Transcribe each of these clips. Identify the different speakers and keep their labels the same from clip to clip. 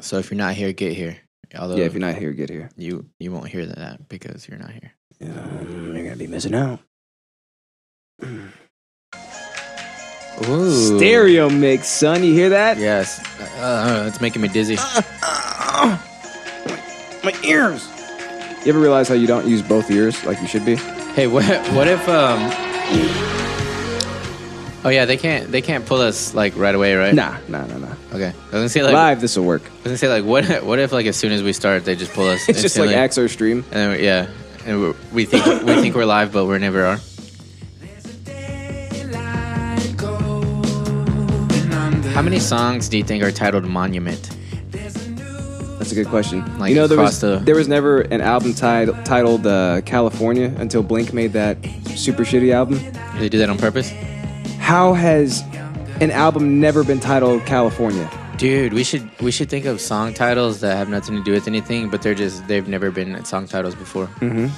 Speaker 1: So if you're not here, get here. Although
Speaker 2: yeah, if you're not here, get here.
Speaker 1: you you won't hear that because you're not here.
Speaker 2: Yeah, you're gonna Mm, be missing out.
Speaker 1: Ooh.
Speaker 2: Stereo mix, son. You hear that?
Speaker 1: Yes. Uh, uh, it's making me dizzy.
Speaker 2: My ears. You ever realize how you don't use both ears like you should be?
Speaker 1: Hey, what what if um Oh yeah, they can't they can't pull us like right away, right?
Speaker 2: Nah, nah, nah, nah.
Speaker 1: Okay. I was gonna say like I
Speaker 2: Live, this will work.
Speaker 1: was gonna say like what what if like as soon as we start they just pull us
Speaker 2: It's just like
Speaker 1: instantly?
Speaker 2: Axo stream.
Speaker 1: and then, we- yeah. And we we think we think we're live but we never are. How many songs do you think are titled Monument?
Speaker 2: That's a good question.
Speaker 1: Like
Speaker 2: you know, there was,
Speaker 1: across the-
Speaker 2: there was never an album tit- titled uh, California until Blink made that super shitty album.
Speaker 1: Do they do that on purpose?
Speaker 2: How has an album never been titled California?
Speaker 1: Dude, we should we should think of song titles that have nothing to do with anything, but they're just they've never been song titles before. Mm-hmm. You know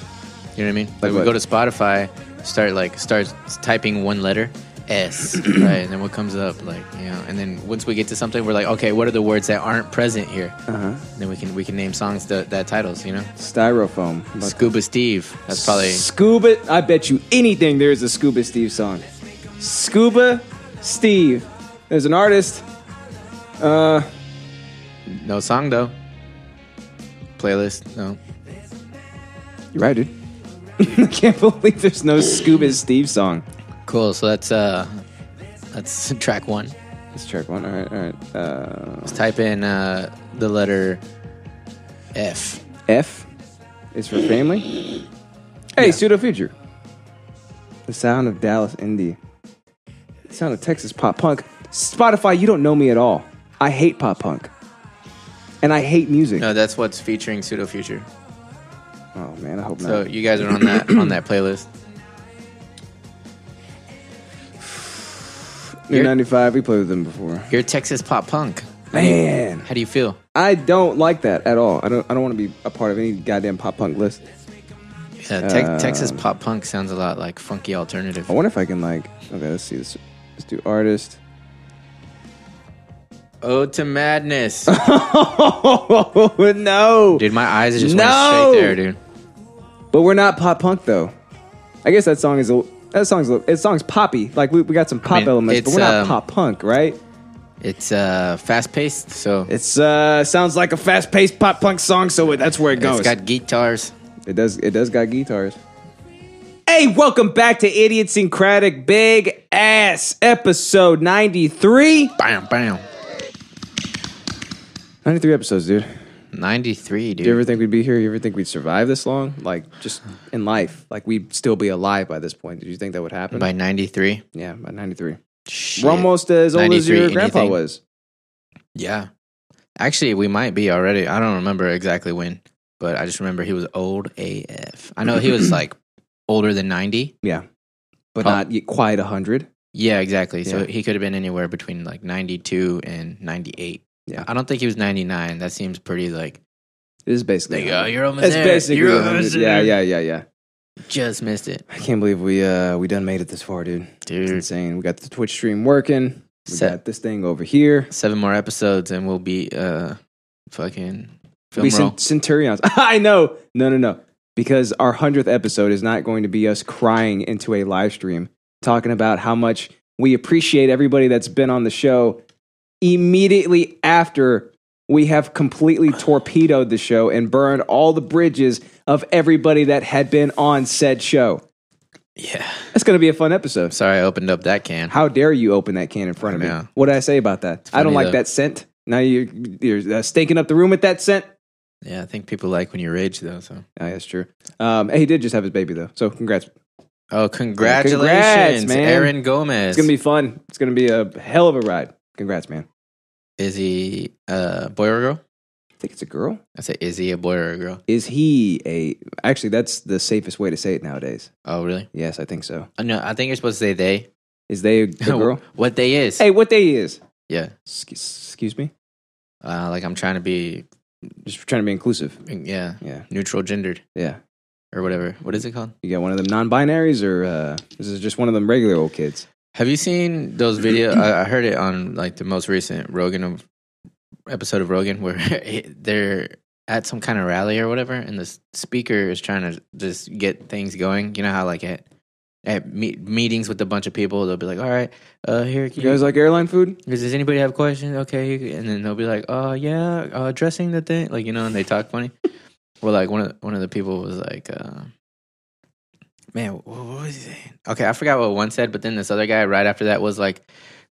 Speaker 1: what I mean? Like, we
Speaker 2: what?
Speaker 1: go to Spotify, start like start typing one letter S, right, and then what comes up, like you know, and then once we get to something, we're like, okay, what are the words that aren't present here? Uh-huh. Then we can we can name songs that, that titles, you know.
Speaker 2: Styrofoam.
Speaker 1: Scuba Steve, that's probably
Speaker 2: Scuba. I bet you anything there is a Scuba Steve song. Scuba Steve. There's an artist. Uh,
Speaker 1: no song though. Playlist, no.
Speaker 2: you're right, dude. I can't believe there's no Scuba Steve song.
Speaker 1: Cool. So that's uh, that's track one.
Speaker 2: Let's check one. All right, all right. Uh,
Speaker 1: Type in uh, the letter F.
Speaker 2: F is for family. Hey, pseudo future. The sound of Dallas indie. The sound of Texas pop punk. Spotify, you don't know me at all. I hate pop punk, and I hate music.
Speaker 1: No, that's what's featuring Pseudo Future.
Speaker 2: Oh man, I hope
Speaker 1: So
Speaker 2: not.
Speaker 1: you guys are on that on that playlist.
Speaker 2: New ninety five. We played with them before.
Speaker 1: You're Texas pop punk.
Speaker 2: Man,
Speaker 1: How do you feel?
Speaker 2: I don't like that at all. I don't. I don't want to be a part of any goddamn pop punk list.
Speaker 1: Yeah, Tex
Speaker 2: Uh,
Speaker 1: Texas pop punk sounds a lot like funky alternative.
Speaker 2: I wonder if I can like. Okay, let's see this. Let's do artist.
Speaker 1: Ode to Madness,
Speaker 2: Oh no!
Speaker 1: dude. My eyes just
Speaker 2: No!
Speaker 1: went straight there, dude.
Speaker 2: But we're not pop punk though. I guess that song is a that song's a- that song's poppy. Like we, we got some pop
Speaker 1: mean,
Speaker 2: elements, but
Speaker 1: it's,
Speaker 2: we're not
Speaker 1: um,
Speaker 2: pop punk, right?
Speaker 1: It's uh, fast paced, so
Speaker 2: It's uh sounds like a fast paced pop punk song, so it, that's where it goes.
Speaker 1: it's got guitars.
Speaker 2: it does it does got guitars. Hey, welcome back to Idiosyncratic Big Ass episode 93.
Speaker 1: Bam, bam.
Speaker 2: 93 episodes, dude.
Speaker 1: Ninety three, dude.
Speaker 2: You ever think we'd be here? You ever think we'd survive this long? Like just in life, like we'd still be alive by this point. Did you think that would happen?
Speaker 1: By ninety three,
Speaker 2: yeah, by 93. We're almost as old as
Speaker 1: 93,
Speaker 2: your grandpa
Speaker 1: anything.
Speaker 2: was.
Speaker 1: Yeah. Actually, we might be already. I don't remember exactly when, but I just remember he was old AF. I know he was like older than 90.
Speaker 2: Yeah. But
Speaker 1: Oh.
Speaker 2: not yet quite 100.
Speaker 1: Yeah, exactly. So
Speaker 2: Yeah.
Speaker 1: he could have been anywhere between like 92 and 98.
Speaker 2: Yeah.
Speaker 1: I don't think he was 99. That seems pretty like,
Speaker 2: It is basically.
Speaker 1: like oh, you're almost
Speaker 2: it's
Speaker 1: there.
Speaker 2: basically.
Speaker 1: You're
Speaker 2: 100.
Speaker 1: almost
Speaker 2: Yeah,
Speaker 1: there.
Speaker 2: yeah, yeah, yeah.
Speaker 1: Just missed it.
Speaker 2: I can't believe we uh we done made it this far, dude. It's
Speaker 1: Dude,
Speaker 2: insane. We got the Twitch stream working. We
Speaker 1: Set.
Speaker 2: got this thing over here.
Speaker 1: seven more episodes and we'll be uh fucking film
Speaker 2: We
Speaker 1: roll.
Speaker 2: cent- centurions. I know. No, no, no. Because our 100th episode is not going to be us crying into a live stream talking about how much we appreciate everybody that's been on the show immediately after we have completely torpedoed the show and burned all the bridges of everybody that had been on said show.
Speaker 1: yeah.
Speaker 2: That's going to be a fun episode.
Speaker 1: Sorry I opened up that can.
Speaker 2: How dare you open that can in front of me?
Speaker 1: Yeah.
Speaker 2: What did I say about that? I don't like
Speaker 1: funny, though.
Speaker 2: that scent. Now you're, you're uh, stinking up the room with that scent.
Speaker 1: yeah, I think people like when you rage though, so.
Speaker 2: Oh, yeah, that's true. Um, and he did just have his baby though, so congrats.
Speaker 1: Oh, congratulations,
Speaker 2: man.
Speaker 1: Aaron Gomez.
Speaker 2: It's gonna be fun. It's gonna be a hell of a ride. Congrats, man.
Speaker 1: Is he a boy or a girl?
Speaker 2: I think it's a girl.
Speaker 1: I say, is he a boy or a girl?
Speaker 2: Is he a? Actually, that's the safest way to say it nowadays.
Speaker 1: Oh, really?
Speaker 2: Yes, I think so.
Speaker 1: Uh, No, I think you're supposed to say they.
Speaker 2: Is they a a girl?
Speaker 1: what they is?
Speaker 2: hey, what day is?
Speaker 1: Yeah.
Speaker 2: Sc- Excuse me.
Speaker 1: Uh, like I'm trying to be,
Speaker 2: Just trying to be inclusive.
Speaker 1: yeah,
Speaker 2: Yeah,
Speaker 1: neutral gendered
Speaker 2: yeah.
Speaker 1: or whatever. What is it called?
Speaker 2: You got one of them non-binaries, or uh, this is just one of them regular old kids.
Speaker 1: Have you seen those video? I, I heard it on like the most recent Rogan of episode of Rogan where they're at some kind of rally or whatever, and the speaker is trying to just get things going. You know how like at at me- meetings with a bunch of people, they'll be like, "All right, uh, here, can
Speaker 2: You
Speaker 1: you
Speaker 2: guys like airline food?
Speaker 1: Does, does anybody have questions? Okay, you- and then they'll be like, "Oh yeah, uh, dressing the thing," like you know, and they talk funny. well, like one of one of the people was like, uh, "Man, wh- what was he saying?" Okay, I forgot what one said, but then this other guy right after that was like,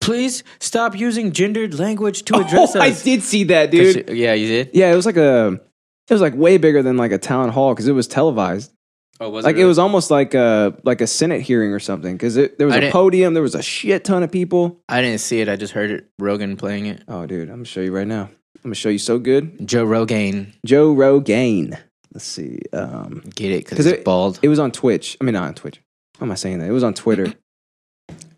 Speaker 1: "Please stop using gendered language to address
Speaker 2: Oh, I
Speaker 1: us."
Speaker 2: did see that,
Speaker 1: 'Cause
Speaker 2: dude.
Speaker 1: she- yeah, you did.
Speaker 2: Yeah, it was like a. It was like way bigger than like a town hall because it was televised.
Speaker 1: Oh, was
Speaker 2: Like it was almost like a like a senate hearing or something because there was
Speaker 1: I
Speaker 2: a
Speaker 1: didn't-
Speaker 2: podium, there was a shit ton of people.
Speaker 1: I didn't see it. I just heard it. Rogan playing it.
Speaker 2: Oh, dude, I'm gonna show you right now. I'm gonna show you so good,
Speaker 1: Joe Rogan,
Speaker 2: Joe Rogan. Let's see. Um,
Speaker 1: get it because
Speaker 2: 'Cause
Speaker 1: it's
Speaker 2: it-
Speaker 1: bald,
Speaker 2: It was on Twitch. I mean, not on Twitch. Why am I saying that? It was on Twitter.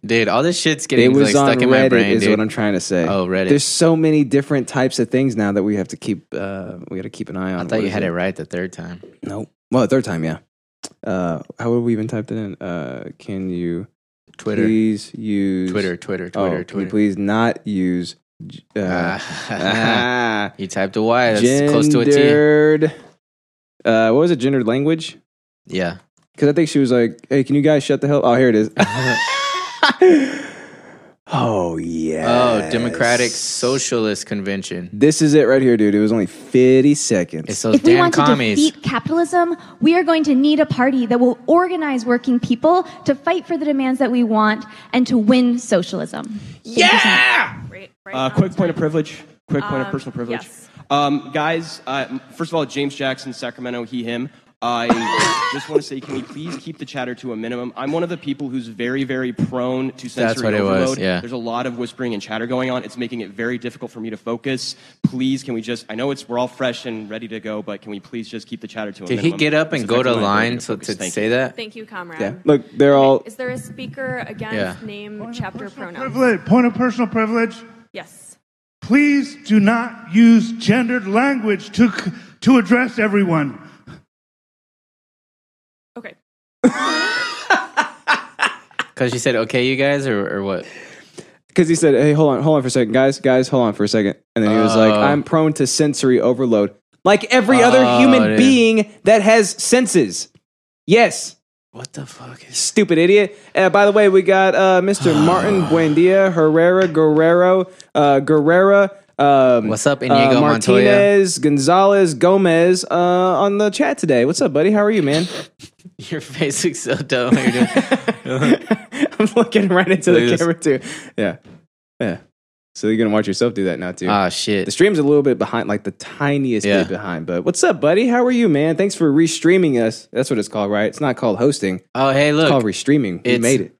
Speaker 1: dude. All this shit's
Speaker 2: it
Speaker 1: getting
Speaker 2: was
Speaker 1: like
Speaker 2: on
Speaker 1: stuck
Speaker 2: Reddit.
Speaker 1: in my brain,
Speaker 2: is
Speaker 1: dude.
Speaker 2: what I'm trying to say.
Speaker 1: oh, Reddit.
Speaker 2: There's so many different types of things now that we have to keep. Uh, we got to keep an eye on.
Speaker 1: I
Speaker 2: What
Speaker 1: thought you
Speaker 2: is
Speaker 1: had it right the third time.
Speaker 2: No. Well, the third time, yeah. Uh, how would we even typed it in? Uh, can you
Speaker 1: Twitter.
Speaker 2: please use
Speaker 1: Twitter, Twitter,
Speaker 2: Oh,
Speaker 1: Twitter,
Speaker 2: Can you
Speaker 1: Twitter.
Speaker 2: please not use? j- Uh,
Speaker 1: Ah.
Speaker 2: ah,
Speaker 1: you typed a Y. That's close to a T.
Speaker 2: gendered. Uh, what was it? Gendered language?
Speaker 1: Yeah.
Speaker 2: Because I think she was like, "Hey, can you guys shut the hell?" Oh, here it is. oh yeah.
Speaker 1: Oh, Democratic Socialist Convention.
Speaker 2: This is it right here, dude. It was only fifty seconds.
Speaker 1: It's those
Speaker 3: If we
Speaker 1: damn
Speaker 3: want
Speaker 1: commies.
Speaker 3: to defeat capitalism, we are going to need a party that will organize working people to fight for the demands that we want and to win socialism.
Speaker 4: Uh, quick point of privilege. Quick point of
Speaker 5: Um,
Speaker 4: personal privilege.
Speaker 5: yes.
Speaker 4: Um, guys, uh, first of all, James Jackson, Sacramento, he, him. I just want to say, can we please keep the chatter to a minimum? I'm one of the people who's very, very prone to sensory
Speaker 1: what it was,
Speaker 4: overload.
Speaker 1: yeah.
Speaker 4: There's a lot of whispering and chatter going on. It's making it very difficult for me to focus. Please, can we just? I know it's we're all fresh and ready to go, but can we please just keep the chatter to a
Speaker 1: Did
Speaker 4: minimum?
Speaker 1: he get up and
Speaker 4: It's
Speaker 1: go to
Speaker 4: affecting my ability
Speaker 1: line so
Speaker 4: focus.
Speaker 1: to
Speaker 4: Thank you.
Speaker 1: say that?
Speaker 5: Thank you, comrade.
Speaker 2: yeah. Look, they're all.
Speaker 5: Is there a speaker against
Speaker 1: Yeah.
Speaker 5: name, chapter,
Speaker 6: Personal
Speaker 5: pronoun?
Speaker 6: privilege- Point of personal privilege.
Speaker 5: Yes.
Speaker 6: Please do not use gendered language to c- to address everyone.
Speaker 5: Okay.
Speaker 1: Because you said, okay, you guys, or, or what?
Speaker 2: Because he said, "Hey, hold on, hold on for a second, guys, guys, hold on for a second. And then he was like,
Speaker 1: Oh.
Speaker 2: "I'm prone to sensory overload, like every other
Speaker 1: Oh,
Speaker 2: human
Speaker 1: dude.
Speaker 2: being that has senses." Yes,
Speaker 1: What the fuck is.
Speaker 2: stupid idiot. Uh, by the way, we got uh, Mr. Martin Buendia, Herrera, Guerrero, uh, Guerrera. Um,
Speaker 1: What's up, Iñigo Montoya?
Speaker 2: Martinez, Gonzalez, Gomez uh, on the chat today. What's up, buddy? How are you, man?
Speaker 1: Your face looks so dumb. when you're doing-
Speaker 2: I'm looking right into
Speaker 1: Look
Speaker 2: the
Speaker 1: at
Speaker 2: camera too. Yeah, yeah. So you're gonna watch yourself do that now too.
Speaker 1: Ah,
Speaker 2: the
Speaker 1: shit.
Speaker 2: stream's a little bit behind, like the tiniest
Speaker 1: Yeah.
Speaker 2: bit behind. But what's up, buddy? How are you, man? Thanks for restreaming us. That's what it's called, right? It's not called hosting. It's
Speaker 1: Oh, hey,
Speaker 2: called
Speaker 1: look.
Speaker 2: restreaming. We
Speaker 1: it's-
Speaker 2: made it.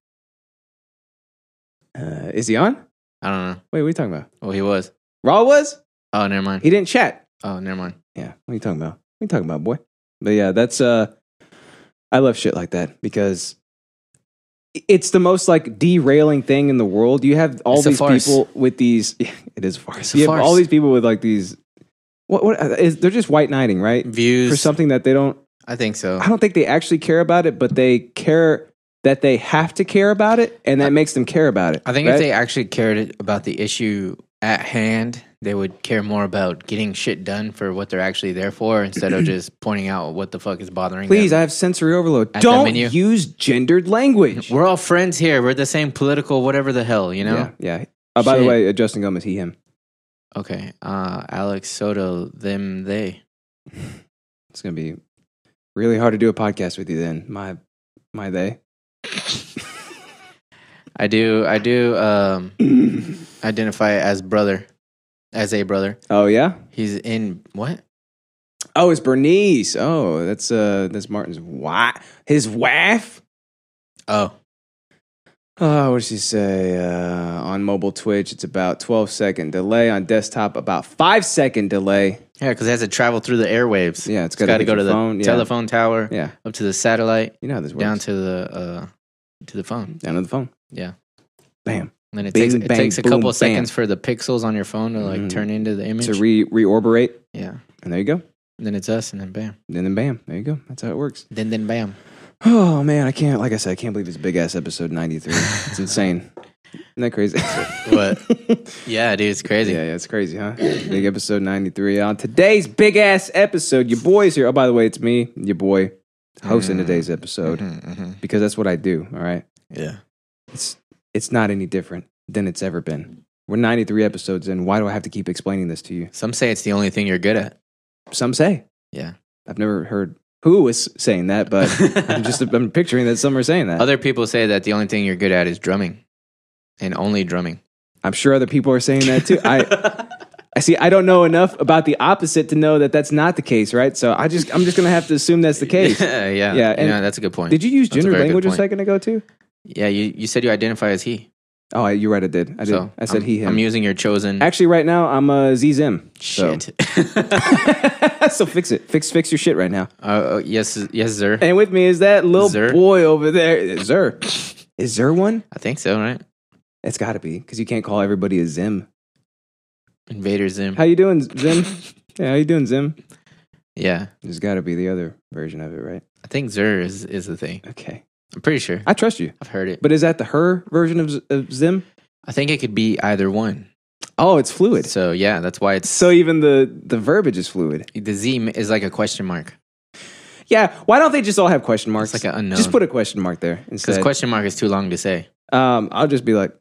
Speaker 2: Uh, is he on?
Speaker 1: I don't know.
Speaker 2: Wait, what are you talking about?
Speaker 1: Oh, he was.
Speaker 2: Raw was?
Speaker 1: Oh, never mind.
Speaker 2: He didn't chat.
Speaker 1: Oh, never mind.
Speaker 2: Yeah, what are you talking about? What are you talking about, boy? But yeah, that's uh I love shit like that because it's the most like derailing thing in the world. You have all
Speaker 1: It's a
Speaker 2: these
Speaker 1: farce.
Speaker 2: people with these it is farce.
Speaker 1: a
Speaker 2: you have
Speaker 1: farce.
Speaker 2: all these people with like these what what uh, is they're just white knighting, right?
Speaker 1: Views.
Speaker 2: For something that they don't
Speaker 1: I think so.
Speaker 2: I don't think they actually care about it, but they care that they have to care about it and that makes them care about it.
Speaker 1: I think
Speaker 2: right?
Speaker 1: if they actually cared about the issue at hand, they would care more about getting shit done for what they're actually there for instead of just pointing out what the fuck is bothering
Speaker 2: Please, I
Speaker 1: them.
Speaker 2: have sensory overload.
Speaker 1: At the
Speaker 2: Don't
Speaker 1: menu.
Speaker 2: use gendered language.
Speaker 1: We're all friends here. We're the same political whatever the hell, you know?
Speaker 2: Yeah, yeah. Uh, by the
Speaker 1: Shit.
Speaker 2: way, uh, Justin Gomez, he him.
Speaker 1: Okay. Uh, Alex Soto, them, they.
Speaker 2: It's gonna be really hard to do a podcast with you then. My my they.
Speaker 1: I do, I do um, identify as brother, as a brother.
Speaker 2: Oh yeah?
Speaker 1: He's in what?
Speaker 2: Oh, it's Bernice. Oh, that's uh that's Martin's wife his wife.
Speaker 1: Oh,
Speaker 2: Oh, what did she say? Uh, on mobile Twitch, it's about 12 second delay. On desktop, about five second delay.
Speaker 1: yeah, because it has to travel through the airwaves.
Speaker 2: Yeah, it's
Speaker 1: it's
Speaker 2: gotta
Speaker 1: got to
Speaker 2: hit
Speaker 1: go
Speaker 2: your
Speaker 1: to the
Speaker 2: phone, yeah.
Speaker 1: telephone tower,
Speaker 2: Yeah,
Speaker 1: up to the satellite,
Speaker 2: you know how this works.
Speaker 1: down to the uh, to the phone.
Speaker 2: down to the phone.
Speaker 1: Yeah.
Speaker 2: Bam.
Speaker 1: And then it
Speaker 2: Bing,
Speaker 1: takes it
Speaker 2: bang,
Speaker 1: takes a
Speaker 2: boom,
Speaker 1: couple of seconds
Speaker 2: bam.
Speaker 1: for the pixels on your phone to like
Speaker 2: Mhm.
Speaker 1: turn into the image.
Speaker 2: To re reorberate.
Speaker 1: yeah.
Speaker 2: And there you go.
Speaker 1: And then it's us and then bam.
Speaker 2: And then bam. There you go. That's how it works.
Speaker 1: Then then bam.
Speaker 2: Oh man, I can't. Like I said, I can't believe it's big ass episode ninety three. It's insane. Isn't that crazy?
Speaker 1: But yeah, dude, it's crazy.
Speaker 2: Yeah, yeah, it's crazy, huh? big episode 93. On today's big ass episode, your boy's here. Oh, by the way, it's me, your boy, hosting today's episode because that's what I do, all right?
Speaker 1: yeah.
Speaker 2: It's, it's not any different than it's ever been. We're 93 episodes in. Why do I have to keep explaining this to you?
Speaker 1: Some say it's the only thing you're good at.
Speaker 2: Some say.
Speaker 1: Yeah.
Speaker 2: I've never heard who is saying that, but I'm just I'm picturing that some are saying that.
Speaker 1: Other people say that the only thing you're good at is drumming, and only drumming.
Speaker 2: I'm sure other people are saying that too. I I see. I don't know enough about the opposite to know that that's not the case, right? So I just I'm just gonna have to assume that's the case.
Speaker 1: yeah, yeah.
Speaker 2: Yeah,
Speaker 1: You
Speaker 2: and-
Speaker 1: know, that's a good point.
Speaker 2: Did you use
Speaker 1: That's a
Speaker 2: gender
Speaker 1: very good
Speaker 2: language a
Speaker 1: point.
Speaker 2: second ago too?
Speaker 1: Yeah, you, you said you identify as he.
Speaker 2: Oh, I- you're right. I did. I did.
Speaker 1: So
Speaker 2: I said
Speaker 1: I'm-
Speaker 2: he him.
Speaker 1: I'm using your chosen.
Speaker 2: Actually, right now I'm a Zim. So.
Speaker 1: shit.
Speaker 2: so fix it. Fix fix your shit right now.
Speaker 1: Uh, yes, yes, sir.
Speaker 2: And with me is that little
Speaker 1: Zer?
Speaker 2: boy over there. Zer. Is Zer one?
Speaker 1: I think so, right?
Speaker 2: It's got to be because you can't call everybody a Zim.
Speaker 1: Invader Zim.
Speaker 2: How you doing, Zim? yeah, how you doing, Zim?
Speaker 1: Yeah,
Speaker 2: There's got to be the other version of it, right?
Speaker 1: I think Zer is is the thing.
Speaker 2: Okay,
Speaker 1: I'm pretty sure.
Speaker 2: I trust you.
Speaker 1: I've heard it, but
Speaker 2: But is that the her version of, Z- of Zim?
Speaker 1: I think it could be either one.
Speaker 2: Oh, it's fluid.
Speaker 1: So yeah, that's why it's
Speaker 2: So even the the verbiage is fluid.
Speaker 1: the Zim is like a question mark
Speaker 2: Yeah. Why don't they just all have question marks?
Speaker 1: It's like an unknown.
Speaker 2: Just put a question mark there
Speaker 1: because
Speaker 2: instead.
Speaker 1: question mark is too long to say.
Speaker 2: um, I'll just be like,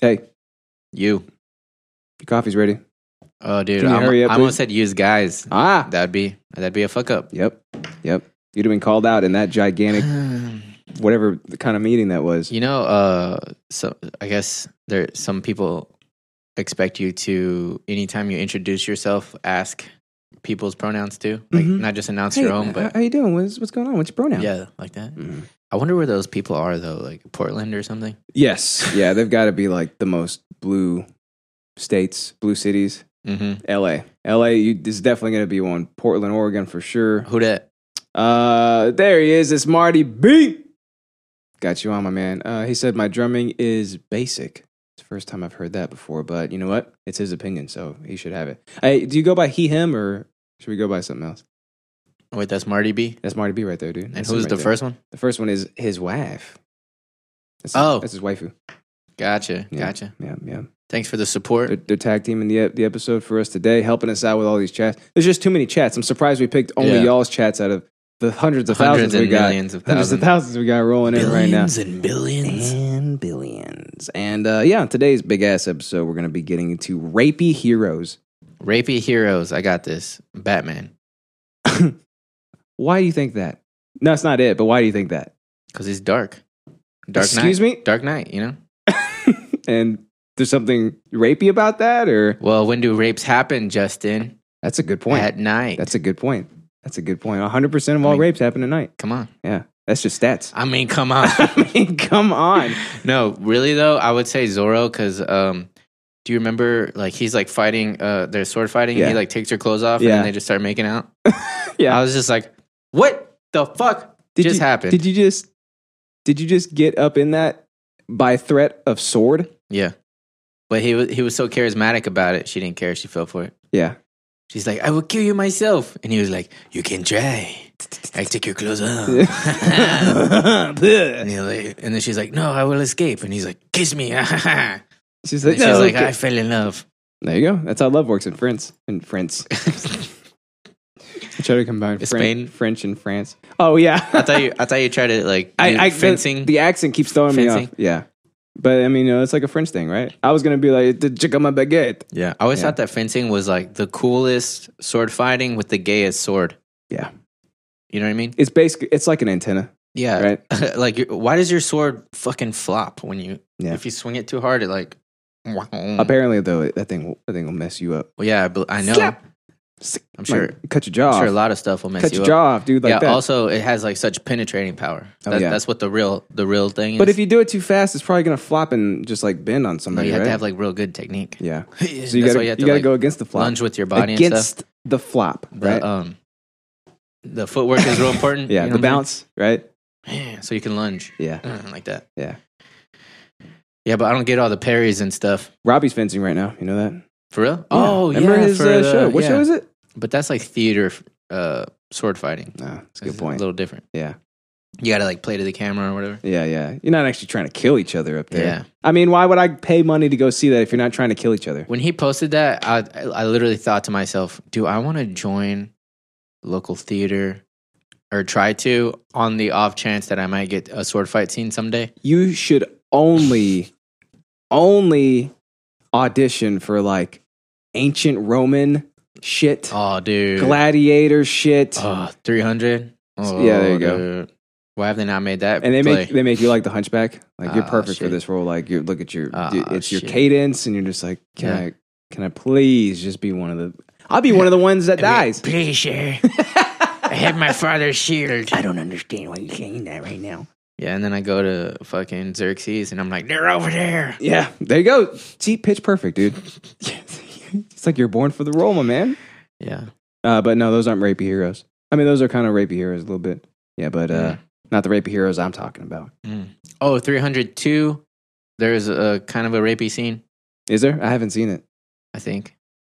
Speaker 2: "Hey,
Speaker 1: You,
Speaker 2: your coffee's ready."
Speaker 1: oh dude,
Speaker 2: Can you
Speaker 1: I'm-
Speaker 2: hurry up,
Speaker 1: I
Speaker 2: please?
Speaker 1: almost said use guys.
Speaker 2: Ah.
Speaker 1: That'd be that'd be a fuck up.
Speaker 2: Yep. Yep. You'd have been called out in that gigantic whatever the kind of meeting that was.
Speaker 1: You know, uh, so I guess there some people expect you to anytime you introduce yourself, ask people's pronouns too, like
Speaker 2: Mhm.
Speaker 1: not just announce
Speaker 2: Hey, uh,
Speaker 1: your own,
Speaker 2: how-
Speaker 1: but
Speaker 2: how you doing? What's what's going on? What's your pronoun?
Speaker 1: yeah, like that.
Speaker 2: Mhm.
Speaker 1: I wonder where those people are though, like Portland or something.
Speaker 2: Yes. Yeah, they've got to be like the most blue states, blue cities.
Speaker 1: Mm-hmm.
Speaker 2: LA. LA you, is definitely going to be one. Portland, Oregon for sure.
Speaker 1: Who that?
Speaker 2: Uh, there he is. It's Marty B. Got you on, my man. Uh, he said my drumming is basic. It's the first time I've heard that before, but you know what? It's his opinion, so he should have it. Hey, do you go by he, him, or should we go by something else?
Speaker 1: Wait, that's Marty B.
Speaker 2: That's Marty B right there, dude.
Speaker 1: And
Speaker 2: That's
Speaker 1: who's
Speaker 2: him right
Speaker 1: the
Speaker 2: there.
Speaker 1: first one?
Speaker 2: The first one is his wife. That's
Speaker 1: Oh.
Speaker 2: that's his waifu.
Speaker 1: Gotcha,
Speaker 2: Yeah.
Speaker 1: gotcha.
Speaker 2: Yeah, yeah.
Speaker 1: Thanks for the support.
Speaker 2: They're, they're tag teaming the ep- the episode for us today, helping us out with all these chats. There's just too many chats. I'm surprised we picked only
Speaker 1: Yeah.
Speaker 2: y'all's chats out of the hundreds of
Speaker 1: Hundreds
Speaker 2: thousands we
Speaker 1: and
Speaker 2: got.
Speaker 1: millions of
Speaker 2: Hundreds of
Speaker 1: thousands.
Speaker 2: thousands we got rolling in right now.
Speaker 1: Billions and billions.
Speaker 2: And billions. And uh, yeah, on today's big ass episode, we're going to be getting into rapey heroes.
Speaker 1: Rapey heroes. I got this. Batman.
Speaker 2: Why do you think that? No, it's not it, but why do you think that?
Speaker 1: Because he's dark. Dark Knight.
Speaker 2: Excuse me?
Speaker 1: Dark Knight, you know?
Speaker 2: And there's something rapey about that, or
Speaker 1: Well, when do rapes happen, Justin?
Speaker 2: that's a good point.
Speaker 1: At night.
Speaker 2: That's a good point. That's a good point. 100% of all
Speaker 1: mean-
Speaker 2: rapes happen at night.
Speaker 1: come on.
Speaker 2: Yeah, that's just stats.
Speaker 1: I mean, come on.
Speaker 2: I mean, come on.
Speaker 1: no, really though, I would say Zorro because um, do you remember like he's like fighting? Uh, they're sword fighting.
Speaker 2: Yeah.
Speaker 1: And he like takes her clothes off, and
Speaker 2: Yeah.
Speaker 1: then they just start making out.
Speaker 2: Yeah.
Speaker 1: I was just like, what the fuck
Speaker 2: Did
Speaker 1: just
Speaker 2: you,
Speaker 1: happened?
Speaker 2: Did you just did you just get up in that by threat of sword?
Speaker 1: yeah, but he was he was so charismatic about it. She didn't care. She fell for it.
Speaker 2: Yeah.
Speaker 1: She's like, I will kill you myself, and he was like, you can try. I take your clothes off. and, he like, and then she's like, no, I will escape. And he's like, kiss me. and
Speaker 2: She's like,
Speaker 1: she's
Speaker 2: "No,
Speaker 1: like,
Speaker 2: okay."
Speaker 1: I fell in love.
Speaker 2: There you go. That's how love works in France. In France. I try to combine French,
Speaker 1: Spain?
Speaker 2: French and France. Oh yeah.
Speaker 1: I thought you. I thought you tried to like do
Speaker 2: I, I
Speaker 1: fencing.
Speaker 2: The, the accent keeps throwing me off.
Speaker 1: Fencing?
Speaker 2: Yeah. But I mean, you know, it's like a French thing, right? I was gonna be like the chicken my baguette.
Speaker 1: yeah, I always
Speaker 2: Yeah.
Speaker 1: thought that fencing was like the coolest sword fighting with the gayest sword.
Speaker 2: Yeah.
Speaker 1: You know what I mean?
Speaker 2: It's basically it's like an antenna.
Speaker 1: Yeah. Right. like, you- why does your sword fucking flop when you
Speaker 2: Yeah.
Speaker 1: if you swing it too hard? It like. Well,
Speaker 2: Apparently though, that thing will that thing will mess you up.
Speaker 1: yeah, I bel- I know.
Speaker 2: Slap.
Speaker 1: I'm sure.
Speaker 2: Like, cut your jaw.
Speaker 1: I'm sure a
Speaker 2: off.
Speaker 1: lot of stuff will mess
Speaker 2: cut
Speaker 1: you
Speaker 2: your
Speaker 1: up.
Speaker 2: jaw off, dude, like
Speaker 1: yeah.
Speaker 2: that.
Speaker 1: Also, it has like such penetrating power.
Speaker 2: Oh,
Speaker 1: That-
Speaker 2: yeah.
Speaker 1: That's what the real the real thing is.
Speaker 2: but if you do it too fast, it's probably gonna flop and just like bend on
Speaker 1: No,
Speaker 2: somebody.
Speaker 1: you have
Speaker 2: right?
Speaker 1: to have like real good technique.
Speaker 2: yeah.
Speaker 1: So
Speaker 2: So you gotta you, gotta go against the flop.
Speaker 1: lunge with your body
Speaker 2: against
Speaker 1: and stuff.
Speaker 2: the flop,
Speaker 1: The,
Speaker 2: right?
Speaker 1: um, the footwork is real important.
Speaker 2: yeah,
Speaker 1: you know
Speaker 2: the
Speaker 1: what I'm
Speaker 2: bounce, right?
Speaker 1: saying? So you can lunge
Speaker 2: Yeah,
Speaker 1: mm, like that.
Speaker 2: yeah.
Speaker 1: Yeah, but I don't get all the parries and stuff.
Speaker 2: Robbie's fencing right now. You know that?
Speaker 1: For real? Oh, yeah.
Speaker 2: Remember his
Speaker 1: for
Speaker 2: uh,
Speaker 1: the-
Speaker 2: show? What show
Speaker 1: yeah.
Speaker 2: is it?
Speaker 1: But that's like theater uh, sword fighting.
Speaker 2: No, it's a
Speaker 1: It's
Speaker 2: good point.
Speaker 1: A little different.
Speaker 2: yeah.
Speaker 1: You gotta like play to the camera or whatever.
Speaker 2: Yeah, yeah. You're not actually trying to kill each other up there.
Speaker 1: Yeah.
Speaker 2: I mean, why would I pay money to go see that if you're not trying to kill each other?
Speaker 1: When he posted that, I I literally thought to myself, do I want to join local theater or try to on the off chance that I might get a sword fight scene someday?
Speaker 2: You should only, only audition for like ancient Roman shit,
Speaker 1: Oh, dude.
Speaker 2: gladiator shit,
Speaker 1: Oh, 300? Oh,
Speaker 2: Yeah, there you go.
Speaker 1: dude. Why have they not made that?
Speaker 2: and they
Speaker 1: play?
Speaker 2: make they make you like the Hunchback. Like you're
Speaker 1: Ah,
Speaker 2: perfect for
Speaker 1: shit.
Speaker 2: this role. Like you look at your,
Speaker 1: Ah,
Speaker 2: dude, it's your
Speaker 1: shit.
Speaker 2: cadence, and you're just like, can
Speaker 1: Yeah.
Speaker 2: I, can I please just be one of the? I'll be one of the ones that dies.
Speaker 1: Please, sir. I have my father's shield. I don't understand why you're saying that right now. Yeah, and then I go to fucking Xerxes and I'm like, they're over there.
Speaker 2: Yeah, there you go. See, pitch perfect, dude. it's like you're born for the role, my man.
Speaker 1: Yeah.
Speaker 2: Uh, but no, those aren't rapey heroes. I mean, those are kind of rapey heroes a little bit. Yeah, but uh,
Speaker 1: Yeah.
Speaker 2: not the rapey heroes I'm talking about.
Speaker 1: Oh, 302. There's a kind of a rapey scene,
Speaker 2: Is there? I haven't seen it.
Speaker 1: I think.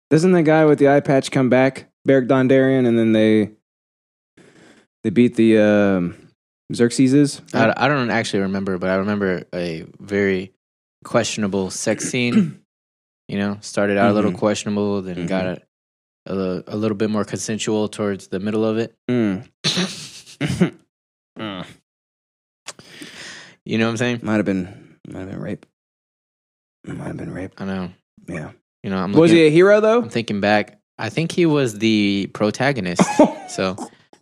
Speaker 2: Doesn't that guy with the eye patch come back, Beric Dondarrion, and then they they beat the um, Xerxeses?
Speaker 1: I, I don't actually remember, but I remember a very questionable sex scene. you know, started out a little
Speaker 2: Mhm.
Speaker 1: questionable, then got a,
Speaker 2: Mm-hmm.
Speaker 1: a, li- a little bit more consensual towards the middle of it.
Speaker 2: Mm, Hmm.
Speaker 1: Hmm. You know what I'm saying?
Speaker 2: might have been might have been rape. Might have been rape.
Speaker 1: I know.
Speaker 2: Yeah.
Speaker 1: You know, I'm
Speaker 2: Was
Speaker 1: looking-
Speaker 2: he a hero
Speaker 1: I'm
Speaker 2: though?
Speaker 1: thinking back. I think he was the protagonist. so,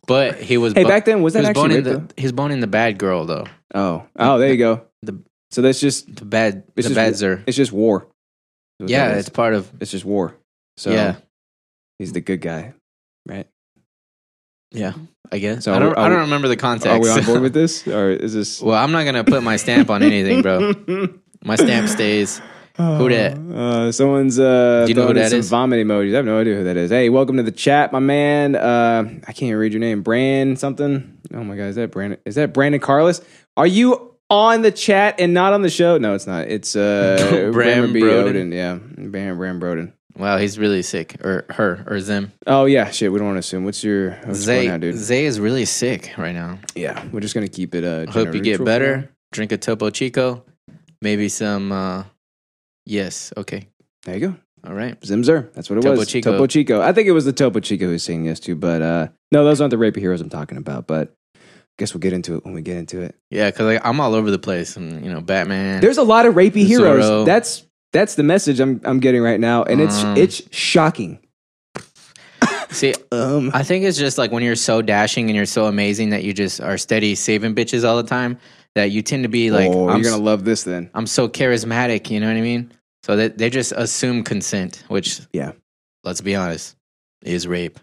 Speaker 1: but he was.
Speaker 2: Hey,
Speaker 1: bo-
Speaker 2: back then was that
Speaker 1: he was
Speaker 2: actually
Speaker 1: boning
Speaker 2: rape?
Speaker 1: the,
Speaker 2: though?
Speaker 1: he's boning the bad girl though.
Speaker 2: Oh, oh, there you go.
Speaker 1: The-
Speaker 2: so that's just
Speaker 1: The bad,
Speaker 2: It's
Speaker 1: the
Speaker 2: just-
Speaker 1: bad zer.
Speaker 2: It's just war. That's what
Speaker 1: Yeah,
Speaker 2: that
Speaker 1: it's
Speaker 2: is.
Speaker 1: part of.
Speaker 2: it's just war. So
Speaker 1: Yeah.
Speaker 2: he's the good guy, right?
Speaker 1: Yeah, I guess.
Speaker 2: So
Speaker 1: I don't.
Speaker 2: are
Speaker 1: I don't
Speaker 2: we-
Speaker 1: remember the context.
Speaker 2: Are we on board with this, or is this
Speaker 1: well, I'm not gonna put my stamp on anything, bro. My stamp stays. Who dat?
Speaker 2: Uh, someone's uh,
Speaker 1: Do you know
Speaker 2: throwing
Speaker 1: who
Speaker 2: in
Speaker 1: that
Speaker 2: some
Speaker 1: is?
Speaker 2: vomit emojis. I have no idea who that is. Hey, welcome to the chat, my man. Uh, I can't read your name, Brand something. Oh my god, is that Brandon? Is that Brandon Carlos? Are you on the chat and not on the show? No, it's not. It's uh,
Speaker 1: Bram
Speaker 2: B.
Speaker 1: Broden.
Speaker 2: Oden. Yeah, Bram Bram Broden.
Speaker 1: Wow, he's really sick, or her, or Zim.
Speaker 2: Oh yeah, shit. We don't want to assume. What's your what's
Speaker 1: Zay,
Speaker 2: going on, dude?
Speaker 1: Zay is really sick right now.
Speaker 2: Yeah, we're just gonna keep it. Uh,
Speaker 1: Hope
Speaker 2: gender
Speaker 1: you get
Speaker 2: neutral.
Speaker 1: better. Drink a Topo Chico. Maybe some. uh Yes. Okay.
Speaker 2: There you go,
Speaker 1: All right.
Speaker 2: Zimzer. That's what it
Speaker 1: Topo
Speaker 2: was.
Speaker 1: Chico.
Speaker 2: Topo Chico. I think it was the Topo Chico who's saying yes to, but uh, no, those aren't the rapey heroes I'm talking about. But I guess we'll get into it when we get into it.
Speaker 1: Yeah, because like, I'm all over the place. And, you know, Batman.
Speaker 2: There's a lot of rapey heroes.
Speaker 1: Zorro.
Speaker 2: That's that's the message I'm I'm getting right now, and it's
Speaker 1: Um.
Speaker 2: it's shocking.
Speaker 1: See,
Speaker 2: Um,
Speaker 1: I think it's just like when you're so dashing and you're so amazing that you just are steady saving bitches all the time that you tend to be like,
Speaker 2: oh,
Speaker 1: I'm,
Speaker 2: you're gonna
Speaker 1: s-
Speaker 2: love this then.
Speaker 1: I'm so charismatic. You know what I mean? So that they just assume consent, which,
Speaker 2: Yeah.
Speaker 1: let's be honest, is rape.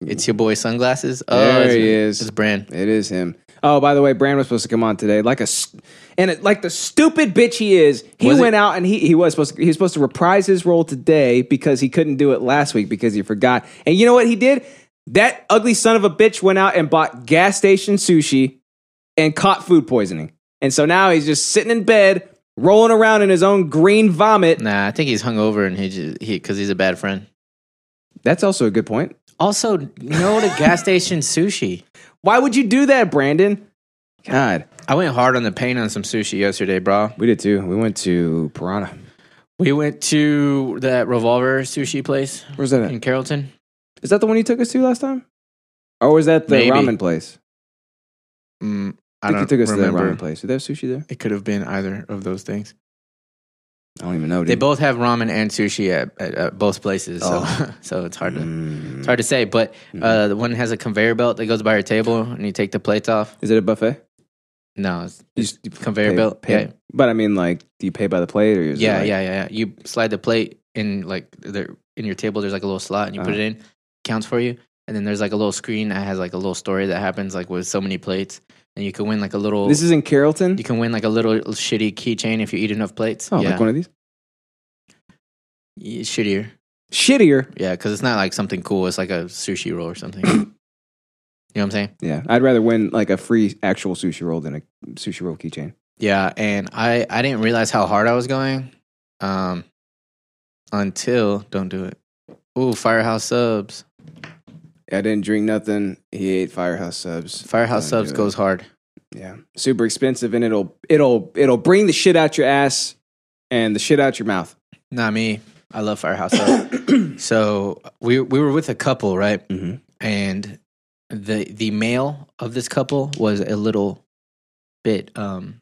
Speaker 1: It's your boy sunglasses. Oh,
Speaker 2: Hmm. There
Speaker 1: it's,
Speaker 2: he is.
Speaker 1: It's Brand.
Speaker 2: It is him. Oh, by the way, Brand was supposed to come on today, like a, s- and it, like the stupid bitch he is. He
Speaker 1: Was it-
Speaker 2: went out and he he was supposed to, he was supposed to reprise his role today because he couldn't do it last week because he forgot. And you know what he did? That ugly son of a bitch went out and bought gas station sushi and caught food poisoning. And so now he's just sitting in bed, rolling around in his own green vomit.
Speaker 1: Nah, I think he's hungover and he just he because he's a bad friend.
Speaker 2: That's also a good point.
Speaker 1: Also, no to gas station sushi.
Speaker 2: Why would you do that, Brandon? God,
Speaker 1: I went hard on the pain on some sushi yesterday, bro.
Speaker 2: we did too. We went to Piranha.
Speaker 1: We went to that revolver sushi place
Speaker 2: Where's that? At?
Speaker 1: in Carrollton.
Speaker 2: Is that the one you took us to last time? Or was that the
Speaker 1: Maybe.
Speaker 2: ramen place?
Speaker 1: Mm,
Speaker 2: I,
Speaker 1: I
Speaker 2: think
Speaker 1: don't
Speaker 2: you took us to
Speaker 1: remember.
Speaker 2: that ramen place. Did they have sushi there?
Speaker 1: It could have been either of those things.
Speaker 2: I don't even know. Dude.
Speaker 1: They both have ramen and sushi at, at, at both places, so
Speaker 2: Oh.
Speaker 1: so it's hard to
Speaker 2: Mm.
Speaker 1: it's hard to say. But uh, the one has a conveyor belt that goes by your table, and you take the plates off.
Speaker 2: Is it a buffet?
Speaker 1: No, it's,
Speaker 2: You
Speaker 1: it's
Speaker 2: just- you
Speaker 1: conveyor
Speaker 2: pay-
Speaker 1: belt.
Speaker 2: pay-
Speaker 1: yeah,
Speaker 2: But I mean, like, do you pay by the plate or is
Speaker 1: yeah,
Speaker 2: it like,
Speaker 1: yeah, yeah, yeah. You slide the plate in like there in your table. There's like a little slot, and you put
Speaker 2: Uh-huh.
Speaker 1: it in. Counts for you. And then there's like a little screen that has like a little story that happens like with so many plates, and you can win like a little.
Speaker 2: This is in Carrollton?
Speaker 1: you can win like a little shitty keychain if you eat enough plates.
Speaker 2: oh,
Speaker 1: yeah,
Speaker 2: like one of these?
Speaker 1: Yeah, shittier.
Speaker 2: Shittier.
Speaker 1: Yeah, because it's not like something cool. It's like a sushi roll or something. you know what I'm saying?
Speaker 2: Yeah. I'd rather win like a free actual sushi roll than a sushi roll keychain.
Speaker 1: Yeah, and I I didn't realize how hard I was going, um, until don't do it. Ooh, Firehouse subs.
Speaker 2: I didn't drink nothing. He ate Firehouse subs.
Speaker 1: Firehouse
Speaker 2: Don't
Speaker 1: subs
Speaker 2: do it.
Speaker 1: goes hard.
Speaker 2: yeah, super expensive, and it'll it'll it'll bring the shit out your ass and the shit out your mouth.
Speaker 1: Not me. I love Firehouse Subs. so we we were with a couple, right?
Speaker 2: Mhm.
Speaker 1: And the the male of this couple was a little bit um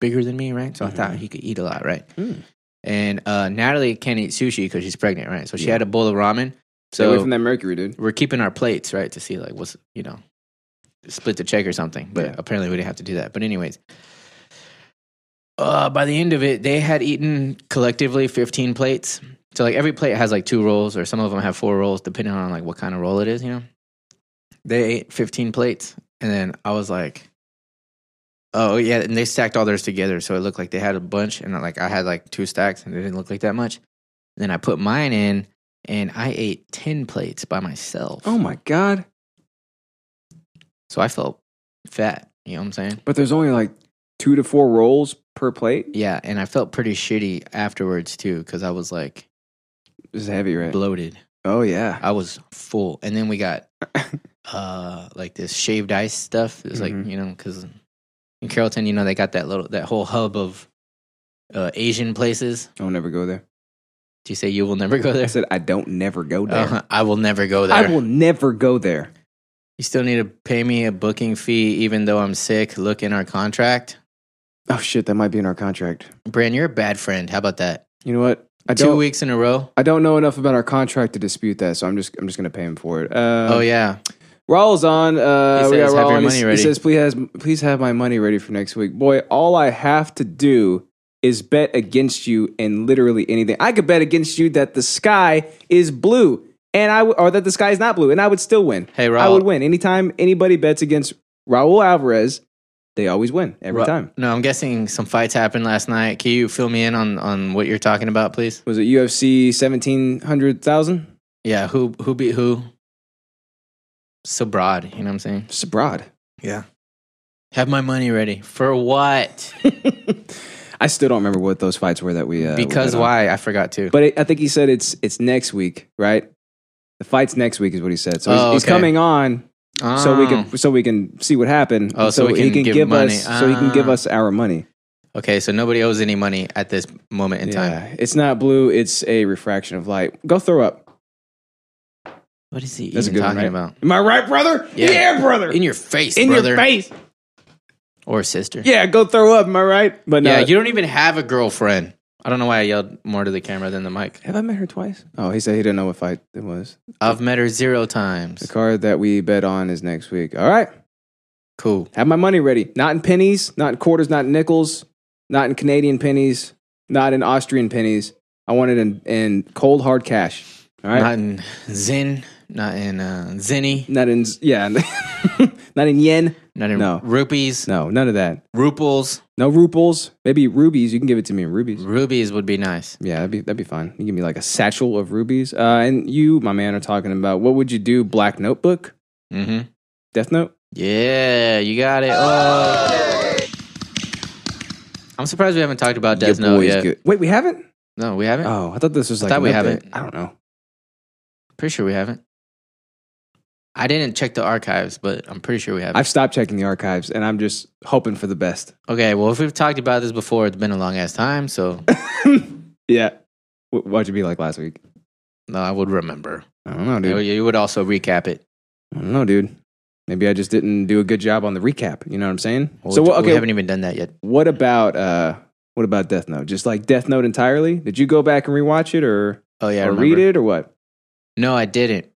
Speaker 1: bigger than me, right? So I thought he could eat a lot, right?
Speaker 2: Mm-hmm. Mm.
Speaker 1: And uh, Natalie can't eat sushi because she's pregnant, right? So she had a bowl of ramen.
Speaker 2: Stay away from
Speaker 1: So
Speaker 2: that mercury, dude.
Speaker 1: we're keeping our plates, right, to see like what's you know split the check or something. But
Speaker 2: Yeah.
Speaker 1: apparently we didn't have to do that. But anyways. Uh, by the end of it, they had eaten collectively 15 plates. So like every plate has like two rolls, or some of them have four rolls, depending on like what kind of roll it is. You know, they ate fifteen plates, and then I was like, "Oh yeah," and they stacked all theirs together, so it looked like they had a bunch, and like I had like two stacks, and it didn't look like that much. then I put mine in, and I ate ten plates by myself.
Speaker 2: Oh my god!
Speaker 1: So I felt fat. You know what I'm saying?
Speaker 2: But there's only like two to four rolls per plate.
Speaker 1: Yeah, and I felt pretty shitty afterwards too, because I was like
Speaker 2: This is heavy, right?
Speaker 1: bloated.
Speaker 2: Oh yeah.
Speaker 1: I was full. And then we got uh like this shaved ice stuff. It's
Speaker 2: Mhm.
Speaker 1: like, you know, because in Carrollton, you know, they got that little that whole hub of uh, Asian places.
Speaker 2: I'll never go there.
Speaker 1: Do you say you will never go there?
Speaker 2: I said I don't never go there.
Speaker 1: Uh-huh. I will never go there.
Speaker 2: I will never go there.
Speaker 1: You still need to pay me a booking fee, even though I'm sick. Look in our contract.
Speaker 2: Oh shit, that might be in our contract.
Speaker 1: Brand, you're a bad friend. How about that?
Speaker 2: You know what? I
Speaker 1: Two
Speaker 2: don't.
Speaker 1: weeks in a row.
Speaker 2: I don't know enough about our contract to dispute that, so I'm just I'm just gonna pay him for it. Uh,
Speaker 1: oh yeah,
Speaker 2: Raul's on. Uh,
Speaker 1: He
Speaker 2: we
Speaker 1: says,
Speaker 2: got
Speaker 1: "Have
Speaker 2: Raul
Speaker 1: your
Speaker 2: on. He
Speaker 1: money
Speaker 2: s-
Speaker 1: ready."
Speaker 2: He says, "Please has please have my money ready for next week, boy. All I have to do is bet against you in literally anything. I could bet against you that the sky is blue, and I w- or that the sky is not blue, and I would still win.
Speaker 1: Hey,
Speaker 2: I
Speaker 1: Raul.
Speaker 2: would win anytime anybody bets against Raul Alvarez. They always win every
Speaker 1: Ru-
Speaker 2: time.
Speaker 1: No, I'm guessing some fights happened last night. Can you fill me in on on what you're talking about, please?
Speaker 2: Was it UFC seventeen hundred thousand?
Speaker 1: Yeah, who who beat who? So broad, you know what I'm saying?
Speaker 2: It's abroad.
Speaker 1: Yeah. Have my money ready for what?
Speaker 2: I still don't remember what those fights were that we uh, we
Speaker 1: because
Speaker 2: bet on.
Speaker 1: why? I forgot to.
Speaker 2: But it, I think he said it's it's next week, right? The fight's next week is what he said. So he's,
Speaker 1: Oh,
Speaker 2: he's
Speaker 1: okay.
Speaker 2: coming on
Speaker 1: Oh.
Speaker 2: so we can so we can see what happened.
Speaker 1: Oh, so we
Speaker 2: he can
Speaker 1: can give
Speaker 2: give
Speaker 1: money.
Speaker 2: us so he can give
Speaker 1: Ah.
Speaker 2: us our money.
Speaker 1: Okay, so nobody owes any money at this moment in time.
Speaker 2: Yeah, it's not blue. It's a refraction of light. Go throw up.
Speaker 1: What is he
Speaker 2: That's a
Speaker 1: even
Speaker 2: good one,
Speaker 1: talking about?
Speaker 2: Am I right, brother?
Speaker 1: Yeah.
Speaker 2: brother.
Speaker 1: In your face,
Speaker 2: In
Speaker 1: brother.
Speaker 2: your face.
Speaker 1: Or sister.
Speaker 2: Yeah, go throw up. Am I right? But uh, no,
Speaker 1: yeah, you don't even have a girlfriend. I don't know why I yelled more to the camera than the mic.
Speaker 2: have I met her twice? Oh, he said he didn't know what fight it was.
Speaker 1: I've met her zero
Speaker 2: The
Speaker 1: times.
Speaker 2: card that we bet on is next week. All right.
Speaker 1: Cool.
Speaker 2: Have my money ready. Not in pennies, not in quarters, not in nickels, not in Canadian pennies, not in Austrian pennies. I want it in, in cold hard cash. All right.
Speaker 1: Not
Speaker 2: Not,
Speaker 1: in Zen, not in uh, Zenny,
Speaker 2: in yeah, not in yen.
Speaker 1: not in
Speaker 2: No.
Speaker 1: rupees,
Speaker 2: No, none of that.
Speaker 1: ruples.
Speaker 2: No ruples. Maybe rubies. You can give it to me in rubies.
Speaker 1: Rubies would be nice.
Speaker 2: Yeah, that'd be that'd be fine. You give me like a satchel of rubies. Uh, and you, my man, are talking about what would you do? Black Notebook,
Speaker 1: Mm-hmm.
Speaker 2: Death Note.
Speaker 1: Yeah, you got it. Oh. I'm surprised we haven't talked about
Speaker 2: Your
Speaker 1: Death Note
Speaker 2: boy's
Speaker 1: yet.
Speaker 2: good. Wait, we haven't.
Speaker 1: No, we haven't.
Speaker 2: Oh, I thought this was like
Speaker 1: thought we
Speaker 2: another-
Speaker 1: haven't.
Speaker 2: I don't know.
Speaker 1: Pretty sure we haven't. I didn't check the archives, but I'm pretty sure we haven't.
Speaker 2: I've stopped checking the archives, and I'm just hoping for the best.
Speaker 1: okay, well, if we've talked about this before, it's been a long ass time, so
Speaker 2: Yeah. What, what'd you be like last week?
Speaker 1: no, I would remember.
Speaker 2: I don't know,
Speaker 1: You,
Speaker 2: dude.
Speaker 1: you would also recap it.
Speaker 2: I don't know, dude. Maybe I just didn't do a good job on the recap. You know what I'm saying?
Speaker 1: Well,
Speaker 2: so
Speaker 1: we-
Speaker 2: what-
Speaker 1: we
Speaker 2: okay,
Speaker 1: haven't even done that yet.
Speaker 2: what about uh, what about Death Note? Just like Death Note entirely? Did you go back and rewatch it, or
Speaker 1: Oh yeah, I
Speaker 2: or
Speaker 1: remember.
Speaker 2: read it, or what?
Speaker 1: No, I didn't.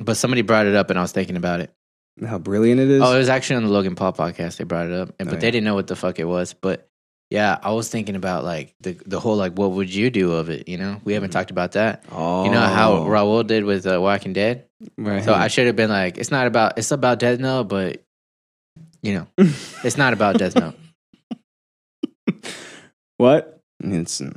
Speaker 1: But somebody brought it up, and I was thinking about it.
Speaker 2: How brilliant it is!
Speaker 1: Oh, it was actually on the Logan Paul podcast. They brought it up, and,
Speaker 2: Oh,
Speaker 1: but
Speaker 2: yeah.
Speaker 1: they didn't know what the fuck it was. But yeah, I was thinking about like the the whole like what would you do of it? You know, we haven't talked about that.
Speaker 2: Mm-hmm. Oh.
Speaker 1: You know how Raul did with uh, Walking Dead.
Speaker 2: Right.
Speaker 1: So I should have been like, it's not about it's about Death Note, but you know, it's not about Death Note.
Speaker 2: what? It's, and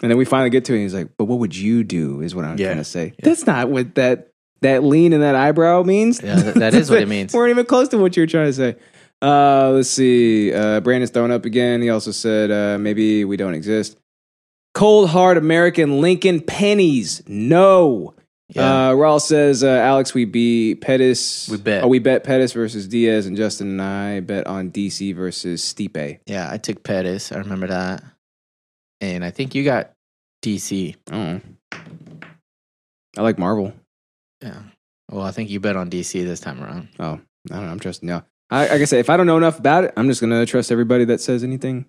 Speaker 2: then we finally get to it. and He's like, "But what would you do?" Is what I'm
Speaker 1: Yeah.
Speaker 2: trying to say. That's not what that that lean and that eyebrow means.
Speaker 1: Yeah, that- that is what it means.
Speaker 2: weren't even close to what you were trying to say. Uh, let's see. Uh, Brandon's thrown up again. He also said uh, maybe we don't exist. Cold hard American Lincoln pennies. No,
Speaker 1: Yeah.
Speaker 2: Uh, Raul says, uh, Alex, we beat Pettis.
Speaker 1: We bet.
Speaker 2: Oh, we bet Pettis versus Diaz, and Justin and I bet on DC versus Stipe.
Speaker 1: Yeah, I took Pettis. I remember that. And I think you got DC.
Speaker 2: Oh. I like Marvel.
Speaker 1: Yeah. Well, I think you bet on DC this time around.
Speaker 2: Oh, I don't know. I'm trusting. No. I, like I say, if I don't know enough about it, I'm just going to trust everybody that says anything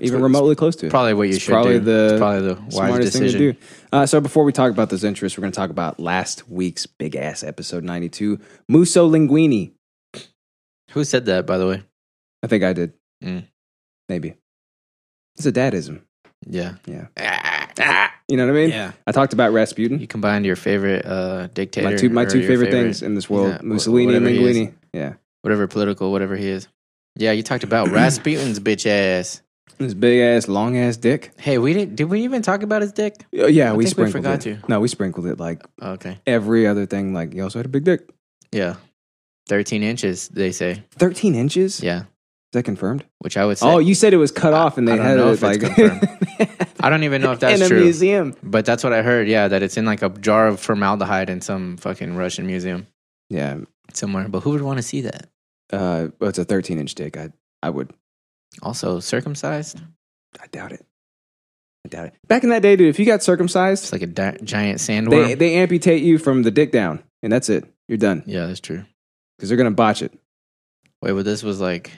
Speaker 2: even
Speaker 1: It's-
Speaker 2: remotely close to it.
Speaker 1: Probably what you
Speaker 2: It's
Speaker 1: should
Speaker 2: probably
Speaker 1: do.
Speaker 2: the
Speaker 1: it's probably the wise
Speaker 2: smartest
Speaker 1: decision.
Speaker 2: thing to do. Uh, so before we talk about those interests, we're going to talk about last week's big ass episode 92, Musso Linguini.
Speaker 1: Who said that, by the way?
Speaker 2: I think I did.
Speaker 1: Mm.
Speaker 2: Maybe. It's a dadism.
Speaker 1: Yeah.
Speaker 2: Yeah.
Speaker 1: Ah, ah.
Speaker 2: You know what I mean?
Speaker 1: Yeah.
Speaker 2: I talked about Rasputin.
Speaker 1: You combined your favorite uh, dictator.
Speaker 2: my two my
Speaker 1: or
Speaker 2: two
Speaker 1: your
Speaker 2: favorite, things in this world,
Speaker 1: yeah, wh-
Speaker 2: Mussolini and
Speaker 1: whatever he is.
Speaker 2: Linguini. Yeah,
Speaker 1: Whatever political, whatever he is. Yeah, you talked about Rasputin's bitch ass.
Speaker 2: his big ass, long ass dick.
Speaker 1: Hey, we didn't. Did we even talk about his dick?
Speaker 2: Uh, Yeah,
Speaker 1: I
Speaker 2: we
Speaker 1: think we
Speaker 2: sprinkled
Speaker 1: forgot
Speaker 2: it.
Speaker 1: to.
Speaker 2: No, we sprinkled it like
Speaker 1: Okay.
Speaker 2: every other thing. Like he also had a big dick,
Speaker 1: Yeah. Thirteen inches, they say.
Speaker 2: thirteen inches.
Speaker 1: Yeah.
Speaker 2: Is that confirmed?
Speaker 1: Which I would say.
Speaker 2: Oh, you said it was cut off, and they
Speaker 1: I don't
Speaker 2: had
Speaker 1: know
Speaker 2: it
Speaker 1: if
Speaker 2: like
Speaker 1: it's I don't even know if that's
Speaker 2: in a
Speaker 1: true.
Speaker 2: museum.
Speaker 1: But that's what I heard. Yeah, that it's in like a jar of formaldehyde in some fucking Russian museum
Speaker 2: Yeah,
Speaker 1: somewhere. But who would want to see that?
Speaker 2: uh, well, it's a thirteen inch dick. I I would.
Speaker 1: Also, circumcised.
Speaker 2: I doubt it. I doubt it. Back in that day, dude, if you got
Speaker 1: It's
Speaker 2: circumcised,
Speaker 1: like a di- giant
Speaker 2: they
Speaker 1: sandworm.
Speaker 2: they amputate you from the dick down, and that's it. You're done
Speaker 1: yeah, that's true.
Speaker 2: because they're gonna botch it
Speaker 1: Wait, but this was like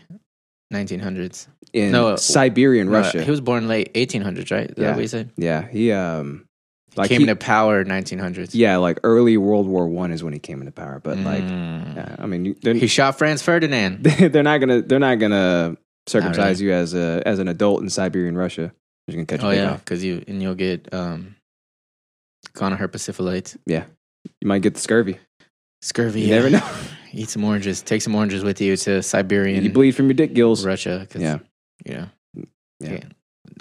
Speaker 1: 1900s.
Speaker 2: in
Speaker 1: No, uh,
Speaker 2: Siberian
Speaker 1: No,
Speaker 2: Russia.
Speaker 1: he was born late 1800s, right? Is that
Speaker 2: Yeah.
Speaker 1: what you said?
Speaker 2: Yeah, he um
Speaker 1: He
Speaker 2: like
Speaker 1: came
Speaker 2: he-
Speaker 1: to power 1900s.
Speaker 2: yeah, like early World War One is when he came into power. But like,
Speaker 1: Mm.
Speaker 2: yeah, I mean, you- they're,
Speaker 1: he shot Franz Ferdinand.
Speaker 2: they're not gonna they're not gonna circumcise
Speaker 1: really.
Speaker 2: you as a as an adult in Siberian Russia. They're just gonna cut your
Speaker 1: Oh
Speaker 2: dick
Speaker 1: yeah,
Speaker 2: off.
Speaker 1: because you and you'll get um, gonorrhea, syphilis,
Speaker 2: You might get the scurvy.
Speaker 1: scurvy.
Speaker 2: You never know.
Speaker 1: Eat some oranges. Take some oranges with you to Siberian
Speaker 2: you bleed from your dick gills.
Speaker 1: Russia. 'cause,
Speaker 2: Yeah.
Speaker 1: you know,
Speaker 2: Yeah.
Speaker 1: can't-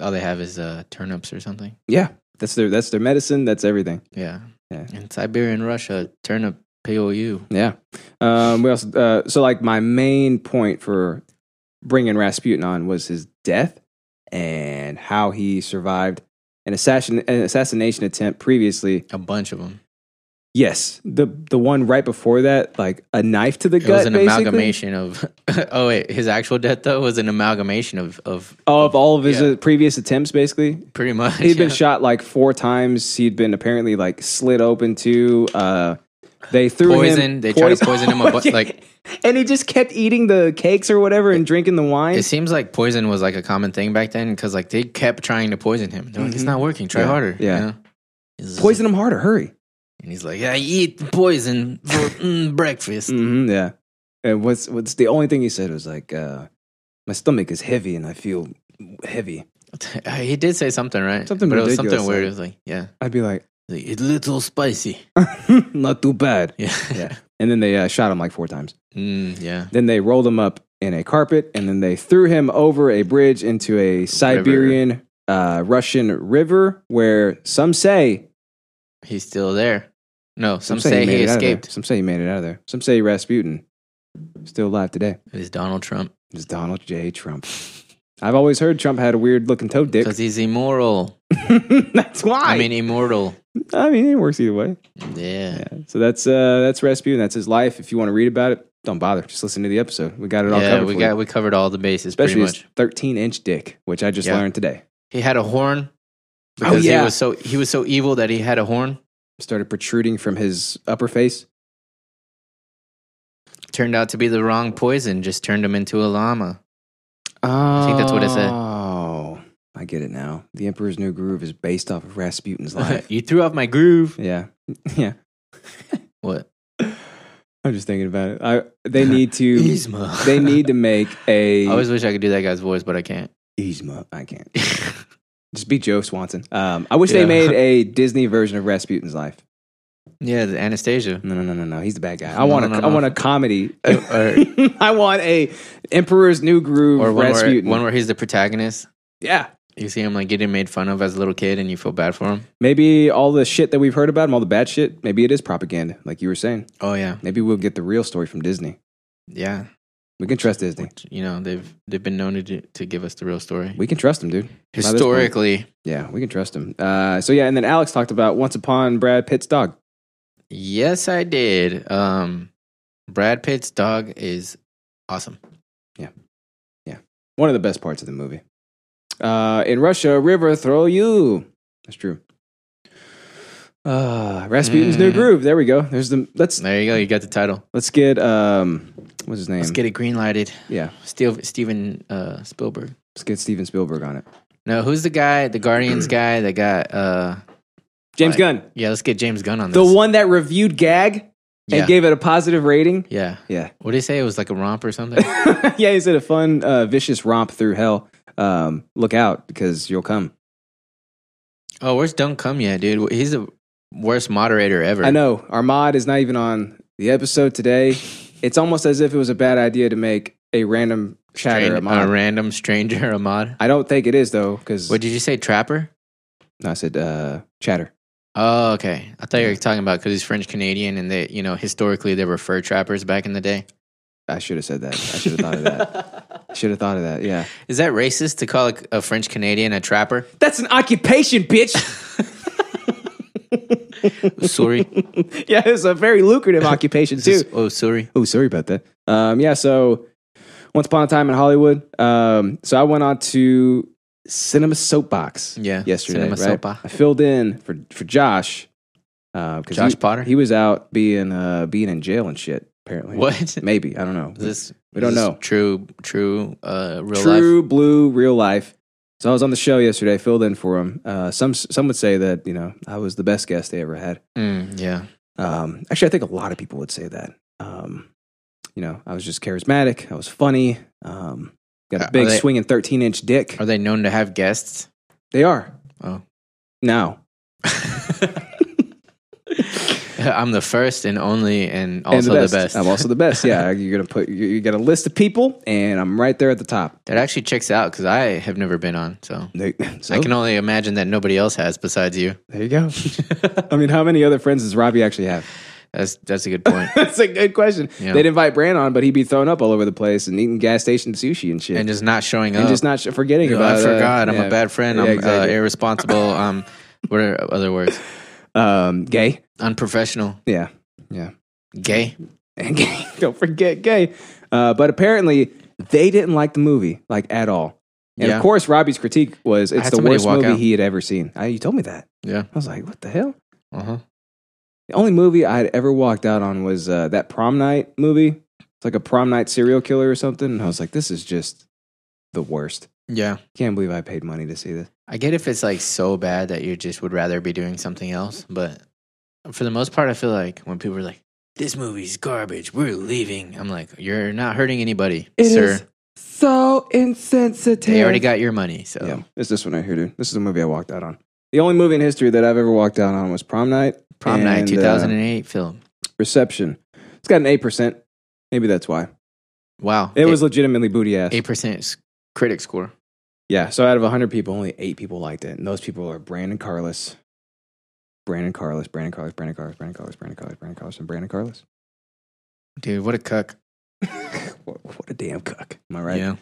Speaker 1: all they have is uh, turnips or something.
Speaker 2: Yeah, that's their that's their medicine. That's everything.
Speaker 1: Yeah.
Speaker 2: Yeah.
Speaker 1: In Siberian Russia, turnip POU.
Speaker 2: Yeah. Um, we also uh, so like my main point for bringing Rasputin on was his death and how he survived an assassin an assassination attempt previously
Speaker 1: A bunch of them.
Speaker 2: Yes, the the one right before that, like a knife to the
Speaker 1: It
Speaker 2: gut.
Speaker 1: was an
Speaker 2: basically.
Speaker 1: amalgamation of. oh wait, his actual death though was an amalgamation of of
Speaker 2: of all of his
Speaker 1: Yeah.
Speaker 2: uh, previous attempts. Basically,
Speaker 1: pretty much.
Speaker 2: he had been
Speaker 1: yeah.
Speaker 2: shot like four times. He'd been apparently like slit open to. Uh, they threw him
Speaker 1: Poisoned. They tried to poison him a bu- like-
Speaker 2: and he just kept eating the cakes or whatever and drinking the wine.
Speaker 1: It seems like poison was like a common thing back then because like they kept trying to poison him. They're like, it's not working. Try
Speaker 2: Mm-hmm. Yeah.
Speaker 1: harder.
Speaker 2: Yeah.
Speaker 1: You know? He's-
Speaker 2: Poison him harder. Hurry.
Speaker 1: And he's like, I eat poison for mm, breakfast.
Speaker 2: hmm yeah. And what's what's the only thing he said was like, uh, my stomach is heavy and I feel heavy.
Speaker 1: Uh, he did say something, right?
Speaker 2: Something
Speaker 1: but it was something
Speaker 2: ridiculous, like-
Speaker 1: weird. It was like, yeah,
Speaker 2: I'd be like, "Hmm,
Speaker 1: Like, it's a little spicy.
Speaker 2: not too bad.
Speaker 1: Yeah,
Speaker 2: Yeah. And then they uh, shot him like four times.
Speaker 1: mm, yeah.
Speaker 2: Then they rolled him up in a carpet, and then they threw him over a bridge into a Siberian uh, Russian river, where some say
Speaker 1: He's still there. No, some, say, he,
Speaker 2: made it out of there.
Speaker 1: escaped.
Speaker 2: Some say he made it out of there. Some say Rasputin still alive today.
Speaker 1: It was Donald Trump
Speaker 2: It's Donald J. Trump. I've always heard Trump had a weird looking toe dick.
Speaker 1: because he's immoral.
Speaker 2: that's why.
Speaker 1: I mean, immortal.
Speaker 2: I mean, it works either way.
Speaker 1: Yeah.
Speaker 2: Yeah. So that's uh, that's Rasputin. That's his life. If you want to read about it, don't bother. Just listen to the episode. We got it all
Speaker 1: Yeah,
Speaker 2: covered.
Speaker 1: we
Speaker 2: for
Speaker 1: got
Speaker 2: you.
Speaker 1: we covered all the bases
Speaker 2: especially
Speaker 1: pretty
Speaker 2: his
Speaker 1: much.
Speaker 2: 13 inch dick, which I just
Speaker 1: Yeah.
Speaker 2: learned today.
Speaker 1: He had a horn
Speaker 2: Oh,
Speaker 1: because
Speaker 2: yeah.
Speaker 1: he was so he was so evil that he had a horn.
Speaker 2: started protruding from his upper face.
Speaker 1: Turned out to be the wrong poison. Just turned him into a llama.
Speaker 2: Oh,
Speaker 1: think that's what it said.
Speaker 2: Oh, I get it now. The Emperor's New Groove is based off of Rasputin's life.
Speaker 1: you threw off my groove.
Speaker 2: yeah, yeah.
Speaker 1: What?
Speaker 2: I'm just thinking about it. I, they need to.
Speaker 1: Yzma.
Speaker 2: they need to make a.
Speaker 1: I always wish I could do that guy's voice, but I can't.
Speaker 2: Yzma. I can't. Just be Joe Swanson. Um, I wish they
Speaker 1: Yeah.
Speaker 2: made a Disney version of Rasputin's life.
Speaker 1: yeah, the Anastasia.
Speaker 2: No, no, no, no, no. He's the bad guy. I
Speaker 1: No,
Speaker 2: want a.
Speaker 1: no, no,
Speaker 2: I
Speaker 1: no. Uh,
Speaker 2: want a comedy.
Speaker 1: or
Speaker 2: I want a Emperor's New Groove
Speaker 1: or one where,
Speaker 2: Rasputin.
Speaker 1: one where he's the protagonist.
Speaker 2: yeah,
Speaker 1: You see him like getting made fun of as a little kid, and you feel bad for him.
Speaker 2: Maybe all the shit that we've heard about him, all the bad shit, maybe it is propaganda, like you were saying.
Speaker 1: Oh yeah,
Speaker 2: Maybe we'll get the real story from Disney.
Speaker 1: yeah.
Speaker 2: We can trust Disney.
Speaker 1: You know they've they've been known to do, to give us the real story.
Speaker 2: We can trust him, dude. this point-
Speaker 1: Historically,
Speaker 2: Yeah, we can trust him. Uh, so yeah, and then Alex talked about Once Upon Brad Pitt's dog.
Speaker 1: Yes, I did. Um, Brad Pitt's dog is awesome.
Speaker 2: One of the best parts of the movie. Uh, in Russia, river throw you. That's true. Uh, Rasputin's new
Speaker 1: Mm.
Speaker 2: groove. There we go. There's the let's
Speaker 1: There you go. You got the title.
Speaker 2: let's get um what's his name?
Speaker 1: Let's get it green lighted.
Speaker 2: yeah,
Speaker 1: Steve, Steven uh, Spielberg.
Speaker 2: let's get Steven Spielberg on it.
Speaker 1: No, who's the guy, the Guardians guy that got? uh
Speaker 2: James
Speaker 1: Like,
Speaker 2: Gunn,
Speaker 1: Yeah, let's get James Gunn on
Speaker 2: the
Speaker 1: this.
Speaker 2: one that reviewed Gag
Speaker 1: Yeah.
Speaker 2: and gave it a positive rating.
Speaker 1: yeah.
Speaker 2: Yeah,
Speaker 1: What did he say? It was like a romp or something.
Speaker 2: yeah, he said a fun, uh, vicious romp through hell. Um, look out because you'll come.
Speaker 1: oh, where's Don't Come Yet, dude? He's the worst moderator ever.
Speaker 2: I know our mod is not even on the episode today. It's almost as if it was a bad idea to make a random chatter
Speaker 1: Stran-
Speaker 2: a mod.
Speaker 1: a random stranger, a mod.
Speaker 2: I don't think it is though, because
Speaker 1: What did you say, Trapper?
Speaker 2: no, I said uh, chatter.
Speaker 1: Oh, okay. I thought you were talking about because he's French Canadian, and they, you know, historically they were fur trappers back in the day.
Speaker 2: I should have said that. I should have thought of that. Should have thought of that. Yeah,
Speaker 1: Is that racist to call a, a French Canadian a trapper?
Speaker 2: that's an occupation, bitch.
Speaker 1: Sorry.
Speaker 2: yeah, it's a very lucrative occupation too.
Speaker 1: oh, sorry.
Speaker 2: Oh, sorry about that. Um, yeah, so once upon a time in Hollywood. Um, so I went on to Cinema Soapbox.
Speaker 1: Yeah,
Speaker 2: yesterday,
Speaker 1: Cinema
Speaker 2: right?
Speaker 1: Soapbox.
Speaker 2: I filled in for for Josh. Uh, 'cause
Speaker 1: Josh
Speaker 2: he-
Speaker 1: Potter?
Speaker 2: He was out being uh, being in jail and shit. Apparently,
Speaker 1: What?
Speaker 2: Maybe I don't know.
Speaker 1: Is this
Speaker 2: We don't
Speaker 1: is this
Speaker 2: know.
Speaker 1: True, true, uh, real life.
Speaker 2: True blue, real life. So I was on the show yesterday, filled in for him. Uh, some some would say that you know I was the best guest they ever had.
Speaker 1: Mm, yeah.
Speaker 2: Um, actually, I think a lot of people would say that. Um, you know, I was just charismatic. I was funny. Um, got
Speaker 1: Are
Speaker 2: a big
Speaker 1: they-
Speaker 2: swinging 13 inch dick.
Speaker 1: Are they known to have guests?
Speaker 2: they are
Speaker 1: Oh,
Speaker 2: now.
Speaker 1: I'm the first and only, and
Speaker 2: And
Speaker 1: also the best.
Speaker 2: I'm also the best. Yeah, you're gonna put you, you got a list of people, and I'm right there at the top.
Speaker 1: that actually checks out because I have never been on, so.
Speaker 2: There, so,
Speaker 1: I can only imagine that nobody else has besides you.
Speaker 2: there you go. I mean, how many other friends does Robbie actually have?
Speaker 1: That's that's a good point.
Speaker 2: That's a good question.
Speaker 1: Yeah.
Speaker 2: They'd invite Brand on, but he'd be thrown up all over the place and eating gas station sushi and shit,
Speaker 1: and just not showing up.
Speaker 2: And just not sh- forgetting
Speaker 1: You know,
Speaker 2: about.
Speaker 1: I
Speaker 2: uh,
Speaker 1: forgot. I'm
Speaker 2: yeah.
Speaker 1: a bad friend.
Speaker 2: Yeah,
Speaker 1: I'm
Speaker 2: exactly.
Speaker 1: uh, irresponsible. um, what are other words?
Speaker 2: um, gay.
Speaker 1: Unprofessional.
Speaker 2: Yeah, yeah.
Speaker 1: Gay.
Speaker 2: and gay. Don't forget gay. Uh, but apparently, they didn't like the movie like at all. And
Speaker 1: Yeah.
Speaker 2: of course, Robbie's critique was it's
Speaker 1: had
Speaker 2: the
Speaker 1: somebody
Speaker 2: worst
Speaker 1: walk
Speaker 2: movie
Speaker 1: out.
Speaker 2: he had ever seen. I, you told me that.
Speaker 1: Yeah.
Speaker 2: I was like, what the hell?
Speaker 1: Uh huh.
Speaker 2: The only movie I had ever walked out on was uh, that prom night movie. It's like a prom night serial killer or something. And I was like, this is just the worst.
Speaker 1: Yeah.
Speaker 2: Can't believe I paid money to see this.
Speaker 1: I get if it's like so bad that you just would rather be doing something else, but for the most part, I feel like when people are like, "This movie's garbage. We're leaving," I'm like, "You're not hurting anybody,
Speaker 2: It is
Speaker 1: sir.
Speaker 2: so insensitive.
Speaker 1: They already got your money." So
Speaker 2: Yeah, it's this one right here, dude. This is the movie I walked out on. The only movie in history that I've ever walked out on was Prom Night.
Speaker 1: prom night,
Speaker 2: And, uh,
Speaker 1: 2008 film.
Speaker 2: reception. It's got an eight percent. Maybe that's why
Speaker 1: Wow.
Speaker 2: it was legitimately booty ass.
Speaker 1: eight percent critic score.
Speaker 2: Yeah. So out of hundred people, only eight people liked it, and those people are Brandon Carlos, Brandon Carlos, Brandon Carlos, Brandon Carlos, Brandon Carlos, Brandon Carlos, Brandon Carlos, and Brandon Carlos.
Speaker 1: Dude, what a cuck.
Speaker 2: What, what a damn cuck! Am I right?
Speaker 1: Yeah.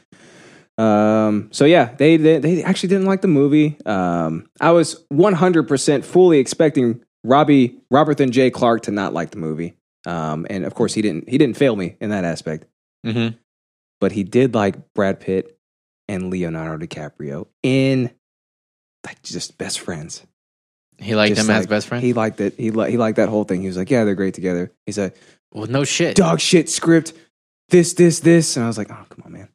Speaker 2: Um. So yeah, they, they they actually didn't like the movie. Um. I was one hundred percent fully expecting Robbie Robert and Jay Clark to not like the movie. Um. And of course he didn't. He didn't fail me in that aspect.
Speaker 1: hmm
Speaker 2: Mm-hmm. but he did like Brad Pitt and Leonardo DiCaprio in like just best friends.
Speaker 1: He liked
Speaker 2: Just
Speaker 1: them as
Speaker 2: like-
Speaker 1: best friend.
Speaker 2: He liked it. He li- he liked that whole thing. He was like, yeah, they're great together. He said,
Speaker 1: well, no shit.
Speaker 2: dog shit script, this this this, and I was like, oh come on, man,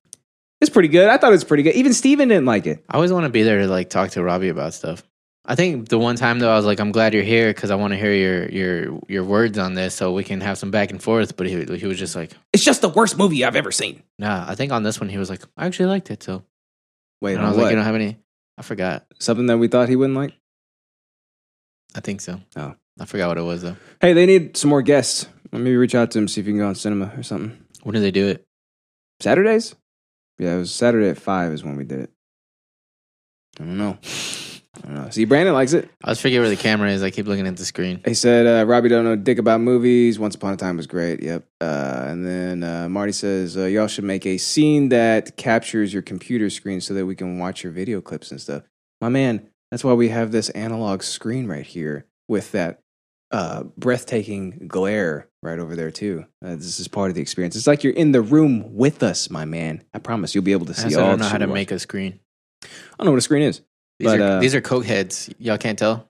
Speaker 2: it's pretty good. I thought it was pretty good. Even Steven didn't like it.
Speaker 1: I always want to be there to like talk to Robbie about stuff. I think the one time though, I was like, "I'm glad you're here because I want to hear your your your words on this, so we can have some back and forth." But he he was just like,
Speaker 2: It's just the worst movie I've ever seen.
Speaker 1: "Nah." I think on this one, he was like, "I actually liked it." So
Speaker 2: Wait,
Speaker 1: and I was
Speaker 2: what?
Speaker 1: like, "You don't have any?" I forgot.
Speaker 2: Something that we thought he wouldn't like.
Speaker 1: I think so.
Speaker 2: Oh.
Speaker 1: I forgot what it was though.
Speaker 2: Hey, they need some more guests. Let me reach out to him see if you can go on cinema or something.
Speaker 1: When did they do it?
Speaker 2: Saturdays? Yeah, it was Saturday at five is when we did it. I don't know. I don't know. See, Brandon likes it.
Speaker 1: I always forget where the camera is. I keep looking at the screen.
Speaker 2: He said, uh, Robbie don't know dick about movies. Once Upon a Time was great. Yep. Uh, and then uh, Marty says, uh, y'all should make a scene that captures your computer screen so that we can watch your video clips and stuff. My man, that's why we have this analog screen right here with that uh, breathtaking glare right over there too. Uh, this is part of the experience. It's like you're in the room with us, my man. I promise you'll be able to
Speaker 1: I
Speaker 2: see
Speaker 1: also
Speaker 2: all.
Speaker 1: don't know
Speaker 2: the
Speaker 1: how to
Speaker 2: shit we
Speaker 1: make a screen.
Speaker 2: watch. I don't know what a screen is.
Speaker 1: These
Speaker 2: But,
Speaker 1: are
Speaker 2: uh,
Speaker 1: these are coke heads. Y'all can't tell.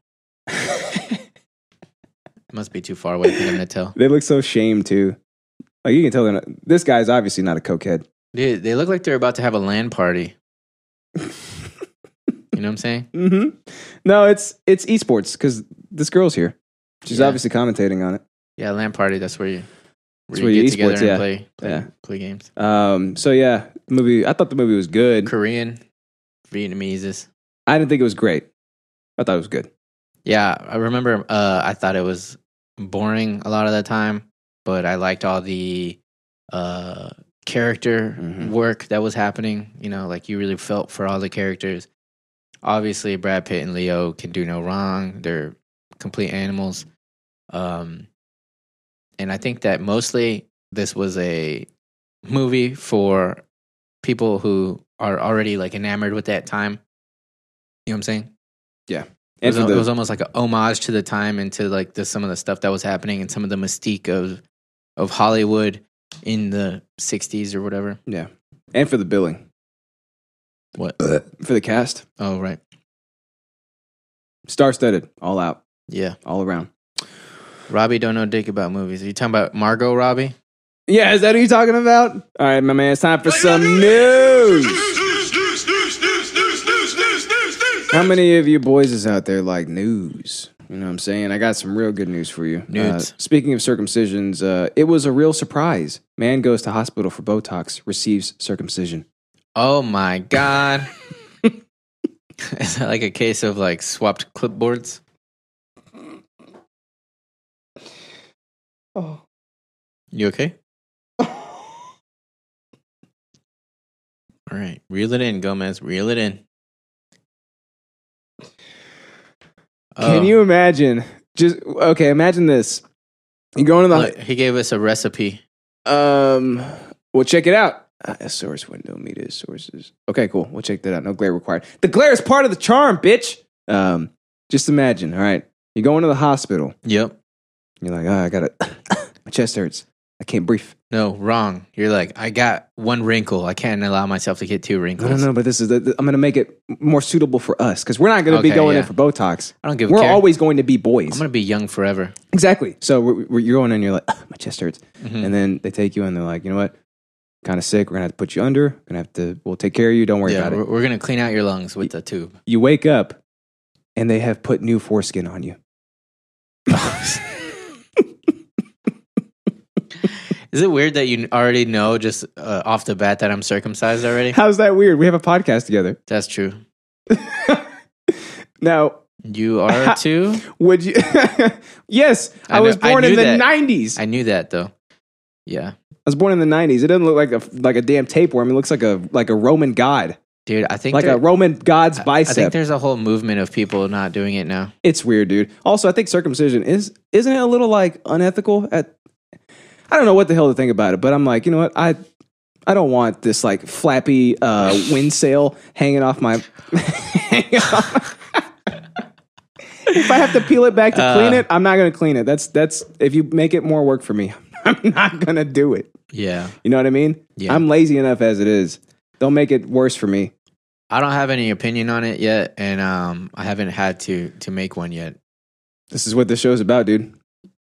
Speaker 1: Must be too far away for them to tell.
Speaker 2: They look so shamed too. Like you can tell they're not, this guy's obviously not a cokehead.
Speaker 1: Dude, they look like they're about to have a land party. you know what I'm saying?
Speaker 2: hmm No, it's it's esports because this girl's here. She's
Speaker 1: Yeah.
Speaker 2: obviously commentating on it.
Speaker 1: Yeah, land party. That's where you
Speaker 2: That's
Speaker 1: where
Speaker 2: where
Speaker 1: you
Speaker 2: you
Speaker 1: get together
Speaker 2: esports,
Speaker 1: and
Speaker 2: yeah.
Speaker 1: play play,
Speaker 2: Yeah.
Speaker 1: play games.
Speaker 2: Um, so yeah, movie. I thought the movie was good.
Speaker 1: Korean, Vietnamese.
Speaker 2: I didn't think it was great. I thought it was good.
Speaker 1: Yeah, I remember. Uh, I thought it was boring a lot of the time, but I liked all the uh, character
Speaker 2: Mhm.
Speaker 1: work that was happening. You know, like you really felt for all the characters. Obviously, Brad Pitt and Leo can do no wrong. They're complete animals. Um, and I think that mostly this was a movie for people who are already like enamored with that time. You know what I'm saying? It
Speaker 2: And
Speaker 1: was,
Speaker 2: for
Speaker 1: al-
Speaker 2: the,
Speaker 1: it was almost like a homage to the time and to like the, some of the stuff that was happening and some of the mystique of of Hollywood in the '60s or whatever.
Speaker 2: and for the billing,
Speaker 1: What?
Speaker 2: for the cast,
Speaker 1: Oh, right.
Speaker 2: star-studded, all out,
Speaker 1: Yeah,
Speaker 2: all around.
Speaker 1: Robbie don't know dick about movies. Are you talking about Margot Robbie?
Speaker 2: Yeah, is that who you're talking about? All right, my man, it's time for some news. How many of you boys is out there like news? You know what I'm saying? I got some real good news for you.
Speaker 1: Nudes.
Speaker 2: Uh, speaking of circumcisions, uh, it was a real surprise. Man goes to hospital for Botox, receives circumcision.
Speaker 1: Oh my god! Is that like a case of like swapped clipboards?
Speaker 2: Oh.
Speaker 1: You okay? All right, reel it in, Gomez. Reel it in.
Speaker 2: Can
Speaker 1: Oh,
Speaker 2: you imagine? Just okay, imagine this. You go into the
Speaker 1: look, he gave us a recipe.
Speaker 2: Um, well, check it out. Uh, source window media sources. Okay, cool. We'll check that out. No glare required. The glare is part of the charm, bitch. Um, just imagine. All right, you go into the hospital.
Speaker 1: Yep.
Speaker 2: You're like, oh, I gotta. my chest hurts. I can't breathe.
Speaker 1: No, wrong. You're like, I got one wrinkle. I can't allow myself to get two
Speaker 2: No,
Speaker 1: wrinkles.
Speaker 2: no, no. But this is. The, I'm gonna make it more suitable for us because we're not gonna be
Speaker 1: Okay,
Speaker 2: going in
Speaker 1: yeah.
Speaker 2: for Botox.
Speaker 1: I don't give a
Speaker 2: We're
Speaker 1: care.
Speaker 2: always going to be boys.
Speaker 1: I'm gonna be young forever.
Speaker 2: Exactly. So we're, we're, you're going in. You're like, "Ah, my chest hurts.
Speaker 1: Mhm.
Speaker 2: And then they take you and they're like, you know what? Kind of sick. We're gonna have to put you under. We're gonna have to. We'll take care of you. Don't worry
Speaker 1: Yeah,
Speaker 2: about it.
Speaker 1: we're, we're gonna clean out your lungs with the tube.
Speaker 2: you wake up and they have put new foreskin on you.
Speaker 1: Is it weird that you already know just uh, off the bat that I'm circumcised already?
Speaker 2: How's that weird? We have a podcast together.
Speaker 1: That's true.
Speaker 2: Now,
Speaker 1: You are too.
Speaker 2: would you? yes, I,
Speaker 1: I kn-
Speaker 2: was
Speaker 1: I
Speaker 2: born in
Speaker 1: knew
Speaker 2: the
Speaker 1: that.
Speaker 2: 90s. I,
Speaker 1: I knew that though. Yeah,
Speaker 2: was born in the 90s. It doesn't look like a like a damn tapeworm. It looks like a like a Roman god,
Speaker 1: dude. I think
Speaker 2: like
Speaker 1: there-
Speaker 2: a Roman god's
Speaker 1: I think
Speaker 2: bicep.
Speaker 1: there's a whole movement of people not doing it now.
Speaker 2: it's weird, dude. Also, I think circumcision is isn't it a little like unethical at I don't know what the hell to think about it, but I'm like, you know what? I I don't want this like flappy uh wind sail hanging off my hanging off- If I have to peel it back to clean it, I'm not going to clean it. That's that's if you make it more work for me, I'm not going to do it.
Speaker 1: Yeah,
Speaker 2: You know what I mean?
Speaker 1: Yeah.
Speaker 2: I'm lazy enough as it is. Don't make it worse for me.
Speaker 1: I don't have any opinion on it yet, and um, I haven't had to to make one yet.
Speaker 2: This is what this show's about, dude.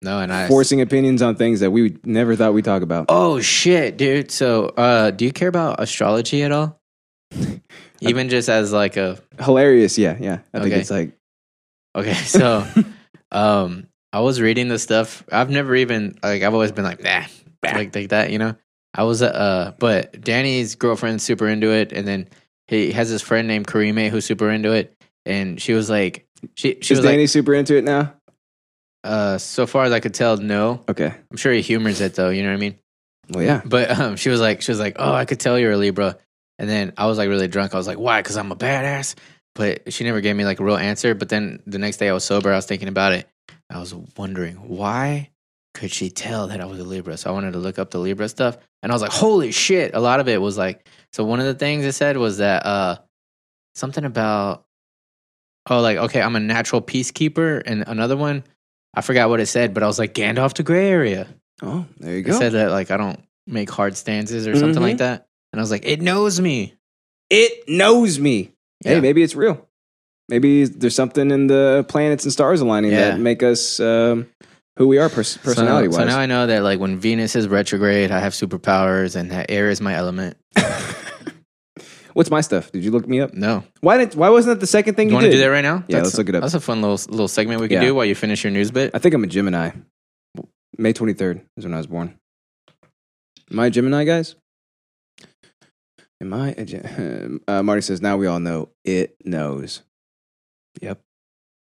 Speaker 1: No, and I
Speaker 2: Forcing opinions on things that we never thought we'd talk about.
Speaker 1: Oh shit, dude. So, uh, do you care about astrology at all? Even just as like a
Speaker 2: hilarious. Yeah, yeah. I think
Speaker 1: Okay.
Speaker 2: it's like
Speaker 1: Okay, so um I was reading this stuff. I've never even like I've always been like nah, like like that, you know. I was uh, uh but Danny's girlfriend's super into it and then he has this friend named Karime who's super into it and she was like she she
Speaker 2: is
Speaker 1: was
Speaker 2: Danny
Speaker 1: like
Speaker 2: super into it now?
Speaker 1: uh so far as I could tell no.
Speaker 2: Okay.
Speaker 1: I'm sure he humors it though, you know what I mean?
Speaker 2: Well, yeah.
Speaker 1: But um, she was like, she was like, oh, I could tell you're a Libra. And then I was like really drunk. I was like, why? Because I'm a badass. But she never gave me like a real answer. But then the next day I was sober. I was thinking about it. I was wondering why could she tell that I was a Libra? So I wanted to look up the Libra stuff. And I was like, holy shit. A lot of it was like, so one of the things it said was that uh, something about, oh, like, okay, I'm a natural peacekeeper. And another one I forgot what it said, but I was like Gandalf to gray area.
Speaker 2: Oh, there you
Speaker 1: It
Speaker 2: go. Mm-hmm.
Speaker 1: said that like I don't make hard stances or something like that, and I was like, it knows me.
Speaker 2: it knows me.
Speaker 1: Yeah.
Speaker 2: Hey, maybe it's real. Maybe there's something in the planets and stars aligning
Speaker 1: Yeah.
Speaker 2: that make us um, who we are pers- personality
Speaker 1: so,
Speaker 2: wise.
Speaker 1: So now I know that like when Venus is retrograde, I have superpowers, and that air is my element.
Speaker 2: What's my stuff? Did you look me up?
Speaker 1: No,
Speaker 2: Why did? Why wasn't that the second thing
Speaker 1: you,
Speaker 2: you,
Speaker 1: want
Speaker 2: did?
Speaker 1: to do that right now?
Speaker 2: Yeah, let's look it up.
Speaker 1: That's a fun little little segment we could
Speaker 2: Yeah.
Speaker 1: do while you finish your news bit.
Speaker 2: I think I'm a Gemini. May 23rd is when I was born. Am I a Gemini, guys? Am I a Gemini? Uh, Marty says, now we all know it knows. Yep.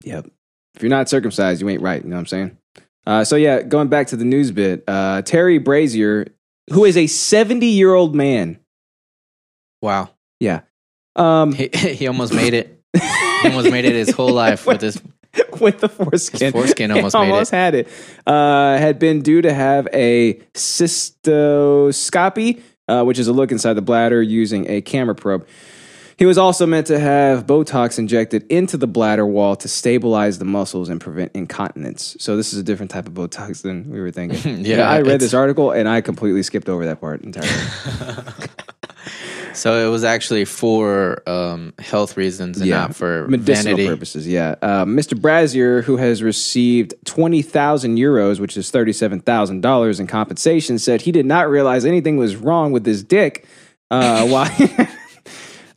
Speaker 2: Yep. If you're not circumcised, you ain't right. You know what I'm saying? Uh, so, yeah, going back to the news bit, uh, Terry Brazier, who is a 70 year old man.
Speaker 1: Wow,
Speaker 2: Yeah. Um,
Speaker 1: he, he almost made it. He almost made it his whole life with this.
Speaker 2: with the foreskin.
Speaker 1: His foreskin
Speaker 2: He
Speaker 1: almost made
Speaker 2: almost had it. Uh, had been due to have a cystoscopy, uh, which is a look inside the bladder using a camera probe. He was also meant to have Botox injected into the bladder wall to stabilize the muscles and prevent incontinence. So this is a different type of Botox than we were thinking.
Speaker 1: Yeah,
Speaker 2: I read
Speaker 1: it's-
Speaker 2: this article and I completely skipped over that part entirely.
Speaker 1: So it was actually for um, health reasons and not for
Speaker 2: medicinal
Speaker 1: vanity.
Speaker 2: purposes. Yeah, uh, Mr. Brazier, who has received twenty thousand euros, which is thirty-seven thousand dollars in compensation, said he did not realize anything was wrong with his dick. Uh, why?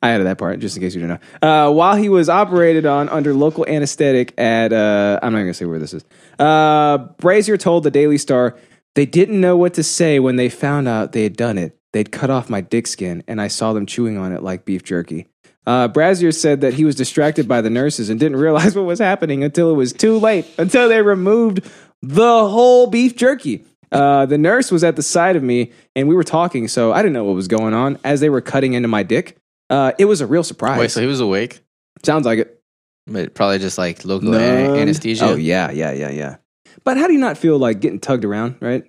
Speaker 2: I added that part just in case you didn't know. Uh, while he was operated on under local anesthetic at, uh, I'm not going to say where this is. Uh, Brazier told the Daily Star, they didn't know what to say when they found out they had done it. They'd cut off my dick skin, and I saw them chewing on it like beef jerky. Uh, Brazier said that he was distracted by the nurses and didn't realize what was happening until it was too late, until they removed the whole beef jerky. Uh, the nurse was at the side of me, and we were talking, so I didn't know what was going on as they were cutting into my dick. Uh, it was a real surprise.
Speaker 1: Wait, so he was awake,
Speaker 2: Sounds like it.
Speaker 1: but probably just like local an-
Speaker 2: Numb.
Speaker 1: anesthesia.
Speaker 2: Oh yeah, yeah, yeah, yeah. But how do you not feel like getting tugged around, right?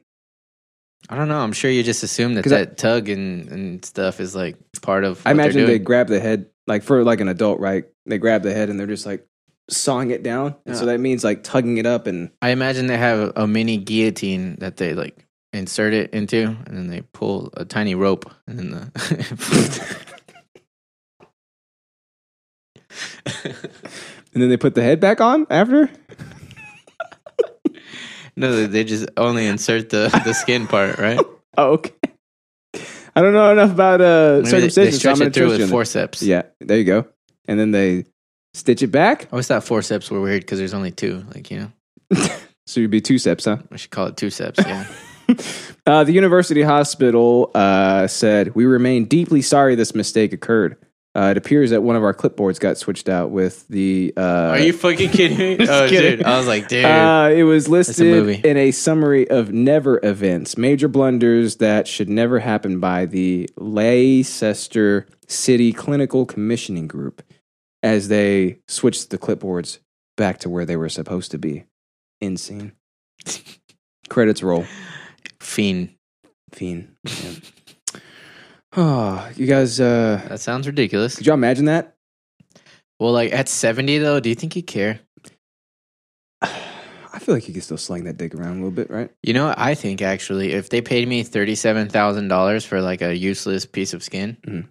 Speaker 1: I don't know. I'm sure you just assume that
Speaker 2: 'Cause I-
Speaker 1: that tug and, and stuff is like part of. What
Speaker 2: I imagine
Speaker 1: they're
Speaker 2: they
Speaker 1: doing.
Speaker 2: grab the head, like for like an adult, right? They grab the head and they're just like sawing it down, and so
Speaker 1: Yeah.
Speaker 2: that means like tugging it up and
Speaker 1: I imagine they have a mini guillotine that they like insert it into, and then they pull a tiny rope, and then the.
Speaker 2: and then they put the head back on after.
Speaker 1: no, they- they just only insert the, the skin part, right?
Speaker 2: Oh, okay. I don't know enough about uh,
Speaker 1: Maybe they,
Speaker 2: circumcision.
Speaker 1: they
Speaker 2: so
Speaker 1: stretch
Speaker 2: I'm gonna
Speaker 1: it through
Speaker 2: trust you on
Speaker 1: with
Speaker 2: that.
Speaker 1: forceps.
Speaker 2: Yeah, there you go. And then they stitch it back,
Speaker 1: I always thought Oh, forceps were weird because there's only two. Like you know,
Speaker 2: so you'd be two steps, huh?
Speaker 1: I should call it two seps. Yeah.
Speaker 2: Uh, the university hospital uh, said, We remain deeply sorry this mistake occurred. Uh, it appears that one of our clipboards got switched out with the. Uh,
Speaker 1: Are you fucking kidding me?
Speaker 2: Just
Speaker 1: oh,
Speaker 2: kidding.
Speaker 1: dude, I was like, dude.
Speaker 2: Uh, it was
Speaker 1: movie.
Speaker 2: listed in a summary of never events, major blunders that should never happen by the Leicester City Clinical Commissioning Group as they switched the clipboards back to where they were supposed to be. Insane. Credits roll.
Speaker 1: Fiend.
Speaker 2: Fiend. Yeah. oh, you guys, uh,
Speaker 1: That sounds ridiculous.
Speaker 2: could y'all imagine that?
Speaker 1: Well, like at 70 though, do you think you care?
Speaker 2: I feel like you could still sling that dick around a little bit, right?
Speaker 1: You know, what I think actually, if they paid me thirty-seven thousand dollars for like a useless piece of skin,
Speaker 2: Mhm.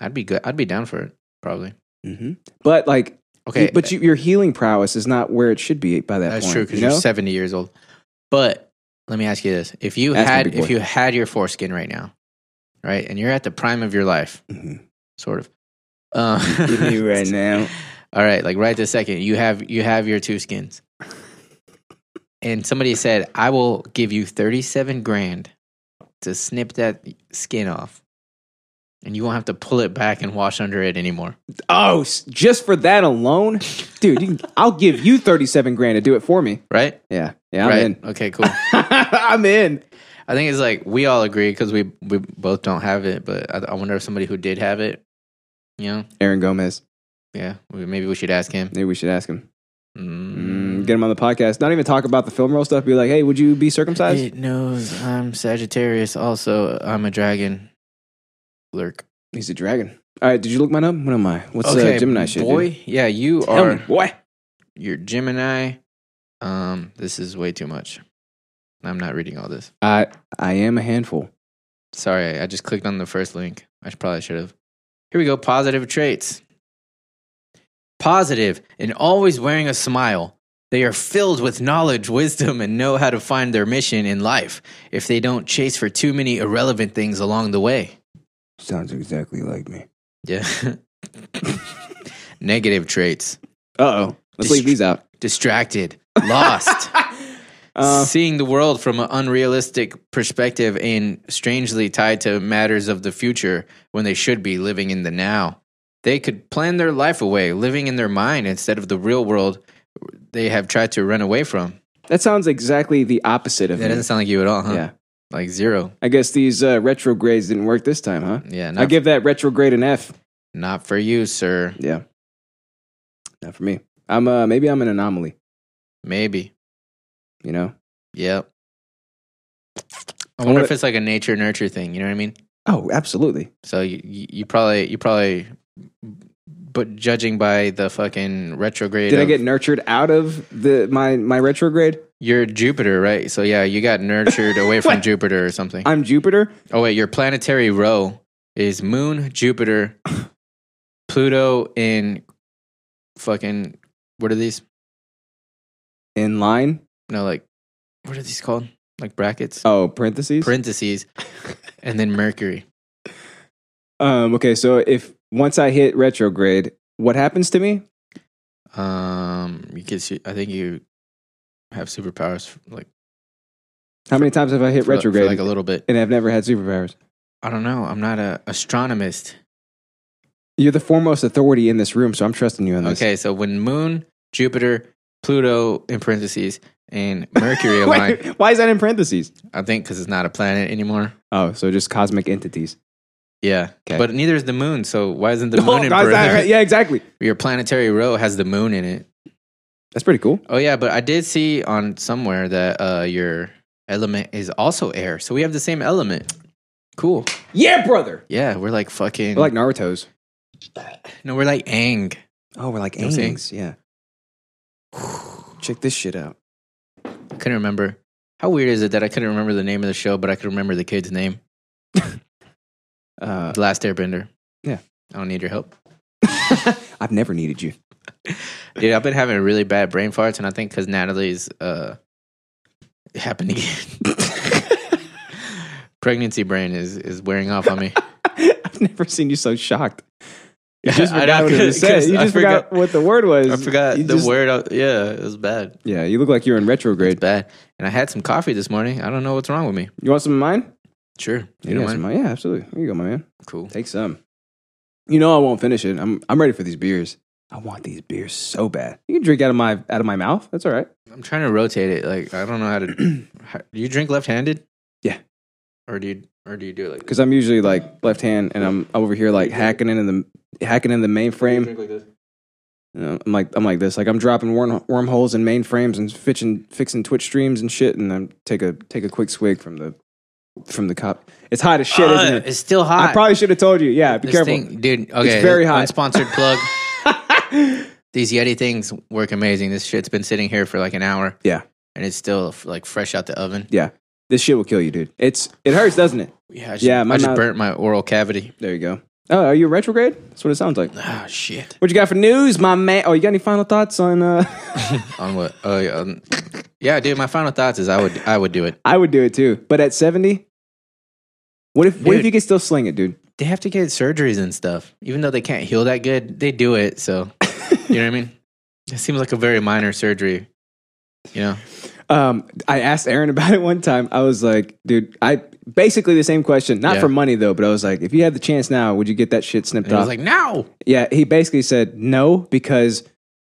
Speaker 1: I'd be good. I'd be down for it, probably.
Speaker 2: Mm-hmm. But like,
Speaker 1: Okay, uh,
Speaker 2: but you, your healing prowess is not where it should be by that
Speaker 1: that's
Speaker 2: point.
Speaker 1: true because
Speaker 2: you
Speaker 1: you
Speaker 2: know?
Speaker 1: are seventy years old. But let me ask you this: if you
Speaker 2: Ask me,
Speaker 1: had,
Speaker 2: big boy.
Speaker 1: if you had your foreskin right now, right, and you're at the prime of your life,
Speaker 2: Mhm.
Speaker 1: sort of. Uh,
Speaker 2: With me right now.
Speaker 1: All right, like right this second, you have you have your two skins. And somebody said, "I will give you thirty-seven grand to snip that skin off, and you won't have to pull it back and wash under it anymore."
Speaker 2: Oh, s- just for that alone, dude. You can, I'll give you thirty-seven grand to do it for me.
Speaker 1: Right?
Speaker 2: Yeah, yeah, I'm
Speaker 1: right.
Speaker 2: in.
Speaker 1: Okay. Cool.
Speaker 2: I'm in.
Speaker 1: I think it's like we all agree because we we both don't have it, but I, I wonder if somebody who did have it, you know,
Speaker 2: Aaron Gomez.
Speaker 1: yeah, we- maybe we should ask him.
Speaker 2: Maybe we should ask him.
Speaker 1: Mm.
Speaker 2: Mm, get him on the podcast. Not even talk about the film roll stuff. Be like, hey, would you be circumcised?
Speaker 1: It knows I'm Sagittarius. Also, I'm a dragon. Lurk.
Speaker 2: He's a dragon. All right, did you look mine up? What am I? What's uh, Gemini shit?
Speaker 1: boy.
Speaker 2: dude?
Speaker 1: Yeah, you
Speaker 2: Tell
Speaker 1: are.
Speaker 2: me, boy.
Speaker 1: You're Gemini. Um, this is way too much. I'm not reading all this.
Speaker 2: I I am a handful.
Speaker 1: Sorry, I just clicked on the first link. I should, probably should have. Here we go. Positive traits. Positive and always wearing a smile. They are filled with knowledge, wisdom, and know how to find their mission in life if they don't chase for too many irrelevant things along the way.
Speaker 2: Sounds exactly like me.
Speaker 1: Yeah. Negative traits.
Speaker 2: Uh oh. Let's leave these out.
Speaker 1: Distracted, lost,
Speaker 2: Uh,
Speaker 1: seeing the world from an unrealistic perspective and strangely tied to matters of the future when they should be living in the now. They could plan their life away, living in their mind instead of the real world they have tried to run away from.
Speaker 2: that sounds exactly the opposite of
Speaker 1: That
Speaker 2: me.
Speaker 1: doesn't sound like you at all, huh?
Speaker 2: Yeah.
Speaker 1: Like zero.
Speaker 2: I guess these uh, retrogrades didn't work this time, huh?
Speaker 1: Yeah,
Speaker 2: I
Speaker 1: not,
Speaker 2: give that retrograde an F.
Speaker 1: not for you, sir.
Speaker 2: Yeah. Not for me. I'm uh maybe I'm an anomaly,
Speaker 1: Maybe.
Speaker 2: you know?
Speaker 1: Yep. I
Speaker 2: wanna-
Speaker 1: wonder if it's like a nature nurture thing. You know what I mean?
Speaker 2: Oh, absolutely.
Speaker 1: So you, you you probably you probably, but judging by the fucking retrograde,
Speaker 2: Did I
Speaker 1: of-
Speaker 2: get nurtured out of the my my retrograde?
Speaker 1: you're Jupiter, right? So yeah, you got nurtured away from Jupiter or something.
Speaker 2: I'm Jupiter.
Speaker 1: oh wait, your planetary row is Moon, Jupiter, Pluto, and fucking what are these?
Speaker 2: In line.
Speaker 1: No, like what are these called? Like brackets,
Speaker 2: Oh, parentheses.
Speaker 1: parentheses, and then Mercury.
Speaker 2: Um okay, so if once I hit retrograde, what happens to me?
Speaker 1: Um, you get. su- I think you have superpowers like
Speaker 2: How many times have I hit
Speaker 1: for- for
Speaker 2: retrograde?
Speaker 1: like a little bit.
Speaker 2: and I've never had superpowers.
Speaker 1: I don't know. I'm not a astronomist.
Speaker 2: You're the foremost authority in this room, so I'm trusting you on this.
Speaker 1: Okay, so when Moon, Jupiter, Pluto in parentheses, and Mercury align,
Speaker 2: Wait, why is that in parentheses?
Speaker 1: I think because it's not a planet anymore.
Speaker 2: Oh, so just cosmic entities.
Speaker 1: Yeah,
Speaker 2: Okay.
Speaker 1: but neither is the Moon. So why isn't the Moon in
Speaker 2: God, is that
Speaker 1: parentheses?
Speaker 2: right? Yeah, exactly.
Speaker 1: Your planetary row has the Moon in it.
Speaker 2: That's pretty cool.
Speaker 1: Oh yeah, but I did see on somewhere that uh, your element is also air. So we have the same element. Cool.
Speaker 2: Yeah, brother.
Speaker 1: Yeah, we're like fucking.
Speaker 2: We're like Naruto's.
Speaker 1: no, we're like Ang.
Speaker 2: Oh, we're like
Speaker 1: know what I'm saying?
Speaker 2: Aang's. Yeah. Check this shit out.
Speaker 1: I couldn't remember. How weird is it that I couldn't remember the name of the show, but I could remember the kid's name?
Speaker 2: Uh,
Speaker 1: The Last Airbender.
Speaker 2: Yeah.
Speaker 1: I don't need your help.
Speaker 2: I've never needed you.
Speaker 1: Dude, I've been having really bad brain farts, and I think because Natalie's uh, it happened again. Pregnancy brain is, is wearing off on me.
Speaker 2: I've never seen you so shocked. You just
Speaker 1: I
Speaker 2: forgot
Speaker 1: know,
Speaker 2: what it was
Speaker 1: 'cause-
Speaker 2: said.
Speaker 1: 'cause
Speaker 2: You
Speaker 1: I
Speaker 2: just forgot,
Speaker 1: forgot-
Speaker 2: what the word was.
Speaker 1: I forgot
Speaker 2: You
Speaker 1: the
Speaker 2: just-
Speaker 1: word. I- yeah, it was bad.
Speaker 2: Yeah, you look like you're in retrograde.
Speaker 1: Bad. And I had some coffee this morning. I don't know what's wrong with me.
Speaker 2: You want some of mine?
Speaker 1: Sure. You
Speaker 2: yeah,
Speaker 1: don't mind?
Speaker 2: some of mine. yeah, absolutely. Here you go, my man.
Speaker 1: Cool.
Speaker 2: Take some. You know I won't finish it. I'm I'm ready for these beers. I want these beers so bad. You can drink out of my out of my mouth. That's all right.
Speaker 1: I'm trying to rotate it. Like, I don't know how to. how, do you drink left handed?
Speaker 2: Yeah.
Speaker 1: Or do you, or do you do it like
Speaker 2: Because I'm usually like left hand, and I'm over here like hacking into the hacking in the mainframe. You know, I'm like I'm like this. Like I'm dropping worm, wormholes in mainframes and fixing fixing Twitch streams and shit. And I'm take a take a quick swig from the from the cup. It's hot as shit, isn't it?
Speaker 1: Uh, It's still hot.
Speaker 2: I probably should have told you. Yeah, be
Speaker 1: This
Speaker 2: careful.
Speaker 1: thing- dude. Okay,
Speaker 2: very hot.
Speaker 1: Unsponsored plug. These Yeti things work amazing. This shit's been sitting here for like an hour.
Speaker 2: Yeah.
Speaker 1: and it's still f- like fresh out the oven.
Speaker 2: Yeah, this shit will kill you, dude. It's it hurts, doesn't it?
Speaker 1: Yeah, I just,
Speaker 2: Yeah, my
Speaker 1: I just
Speaker 2: mouth-
Speaker 1: burnt my oral cavity.
Speaker 2: There you go. Oh, are you a retrograde? That's what it sounds like.
Speaker 1: Ah, shit.
Speaker 2: What you got for news, my man? Oh, you got any final thoughts on? uh
Speaker 1: On what? Oh, yeah. um, yeah, dude. My final thoughts is I would I would do it.
Speaker 2: I would do it too, but at seventy, what if what if
Speaker 1: Dude.
Speaker 2: you can still sling it, dude?
Speaker 1: They have to get surgeries and stuff, even though they can't heal that good. They do it. So you know what I mean. It seems like a very minor surgery. You know.
Speaker 2: Um, I asked Aaron about it one time. I was like, dude, I basically the same question, not
Speaker 1: Yeah.
Speaker 2: for money though, but I was like, if you had the chance now, would you get that shit snipped
Speaker 1: And I
Speaker 2: off?
Speaker 1: was like, no.
Speaker 2: yeah, he basically said no because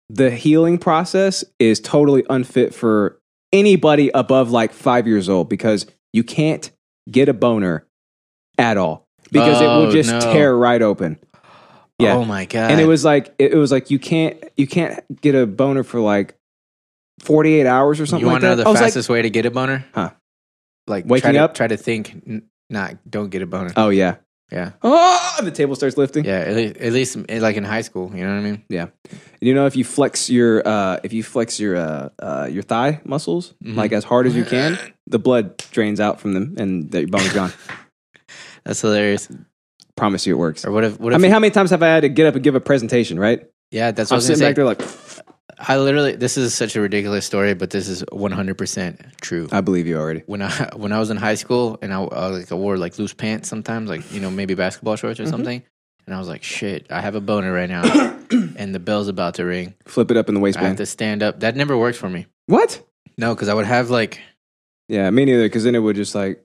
Speaker 2: the healing process is totally unfit for anybody above like five years old because you can't get a boner at all because it
Speaker 1: Oh,
Speaker 2: will just
Speaker 1: no.
Speaker 2: tear right open. Yeah.
Speaker 1: Oh my god.
Speaker 2: and it was like it was like you can't you can't get a boner for like 48 hours or something
Speaker 1: you
Speaker 2: like
Speaker 1: want
Speaker 2: that.
Speaker 1: to know
Speaker 2: I
Speaker 1: the
Speaker 2: was like,
Speaker 1: fastest way to get a boner?
Speaker 2: Huh.
Speaker 1: Like
Speaker 2: Waking
Speaker 1: try to,
Speaker 2: up?
Speaker 1: Try to think. N- not don't get a boner.
Speaker 2: oh yeah.
Speaker 1: Yeah.
Speaker 2: Oh, and the table starts lifting.
Speaker 1: Yeah. At least, at least eh, like in high school. You know what I mean?
Speaker 2: Yeah. And you know, if you flex your uh, if you flex your uh, uh, your thigh muscles
Speaker 1: Mm-hmm.
Speaker 2: like as hard as you can, the blood drains out from them and the bone's gone.
Speaker 1: That's hilarious.
Speaker 2: Promise you, it works.
Speaker 1: Or what if? What
Speaker 2: I
Speaker 1: if?
Speaker 2: mean, how many times have I had to get up and give a presentation? Right?
Speaker 1: yeah. That's what I
Speaker 2: I'm
Speaker 1: was gonna
Speaker 2: sitting
Speaker 1: say.
Speaker 2: back there like,
Speaker 1: I literally. This is such a ridiculous story, but this is 100 percent true.
Speaker 2: I believe you already.
Speaker 1: when I when I was in high school and I, I like I wore like loose pants sometimes, like you know maybe basketball shorts or
Speaker 2: Mm-hmm.
Speaker 1: something, and I was like, shit, I have a boner right now, and the bell's about to ring.
Speaker 2: Flip it up in the
Speaker 1: I have
Speaker 2: waistband.
Speaker 1: to stand up. That never worked for me.
Speaker 2: what?
Speaker 1: No, because I would have like.
Speaker 2: Yeah, me neither. Because then it would just like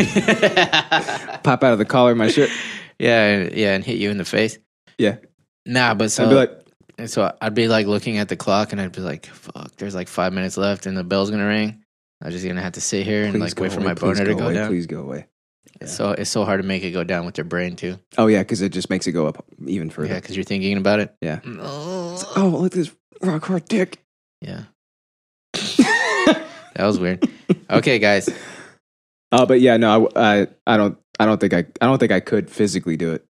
Speaker 1: yeah,
Speaker 2: pop out of the collar of my shirt.
Speaker 1: yeah, and hit you in the face.
Speaker 2: Yeah,
Speaker 1: Nah, but so
Speaker 2: I'd be like,
Speaker 1: And so I'd be like looking at the clock and I'd be like, fuck, there's like five minutes left and the bell's gonna ring. I'm just gonna have to sit here and
Speaker 2: please
Speaker 1: like
Speaker 2: go
Speaker 1: wait for
Speaker 2: away,
Speaker 1: my
Speaker 2: please
Speaker 1: boner to go
Speaker 2: away,
Speaker 1: down.
Speaker 2: Please go away.
Speaker 1: It's so it's so hard to make it go down with your brain too.
Speaker 2: Oh yeah, because it just makes it go up even
Speaker 1: Yeah,
Speaker 2: further.
Speaker 1: because you're thinking about it.
Speaker 2: Yeah.
Speaker 1: No.
Speaker 2: Oh, look at this rock hard dick.
Speaker 1: Yeah. that was weird. Okay, guys.
Speaker 2: Uh, but yeah, no, I, I, I don't, I don't think I, I don't think I could physically do it.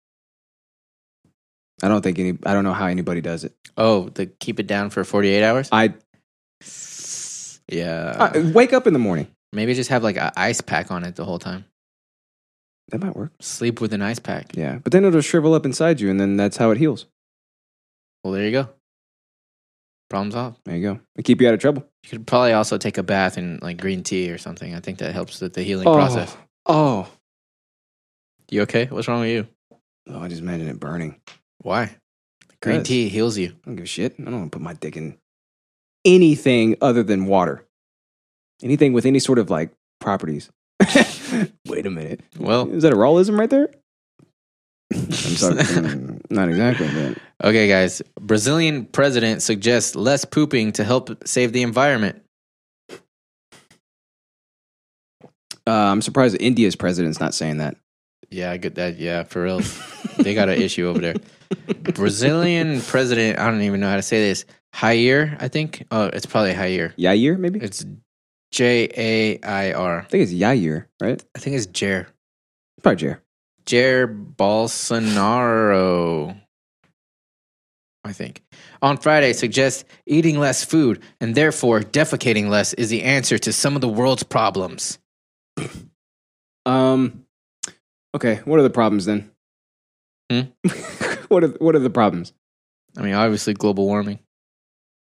Speaker 2: I don't think any, I don't know how anybody does it.
Speaker 1: Oh, the keep it down for 48 hours?
Speaker 2: I,
Speaker 1: Yeah.
Speaker 2: I wake up in the morning.
Speaker 1: Maybe just have like an ice pack on it the whole time.
Speaker 2: That might work.
Speaker 1: Sleep with an ice pack.
Speaker 2: Yeah, but then it'll shrivel up inside you, and then that's how it heals.
Speaker 1: Well, there you go. Problem solved.
Speaker 2: There you go. It keep you out of trouble.
Speaker 1: You could probably also take a bath in like green tea or something. I think that helps with the healing process.
Speaker 2: Oh,
Speaker 1: You okay? What's wrong with you?
Speaker 2: oh, I just imagine it burning.
Speaker 1: Why? Green
Speaker 2: Because-
Speaker 1: tea heals you.
Speaker 2: I don't give a shit. I don't want to put my dick in anything other than water. Anything with any sort of like properties. Wait a minute.
Speaker 1: Well,
Speaker 2: Is that a Rawlism right there? I'm sorry. Mm, Not exactly, but
Speaker 1: okay, guys. Brazilian president suggests less pooping to help save the environment.
Speaker 2: uh, I'm surprised India's president's not saying that.
Speaker 1: Yeah, I get that. Yeah, for real. they got an issue over there. Brazilian president, I don't even know how to say this. Jair, I think. Oh, it's probably Jair.
Speaker 2: Yair, maybe?
Speaker 1: It's J A I R.
Speaker 2: I think it's Yair, right?
Speaker 1: I think it's Jair.
Speaker 2: Probably Jair.
Speaker 1: Jair Bolsonaro, I think, on Friday suggests eating less food and therefore defecating less is the answer to some of the world's problems.
Speaker 2: Um, okay. What are the problems then?
Speaker 1: Hmm?
Speaker 2: what are what are the problems?
Speaker 1: I mean, obviously, global warming,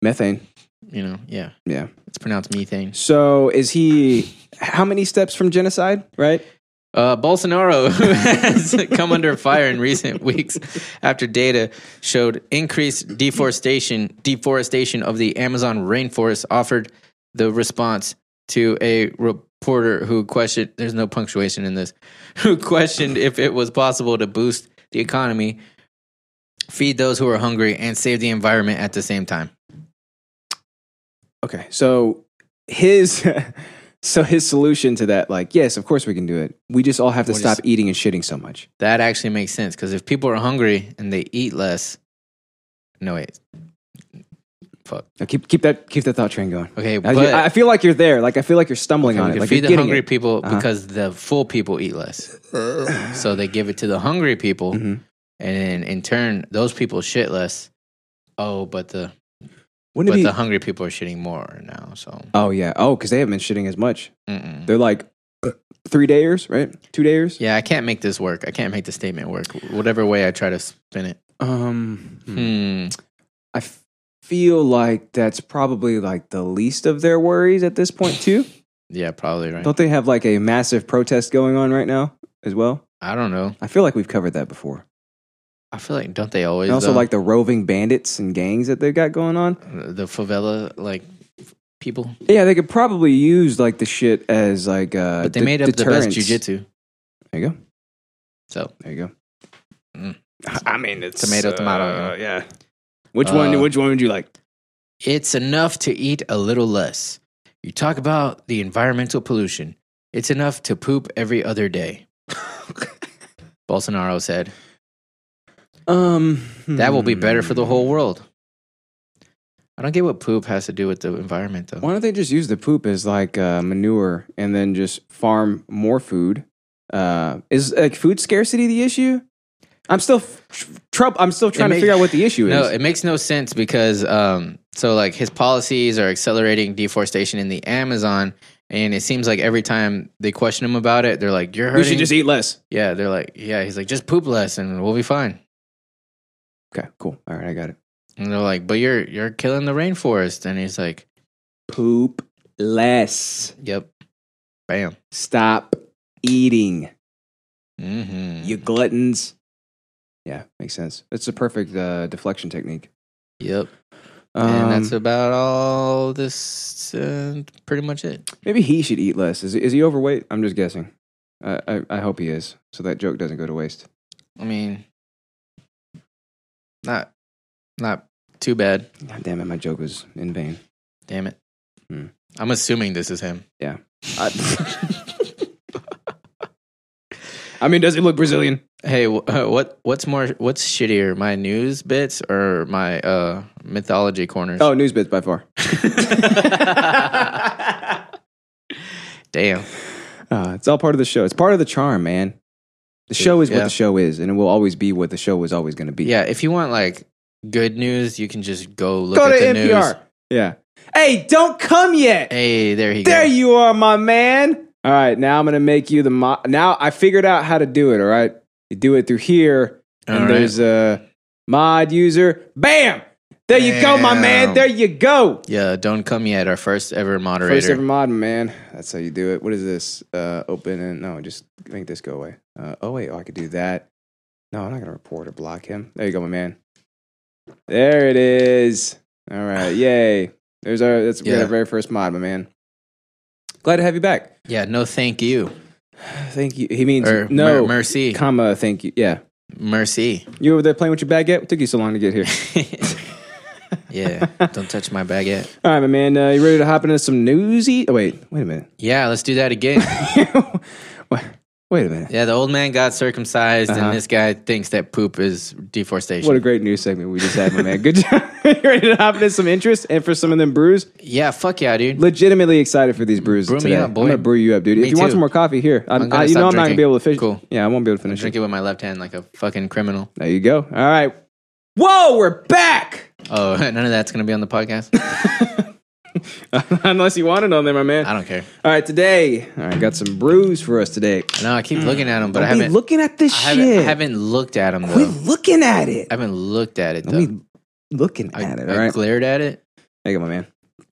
Speaker 2: Methane.
Speaker 1: you know, yeah,
Speaker 2: Yeah.
Speaker 1: it's pronounced methane.
Speaker 2: So is he how many steps from genocide? Right.
Speaker 1: Uh, Bolsonaro who has come under fire in recent weeks after data showed increased deforestation deforestation of the Amazon rainforest offered the response to a reporter who questioned there's no punctuation in this who questioned if it was possible to boost the economy feed those who are hungry and save the environment at the same time
Speaker 2: Okay. So his so his solution to that, like, yes, of course we can do it. We just all have to
Speaker 1: We'll
Speaker 2: stop
Speaker 1: just-
Speaker 2: eating and shitting so much.
Speaker 1: that actually makes sense because if people are hungry and they eat less no wait fuck
Speaker 2: Now keep keep that keep that thought train going.
Speaker 1: Okay,
Speaker 2: Now you-
Speaker 1: but-
Speaker 2: I feel like you're there. Like I feel like you're stumbling
Speaker 1: Okay,
Speaker 2: on
Speaker 1: we
Speaker 2: it.
Speaker 1: can
Speaker 2: Like
Speaker 1: feed
Speaker 2: you're
Speaker 1: the
Speaker 2: getting
Speaker 1: hungry
Speaker 2: it.
Speaker 1: people
Speaker 2: Uh-huh.
Speaker 1: because the full people eat less. so they give it to the hungry people,
Speaker 2: Mhm.
Speaker 1: and then in turn, those people shit less. Oh, but the
Speaker 2: Wouldn't
Speaker 1: but
Speaker 2: it be?
Speaker 1: the hungry people are shitting more now. So
Speaker 2: oh yeah. Oh, because they haven't been shitting as much.
Speaker 1: mm-mm.
Speaker 2: They're like three dayers, right? Two dayers.
Speaker 1: yeah, I can't make this work. I can't make the statement work. Whatever way I try to spin it.
Speaker 2: Um, hmm.
Speaker 1: Hmm.
Speaker 2: I f- feel like that's probably like the least of their worries at this point too.
Speaker 1: Yeah, probably right.
Speaker 2: Don't they have like a massive protest going on right now as well?
Speaker 1: I don't know.
Speaker 2: I feel like we've covered that before.
Speaker 1: I feel like don't they always
Speaker 2: And also
Speaker 1: though?
Speaker 2: like the roving bandits and gangs that they've got going on.
Speaker 1: the favela like people?
Speaker 2: Yeah, they could probably use like the shit as like uh
Speaker 1: But they
Speaker 2: de-
Speaker 1: made up
Speaker 2: deterrence.
Speaker 1: the best jujitsu.
Speaker 2: There you go.
Speaker 1: So
Speaker 2: There you go.
Speaker 1: Mm.
Speaker 2: I mean, it's uh,
Speaker 1: Tomato, tomato, you know.
Speaker 2: Yeah. Which
Speaker 1: Uh,
Speaker 2: one? Which one would you like?
Speaker 1: It's enough to eat a little less. You talk about the environmental pollution. It's enough to poop every other day. Bolsonaro said,
Speaker 2: Um,
Speaker 1: That will be better for the whole world. I don't get what poop has to do with the environment, though.
Speaker 2: Why don't they just use the poop as like uh, manure and then just farm more food? Uh, is like food scarcity the issue? I'm still f- tr- trou- I'm still trying to
Speaker 1: make-
Speaker 2: figure out what the issue is.
Speaker 1: No, it makes no sense because um, so like his policies are accelerating deforestation in the Amazon, and it seems like every time they question him about it, they're like, "You're hurting."
Speaker 2: we should just eat less.
Speaker 1: Yeah, they're like, "Yeah." He's like, "Just poop less, and we'll be fine."
Speaker 2: Okay, cool. All right, I got it.
Speaker 1: And they're like, "But you're you're killing the rainforest," and he's like,
Speaker 2: Poop less.
Speaker 1: "Yep." Bam.
Speaker 2: Stop eating,
Speaker 1: Mm-hmm.
Speaker 2: you gluttons. Yeah, makes sense. It's the perfect uh, deflection technique.
Speaker 1: Yep.
Speaker 2: Um,
Speaker 1: and that's about all this. Uh, pretty much it.
Speaker 2: Maybe he should eat less. Is, is he overweight? I'm just guessing. I, I, I hope he is, so that joke doesn't go to waste.
Speaker 1: I mean, not not too bad.
Speaker 2: God damn it, my joke was in vain.
Speaker 1: Damn it.
Speaker 2: Hmm.
Speaker 1: I'm assuming this is him.
Speaker 2: I, I mean, does he look Brazilian?
Speaker 1: Hey, wh- uh, what what's more what's shittier, my news bits or my uh mythology corners?
Speaker 2: Oh, news bits by far.
Speaker 1: Damn.
Speaker 2: Uh, it's all part of the show. It's part of the charm, man. The show is what
Speaker 1: Yeah.
Speaker 2: the show is, and it will always be what the show was always going to be.
Speaker 1: Yeah, if you want like good news, you can just go look
Speaker 2: Go
Speaker 1: at
Speaker 2: to
Speaker 1: the
Speaker 2: NPR.
Speaker 1: news.
Speaker 2: Yeah. Hey, don't come yet.
Speaker 1: Hey, there he
Speaker 2: There
Speaker 1: goes.
Speaker 2: you are, my man. All right, now I'm gonna make you the mo- now. I figured out how to do it. All right, you do it through here, and
Speaker 1: All right.
Speaker 2: there's a mod user. Bam! There you go, my man.
Speaker 1: Bam.
Speaker 2: There you go.
Speaker 1: yeah, don't come yet. Our first ever moderator.
Speaker 2: First ever mod, man. That's how you do it. What is this? Uh, open and no, just make this go away. Uh, oh wait, oh, I could do that. No, I'm not gonna report or block him. There you go, my man. There it is. All right, yay. There's our that's
Speaker 1: Yeah.
Speaker 2: our very first mod, my man. Glad to have you back.
Speaker 1: yeah, no, thank you
Speaker 2: Thank you. He means
Speaker 1: or
Speaker 2: no,
Speaker 1: mer- mercy,
Speaker 2: comma. Thank you. Yeah,
Speaker 1: mercy.
Speaker 2: you over there playing with your baguette? What took you so long to get here?
Speaker 1: yeah, don't touch my baguette.
Speaker 2: All right, my man. Uh, you ready to hop into some newsy? Oh wait, wait a minute.
Speaker 1: Yeah, let's do that again.
Speaker 2: wait, wait a minute.
Speaker 1: Yeah, the old man got circumcised,
Speaker 2: Uh-huh.
Speaker 1: and this guy thinks that poop is deforestation.
Speaker 2: What a great news segment we just had, my man. Good job. you ready to hop into some interest and for some of them brews?
Speaker 1: yeah, fuck yeah, dude.
Speaker 2: Legitimately excited for these brews
Speaker 1: Brew me
Speaker 2: today.
Speaker 1: up, boy.
Speaker 2: I'm gonna brew you up, dude.
Speaker 1: Me
Speaker 2: if you want
Speaker 1: too.
Speaker 2: some more coffee, here. I'm,
Speaker 1: I'm gonna
Speaker 2: I- you know I'm
Speaker 1: stop
Speaker 2: not gonna be
Speaker 1: drinking.
Speaker 2: able to finish.
Speaker 1: Cool.
Speaker 2: Yeah, I won't be able to finish.
Speaker 1: Drink
Speaker 2: It.
Speaker 1: it with my left hand like a fucking criminal.
Speaker 2: There you go. All right. Whoa, we're back.
Speaker 1: Oh, none of that's gonna be on the podcast.
Speaker 2: Unless you want it on there, my man.
Speaker 1: I don't care.
Speaker 2: All right, today. All right, got some brews for us today.
Speaker 1: No, I keep looking at him, but I
Speaker 2: Mm. Don't be
Speaker 1: haven't.
Speaker 2: looking at this
Speaker 1: I
Speaker 2: shit.
Speaker 1: haven't, I haven't looked at him though.
Speaker 2: Quit looking at it.
Speaker 1: I haven't looked at it though.
Speaker 2: Don't be looking
Speaker 1: I,
Speaker 2: at it.
Speaker 1: I
Speaker 2: All right,
Speaker 1: glared at it.
Speaker 2: there you go, my man.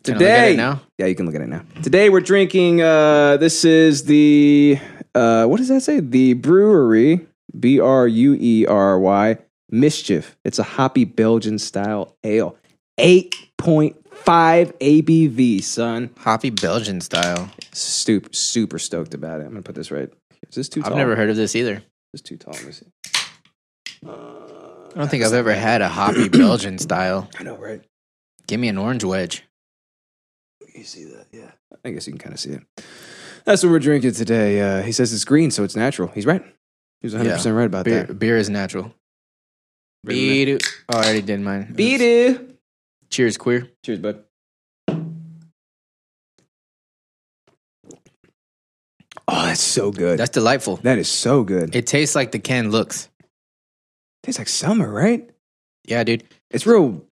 Speaker 1: Can I look at it
Speaker 2: Today,
Speaker 1: now?
Speaker 2: yeah, you can look at it now. Today we're drinking. Uh, this is the uh, what does that say? The brewery B R U E R Y Mischief. It's a hoppy Belgian style ale, eight point five ABV. Son,
Speaker 1: Hoppy Belgian style.
Speaker 2: super super stoked about it. I'm gonna put this right. Is this too tall?
Speaker 1: I've never heard of this either.
Speaker 2: This is too tall. Let me see.
Speaker 1: I don't think I've ever had a hoppy Belgian style.
Speaker 2: I know, right?
Speaker 1: Give me an orange wedge.
Speaker 2: You see that? Yeah. I guess you can kind of see it. That's what we're drinking today. Uh, he says it's green, so it's natural. He's right. He was 100% right about
Speaker 1: Beer,
Speaker 2: that.
Speaker 1: beer is natural.
Speaker 2: Beat
Speaker 1: Beat it. Oh, I already did mine.
Speaker 2: it.
Speaker 1: Cheers, queer.
Speaker 2: Cheers, bud. Oh, that's so good.
Speaker 1: That's delightful.
Speaker 2: that is so good.
Speaker 1: It tastes like the can looks.
Speaker 2: tastes like summer, right?
Speaker 1: Yeah, dude.
Speaker 2: It's real.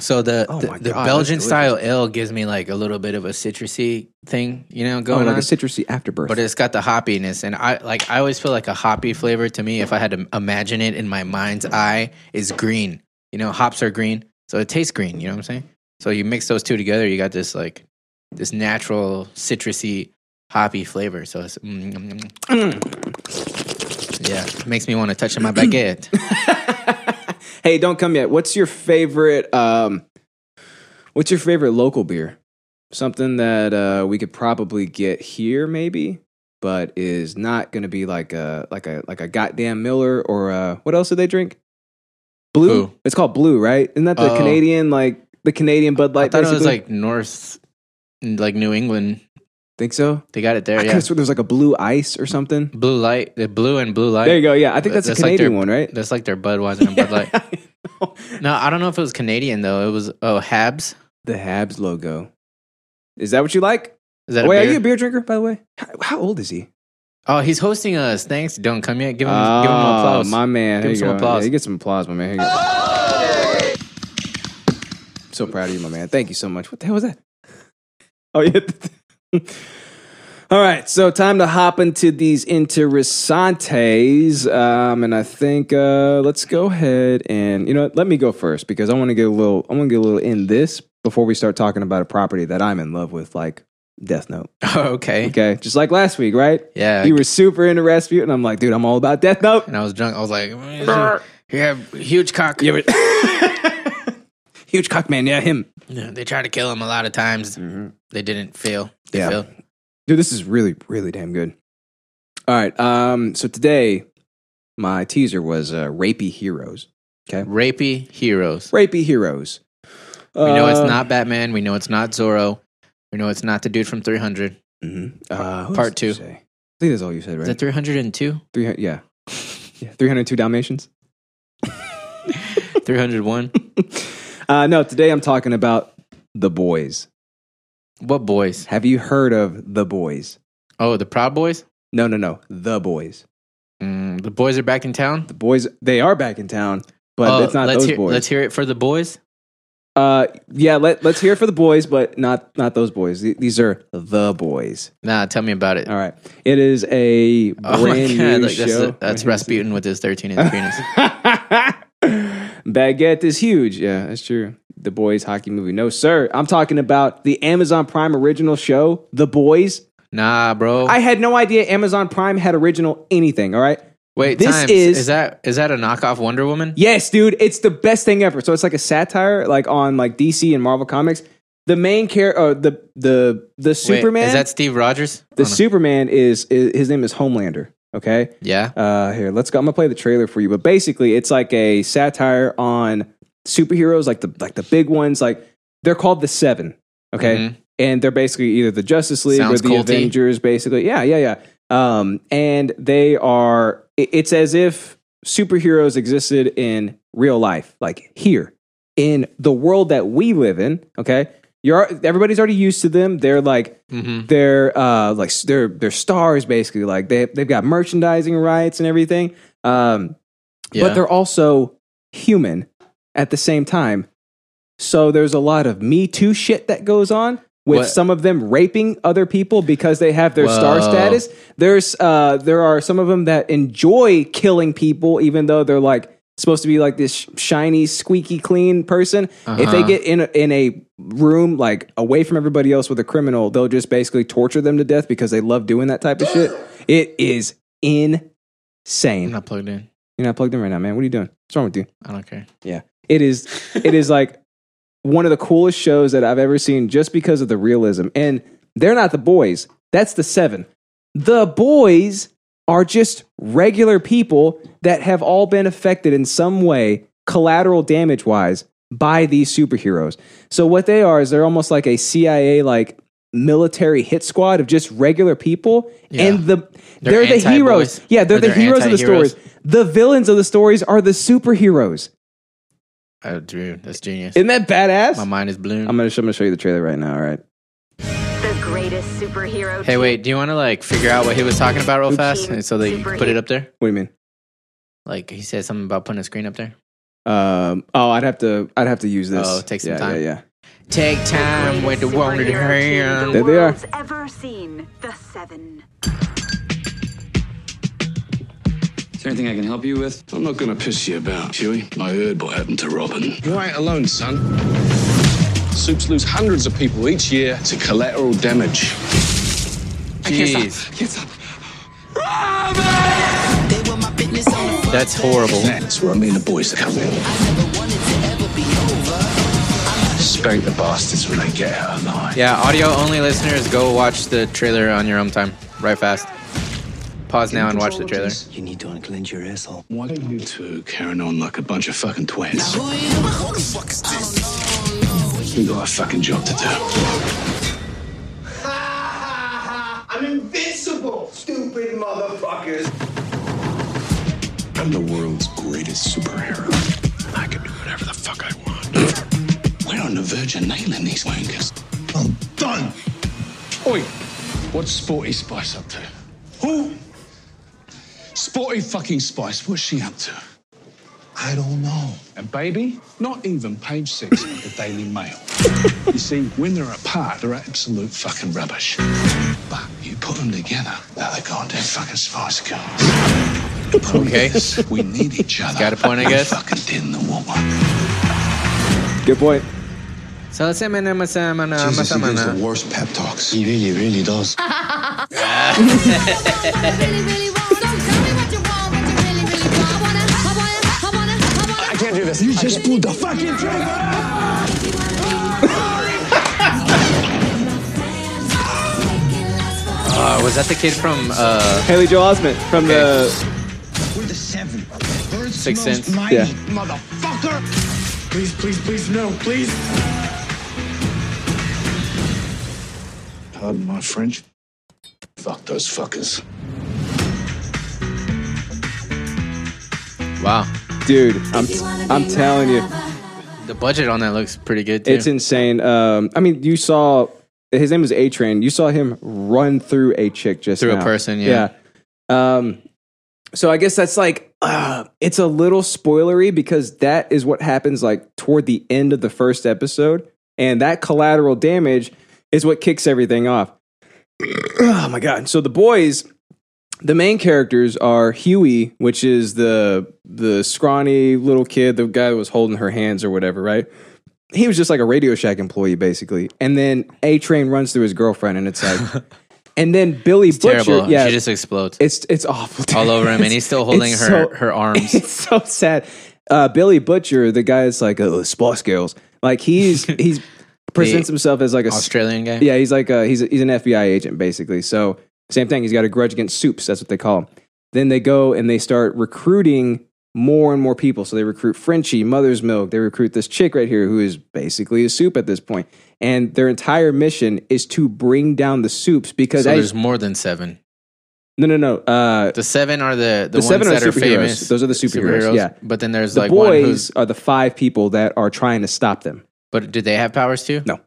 Speaker 1: So the
Speaker 2: Oh
Speaker 1: the,
Speaker 2: my God,
Speaker 1: the
Speaker 2: that's
Speaker 1: Belgian
Speaker 2: delicious.
Speaker 1: style ale gives me like a little bit of a citrusy thing, you know,
Speaker 2: Oh,
Speaker 1: going
Speaker 2: like
Speaker 1: on.
Speaker 2: a citrusy afterbirth.
Speaker 1: but it's got the hoppiness, and I like. I always feel like a hoppy flavor to me. If I had to imagine it in my mind's eye, is green. You know, hops are green, so it tastes green. You know what I'm saying? So you mix those two together, you got this like this natural citrusy hoppy flavor. So it's mm, mm, mm. yeah, it makes me want to touch my baguette.
Speaker 2: hey, don't come yet. What's your favorite? Um, what's your favorite local beer? Something that uh, we could probably get here, maybe, but is not going to be like a like a like a goddamn Miller or uh what else do they drink? Blue.
Speaker 1: Who?
Speaker 2: It's called Blue, right? Isn't that the
Speaker 1: Oh.
Speaker 2: Canadian like the Canadian Bud
Speaker 1: I
Speaker 2: Light?
Speaker 1: thought it was
Speaker 2: basically?
Speaker 1: like North, like New England.
Speaker 2: think so.
Speaker 1: They got it there.
Speaker 2: I
Speaker 1: yeah.
Speaker 2: could swear there was like a Blue Ice or something.
Speaker 1: Blue light, the blue and blue light.
Speaker 2: There you go. Yeah, I think that's,
Speaker 1: That's
Speaker 2: a
Speaker 1: like
Speaker 2: Canadian
Speaker 1: their-
Speaker 2: one, right?
Speaker 1: That's like their Budweiser and Bud Light. No, I don't know if it was Canadian though. It was oh Habs.
Speaker 2: the Habs logo. Is that what you like? Oh,
Speaker 1: Is that
Speaker 2: Wait,
Speaker 1: a
Speaker 2: are
Speaker 1: beer?
Speaker 2: you a beer drinker, by the way? How, how old is he?
Speaker 1: Oh, he's hosting us. Thanks. Don't come yet. Give him, give him an
Speaker 2: Oh,
Speaker 1: applause.
Speaker 2: my man.
Speaker 1: Give
Speaker 2: Here
Speaker 1: him
Speaker 2: you
Speaker 1: some
Speaker 2: go.
Speaker 1: applause.
Speaker 2: Yeah, you get some applause, my man. Here you go. So proud of you, my man. Thank you so much. What the hell was that? Oh, yeah. All right, so time to hop into these interesantes, um, and I think uh, let's go ahead and you know what, let me go first because I want to get a little I want to get a little in this before we start talking about a property that I'm in love with, like Death Note.
Speaker 1: Oh, okay.
Speaker 2: Okay, just like last week, right?
Speaker 1: Yeah.
Speaker 2: you were super into Rasputin. I'm like, dude, I'm all about Death Note.
Speaker 1: And I was drunk. I was like, you have huge cock. Yeah,
Speaker 2: Huge cock man, yeah, him.
Speaker 1: they tried to kill him a lot of times. They didn't fail. They
Speaker 2: Mm-hmm. Yeah.
Speaker 1: failed.
Speaker 2: Dude, this is really, really damn good. All right, um, so today my teaser was uh, rapey heroes.
Speaker 1: Rapey heroes.
Speaker 2: Rapey heroes.
Speaker 1: We know it's
Speaker 2: Uh,
Speaker 1: not Batman. We know it's not Zorro. We know it's not the dude from 300.
Speaker 2: mhm. Uh, who
Speaker 1: Part
Speaker 2: else did you
Speaker 1: two.
Speaker 2: say? I think that's all you said,
Speaker 1: Is
Speaker 2: right?
Speaker 1: that 302?
Speaker 2: Three hundred, yeah, yeah, three hundred two Dalmatians.
Speaker 1: 301?
Speaker 2: Uh, no, today I'm talking about the boys.
Speaker 1: what boys?
Speaker 2: Have you heard of the boys?
Speaker 1: Oh, the Proud Boys?
Speaker 2: No, no, no, the boys.
Speaker 1: Mm, the boys are back in town?
Speaker 2: The boys. They are back in town, but
Speaker 1: Oh,
Speaker 2: it's not
Speaker 1: let's
Speaker 2: those
Speaker 1: hear,
Speaker 2: boys.
Speaker 1: Let's hear it for the boys.
Speaker 2: Uh, yeah. Let Let's hear it for the boys, but not not those boys. Th- These are the boys.
Speaker 1: Nah, tell me about it.
Speaker 2: All right. It is a brand
Speaker 1: Oh my god,
Speaker 2: new
Speaker 1: like, that's,
Speaker 2: show.
Speaker 1: that's Rasputin with his 13 inch penis.
Speaker 2: Baguette is huge. Yeah, that's true. The boys hockey movie. No, sir. I'm talking about the Amazon Prime original show, The Boys.
Speaker 1: Nah, bro.
Speaker 2: I had no idea Amazon Prime had original anything. All right.
Speaker 1: Wait,
Speaker 2: this
Speaker 1: times.
Speaker 2: is-
Speaker 1: is that is that a knockoff Wonder Woman?
Speaker 2: Yes, dude, it's the best thing ever. So it's like a satire, like on like DC and Marvel comics. The main character, uh, the the the
Speaker 1: Wait,
Speaker 2: Superman.
Speaker 1: is that Steve Rogers?
Speaker 2: the
Speaker 1: Oh, no.
Speaker 2: Superman is, is his name is Homelander. Okay.
Speaker 1: yeah.
Speaker 2: Uh, here, let's go. I'm gonna play the trailer for you, but basically, it's like a satire on superheroes, like the like the big ones. Like they're called the Seven, okay,
Speaker 1: Mhm.
Speaker 2: and they're basically either the Justice League
Speaker 1: Sounds
Speaker 2: or the
Speaker 1: culty.
Speaker 2: Avengers, basically. Yeah, yeah, yeah. Um, and they are. i- It's as if superheroes existed in real life, like here in the world that we live in. Okay, you're everybody's already used to them. They're like
Speaker 1: Mhm.
Speaker 2: they're uh like s- they're they're stars basically like they they've got merchandising rights and everything um
Speaker 1: Yeah.
Speaker 2: but they're also human at the same time so there's a lot of me too shit that goes on with
Speaker 1: What?
Speaker 2: some of them raping other people because they have their star
Speaker 1: Whoa.
Speaker 2: status there's uh there are some of them that enjoy killing people even though they're like supposed to be like this sh- shiny squeaky clean person if they
Speaker 1: Uh-huh.
Speaker 2: get in a, in a room like away from everybody else with a criminal they'll just basically torture them to death because they love doing that type of shit it is insane
Speaker 1: I'm not plugged in.
Speaker 2: you're not plugged in right now man what are you doing what's wrong with you
Speaker 1: I don't care.
Speaker 2: yeah it is it is like one of the coolest shows that i've ever seen just because of the realism and they're not the boys that's the seven the boys are just regular people that have all been affected in some way collateral damage wise by these superheroes so what they are is they're almost like a cia like military hit squad of just regular people
Speaker 1: Yeah.
Speaker 2: and the
Speaker 1: They're
Speaker 2: they're, the heroes
Speaker 1: anti-boys.
Speaker 2: yeah they're
Speaker 1: Or
Speaker 2: the
Speaker 1: they're
Speaker 2: heroes of the
Speaker 1: anti-heroes.
Speaker 2: stories the villains of the stories are the superheroes
Speaker 1: Oh, dude, that's genius.
Speaker 2: isn't that badass?
Speaker 1: My
Speaker 2: I'm
Speaker 1: mind is blown.
Speaker 2: gonna, I'm gonna show you the trailer right now. All right.
Speaker 7: The greatest superhero.
Speaker 1: hey, wait. Do you want to like figure out what he was talking about real fast and so that you can put it up there?
Speaker 2: What do you mean?
Speaker 1: Like he said something about putting a screen up there.
Speaker 2: Um, oh, I'd have to. I'd have to use this.
Speaker 1: Oh, take some
Speaker 2: yeah,
Speaker 1: time.
Speaker 2: Yeah,
Speaker 1: Take time with the wanted hand.
Speaker 2: There they are.
Speaker 7: they are. ever seen. The Seven.
Speaker 8: Is there anything I can help you with?
Speaker 9: I'm not gonna piss you about, Huey. I heard what happened to Robin.
Speaker 8: You ain't alone, son. Soups lose hundreds of people each year to collateral damage.
Speaker 1: Jeez,
Speaker 10: They were my business on the front
Speaker 1: that's horrible.
Speaker 9: That's where I mean the boys to come in.
Speaker 10: wanted to ever be over.
Speaker 9: Spank the bastards when they get out of line.
Speaker 1: Yeah, audio only listeners, go watch the trailer on your own time, right fast. Pause now and watch the trailer.
Speaker 10: You need to unclench your asshole.
Speaker 9: Why are you two carrying on like a bunch of fucking twats?
Speaker 10: Who you? Who the fuck is this?
Speaker 9: We got a fucking job to do.
Speaker 10: I'm invincible, stupid motherfuckers.
Speaker 9: I'm the world's greatest superhero. I can do whatever the fuck I want. We're on the verge of nailing these wankers. I'm done. Oi, what's Sporty Spice up to? Who
Speaker 8: Sporty fucking Spice, what's she up to? I don't know. And baby, not even page six of the Daily Mail. you see, when they're apart, they're absolute fucking rubbish. But you put them together, they're the goddamn fucking Spice Girls.
Speaker 1: Okay.
Speaker 8: we need each other.
Speaker 1: Got a point, I guess.
Speaker 9: Uh,
Speaker 2: Good point.
Speaker 1: So let's say my name is, uh, my name is,
Speaker 9: Jesus, he
Speaker 1: my
Speaker 9: gives
Speaker 1: name.
Speaker 9: the worst pep talks. He really, really does.
Speaker 11: I can't do this. You just blew the fucking trigger.
Speaker 1: Uh, was that the kid from uh,
Speaker 2: Haley Joel Osment from the
Speaker 1: Sixth Sense?
Speaker 2: yeah.
Speaker 11: Motherfucker. Please, please, please, no, please.
Speaker 9: Pardon my French. Fuck those fuckers.
Speaker 1: Wow.
Speaker 2: Dude, I'm I'm telling you,
Speaker 1: The budget on that looks pretty good too.
Speaker 2: it's insane. Um, I mean, you saw his name was A Train. You saw him run through a chick just
Speaker 1: Through a
Speaker 2: now.
Speaker 1: person, yeah.
Speaker 2: Yeah. Um, so I guess that's like uh, it's a little spoilery because that is what happens like toward the end of the first episode, and that collateral damage is what kicks everything off. oh my god! So the boys the main characters are Huey, which is the the scrawny little kid, the guy that was holding her hands or whatever, right? He was just like a Radio Shack employee, basically. And then A Train runs through his girlfriend, and it's like, and then Billy Butcher,
Speaker 1: terrible.
Speaker 2: yeah,
Speaker 1: She just explodes
Speaker 2: it's it's awful
Speaker 1: all over him, and he's still holding her
Speaker 2: It's so-
Speaker 1: her arms.
Speaker 2: it's so sad. Uh, Billy Butcher, the guy that's like uh, Spice Girls, like he's he's presents himself as like a
Speaker 1: Australian guy.
Speaker 2: yeah, he's like a, he's a, he's an FBI agent basically. So same thing. He's got a grudge against soups. That's what they call him. Then they go and they start recruiting more and more people. So they recruit Frenchie, Mother's Milk. They recruit this chick right here who is basically a soup at this point. And their entire mission is to bring down the soups
Speaker 1: So
Speaker 2: because I-
Speaker 1: there's more than seven.
Speaker 2: no, no, no. Uh,
Speaker 1: The seven are the the,
Speaker 2: The seven
Speaker 1: ones
Speaker 2: are
Speaker 1: that are
Speaker 2: superheroes.
Speaker 1: famous.
Speaker 2: Those are the superheroes, yeah.
Speaker 1: but then there's
Speaker 2: the
Speaker 1: like one
Speaker 2: boys
Speaker 1: who's.
Speaker 2: are the five people that are trying to stop them.
Speaker 1: But did they have powers too?
Speaker 2: No.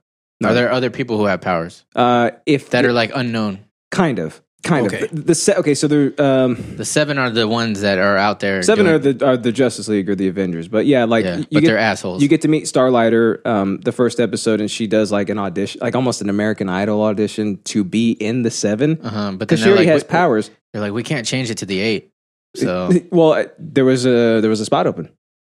Speaker 2: No.
Speaker 1: Are there other people who have powers
Speaker 2: Uh, if
Speaker 1: that are like unknown?
Speaker 2: kind of, kind
Speaker 1: Okay.
Speaker 2: of the, the se- okay. So they're um,
Speaker 1: The seven are the ones that are out there.
Speaker 2: seven
Speaker 1: doing-
Speaker 2: are the are the Justice League or the Avengers, but yeah, like
Speaker 1: Yeah,
Speaker 2: you
Speaker 1: but
Speaker 2: get-
Speaker 1: they're assholes.
Speaker 2: You get to meet Starlighter um, the first episode, and she does like an audition, like almost an American Idol audition to be in the seven
Speaker 1: uh-huh, but then
Speaker 2: because she
Speaker 1: they're
Speaker 2: already
Speaker 1: like,
Speaker 2: has
Speaker 1: we-
Speaker 2: powers.
Speaker 1: They're like, we can't change it to the eight. So
Speaker 2: Well, uh, there was a there was a spot open.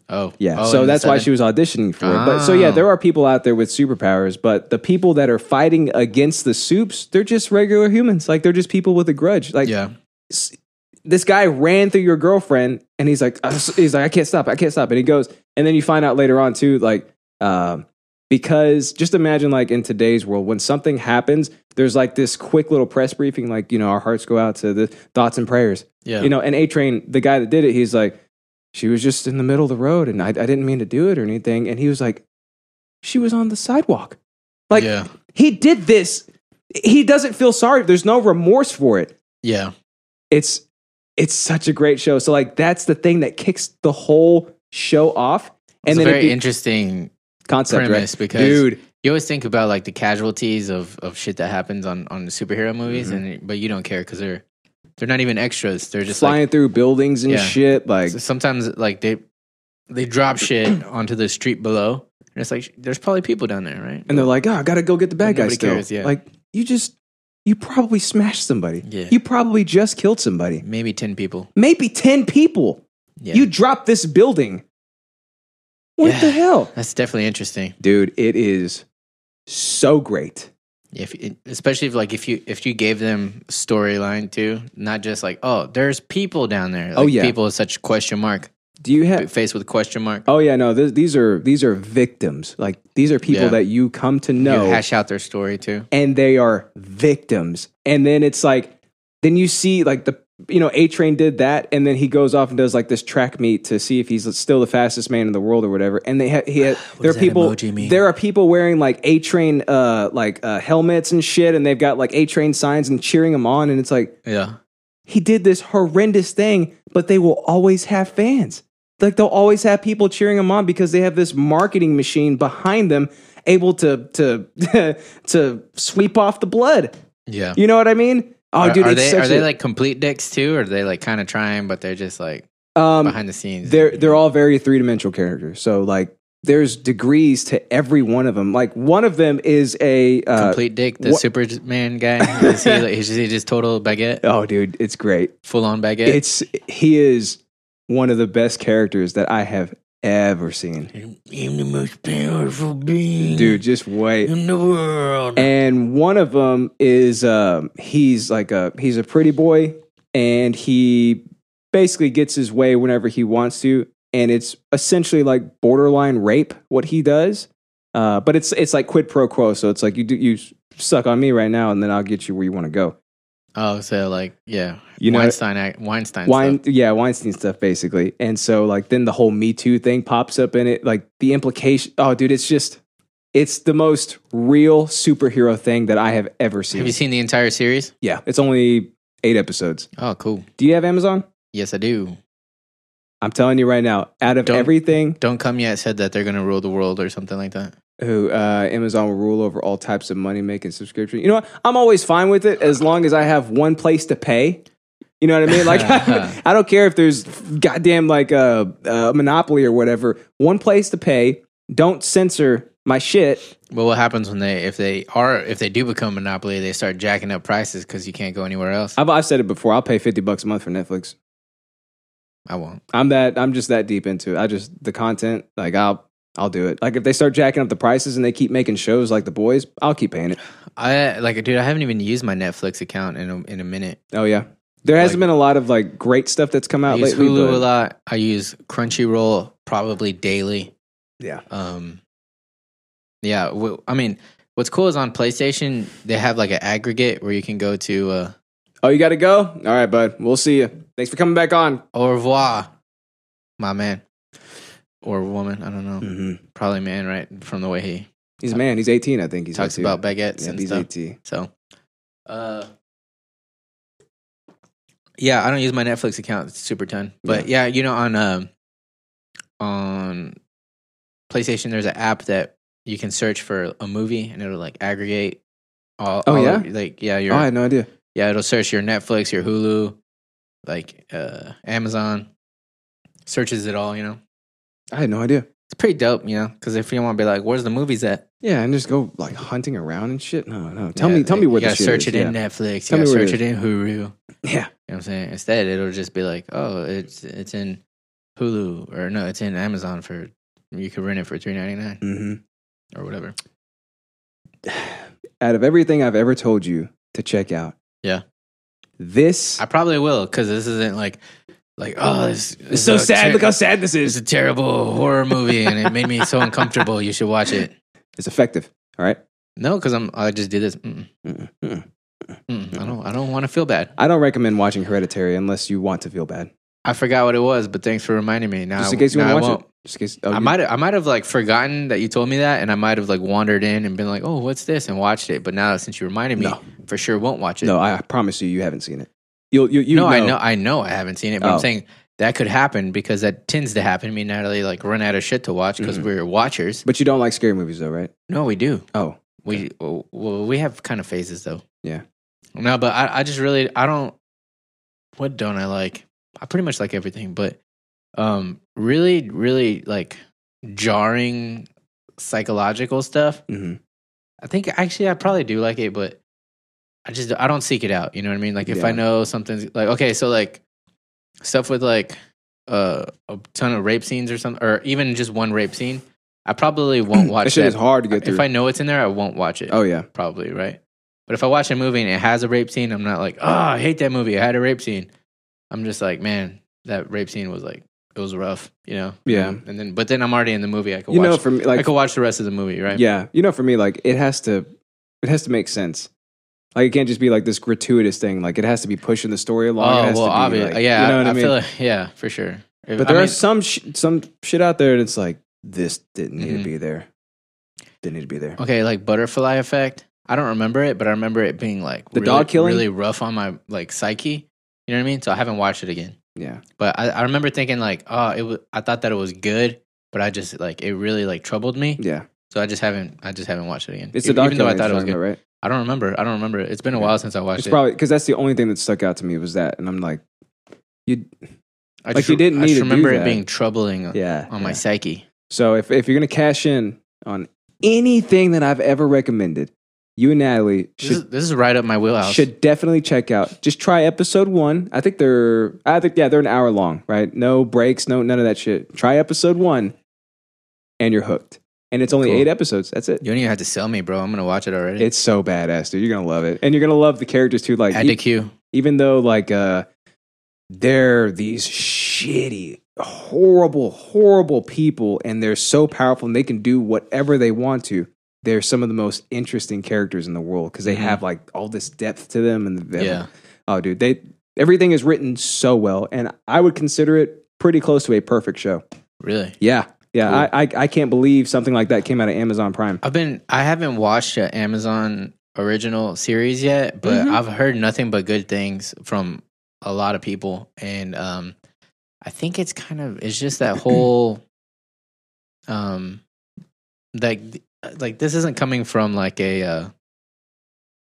Speaker 1: oh
Speaker 2: Yeah,
Speaker 1: Oh,
Speaker 2: so
Speaker 1: and the
Speaker 2: that's why
Speaker 1: seven-
Speaker 2: she was auditioning for it. But so yeah,
Speaker 1: Ah.
Speaker 2: there are people out there with superpowers, but the people that are fighting against the soups, they're just regular humans. Like they're just people with a grudge. Like
Speaker 1: yeah.
Speaker 2: this guy ran through your girlfriend, and he's like, "Uh, he's like, I can't stop, I can't stop, and he goes, and then you find out later on too, like, um, because just imagine like in today's world when something happens, there's like this quick little press briefing, like you know, our hearts go out to the thoughts and prayers,
Speaker 1: Yeah.
Speaker 2: you know, and A Train, the guy that did it, he's like, she was just in the middle of the road and I, I didn't mean to do it or anything. And he was like, she was on the sidewalk. Like,
Speaker 1: yeah.
Speaker 2: he did this. He doesn't feel sorry. There's no remorse for it.
Speaker 1: Yeah.
Speaker 2: It's, it's such a great show. So, like, that's the thing that kicks the whole show off.
Speaker 1: It's
Speaker 2: And
Speaker 1: a
Speaker 2: then
Speaker 1: very
Speaker 2: it be-
Speaker 1: interesting
Speaker 2: concept,
Speaker 1: premise
Speaker 2: right?
Speaker 1: because
Speaker 2: dude,
Speaker 1: you always think about like the casualties of, of shit that happens on, on the superhero movies,
Speaker 2: Mm-hmm.
Speaker 1: and but you don't care because they're they're not even extras. They're just
Speaker 2: flying
Speaker 1: like
Speaker 2: through buildings and
Speaker 1: Yeah.
Speaker 2: shit. Like,
Speaker 1: so sometimes like they they drop shit onto the street below, and it's like there's probably people down there, right?
Speaker 2: and they're like, "Oh, I gotta go get the bad
Speaker 1: But
Speaker 2: guy."
Speaker 1: nobody
Speaker 2: Still,
Speaker 1: cares, yeah.
Speaker 2: like you just you probably smashed somebody.
Speaker 1: Yeah.
Speaker 2: You probably just killed somebody.
Speaker 1: Maybe ten people.
Speaker 2: Maybe ten people.
Speaker 1: Yeah,
Speaker 2: You dropped this building. What
Speaker 1: Yeah.
Speaker 2: the hell,
Speaker 1: that's definitely interesting.
Speaker 2: dude? It is so great.
Speaker 1: If especially if like if you if you gave them storyline too, not just like oh there's people down there. Like,
Speaker 2: Oh, yeah.
Speaker 1: people is such question mark
Speaker 2: Do you have?
Speaker 1: faced with question mark.
Speaker 2: Oh yeah, no. This, these are these are victims. Like these are people
Speaker 1: Yeah.
Speaker 2: that you come to know.
Speaker 1: You hash out their story too.
Speaker 2: and they are victims. And then it's like, then you see like the you know A Train did that, and then he goes off and does like this track meet to see if he's still the fastest man in the world or whatever. And they ha- he ha- there are
Speaker 1: does that
Speaker 2: people
Speaker 1: emoji mean?
Speaker 2: there are people wearing like A Train uh like uh, helmets and shit, and they've got like A Train signs and cheering him on, and it's like
Speaker 1: Yeah,
Speaker 2: he did this horrendous thing, but they will always have fans. Like they'll always have people cheering them on because they have this marketing machine behind them, able to to to sweep off the blood.
Speaker 1: yeah.
Speaker 2: You know what I mean? Oh,
Speaker 1: Are-
Speaker 2: dude,
Speaker 1: are
Speaker 2: it's
Speaker 1: they
Speaker 2: such
Speaker 1: are they
Speaker 2: a-
Speaker 1: like complete dicks too, or are they like kind of trying, but they're just like
Speaker 2: um,
Speaker 1: behind the scenes?
Speaker 2: They're they're all very three dimensional characters. So like, there's degrees to every one of them. Like one of them is a uh,
Speaker 1: complete dick, the
Speaker 2: wha-
Speaker 1: Superman guy. Is he, like, is he just total baguette?
Speaker 2: Oh, dude, it's great.
Speaker 1: Full on baguette.
Speaker 2: It's he is one of the best characters that I have ever seen.
Speaker 1: I'm the most powerful being
Speaker 2: Dude, just wait.
Speaker 1: in the world.
Speaker 2: And one of them is um, he's like a he's a pretty boy, and he basically gets his way whenever he wants to, and it's essentially like borderline rape what he does. Uh, but it's it's like quid pro quo, so it's like you do you suck on me right now, and then I'll get you where you want to go.
Speaker 1: Oh, so like yeah,
Speaker 2: You know-
Speaker 1: Weinstein, act- Weinstein,
Speaker 2: Wein,
Speaker 1: stuff.
Speaker 2: yeah, Weinstein stuff basically. And so like then the whole Me Too thing pops up in it. Like the implication. Oh, dude, it's just it's the most real superhero thing that I have ever seen.
Speaker 1: Have you seen the entire series?
Speaker 2: Yeah, it's only eight episodes.
Speaker 1: Oh, cool.
Speaker 2: Do you have Amazon?
Speaker 1: Yes, I do.
Speaker 2: I'm telling you right now, out of everything,
Speaker 1: Don't come yet said that they're gonna rule the world or something like that.
Speaker 2: who uh, Amazon will rule over all types of money making subscription. You know what? I'm always fine with it as long as I have one place to pay. You know what I mean? Like I don't care if there's goddamn like a, a monopoly or whatever. One place to pay. Don't censor my shit.
Speaker 1: Well, what happens when they if they are if they do become monopoly, they start jacking up prices because you can't go anywhere else.
Speaker 2: I've, I've said it before. I'll pay fifty bucks a month for Netflix.
Speaker 1: I won't.
Speaker 2: I'm that. I'm just that deep into it. I just the content. Like I'll I'll do it. Like if they start jacking up the prices and they keep making shows like The Boys, I'll keep paying it.
Speaker 1: I like, dude, I haven't even used my Netflix account in a, in a minute.
Speaker 2: Oh yeah, there hasn't been a lot of like great stuff that's come
Speaker 1: I
Speaker 2: out
Speaker 1: use
Speaker 2: lately.
Speaker 1: Hulu
Speaker 2: but-
Speaker 1: a lot. I use Crunchyroll probably daily.
Speaker 2: Yeah.
Speaker 1: Um. Yeah. W- I mean, what's cool is on PlayStation they have like an aggregate where you can go to. Uh,
Speaker 2: Oh, you got to go. All right, bud. We'll see you. Thanks for coming back on.
Speaker 1: Au revoir, my man, or woman. I don't know.
Speaker 2: Hmm.
Speaker 1: Probably man, right? From the way he
Speaker 2: He's a man. He's 18, I think. He's
Speaker 1: talks
Speaker 2: 18.
Speaker 1: about baguettes
Speaker 2: Yeah,
Speaker 1: and
Speaker 2: he's
Speaker 1: stuff.
Speaker 2: 18.
Speaker 1: So, uh, yeah, I don't use my Netflix account it's super ton, but yeah, you know, on um, on PlayStation, there's an app that you can search for a movie and it'll like aggregate all.
Speaker 2: Oh,
Speaker 1: all
Speaker 2: yeah?
Speaker 1: of- like yeah, your
Speaker 2: Oh, I had no idea.
Speaker 1: yeah, it'll search your Netflix, your Hulu, like uh, Amazon, searches it all. You know,
Speaker 2: I had no idea.
Speaker 1: it's pretty dope. You know, because if you want to be like, where's the movies at?
Speaker 2: Yeah, and just go like hunting around and shit. No, no. Tell
Speaker 1: Yeah,
Speaker 2: me, tell
Speaker 1: like,
Speaker 2: me where
Speaker 1: you
Speaker 2: the
Speaker 1: gotta
Speaker 2: shit
Speaker 1: search
Speaker 2: is.
Speaker 1: it in
Speaker 2: Yeah.
Speaker 1: Netflix. You
Speaker 2: Tell me
Speaker 1: gotta
Speaker 2: where
Speaker 1: search it,
Speaker 2: it
Speaker 1: in Hulu. You know
Speaker 2: Yeah.
Speaker 1: what I'm saying? Instead, it'll just be like, oh, it's it's in Hulu or no, it's in Amazon for you could rent it for three ninety nine
Speaker 2: Mhm.
Speaker 1: or whatever.
Speaker 2: Out of everything I've ever told you to check out,
Speaker 1: Yeah,
Speaker 2: this
Speaker 1: I probably will because this isn't like like oh, this, this is
Speaker 2: so
Speaker 1: a
Speaker 2: sad.
Speaker 1: ter-
Speaker 2: Look how sad this is.
Speaker 1: It's a terrible horror movie and it made me so uncomfortable. You should watch it.
Speaker 2: It's effective. All right.
Speaker 1: No, because I'm I just do this. Mm-mm. Mm-mm. I don't I don't want to feel bad.
Speaker 2: I don't recommend watching Hereditary unless you want to feel bad.
Speaker 1: I forgot what it was, but thanks for reminding me. Now
Speaker 2: Just
Speaker 1: I-
Speaker 2: in case you
Speaker 1: now
Speaker 2: want
Speaker 1: I
Speaker 2: to watch
Speaker 1: won't.
Speaker 2: it. Just in case. oh,
Speaker 1: I
Speaker 2: you-
Speaker 1: might I might have like forgotten that you told me that, and I might have like wandered in and been like, "Oh, what's this?" and watched it. But now since you reminded me,
Speaker 2: No.
Speaker 1: for sure won't watch it.
Speaker 2: No, I promise you, you haven't seen it. You'll, you, you
Speaker 1: no,
Speaker 2: know.
Speaker 1: I know I know I haven't seen it, but
Speaker 2: Oh.
Speaker 1: I'm saying that could happen because that tends to happen. Me and Natalie like run out of shit to watch
Speaker 2: Mm-hmm.
Speaker 1: because we're watchers.
Speaker 2: But you don't like scary movies, though, right?
Speaker 1: No, we do.
Speaker 2: Oh,
Speaker 1: We well, we have kind of phases though.
Speaker 2: yeah.
Speaker 1: No, but I, I just really I don't what don't I like? I pretty much like everything, but um really, really like jarring psychological stuff.
Speaker 2: Mhm.
Speaker 1: I think actually I probably do like it, but I just I don't seek it out. You know what I mean? Like if I
Speaker 2: Yeah.
Speaker 1: know something's like okay, so like stuff with like uh, a ton of rape scenes or something, or even just one rape scene, I probably won't watch
Speaker 2: That shit is hard to get
Speaker 1: If
Speaker 2: through.
Speaker 1: I know it's in there, I won't watch it
Speaker 2: Oh, yeah.
Speaker 1: probably right. But if I watch a movie and it has a rape scene, I'm not like, oh, I hate that movie. I had a rape scene. I'm just like, man, that rape scene was like, it was rough, you know.
Speaker 2: Yeah.
Speaker 1: And, then, but then I'm already in the movie. I could
Speaker 2: You
Speaker 1: watch.
Speaker 2: know, for me, like-
Speaker 1: I could watch the rest of the movie, right?
Speaker 2: Yeah, you know, for me, like it has to, it has to make sense. Like it can't just be like this gratuitous thing. Like it has to be pushing the story along. it
Speaker 1: Oh
Speaker 2: has
Speaker 1: well,
Speaker 2: to be,
Speaker 1: obviously,
Speaker 2: like-
Speaker 1: yeah.
Speaker 2: you know what
Speaker 1: I,
Speaker 2: I,
Speaker 1: I
Speaker 2: mean.
Speaker 1: feel like, yeah, for sure. If-
Speaker 2: but
Speaker 1: I
Speaker 2: there are
Speaker 1: mean,
Speaker 2: some sh- some shit out there, and it's like this didn't need
Speaker 1: Mm-hmm.
Speaker 2: to be there. Didn't need to be there.
Speaker 1: okay, like butterfly effect. I don't remember it, but I remember it being like
Speaker 2: The
Speaker 1: really,
Speaker 2: dog killing?
Speaker 1: really rough on my like psyche. You know what I mean? So I haven't watched it again.
Speaker 2: Yeah,
Speaker 1: But I, I remember thinking like, oh, it. Was, I thought that it was good, but I just like it really like troubled me.
Speaker 2: yeah.
Speaker 1: So I just haven't I just haven't watched it again.
Speaker 2: It's
Speaker 1: E-
Speaker 2: a documentary.
Speaker 1: Even though I thought it was good.
Speaker 2: right?
Speaker 1: I don't remember. I don't remember. It's been a while since I watched
Speaker 2: It's
Speaker 1: it.
Speaker 2: probably because that's the only thing that stuck out to me was that, and I'm like, you,
Speaker 1: I
Speaker 2: like
Speaker 1: just
Speaker 2: you didn't
Speaker 1: I
Speaker 2: need
Speaker 1: just
Speaker 2: to do
Speaker 1: remember it
Speaker 2: that.
Speaker 1: being troubling
Speaker 2: yeah
Speaker 1: Oh, on my psyche.
Speaker 2: So if if you're gonna cash in on anything that I've ever recommended, you and Natalie
Speaker 1: This,
Speaker 2: should
Speaker 1: is, this is right up my wheelhouse.
Speaker 2: should definitely check out. Just try episode one. I think they're I think yeah, they're an hour long, right? No breaks, no none of that shit. Try episode one and you're hooked. And it's only
Speaker 1: Cool.
Speaker 2: eight episodes. That's it.
Speaker 1: You don't even have to sell me, bro. I'm gonna watch it already.
Speaker 2: It's so badass, dude. You're gonna love it. And you're gonna love the characters too, like e
Speaker 1: Add to queue.
Speaker 2: even though like uh they're these shitty horrible horrible people and they're so powerful and they can do whatever they want to they're some of the most interesting characters in the world because they
Speaker 1: Mhm.
Speaker 2: have like all this depth to them and they have-
Speaker 1: Yeah.
Speaker 2: oh dude they everything is written so well and i would consider it pretty close to a perfect show
Speaker 1: Really?
Speaker 2: yeah yeah I, I i can't believe something like that came out of amazon prime
Speaker 1: I've been I haven't watched an Amazon original series yet, but
Speaker 2: Mm-hmm.
Speaker 1: I've heard nothing but good things from a lot of people, and um, I think it's kind of it's just that whole um, like like this isn't coming from like a uh,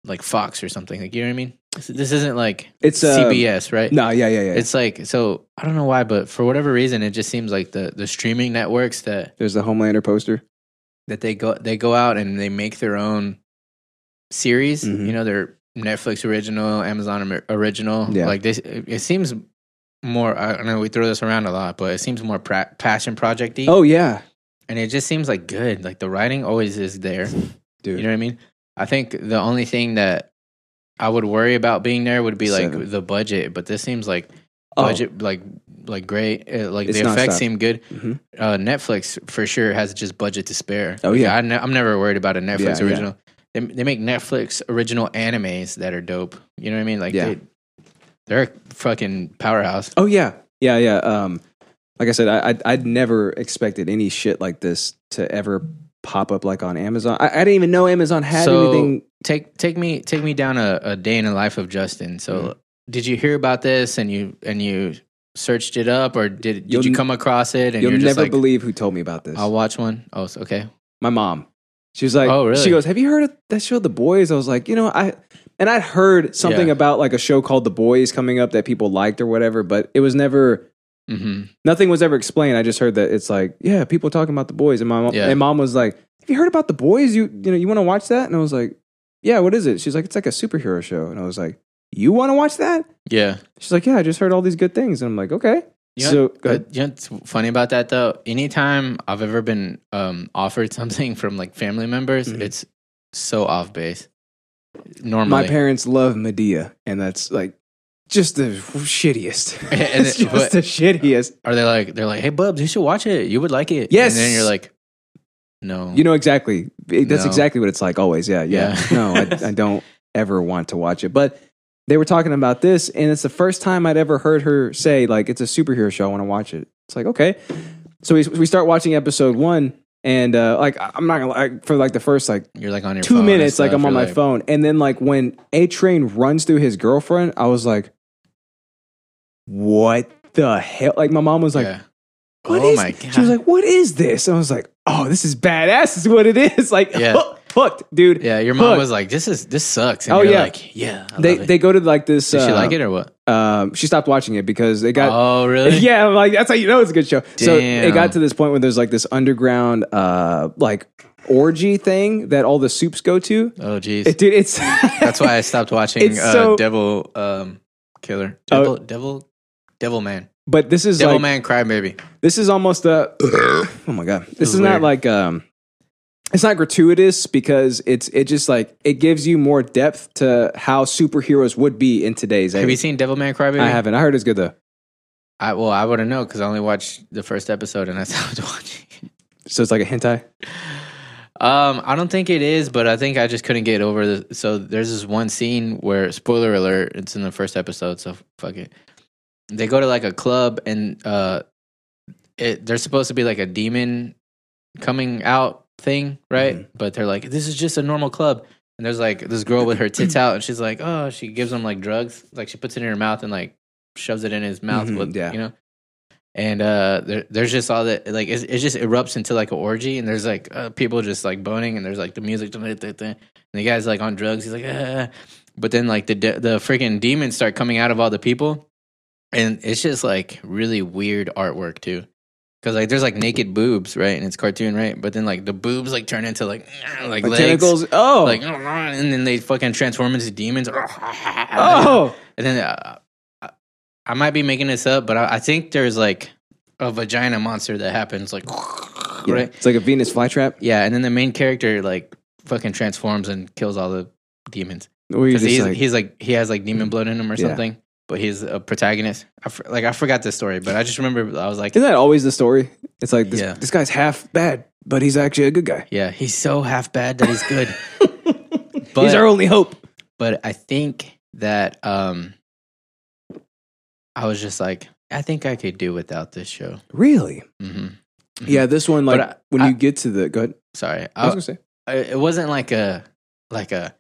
Speaker 1: like Fox or something like you know what I mean. This, this isn't like
Speaker 2: It's, uh,
Speaker 1: CBS, right?
Speaker 2: no yeah yeah yeah
Speaker 1: It's like so I don't know why, but for whatever reason, it just seems like the the streaming networks that
Speaker 2: there's the homelander poster
Speaker 1: that they go they go out and they make their own series.
Speaker 2: Mhm.
Speaker 1: You know, their Netflix original, Amazon or- original.
Speaker 2: Yeah.
Speaker 1: Like this, it it seems more. I know we throw this around a lot, but it seems more pra- passion projecty.
Speaker 2: oh yeah
Speaker 1: and it just seems like good. Like the writing always is there.
Speaker 2: dude
Speaker 1: You know what I mean? I think the only thing that I would worry about being there would be like
Speaker 2: Seven.
Speaker 1: the budget, but this seems like
Speaker 2: Oh.
Speaker 1: budget like like great. Uh, like
Speaker 2: It's
Speaker 1: the effects
Speaker 2: nonstop.
Speaker 1: seem good.
Speaker 2: Mhm.
Speaker 1: Uh, Netflix for sure has just budget to spare.
Speaker 2: Oh,
Speaker 1: Like,
Speaker 2: yeah.
Speaker 1: I ne- I'm never worried about a
Speaker 2: Yeah,
Speaker 1: Netflix
Speaker 2: yeah.
Speaker 1: original. They they make Netflix original animes that are dope. You know what I mean? Like
Speaker 2: Yeah.
Speaker 1: they they're a fucking powerhouse.
Speaker 2: Oh yeah, yeah, yeah. Um, like I said, I, I I'd never expected any shit like this to ever pop up like on Amazon. I, I didn't even know Amazon had
Speaker 1: so
Speaker 2: anything.
Speaker 1: take take me take me down a, a day in the life of Justin. So
Speaker 2: Mm-hmm.
Speaker 1: did you hear about this and you and you searched it up or did did
Speaker 2: You'll
Speaker 1: you
Speaker 2: n-
Speaker 1: come across it and
Speaker 2: You'll
Speaker 1: are just
Speaker 2: never
Speaker 1: like
Speaker 2: believe who told me about this.
Speaker 1: I'll watch one? Oh, it's okay.
Speaker 2: My mom. She was like,
Speaker 1: Oh, really?
Speaker 2: She goes, Have you heard of that show, The Boys? I was like, You know, I and I'd heard something
Speaker 1: Yeah.
Speaker 2: about like a show called The Boys coming up that people liked or whatever, but it was never
Speaker 1: hmm
Speaker 2: nothing was ever explained. I just heard that it's like, yeah, people talking about the boys, and my mom,
Speaker 1: Yeah.
Speaker 2: and mom was like, "Have you heard about the boys? You you know you want to watch that?" And I was like, "Yeah, what is it?" She's like, "It's like a superhero show," and I was like, "You want to watch that?"
Speaker 1: Yeah.
Speaker 2: She's like, "Yeah, I just heard all these good things," and I'm like, "Okay."
Speaker 1: You know,
Speaker 2: so go
Speaker 1: uh,
Speaker 2: ahead.
Speaker 1: you know what's funny about that though? Anytime I've ever been um, offered something from like family members, it's so off base. Normally,
Speaker 2: Mm-hmm. my parents love Medea, and that's like just the shittiest.
Speaker 1: And
Speaker 2: it's
Speaker 1: it-
Speaker 2: just
Speaker 1: but-
Speaker 2: the shittiest.
Speaker 1: are they like they're like, "Hey, Bubs, you should watch it. You would like it."
Speaker 2: Yes.
Speaker 1: and then you're like, "No,
Speaker 2: You know exactly. It- That's
Speaker 1: No.
Speaker 2: exactly what it's like always. Yeah, yeah.
Speaker 1: Yeah.
Speaker 2: no, I, I don't ever want to watch it. But they were talking about this, and it's the first time I'd ever heard her say like, "It's a superhero show. I want to watch it." It's like okay. So we we start watching episode one, and uh, like I- I'm not gonna lie, for like the first like
Speaker 1: you're like on your
Speaker 2: two
Speaker 1: phone and
Speaker 2: minutes, like
Speaker 1: stuff.
Speaker 2: I'm on
Speaker 1: You're
Speaker 2: my
Speaker 1: like,
Speaker 2: phone, and then like when A Train runs through his girlfriend, I was like, "What the hell?" Like my mom was like.
Speaker 1: Yeah.
Speaker 2: What
Speaker 1: oh
Speaker 2: is-
Speaker 1: my god!
Speaker 2: She was like, "What is this?" And I was like, "Oh, this is badass. Is what it is." Like,
Speaker 1: Yeah.
Speaker 2: hook- hooked, dude.
Speaker 1: Yeah, your mom
Speaker 2: Hooked.
Speaker 1: was like, "This is this sucks." And
Speaker 2: Oh,
Speaker 1: you're
Speaker 2: yeah.
Speaker 1: like, yeah. I
Speaker 2: They
Speaker 1: love it.
Speaker 2: they go to like this.
Speaker 1: Did she
Speaker 2: uh,
Speaker 1: like it or what?
Speaker 2: Um, she stopped watching it because it got.
Speaker 1: oh, really?
Speaker 2: Yeah, I'm like that's how you know it's a good show. So it
Speaker 1: Damn.
Speaker 2: got to this point where there's like this underground, uh, like orgy thing that all the soups go to.
Speaker 1: Oh, jeez.
Speaker 2: It, dude, it's
Speaker 1: That's why I stopped watching
Speaker 2: It's
Speaker 1: uh,
Speaker 2: so-
Speaker 1: Devil um, Killer. Devil,
Speaker 2: Oh.
Speaker 1: Devil, Devil Man,
Speaker 2: But this is
Speaker 1: Devil
Speaker 2: like
Speaker 1: Man Crybaby.
Speaker 2: this is almost a. oh my god, this
Speaker 1: Uh-huh. is
Speaker 2: is not
Speaker 1: weird.
Speaker 2: like um, it's not gratuitous because it's it just like it gives you more depth to how superheroes would be in today's age.
Speaker 1: Have you seen Devil Man Crybaby?
Speaker 2: I haven't. I heard it's good though.
Speaker 1: I, well, I wouldn't know because I only watched the first episode and I stopped watching. it.
Speaker 2: So it's like a hentai.
Speaker 1: Um, I don't think it is, but I think I just couldn't get over the. So there's this one scene where, spoiler alert, it's in the first episode, so fuck it. They go to like a club and uh, it, there's supposed to be like a demon coming out thing, right? But they're like, this is just a normal club. And there's like this girl with her tits out, and she's like, oh, she gives him like drugs, like she puts it in her mouth and like shoves it in his mouth,
Speaker 2: Mhm,
Speaker 1: with,
Speaker 2: yeah.
Speaker 1: you know. and uh, there, there's just all that like it's, it just erupts into like an orgy, and there's like uh, people just like boning, and there's like the music, and the guy's like on drugs. He's like, ah. but then like the de- the freaking demons start coming out of all the people, and it's just like really weird artwork too. Cause like there's like naked boobs, right? And it's cartoon, right? But then like the boobs like turn into like like,
Speaker 2: Like
Speaker 1: legs.
Speaker 2: tentacles? Oh.
Speaker 1: like and then they fucking transform into demons.
Speaker 2: Oh.
Speaker 1: and then uh, I- I might be making this up, but I, I think there's like a vagina monster that happens like
Speaker 2: Yeah.
Speaker 1: right,
Speaker 2: It's like a Venus flytrap.
Speaker 1: yeah. And then the main character like fucking transforms and kills all the demons.
Speaker 2: Where you're
Speaker 1: 'Cause
Speaker 2: just
Speaker 1: he's,
Speaker 2: like-
Speaker 1: he's like he has like demon blood in him or
Speaker 2: Yeah.
Speaker 1: something. But he's a protagonist. I f- like I forgot this story, but I just remember I was like,
Speaker 2: Isn't that always the story? It's like this,
Speaker 1: Yeah.
Speaker 2: this guy's half bad, but he's actually a good guy.
Speaker 1: Yeah, he's so half bad that he's good. but,
Speaker 2: he's our only hope.
Speaker 1: But I think that um, I was just like, I think I could do without this show.
Speaker 2: Really?
Speaker 1: hmm
Speaker 2: Yeah, this one,
Speaker 1: But
Speaker 2: like
Speaker 1: I-
Speaker 2: when
Speaker 1: I-
Speaker 2: you get to the go ahead.
Speaker 1: Sorry, Uh,
Speaker 2: I was gonna say.
Speaker 1: I- it wasn't like a like a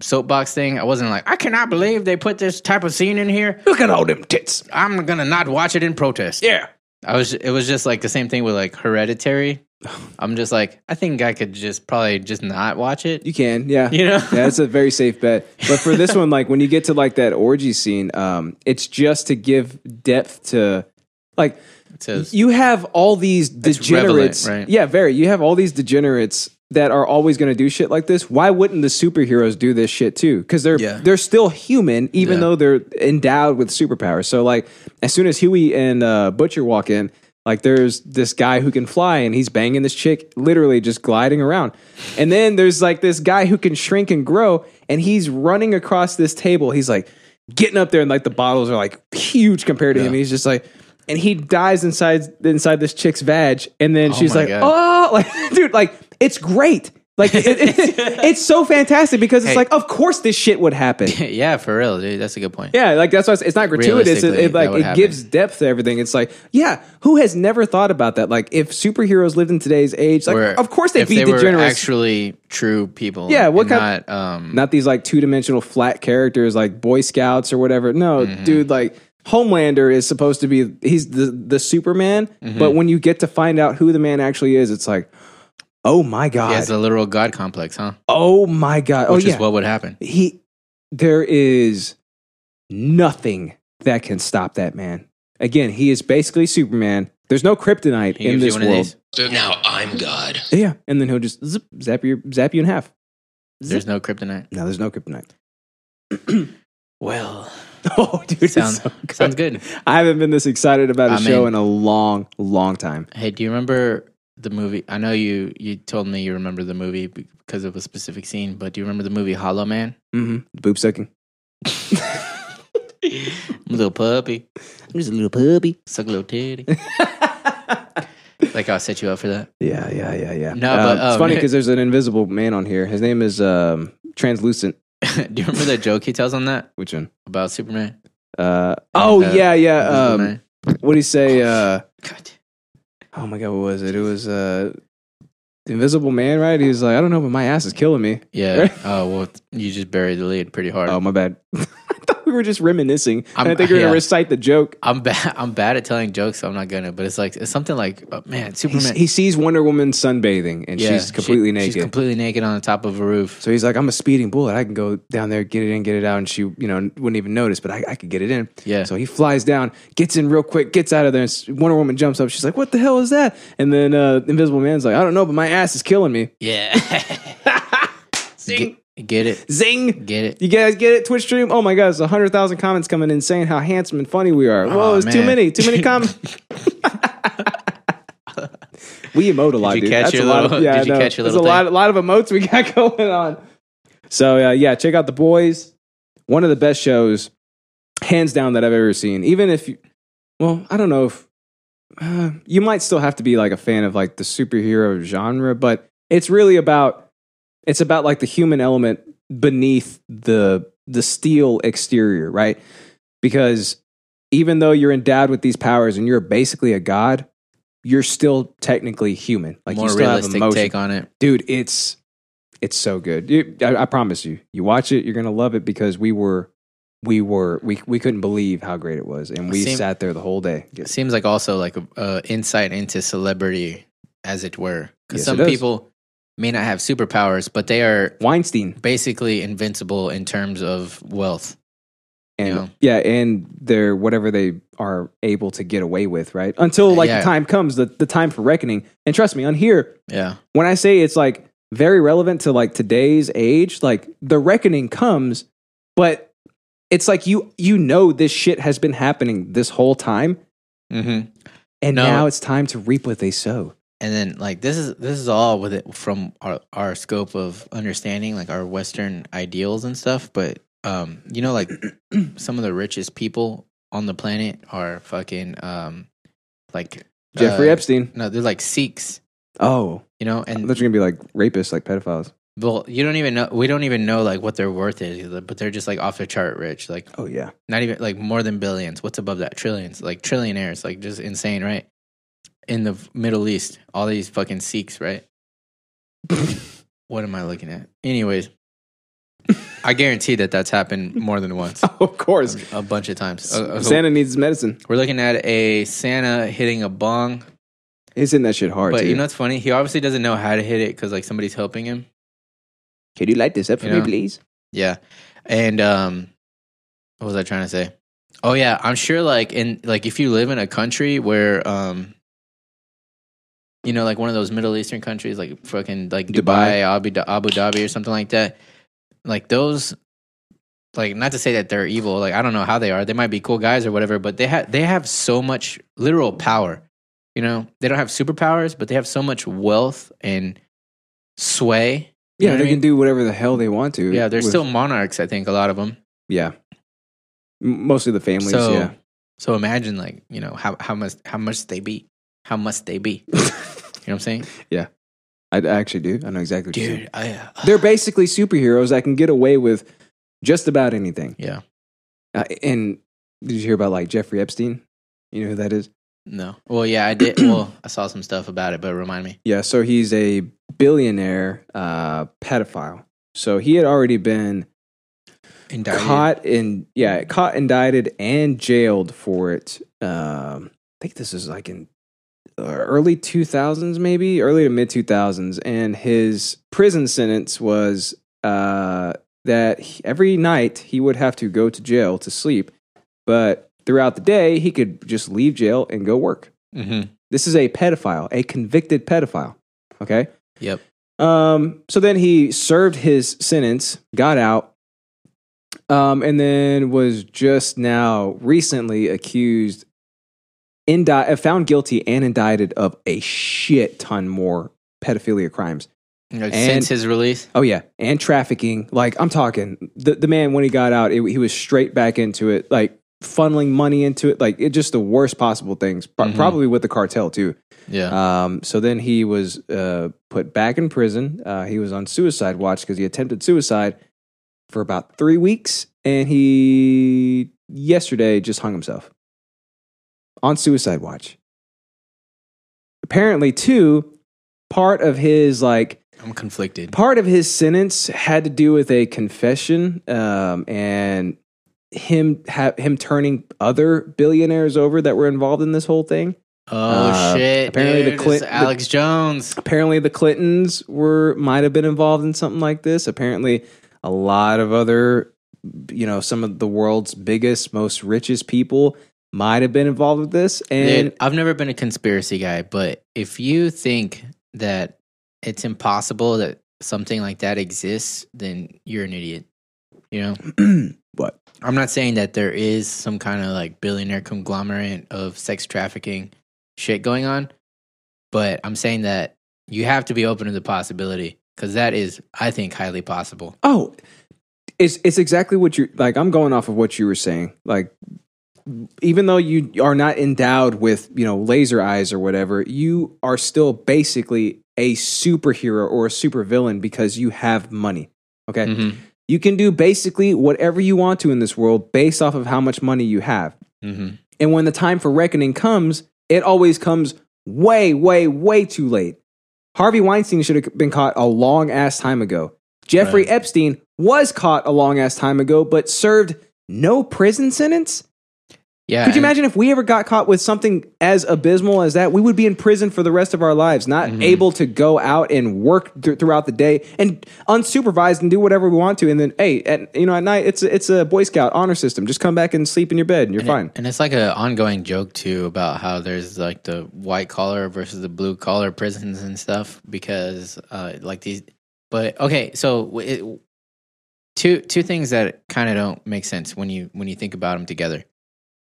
Speaker 1: soapbox thing. I wasn't like, I cannot believe they put this type of scene in here.
Speaker 2: Look at all them tits.
Speaker 1: I'm gonna not watch it in protest.
Speaker 2: Yeah.
Speaker 1: I was. It was just like the same thing with like Hereditary. I'm just like, I think I could just probably just not watch it.
Speaker 2: You can, yeah.
Speaker 1: You know?
Speaker 2: yeah, it's a very safe bet. But for this one, like when you get to like that orgy scene, um, it's just to give depth to like
Speaker 1: To-
Speaker 2: you have all these
Speaker 1: It's
Speaker 2: degenerates.
Speaker 1: relevant, right?
Speaker 2: Yeah, very. You have all these degenerates that are always going to do shit like this. Why wouldn't the superheroes do this shit too? Because they're
Speaker 1: Yeah.
Speaker 2: they're still human, even
Speaker 1: Yeah.
Speaker 2: though they're endowed with superpowers. So like, as soon as Huey and uh, Butcher walk in, like there's this guy who can fly and he's banging this chick, literally just gliding around. And then there's like this guy who can shrink and grow, and he's running across this table. He's like getting up there, and like the bottles are like huge compared to him. He's just like. And he dies inside inside this chick's vag, and then she's
Speaker 1: my
Speaker 2: like,
Speaker 1: God.
Speaker 2: "Oh, oh, like, dude, like, it's great. Like, it, it- it's so fantastic because it's
Speaker 1: Hey.
Speaker 2: like, of course this shit would happen.
Speaker 1: yeah, for real, dude. That's a good point.
Speaker 2: Yeah, like that's why it's, it's not gratuitous. It,
Speaker 1: Realistically,
Speaker 2: it, like
Speaker 1: that would
Speaker 2: it gives depth to everything. It's like, yeah, who has never thought about that? Like, if superheroes lived in today's age, like,
Speaker 1: Where
Speaker 2: of course they'd
Speaker 1: if
Speaker 2: be
Speaker 1: they were
Speaker 2: degenerates.
Speaker 1: actually true people.
Speaker 2: Yeah, what
Speaker 1: and
Speaker 2: kind-
Speaker 1: Not, um,
Speaker 2: not these like two dimensional flat characters like Boy Scouts or whatever. No,
Speaker 1: Mm-hmm.
Speaker 2: dude, like Homelander is supposed to be he's the the Superman,
Speaker 1: Mm-hmm.
Speaker 2: but when you get to find out who the man actually is, it's like, oh my
Speaker 1: he
Speaker 2: god,
Speaker 1: has a literal god complex, huh?
Speaker 2: oh my god,
Speaker 1: Which
Speaker 2: oh yeah,
Speaker 1: is what would happen.
Speaker 2: he there is nothing that can stop that man again he is basically superman there's no kryptonite
Speaker 1: He
Speaker 2: in
Speaker 1: gives you
Speaker 2: this
Speaker 1: one of
Speaker 2: world
Speaker 1: these.
Speaker 11: Now I'm God.
Speaker 2: yeah and then he'll just zip, zap you zap you in half
Speaker 1: There's no kryptonite.
Speaker 2: no there's no kryptonite
Speaker 1: Well,
Speaker 2: oh dude it's
Speaker 1: sounds
Speaker 2: so good.
Speaker 1: sounds good.
Speaker 2: i haven't been this excited about a
Speaker 1: I'm
Speaker 2: show in
Speaker 1: in.
Speaker 2: a long long time
Speaker 1: Hey, do you remember the movie? I know you you told me you remember the movie because of a specific scene, but do you remember the movie Hollow Man?
Speaker 2: mm-hmm. boob sucking
Speaker 1: little puppy,
Speaker 2: there's a little puppy
Speaker 1: suck a little titty. like I'll set you up for that.
Speaker 2: yeah yeah yeah yeah
Speaker 1: No, but,
Speaker 2: it's
Speaker 1: um,
Speaker 2: funny because there's an invisible man on here his name is um translucent
Speaker 1: do you remember the joke he tells on that
Speaker 2: which one
Speaker 1: about Superman?
Speaker 2: uh oh
Speaker 1: uh,
Speaker 2: yeah yeah
Speaker 1: Invisible
Speaker 2: um
Speaker 1: Man?
Speaker 2: what do you say? Uh,
Speaker 1: God.
Speaker 2: oh my god, what was it? It was uh, the Invisible Man, right? He's like, I don't know, but my ass is killing me.
Speaker 1: Yeah. Oh well, you just buried the lead pretty hard.
Speaker 2: Oh my bad. I thought we were just reminiscing. and I
Speaker 1: I'm-
Speaker 2: think we were
Speaker 1: yeah.
Speaker 2: gonna recite the joke.
Speaker 1: I'm bad. I'm bad at telling jokes. So I'm not gonna. But it's like it's something like, oh, man,
Speaker 2: He's,
Speaker 1: Superman.
Speaker 2: he sees Wonder Woman sunbathing, and
Speaker 1: Yeah,
Speaker 2: she's completely
Speaker 1: she-
Speaker 2: naked.
Speaker 1: She's completely naked on the top of a roof.
Speaker 2: so he's like, I'm a speeding bullet. I can go down there, get it in, get it out, and she, you know, wouldn't even notice, but I, I could get it in.
Speaker 1: Yeah.
Speaker 2: So he flies down, gets in real quick, gets out of there. And s- Wonder Woman jumps up. She's like, "What the hell is that?" And then uh, Invisible Man's like, "I don't know, but my ass is killing me."
Speaker 1: Yeah. Get, get it.
Speaker 2: Zing.
Speaker 1: Get it.
Speaker 2: You guys get it? Twitch stream? Oh my God, it's 100,000 comments coming in saying how handsome and funny we are. Whoa,
Speaker 1: Aw,
Speaker 2: it's too
Speaker 1: man.
Speaker 2: many. Too many comments. we emote a lot,
Speaker 1: you
Speaker 2: dude.
Speaker 1: catch
Speaker 2: That's
Speaker 1: your
Speaker 2: a lot of,
Speaker 1: little-
Speaker 2: yeah,
Speaker 1: did you
Speaker 2: I know.
Speaker 1: catch your
Speaker 2: There's
Speaker 1: little
Speaker 2: a lot, a lot of emotes we got going on. So, uh, yeah, check out The Boys. One of the best shows, hands down, that I've ever seen. Even if you, well, I don't know if uh, you might still have to be like a fan of like the superhero genre, but it's really about it's about like the human element beneath the the steel exterior, right? Because even though you're endowed with these powers and you're basically a god, you're still technically human. Like
Speaker 1: More
Speaker 2: you still have
Speaker 1: realistic
Speaker 2: emotion,
Speaker 1: take on it.
Speaker 2: dude. It's it's so good. You, I, I promise you, you watch it, you're gonna love it because we were we were we we couldn't believe how great it was, and we
Speaker 1: Same-
Speaker 2: sat there the whole day.
Speaker 1: It seems like also like a, a insight into celebrity, as it were, because
Speaker 2: Yes,
Speaker 1: some
Speaker 2: it is.
Speaker 1: people may not have superpowers, but they are
Speaker 2: Weinstein,
Speaker 1: basically invincible in terms of wealth.
Speaker 2: And
Speaker 1: Yeah.
Speaker 2: yeah. and they're whatever they are able to get away with, right? Until like
Speaker 1: Yeah.
Speaker 2: the time comes, the, the time for reckoning. And trust me, on here,
Speaker 1: Yeah,
Speaker 2: when I say it's like very relevant to like today's age, like the reckoning comes, but it's like you you know this shit has been happening this whole time,
Speaker 1: mm-hmm.
Speaker 2: and
Speaker 1: No.
Speaker 2: now it's time to reap what they sow.
Speaker 1: and then like this is this is all with it from our, our scope of understanding like our western ideals and stuff but um you know like some of the richest people on the planet are fucking um like
Speaker 2: Jeffrey
Speaker 1: uh,
Speaker 2: Epstein.
Speaker 1: no they're like sikhs
Speaker 2: Oh,
Speaker 1: you know and
Speaker 2: those are gonna be like rapists, like pedophiles.
Speaker 1: well you don't even know we don't even know like what their worth is either, but they're just like off the chart rich like
Speaker 2: Oh yeah,
Speaker 1: not even like more than billions. What's above that? Trillions, like trillionaires, like just insane, right? In the Middle East, all these fucking Sikhs, right? what am I looking at? Anyways, I guarantee that that's happened more than once,
Speaker 2: of course.
Speaker 1: a bunch of times. Uh, uh, so
Speaker 2: Santa needs medicine.
Speaker 1: we're looking at a Santa hitting a bong,
Speaker 2: He's in that shit hard.
Speaker 1: but
Speaker 2: too.
Speaker 1: you know what's funny? He obviously doesn't know how to hit it because like somebody's helping him.
Speaker 2: Can you light this up for
Speaker 1: You
Speaker 2: me,
Speaker 1: know?
Speaker 2: please?
Speaker 1: Yeah. And um what was I trying to say? Oh yeah, I'm sure like in like if you live in a country where um you know like one of those Middle Eastern countries like fucking like Dubai,
Speaker 2: Dubai.
Speaker 1: Abu, Da- Abu Dhabi or something like that. Like those like not to say that they're evil, like I don't know how they are. They might be cool guys or whatever, but they have they have so much literal power. You know, they don't have superpowers, but they have so much wealth and sway.
Speaker 2: Yeah,
Speaker 1: You know what
Speaker 2: they
Speaker 1: I
Speaker 2: can
Speaker 1: mean?
Speaker 2: do whatever the hell they want to.
Speaker 1: Yeah, they're
Speaker 2: with-
Speaker 1: still monarchs. I think a lot of them.
Speaker 2: yeah. M- Mostly the families.
Speaker 1: so,
Speaker 2: yeah,
Speaker 1: so imagine like you know how how much how much they be, how must they be. you know what I'm saying,
Speaker 2: I, I actually do. I know exactly. What you're saying.
Speaker 1: dude? I, uh,
Speaker 2: they're basically superheroes that can get away with just about anything.
Speaker 1: yeah,
Speaker 2: Uh, and did you hear about like Jeffrey Epstein? You know who that is?
Speaker 1: no. Well, yeah, I did. well, I saw some stuff about it, but remind me.
Speaker 2: Yeah, so he's a billionaire uh, pedophile. So he had already been
Speaker 1: Indicted.
Speaker 2: caught and yeah, caught, indicted, and jailed for it. Um, I think this is like in uh, early two thousands, maybe early to mid two thousands, and his prison sentence was uh, that he- every night he would have to go to jail to sleep, but throughout the day he could just leave jail and go work.
Speaker 1: Mm-hmm.
Speaker 2: This is a pedophile, a convicted pedophile. Okay.
Speaker 1: Yep.
Speaker 2: Um, so then he served his sentence, got out, um, and then was just now recently accused, indi- uh, found guilty, and indicted of a shit ton more pedophilia crimes.
Speaker 1: Like, since his release,
Speaker 2: Oh yeah, and trafficking. Like I'm talking, the the man when he got out, it, he was straight back into it, like funneling money into it, like it just the worst possible things. pro-
Speaker 1: Mhm.
Speaker 2: Probably with the cartel too.
Speaker 1: yeah,
Speaker 2: Um, so then he was uh, put back in prison. Uh, he was on suicide watch because he attempted suicide for about three weeks, and he yesterday just hung himself on suicide watch. Apparently, too, part of his like
Speaker 1: I'm conflicted.
Speaker 2: part of his sentence had to do with a confession um, and him ha- him turning other billionaires over that were involved in this whole thing.
Speaker 1: Oh
Speaker 2: Uh,
Speaker 1: shit!
Speaker 2: apparently the
Speaker 1: dude,
Speaker 2: Clin-
Speaker 1: it's Alex Jones.
Speaker 2: apparently the clintons were might have been involved in something like this apparently a lot of other you know some of the world's biggest most richest people might have been involved with this and
Speaker 1: Dude, I've never been a conspiracy guy, but if you think that it's impossible that something like that exists, then you're an idiot. You know?
Speaker 2: What?
Speaker 1: I'm not saying that there is some kind of like billionaire conglomerate of sex trafficking shit going on, but I'm saying that you have to be open to the possibility because that is, I think, highly possible.
Speaker 2: oh it's it's exactly what you like i'm going off of what you were saying like even though you are not endowed with you know laser eyes or whatever you are still basically a superhero or a supervillain because you have money okay
Speaker 1: Mhm.
Speaker 2: You can do basically whatever you want to in this world based off of how much money you have.
Speaker 1: Mhm.
Speaker 2: And when the time for reckoning comes, it always comes way, way, way too late. Harvey Weinstein should have been caught a long ass time ago. Jeffrey
Speaker 1: Right.
Speaker 2: Epstein was caught a long ass time ago, but served no prison sentence.
Speaker 1: Yeah.
Speaker 2: Could you
Speaker 1: and-
Speaker 2: imagine if we ever got caught with something as abysmal as that? We would be in prison for the rest of our lives, not
Speaker 1: Mm-hmm.
Speaker 2: able to go out and work th- throughout the day and unsupervised and do whatever we want to. And then, hey, at, you know, at night it's a- it's a Boy Scout honor system. Just come back and sleep in your bed, and you're fine.
Speaker 1: And it's like an ongoing joke too about how there's like the white collar versus the blue collar prisons and stuff because uh, like these. But okay, so w- it, two two things that kind of don't make sense when you when you think about them together.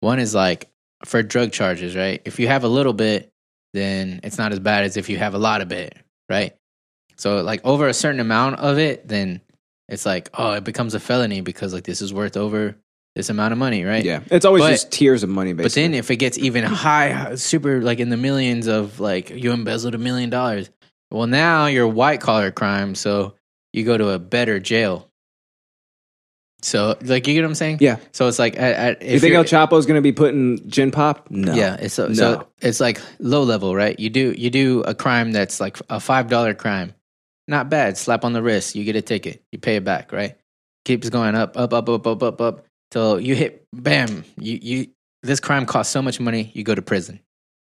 Speaker 1: One is like for drug charges, right? If you have a little bit, then it's not as bad as if you have a lot of it, right? So like over a certain amount of it, then it's like oh, it becomes a felony because like this is worth over this amount of money, right?
Speaker 2: Yeah, it's always
Speaker 1: But-
Speaker 2: just tiers of money. Basically,
Speaker 1: but then if it gets even high, super like in the millions of like you embezzled a million dollars, well now you're white collar crime, so you go to a better jail. So like you get what I'm saying?
Speaker 2: Yeah.
Speaker 1: So it's like I, I, if
Speaker 2: you think
Speaker 1: you're-
Speaker 2: El Chapo's going to be putting gin pop? No.
Speaker 1: yeah, it's so,
Speaker 2: no.
Speaker 1: so it's like low level, right? You do you do a crime that's like a five dollar crime, not bad. Slap on the wrist, you get a ticket, you pay it back, right? Keeps going up, up, up, up, up, up, up till you hit bam. You you this crime costs so much money, you go to prison,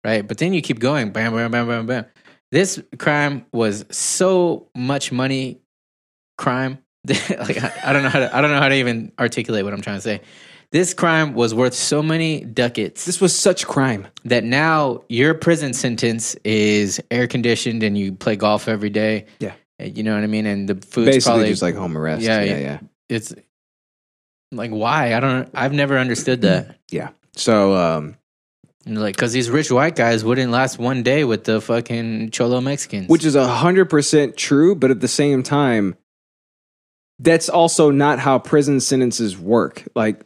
Speaker 1: right? But then you keep going, bam, bam, bam, bam, bam. This crime was so much money crime. like I, I don't know how to I don't know how to even articulate what I'm trying to say. This crime was worth so many ducats
Speaker 2: this was such crime.
Speaker 1: that now your prison sentence is air conditioned and you play golf every day.
Speaker 2: Yeah.
Speaker 1: And You know what I mean? And the food's
Speaker 2: Basically,
Speaker 1: probably
Speaker 2: just like home arrest.
Speaker 1: Yeah,
Speaker 2: yeah,
Speaker 1: yeah.
Speaker 2: yeah.
Speaker 1: it's like why? I don't I've never understood that.
Speaker 2: yeah. So um,
Speaker 1: And, like cuz these rich white guys wouldn't last one day with the fucking cholo Mexicans.
Speaker 2: which is a hundred percent true, but at the same time, that's also not how prison sentences work. Like,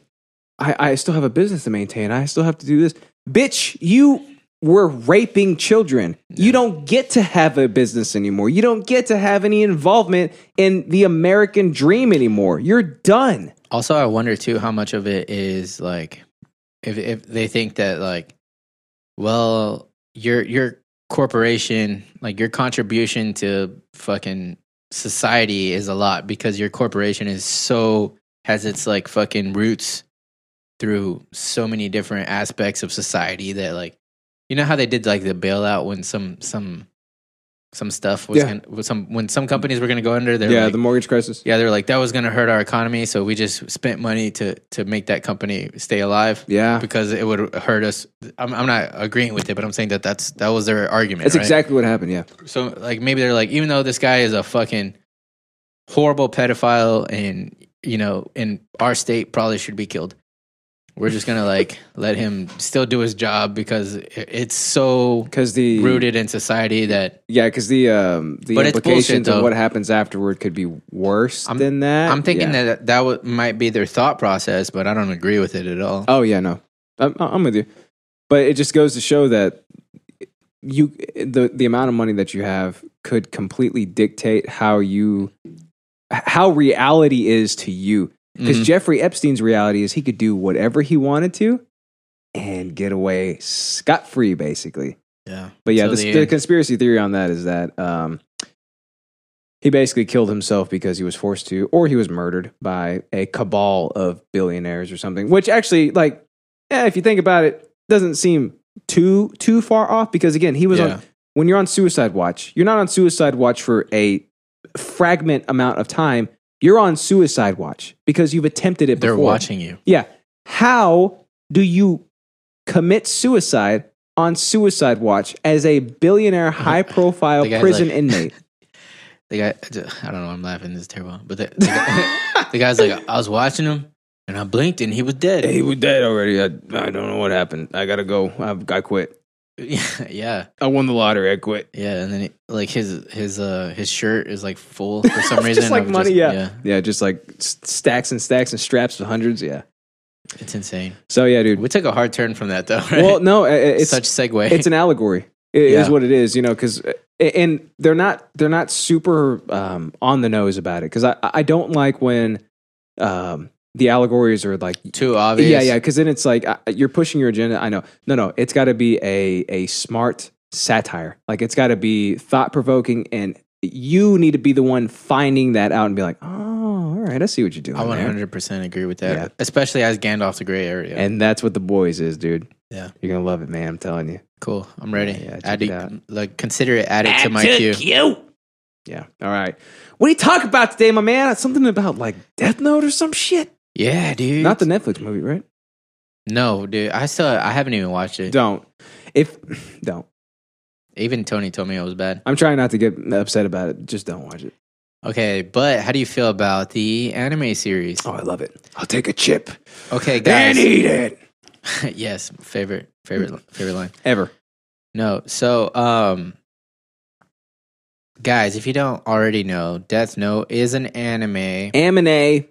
Speaker 2: I, I still have a business to maintain. I still have to do this, bitch. You were raping children. You don't get to have a business anymore. You don't get to have any involvement in the American dream anymore. You're done.
Speaker 1: also I wonder too how much of it is like if if they think that like well your your corporation like your contribution to fucking society is a lot because your corporation is so has its like fucking roots through so many different aspects of society that like you know how they did like the bailout when some some some stuff was
Speaker 2: Yeah.
Speaker 1: gonna, was some when some companies were going to go under they're
Speaker 2: yeah,
Speaker 1: like,
Speaker 2: the mortgage crisis.
Speaker 1: yeah, they're like that was going to hurt our economy, so we just spent money to to make that company stay alive.
Speaker 2: Yeah.
Speaker 1: because it would hurt us. I'm, I'm not agreeing with it, but I'm saying that that's that was their argument.
Speaker 2: That's
Speaker 1: right?
Speaker 2: exactly what happened. Yeah.
Speaker 1: So like maybe they're like, even though this guy is a fucking horrible pedophile, and you know, in our state probably should be killed. We're just gonna like let him still do his job because it- it's so
Speaker 2: Because the
Speaker 1: rooted in society that
Speaker 2: Yeah, because the um, the
Speaker 1: But it's
Speaker 2: implications
Speaker 1: bullshit,
Speaker 2: of
Speaker 1: though.
Speaker 2: what happens afterward could be worse than that.
Speaker 1: I'm thinking
Speaker 2: Yeah.
Speaker 1: that that would, might be their thought process, but I don't agree with it at all.
Speaker 2: Oh yeah, no, I'm, I'm with you. But it just goes to show that you the the amount of money that you have could completely dictate how you how reality is to you. Because
Speaker 1: Mhm.
Speaker 2: Jeffrey Epstein's reality is he could do whatever he wanted to and get away scot free, basically.
Speaker 1: Yeah.
Speaker 2: But yeah,
Speaker 1: So
Speaker 2: this, the, conspiracy theory on that is that um, he basically killed himself because he was forced to, or he was murdered by a cabal of billionaires or something. Which actually, like, eh, if you think about it, doesn't seem too too far off because again, he was
Speaker 1: Yeah.
Speaker 2: on when you're on suicide watch, you're not on suicide watch for a fragment amount of time. You're on suicide watch because you've attempted it
Speaker 1: they're
Speaker 2: before.
Speaker 1: watching you.
Speaker 2: Yeah. How do you commit suicide on suicide watch as a billionaire, high profile
Speaker 1: The guy's
Speaker 2: prison
Speaker 1: like-
Speaker 2: inmate?
Speaker 1: The guy, I don't know, I'm laughing. This is terrible. But the, the, guy, the guy's like, I was watching him and I blinked and he was dead.
Speaker 2: was dead already. I, I don't know what happened. I gotta go. I, I quit.
Speaker 1: yeah,
Speaker 2: I won the lottery. I quit.
Speaker 1: yeah. And then he, like his his uh his shirt is like full for some reason.
Speaker 2: just like
Speaker 1: of
Speaker 2: money, yeah. yeah. just like s- stacks and stacks and straps of hundreds. Yeah.
Speaker 1: it's insane.
Speaker 2: So, yeah, dude.
Speaker 1: We took a hard turn from that though. Right?
Speaker 2: Well, no, i- i- it's
Speaker 1: such segue.
Speaker 2: it's an allegory. It is
Speaker 1: Yeah.
Speaker 2: what it is, you know. Because and they're not they're not super um, on the nose about it. Because I I don't like when um, the allegories are like
Speaker 1: too obvious.
Speaker 2: yeah yeah. Because then it's like uh, you're pushing your agenda. I know. No no. It's got to be a a smart satire. Like it's got to be thought provoking and you need to be the one finding that out and be like, oh, all right, I see what you're doing.
Speaker 1: I
Speaker 2: there."
Speaker 1: 100 percent agree with that,
Speaker 2: Yeah.
Speaker 1: especially as Gandalf the Gray Area.
Speaker 2: And that's what the boys is, dude.
Speaker 1: Yeah.
Speaker 2: You're going to love it, man. I'm telling you.
Speaker 1: cool, I'm ready.
Speaker 2: Yeah, yeah, check
Speaker 1: Add
Speaker 2: it
Speaker 1: it-
Speaker 2: out.
Speaker 1: like consider it added to my queue.
Speaker 2: Yeah. All right. What do you talk about today, my man? Something about like Death Note or some shit.
Speaker 1: Yeah, dude.
Speaker 2: Not the Netflix movie, right?
Speaker 1: no, dude. I still I haven't even watched it.
Speaker 2: Don't. If don't.
Speaker 1: Even Tony told me it was bad.
Speaker 2: I'm trying not to get upset about it. Just don't watch it.
Speaker 1: Okay, but how do you feel about the anime series?
Speaker 2: Oh, I love it. I'll take a chip
Speaker 1: Okay, guys.
Speaker 2: and eat it.
Speaker 1: yes, favorite favorite favorite line.
Speaker 2: Ever.
Speaker 1: No. So, um guys, if you don't already know, Death Note is an anime
Speaker 2: Amine.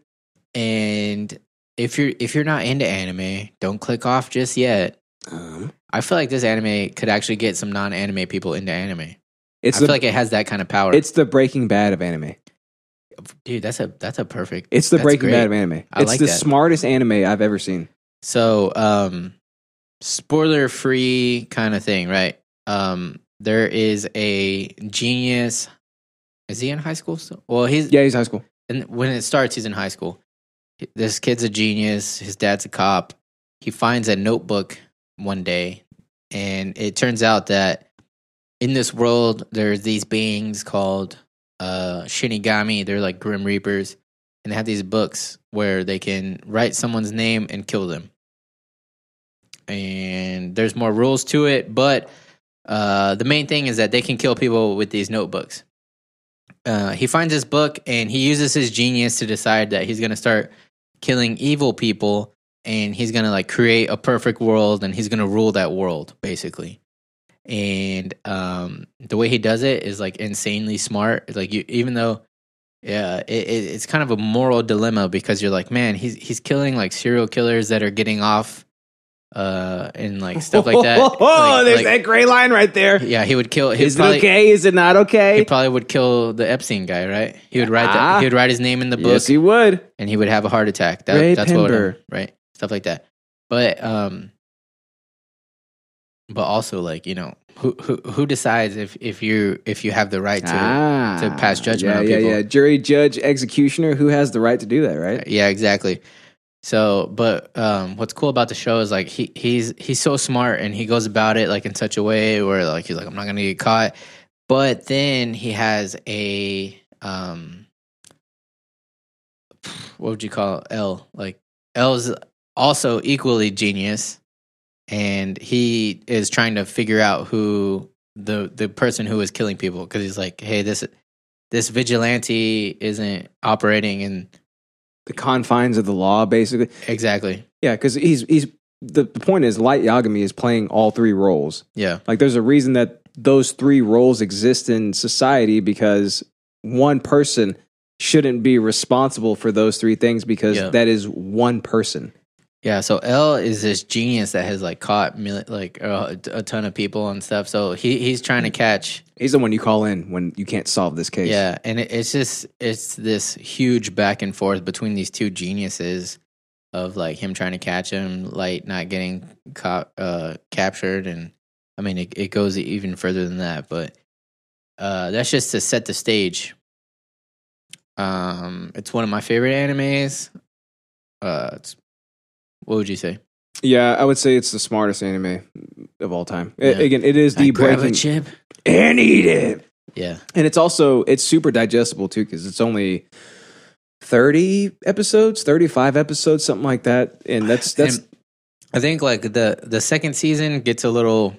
Speaker 1: and if you're if you're not into anime, don't click off just yet.
Speaker 2: Um,
Speaker 1: I feel like this anime could actually get some non-anime people into anime.
Speaker 2: it's
Speaker 1: I
Speaker 2: the
Speaker 1: feel like it has that kind of power.
Speaker 2: it's the Breaking Bad of anime.
Speaker 1: Dude, that's a that's a perfect.
Speaker 2: It's the
Speaker 1: that's
Speaker 2: Breaking
Speaker 1: great.
Speaker 2: Bad of anime.
Speaker 1: I
Speaker 2: it's
Speaker 1: like
Speaker 2: the
Speaker 1: that.
Speaker 2: smartest anime I've ever seen.
Speaker 1: So, um, spoiler free kind of thing, right? Um, there is a genius. Is he in high school still? Well, he's
Speaker 2: Yeah, he's high school.
Speaker 1: and when it starts, he's in high school. This kid's a genius. His dad's a cop. He finds a notebook one day, and it turns out that in this world, there's these beings called uh, Shinigami. They're like Grim Reapers, and they have these books where they can write someone's name and kill them. And there's more rules to it, but uh, the main thing is that they can kill people with these notebooks uh, he finds this book and he uses his genius to decide that he's going to start killing evil people and he's going to like create a perfect world and he's going to rule that world basically and um the way he does it is like insanely smart like you even though yeah it, it, it's kind of a moral dilemma because you're like man he's he's killing like serial killers that are getting off uh and like stuff like that
Speaker 2: Oh,
Speaker 1: Like-
Speaker 2: there's
Speaker 1: like-
Speaker 2: that gray line right there.
Speaker 1: yeah he would kill he
Speaker 2: Is
Speaker 1: would probably-
Speaker 2: it okay? Is it not
Speaker 1: he
Speaker 2: okay?
Speaker 1: probably would kill the Epstein guy, right? He would write
Speaker 2: Ah.
Speaker 1: that. He would write his name in the book,
Speaker 2: Yes, he would.
Speaker 1: and he would have a heart attack. That,
Speaker 2: Ray
Speaker 1: that's what,
Speaker 2: Pember.
Speaker 1: would- right? Stuff like that. But um, but also like you know who who who decides if if you if you have the right to
Speaker 2: Ah,
Speaker 1: to pass judgment
Speaker 2: yeah,
Speaker 1: on
Speaker 2: yeah,
Speaker 1: people.
Speaker 2: yeah. Jury, judge, executioner. Who has the right to do that? Right?
Speaker 1: Yeah, exactly. So, but um, what's cool about the show is like he he's he's so smart and he goes about it like in such a way where like he's like I'm not gonna get caught, but then he has a um, what would you call it? L like L is also equally genius, and he is trying to figure out who the the person who is killing people because he's like, hey, this this vigilante isn't operating in
Speaker 2: The confines of the law, basically.
Speaker 1: exactly
Speaker 2: Yeah, because he's he's the, the point is Light Yagami is playing all three roles.
Speaker 1: yeah.
Speaker 2: Like, there's a reason that those three roles exist in society because one person shouldn't be responsible for those three things because
Speaker 1: Yeah.
Speaker 2: that is one person.
Speaker 1: Yeah, so L is this genius that has like caught mil- like uh, a ton of people and stuff. So he he's trying to catch.
Speaker 2: He's the one you call in when you can't solve this case.
Speaker 1: Yeah, and it, it's just it's this huge back and forth between these two geniuses of like him trying to catch him, like not getting caught uh captured and I mean it it goes even further than that, but uh that's just to set the stage. Um it's one of my favorite animes. Uh it's, what would you say?
Speaker 2: yeah. I would say it's the smartest anime of all time. A-
Speaker 1: Yeah.
Speaker 2: again, it is the
Speaker 1: Like, grab a
Speaker 2: breaking
Speaker 1: chip.
Speaker 2: and eat it.
Speaker 1: Yeah.
Speaker 2: and it's also it's super digestible too because it's only 30 episodes 35 episodes something like that and that's that's
Speaker 1: And I think like the the second season gets a little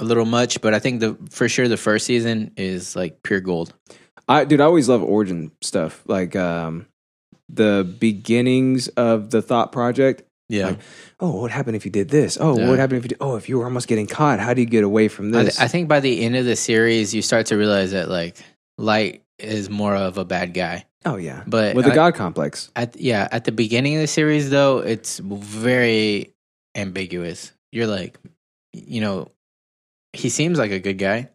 Speaker 1: a little much, but I think the for sure the first season is like pure gold.
Speaker 2: i dude i always love origin stuff like um the beginnings of the thought project
Speaker 1: Yeah.
Speaker 2: Like, oh what happened if you did this oh
Speaker 1: Yeah.
Speaker 2: what happened if you did, oh if you were almost getting caught how do you get away from
Speaker 1: I,
Speaker 2: this
Speaker 1: I think by the end of the series you start to realize that like Light is more of a bad guy.
Speaker 2: oh yeah
Speaker 1: But
Speaker 2: with the
Speaker 1: I-
Speaker 2: god complex
Speaker 1: At yeah, at the beginning of the series though, it's very ambiguous. You're like, you know, he seems like a good guy.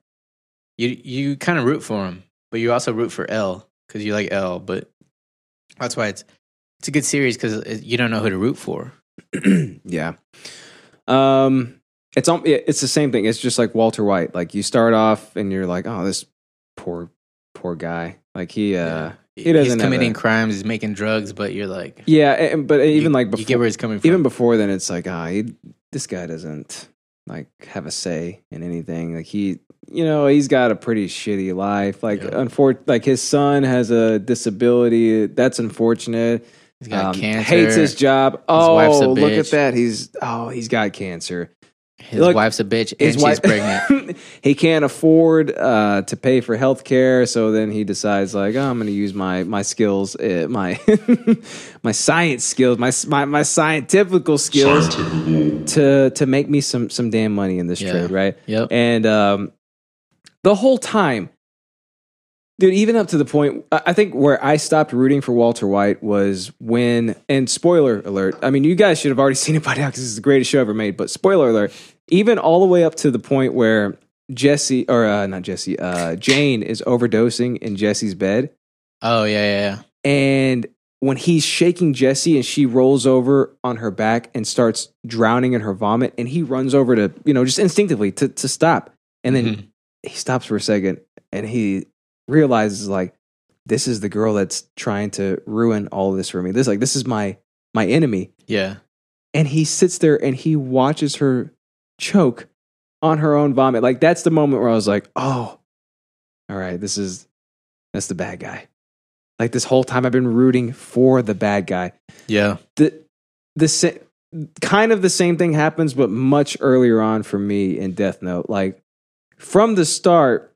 Speaker 1: You you kind of root for him, but you also root for L because you like L. But that's why it's it's a good series because you don't know who to root for.
Speaker 2: yeah. Um, it's al- yeah, it's the same thing. It's just like Walter White. Like you start off and you're like, oh, this poor poor guy. Like he, uh, he
Speaker 1: He's
Speaker 2: doesn't have
Speaker 1: committing
Speaker 2: that.
Speaker 1: crimes, he's making drugs, but you're like,
Speaker 2: Yeah, and, but even like before,
Speaker 1: you get where he's coming from.
Speaker 2: Even before then, it's like ah, he, this guy doesn't like have a say in anything. Like he, you know, he's got a pretty shitty life. Like unfor- like his son has a disability. That's unfortunate. He's
Speaker 1: got cancer.
Speaker 2: um, Hates his job.
Speaker 1: His
Speaker 2: oh,
Speaker 1: wife's a
Speaker 2: look at
Speaker 1: bitch.
Speaker 2: that. He's oh, he's got cancer.
Speaker 1: his
Speaker 2: Look,
Speaker 1: wife's a bitch and
Speaker 2: his
Speaker 1: she's
Speaker 2: wife-
Speaker 1: pregnant.
Speaker 2: he can't afford uh, to pay for health care, so then he decides like, oh, I'm going to use my my skills, uh, my my science skills, my my, my scientifical skills to to make me some some damn money in this trade, right? Yep. And um, the whole time, dude, even up to the point, I I think where I stopped rooting for Walter White was when, and spoiler alert, I mean, you guys should have already seen it by now because it's the greatest show ever made, but spoiler alert, even all the way up to the point where Jesse, or uh, not Jesse, uh, Jane is overdosing in Jesse's bed.
Speaker 1: Oh, yeah, yeah, yeah.
Speaker 2: And when he's shaking Jesse and she rolls over on her back and starts drowning in her vomit, and he runs over to, you know, just instinctively to, to stop. And then he stops for a second and he realizes, like, this is the girl that's trying to ruin all this for me. This, like, this is my my enemy.
Speaker 1: Yeah.
Speaker 2: And he sits there and he watches her choke on her own vomit. Like, that's the moment where I was like, oh, all right, this is that's the bad guy. Like this whole time, I've been rooting for the bad guy.
Speaker 1: Yeah.
Speaker 2: The the sa- kind of the same thing happens, but much earlier on for me in Death Note. Like from the start,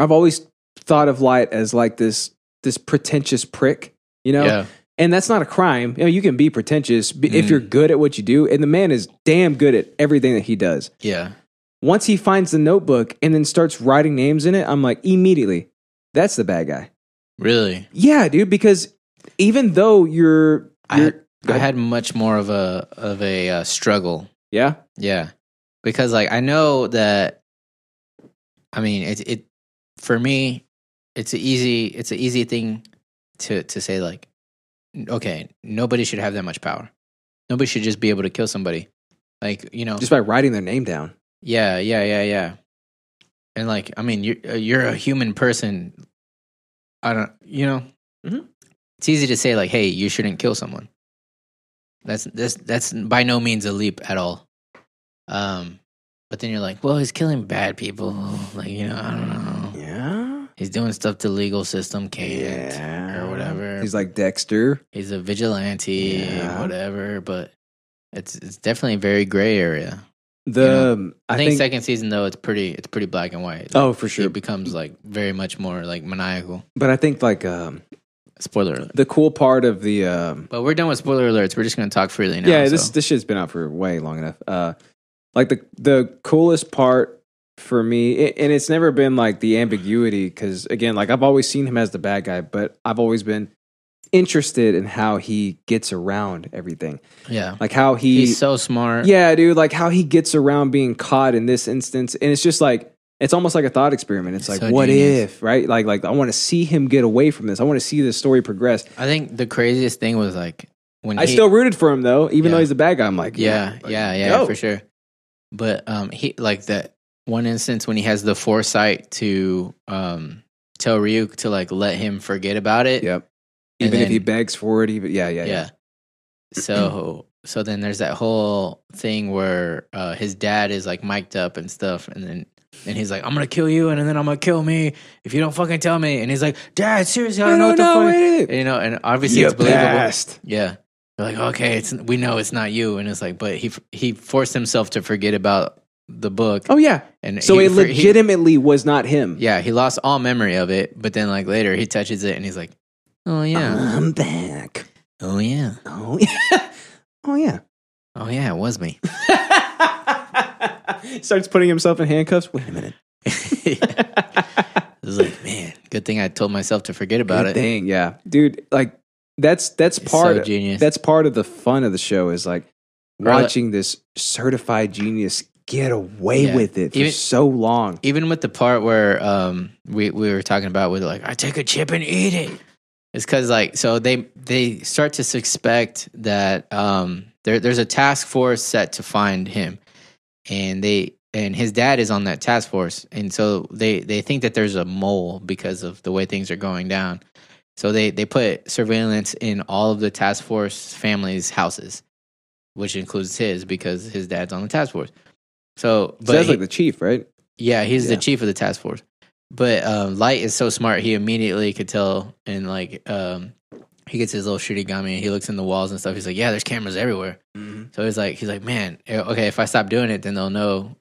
Speaker 2: I've always thought of Light as like this this pretentious prick, you know.
Speaker 1: Yeah.
Speaker 2: And that's not a crime. You know, you can be pretentious b- if
Speaker 1: Mm.
Speaker 2: you're good at what you do. And the man is damn good at everything that he does
Speaker 1: Yeah.
Speaker 2: once he finds the notebook and then starts writing names in it, I'm like, immediately, that's the bad guy.
Speaker 1: Really?
Speaker 2: Yeah, dude, because even though you're,
Speaker 1: I had, I had much more of a of a uh, struggle.
Speaker 2: Yeah.
Speaker 1: Yeah. Because like I know that I mean it it for me it's an easy it's an easy thing to to say like okay, nobody should have that much power. Nobody should just be able to kill somebody. Like, you know,
Speaker 2: just by writing their name down.
Speaker 1: yeah, yeah, yeah, yeah. And like, I mean, you're uh, you're a human person. I don't, you know,
Speaker 2: Mm-hmm.
Speaker 1: it's easy to say like, hey, you shouldn't kill someone. That's that's that's by no means a leap at all. Um, but then you're like, well, he's killing bad people. Like, you know, I don't know.
Speaker 2: Yeah.
Speaker 1: He's doing stuff the legal system can't or whatever.
Speaker 2: He's like Dexter.
Speaker 1: He's a vigilante, whatever. But it's it's definitely a very gray area.
Speaker 2: The um,
Speaker 1: You know? I,
Speaker 2: I
Speaker 1: think,
Speaker 2: think,
Speaker 1: second season though it's pretty it's pretty black and white.
Speaker 2: Oh, for sure.
Speaker 1: it becomes like very much more like maniacal.
Speaker 2: but I think like um,
Speaker 1: spoiler alert.
Speaker 2: The cool part of the um,
Speaker 1: But we're done with spoiler alerts. We're just gonna talk freely now.
Speaker 2: yeah,
Speaker 1: so.
Speaker 2: this this shit's been out for way long enough. Uh, like the the coolest part for me, a- and it's never been like the ambiguity because again, like I've always seen him as the bad guy, but I've always been interested in how he gets around everything,
Speaker 1: yeah,
Speaker 2: like how he
Speaker 1: he's so smart.
Speaker 2: yeah, dude, like how he gets around being caught in this instance, and it's just like it's almost like a thought experiment. It's like,
Speaker 1: so
Speaker 2: what
Speaker 1: genius.
Speaker 2: if, right? Like, like I want to see him get away from this. I want to see this story progress.
Speaker 1: I think the craziest thing was like when
Speaker 2: I
Speaker 1: he-
Speaker 2: still rooted for him though, even though he's the bad guy. I'm like,
Speaker 1: yeah, yeah, yeah,
Speaker 2: go.
Speaker 1: for sure. But um, he like that one instance when he has the foresight to um tell Ryuk to like let him forget about it.
Speaker 2: Yep.
Speaker 1: And
Speaker 2: even if he
Speaker 1: then-
Speaker 2: begs for it even yeah yeah yeah,
Speaker 1: yeah. So so then there's that whole thing where uh, his dad is like mic'd up and stuff, and then and he's like, "I'm gonna kill you," and then I'm gonna kill me if you don't fucking tell me. And he's like, "Dad, seriously, I don't know what the fuck." And, you know, and obviously
Speaker 2: You
Speaker 1: it's believable.
Speaker 2: passed.
Speaker 1: Yeah, They're like okay, it's we know it's not you, and it's like, but he he forced himself to forget about the book.
Speaker 2: oh yeah
Speaker 1: and
Speaker 2: so
Speaker 1: he-
Speaker 2: it
Speaker 1: for- he-
Speaker 2: legitimately was not him
Speaker 1: yeah, he lost all memory of it, but then like later he touches it and he's like, "Oh yeah,
Speaker 2: I'm back."
Speaker 1: Oh yeah.
Speaker 2: Oh yeah. oh yeah.
Speaker 1: Oh yeah, it was me.
Speaker 2: starts putting himself in handcuffs wait a minute
Speaker 1: It's like, man, good thing I told myself to forget about it.
Speaker 2: Good thing yeah dude like that's that's
Speaker 1: It's
Speaker 2: part
Speaker 1: so
Speaker 2: of,
Speaker 1: genius.
Speaker 2: that's part of the fun of the show is like
Speaker 1: Or like-
Speaker 2: watching this certified genius get away
Speaker 1: Yeah.
Speaker 2: with it for
Speaker 1: Even-
Speaker 2: so long
Speaker 1: Even with the part where um we, we were talking about with like I take a chip and eat it. It's cause like so they they start to suspect that um there there's a task force set to find him. And they and his dad is on that task force, and so they they think that there's a mole because of the way things are going down. So they they put surveillance in all of the task force families' houses, which includes his because his dad's on the task force. So,
Speaker 2: So that's
Speaker 1: he-
Speaker 2: like the chief, right?
Speaker 1: yeah, he's
Speaker 2: Yeah.
Speaker 1: the chief of the task force. But um, Light is so smart, he immediately could tell, and like um, he gets his little shurigami, and he looks in the walls and stuff. He's like, "Yeah, there's cameras everywhere." So he's like, "He's like, man, eh, okay, if I stop doing it, then they'll know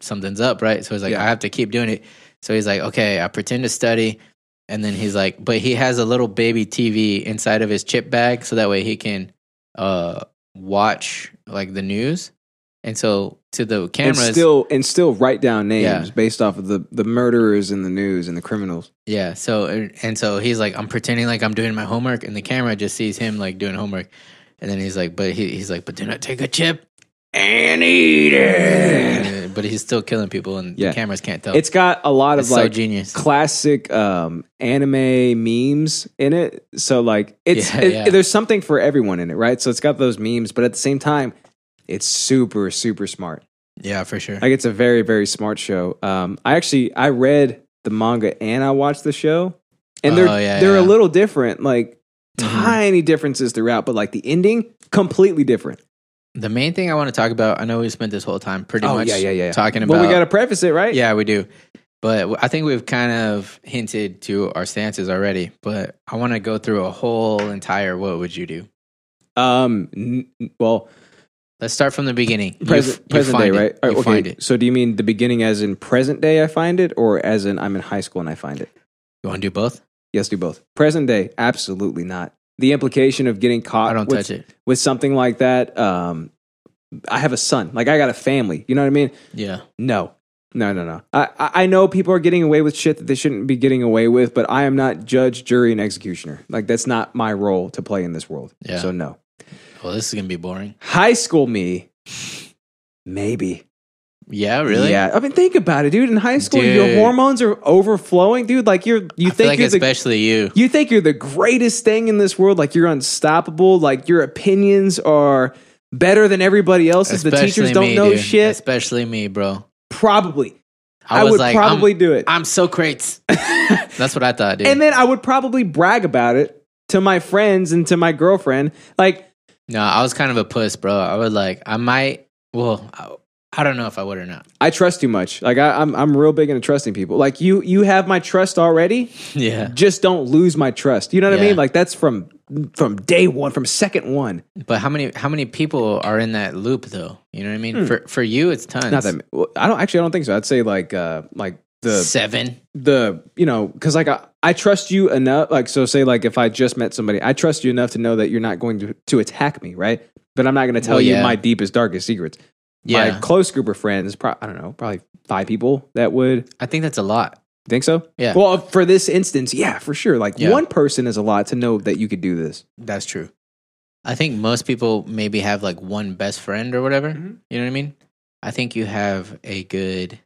Speaker 1: something's up, right?" So he's like, "I have to keep doing it." So he's like, "Okay, I pretend to study." And then he's like, but he has a little baby TV inside of his chip bag, so that way he can uh, watch like the news. And so to the cameras,
Speaker 2: and still and still write down names
Speaker 1: Yeah.
Speaker 2: based off of the the murderers in the news and the criminals.
Speaker 1: Yeah. So and- and so he's like, I'm pretending like I'm doing my homework, and the camera just sees him like doing homework, and then he's like, but he, he's like, but do not take a chip and eat it. But he's still killing people, and
Speaker 2: Yeah.
Speaker 1: the cameras can't tell.
Speaker 2: It's got a lot of
Speaker 1: It's so
Speaker 2: like
Speaker 1: genius.
Speaker 2: classic um, anime memes in it. So like it's
Speaker 1: Yeah,
Speaker 2: it-
Speaker 1: yeah.
Speaker 2: there's something for everyone in it, right? So it's got those memes, but at the same time, it's super super smart.
Speaker 1: yeah, for sure.
Speaker 2: Like it's a very very smart show. Um, I actually I read the manga and I watched the show, and they're
Speaker 1: Oh, yeah,
Speaker 2: they're a
Speaker 1: yeah. Mm-hmm.
Speaker 2: little different, like tiny differences throughout, but like the ending completely different.
Speaker 1: the main thing I want to talk about, I know we spent this whole time pretty
Speaker 2: Oh,
Speaker 1: much
Speaker 2: yeah, yeah, yeah.
Speaker 1: talking
Speaker 2: But
Speaker 1: about.
Speaker 2: we got to preface it, right?
Speaker 1: Yeah, we do. But w- I think we've kind of hinted to our stances already. But I want to go through a whole entire. What would you do?
Speaker 2: Um. n- n- well,
Speaker 1: Let's start from the beginning. You
Speaker 2: present
Speaker 1: f- you
Speaker 2: present day,
Speaker 1: find it.
Speaker 2: right? All right,
Speaker 1: You
Speaker 2: okay.
Speaker 1: find it.
Speaker 2: So do you mean the beginning as in present day? I find it, or as in I'm in high school and I find it.
Speaker 1: You want to do both?
Speaker 2: Yes, do both. Present day, absolutely not. The implication of getting caught.
Speaker 1: I don't
Speaker 2: with,
Speaker 1: touch it.
Speaker 2: with something like that. Um, I have a son. Like I got a family. You know what I mean?
Speaker 1: Yeah.
Speaker 2: No, no, no, no. I I I know people are getting away with shit that they shouldn't be getting away with, but I am not judge, jury, and executioner. Like that's not my role to play in this world.
Speaker 1: Yeah.
Speaker 2: So no.
Speaker 1: Well, this is gonna be boring.
Speaker 2: High school me, maybe.
Speaker 1: Yeah, really.
Speaker 2: Yeah. I mean, think about it, dude. In high school, your
Speaker 1: Dude.
Speaker 2: hormones are overflowing, dude. Like you're, you
Speaker 1: I feel
Speaker 2: think
Speaker 1: like
Speaker 2: you're the,
Speaker 1: especially you.
Speaker 2: you think you're the greatest thing in this world. Like you're unstoppable. Like your opinions are better than everybody else's. The
Speaker 1: Especially
Speaker 2: teachers don't
Speaker 1: me,
Speaker 2: know
Speaker 1: dude.
Speaker 2: shit.
Speaker 1: Especially me, bro.
Speaker 2: probably.
Speaker 1: I
Speaker 2: I,
Speaker 1: was
Speaker 2: would
Speaker 1: like,
Speaker 2: probably do it.
Speaker 1: I'm Socrates. That's what I thought, dude.
Speaker 2: and then I would probably brag about it to my friends and to my girlfriend. Like,
Speaker 1: no, I was kind of a puss, bro. I would like, I might. Well, I, I don't know if I would or not.
Speaker 2: I trust too much. Like I, I'm, I'm real big into trusting people. Like you, you have my trust already.
Speaker 1: Yeah,
Speaker 2: Just don't lose my trust. You know what I
Speaker 1: Yeah.
Speaker 2: mean? Like that's from, from day one, from second one.
Speaker 1: but how many how many people are in that loop though? You know what I mean? For for you, it's tons.
Speaker 2: Hmm. Not that well, I don't actually. I don't think so. I'd say like, uh, like the
Speaker 1: seven.
Speaker 2: the you know because like I, I trust you enough like so say like if i just met somebody i trust you enough to know that you're not going to, to attack me right but i'm not going to tell
Speaker 1: Well,
Speaker 2: you
Speaker 1: yeah.
Speaker 2: my deepest darkest secrets
Speaker 1: Yeah.
Speaker 2: my close group of friends pro- i don't know probably five people that would
Speaker 1: I think that's a lot.
Speaker 2: think so
Speaker 1: Yeah.
Speaker 2: well for this instance yeah for sure like
Speaker 1: Yeah.
Speaker 2: one person is a lot to know that you could do this
Speaker 1: That's true. I think most people maybe have like one best friend or whatever.
Speaker 2: Mm-hmm.
Speaker 1: You know what I mean? I think you have a good,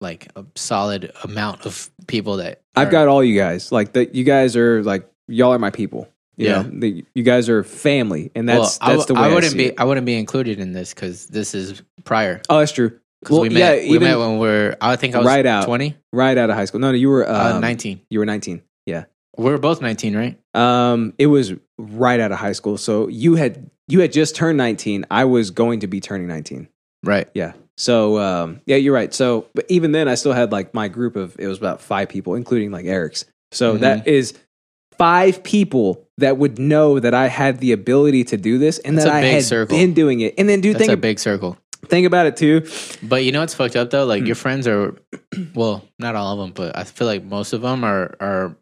Speaker 1: like a solid amount of people that
Speaker 2: i've
Speaker 1: are-
Speaker 2: got all you guys like that you guys are like y'all are my people you
Speaker 1: Yeah.
Speaker 2: know the, you guys are family and
Speaker 1: Well,
Speaker 2: that's
Speaker 1: I,
Speaker 2: that's the
Speaker 1: w-
Speaker 2: way
Speaker 1: I
Speaker 2: i,
Speaker 1: wouldn't
Speaker 2: see
Speaker 1: be.
Speaker 2: it.
Speaker 1: I wouldn't be included in this because this is prior.
Speaker 2: oh that's true
Speaker 1: Because we met. we met when we are I think I was
Speaker 2: Right out.
Speaker 1: twenty.
Speaker 2: right out of high school no no you were
Speaker 1: Uh,
Speaker 2: um,
Speaker 1: nineteen.
Speaker 2: You were 19. Yeah.
Speaker 1: We were both nineteen, right?
Speaker 2: Um, it was right out of high school. So you had you had just turned 19. I was going to be turning 19.
Speaker 1: Right.
Speaker 2: Yeah. So um, yeah, you're right. So but even then I still had like my group of it was about 5 people including like Eric's. So
Speaker 1: Mm-hmm.
Speaker 2: that is 5 people that would know that I had the ability to do this and
Speaker 1: That's
Speaker 2: that
Speaker 1: a
Speaker 2: I
Speaker 1: big
Speaker 2: had
Speaker 1: circle.
Speaker 2: been doing it. And then dude
Speaker 1: That's
Speaker 2: think,
Speaker 1: a big circle.
Speaker 2: think about it too.
Speaker 1: But you know what's fucked up though?
Speaker 2: Hmm.
Speaker 1: Like your friends are, well, not all of them, but I feel like most of them are are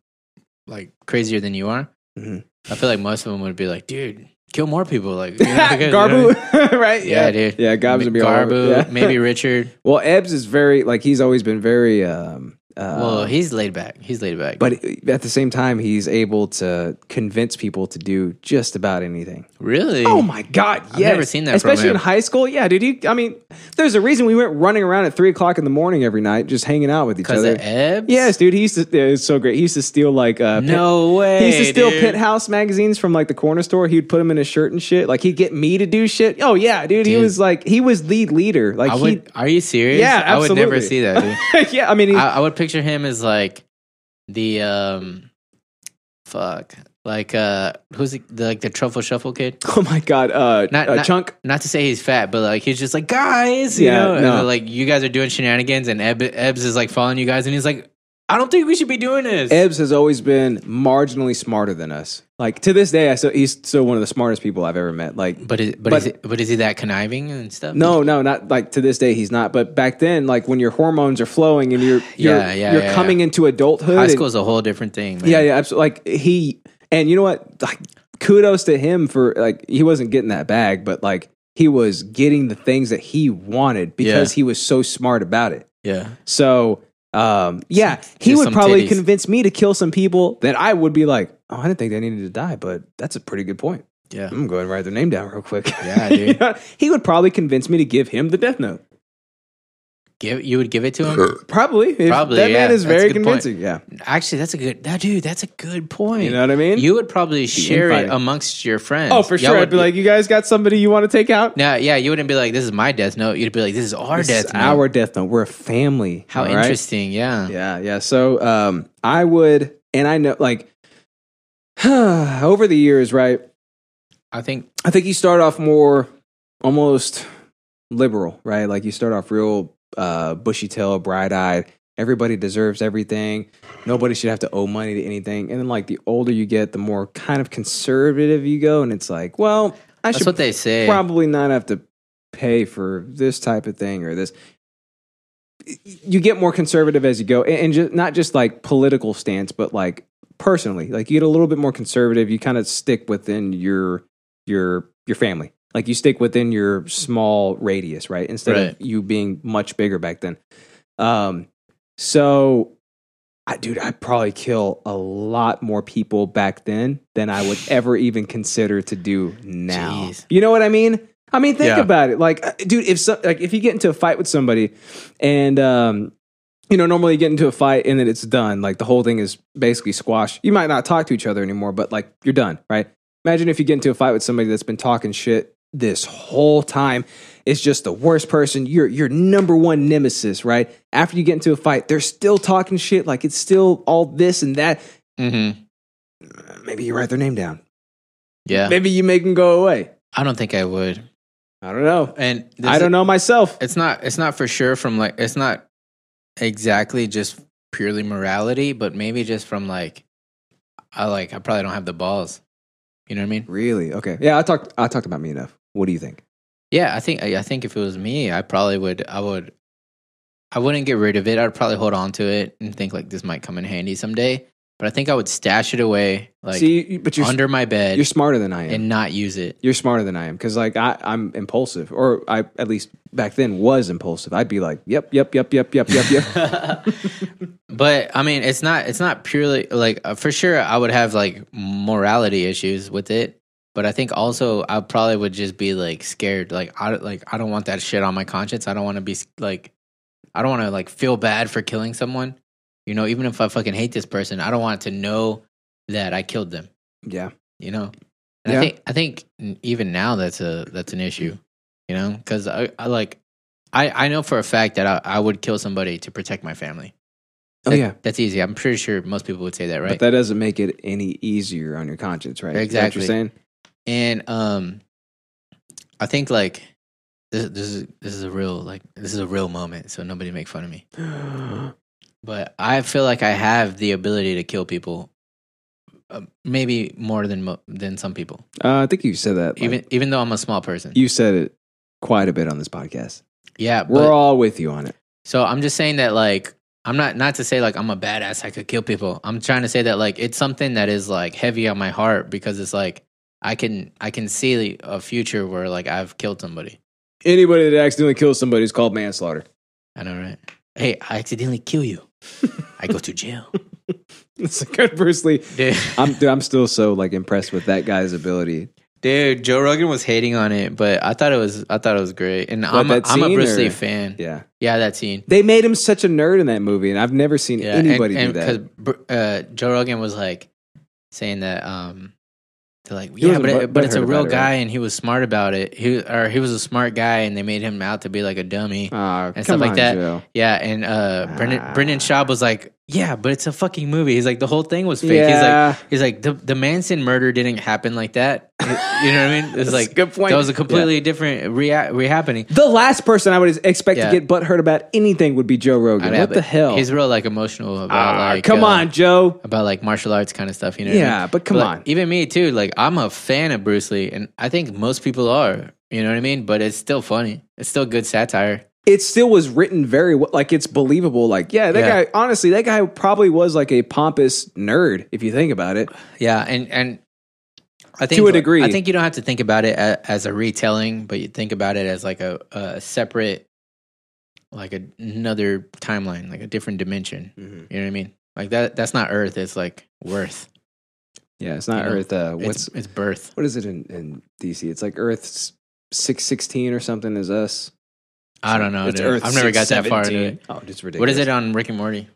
Speaker 1: like crazier than you are.
Speaker 2: Mhm.
Speaker 1: I feel like most of them would be like, dude, kill more people, like you know, because- you know what I mean?
Speaker 2: Garbu, right?
Speaker 1: Yeah, dude.
Speaker 2: Yeah, Garb's
Speaker 1: Ma-
Speaker 2: gonna be all over-
Speaker 1: Garbu,
Speaker 2: yeah.
Speaker 1: maybe Richard.
Speaker 2: Well, Ebbs is very like he's always been very um,
Speaker 1: well, he's laid back. He's laid back.
Speaker 2: but at the same time, he's able to convince people to do just about anything.
Speaker 1: Really?
Speaker 2: Oh my God! Yes,
Speaker 1: I've never seen that from
Speaker 2: Especially
Speaker 1: him.
Speaker 2: in high school. Yeah, dude. He, I mean, there's a reason we went running around at three o'clock in the morning every night, just hanging out with each
Speaker 1: 'Cause
Speaker 2: other.
Speaker 1: of Ebbs?
Speaker 2: Yes, dude. He used to. yeah, It's so great. He used to steal like uh,
Speaker 1: No way,
Speaker 2: He used to steal
Speaker 1: dude.
Speaker 2: penthouse magazines from like the corner store. He'd put them in his shirt and shit. Like he'd get me to do shit. Oh yeah, dude. He
Speaker 1: Dude.
Speaker 2: was like he was lead leader. Like
Speaker 1: I
Speaker 2: he.
Speaker 1: would, are you serious?
Speaker 2: Yeah,
Speaker 1: I would never
Speaker 2: absolutely.
Speaker 1: see that. Dude.
Speaker 2: yeah, I mean, he,
Speaker 1: I, I would picture him as like the um, fuck, like uh, who's the, the like the truffle shuffle kid?
Speaker 2: oh my god, uh,
Speaker 1: Not,
Speaker 2: uh,
Speaker 1: not
Speaker 2: chunk.
Speaker 1: Not to say he's fat, but like he's just like guys, you
Speaker 2: Yeah,
Speaker 1: know, and
Speaker 2: no.
Speaker 1: they're like you guys are doing shenanigans, and Eb, Ebbs is like following you guys, and he's like, I don't think we should be doing this.
Speaker 2: Ebbs has always been marginally smarter than us. Like to this day, I still, he's still one of the smartest people I've ever met. Like,
Speaker 1: but is, but,
Speaker 2: but-
Speaker 1: is it, but is he that conniving and stuff?
Speaker 2: no, no, not like to this day he's not. But back then, like when your hormones are flowing and you're you're,
Speaker 1: Yeah, yeah,
Speaker 2: you're
Speaker 1: yeah,
Speaker 2: coming
Speaker 1: yeah.
Speaker 2: into adulthood,
Speaker 1: high
Speaker 2: and-
Speaker 1: school is a whole different thing. Man.
Speaker 2: yeah, yeah, absolutely. Like he and you know what? Like kudos to him for like he wasn't getting that bag, but like he was getting the things that he wanted because
Speaker 1: Yeah.
Speaker 2: he was so smart about it.
Speaker 1: yeah.
Speaker 2: So um, yeah, he
Speaker 1: just
Speaker 2: would
Speaker 1: some
Speaker 2: probably
Speaker 1: titties.
Speaker 2: convince me to kill some people that I would be like, oh, I didn't think they needed to die, but that's a pretty good point.
Speaker 1: Yeah.
Speaker 2: I'm going to write their name down real quick.
Speaker 1: Yeah, dude.
Speaker 2: You know, he would probably convince me to give him the death note.
Speaker 1: Give you would give it to him.
Speaker 2: Probably. If
Speaker 1: Probably,
Speaker 2: That man
Speaker 1: yeah,
Speaker 2: is
Speaker 1: that's a
Speaker 2: very
Speaker 1: good point.
Speaker 2: convincing. Yeah.
Speaker 1: Actually, that's a good that dude. That's a good point.
Speaker 2: You know what I mean?
Speaker 1: You would probably share it
Speaker 2: infighting.
Speaker 1: amongst your friends.
Speaker 2: oh, for
Speaker 1: Y'all
Speaker 2: sure. I'd
Speaker 1: would-
Speaker 2: be like, you guys got somebody you want to take out?
Speaker 1: no, yeah, you wouldn't be like, this is my death note. You'd be like, this is our
Speaker 2: This is
Speaker 1: death note.
Speaker 2: our death note. We're a family.
Speaker 1: How
Speaker 2: all right?
Speaker 1: interesting. Yeah.
Speaker 2: Yeah, yeah. So um, I would, and I know, like, over the years, right?
Speaker 1: I think
Speaker 2: I think you start off more almost liberal, right? Like you start off real uh, bushy tail, bright eyed. Everybody deserves everything. Nobody should have to owe money to anything. And then, like, the older you get, the more kind of conservative you go. And it's like, well, I
Speaker 1: that's
Speaker 2: should
Speaker 1: what they say.
Speaker 2: probably not have to pay for this type of thing or this. You get more conservative as you go, and, and just not just like political stance, but like personally, like you get a little bit more conservative. You kind of stick within your your your family, like you stick within your small radius, right? Instead
Speaker 1: Right.
Speaker 2: of you being much bigger back then. Um, so. I, dude, I'd probably kill a lot more people back then than I would ever even consider to do now.
Speaker 1: Jeez.
Speaker 2: You know what I mean? I mean, think
Speaker 1: Yeah.
Speaker 2: about it. Like, uh, dude, if so, like if you get into a fight with somebody, and um, you know, normally you get into a fight and then it's done. Like the whole thing is basically squashed. You might not talk to each other anymore, but like you're done, right? Imagine if you get into a fight with somebody that's been talking shit this whole time. It's just the worst person. You're your number one nemesis, right? After you get into a fight, they're still talking shit. Like it's still all this and that.
Speaker 1: Mhm.
Speaker 2: Maybe you write their name down.
Speaker 1: Yeah.
Speaker 2: Maybe you make them go away.
Speaker 1: I don't think I would.
Speaker 2: I don't know.
Speaker 1: And this
Speaker 2: I don't know myself.
Speaker 1: It's not. It's not for sure from like. It's not exactly just purely morality, but maybe just from like. I like. I probably don't have the balls. You know what I mean?
Speaker 2: Really? Okay. Yeah, I talked. I talked about me enough. What do you think?
Speaker 1: Yeah, I think I I think if it was me, I probably would. I would. I wouldn't get rid of it. I'd probably hold on to it and think like this might come in handy someday. But I think I would stash it away, like
Speaker 2: See, you- but you're
Speaker 1: under my bed,
Speaker 2: you're smarter than I am.
Speaker 1: and not use it.
Speaker 2: you're smarter than I am because like I, I'm impulsive, or I at least back then was impulsive. I'd be like, yep, yep, yep, yep, yep, yep, yep.
Speaker 1: But I mean, it's not. It's not purely like uh, for sure. I would have like morality issues with it. But I think also I probably would just be like scared. Like I like I don't want that shit on my conscience. I don't want to be like I don't want to like feel bad for killing someone. You know, even if I fucking hate this person, I don't want to know that I killed them.
Speaker 2: yeah,
Speaker 1: You know, and
Speaker 2: Yeah.
Speaker 1: I think I think n- even now that's a that's an issue. You know, because I, I like I I know for a fact that I, I would kill somebody to protect my family.
Speaker 2: oh
Speaker 1: That-
Speaker 2: yeah.
Speaker 1: That's easy. I'm pretty sure most people would say that, right?
Speaker 2: But that doesn't make it any easier on your conscience, right? Is that what
Speaker 1: Exactly.
Speaker 2: you're saying
Speaker 1: and um, I think like this, this is this is a real like this is a real moment. So nobody make fun of me. But I feel like I have the ability to kill people, uh, maybe more than mo- than some people.
Speaker 2: uh, I think you said that. like,
Speaker 1: even even though I'm a small person.
Speaker 2: you said it quite a bit on this podcast.
Speaker 1: yeah,
Speaker 2: We're
Speaker 1: but-
Speaker 2: all with you on it.
Speaker 1: So I'm just saying that like I'm not not to say like I'm a badass I could kill people. I'm trying to say that like it's something that is like heavy on my heart because it's like I can I can see a future where like I've killed somebody.
Speaker 2: Anybody that accidentally kills somebody is called manslaughter.
Speaker 1: I know right. Hey, I accidentally kill you. I go to jail.
Speaker 2: It's a good Bruce Lee.
Speaker 1: Dude.
Speaker 2: I'm, dude, I'm still so like impressed with that guy's ability.
Speaker 1: Dude, Joe Rogan was hating on it, but I thought it was I thought it was great. And
Speaker 2: What,
Speaker 1: I'm a,
Speaker 2: that
Speaker 1: I'm a
Speaker 2: scene,
Speaker 1: Bruce
Speaker 2: or-
Speaker 1: Lee fan.
Speaker 2: Yeah.
Speaker 1: Yeah, that scene.
Speaker 2: They made him such a nerd in that movie, and I've never seen
Speaker 1: Yeah,
Speaker 2: anybody
Speaker 1: and,
Speaker 2: do
Speaker 1: and
Speaker 2: that.
Speaker 1: Because uh, Joe Rogan was like saying that um, they're like,
Speaker 2: He
Speaker 1: yeah,
Speaker 2: was
Speaker 1: but,
Speaker 2: a
Speaker 1: it-
Speaker 2: butt-
Speaker 1: but it's
Speaker 2: butthurt
Speaker 1: a real
Speaker 2: about it,
Speaker 1: guy,
Speaker 2: right?
Speaker 1: and he was smart about it. He or he was a smart guy, and they made him out to be like a dummy
Speaker 2: Ah,
Speaker 1: and
Speaker 2: come
Speaker 1: stuff like
Speaker 2: on,
Speaker 1: that.
Speaker 2: Joe. Ah.
Speaker 1: Yeah, and uh, Brendan Brendan Schaub was like, yeah, but it's a fucking movie. He's like, the whole thing was fake.
Speaker 2: Yeah.
Speaker 1: He's like, he's like, the the Manson murder didn't happen like that. you know what I mean? It's
Speaker 2: That's a
Speaker 1: like
Speaker 2: good point.
Speaker 1: That was a completely different rea- rehappening.
Speaker 2: The last person I would expect
Speaker 1: Yeah.
Speaker 2: to get butthurt about anything would be Joe Rogan.
Speaker 1: I know,
Speaker 2: what
Speaker 1: but
Speaker 2: the hell?
Speaker 1: He's real like emotional about
Speaker 2: Ah,
Speaker 1: like
Speaker 2: come
Speaker 1: uh,
Speaker 2: on, Joe.
Speaker 1: about like martial arts kind of stuff, you know? what I
Speaker 2: Yeah,
Speaker 1: mean?
Speaker 2: but come
Speaker 1: like,
Speaker 2: on.
Speaker 1: even me too. Like I'm a fan of Bruce Lee, and I think most people are. You know what I mean? But it's still funny. It's still good satire.
Speaker 2: It still was written very well. Like it's believable. Like yeah, that
Speaker 1: Yeah.
Speaker 2: guy. Honestly, that guy probably was like a pompous nerd if you think about it.
Speaker 1: Yeah, and and I think
Speaker 2: To a degree.
Speaker 1: I think you don't have to think about it as, as a retelling, but you think about it as like a, a separate, like a, another timeline, like a different dimension. You know what I mean? Like that. That's not Earth. It's like worth.
Speaker 2: Yeah, it's not
Speaker 1: You know,
Speaker 2: Earth. Uh,
Speaker 1: It's-
Speaker 2: what's
Speaker 1: it's birth.
Speaker 2: what is it in, in DC? It's like Earth six sixteen or something. Is us?
Speaker 1: I don't know.
Speaker 2: It's
Speaker 1: dude.
Speaker 2: Earth
Speaker 1: I've never got that far into
Speaker 2: 617.
Speaker 1: it.
Speaker 2: Oh, it's
Speaker 1: What is
Speaker 2: ridiculous.
Speaker 1: it on Rick and Morty?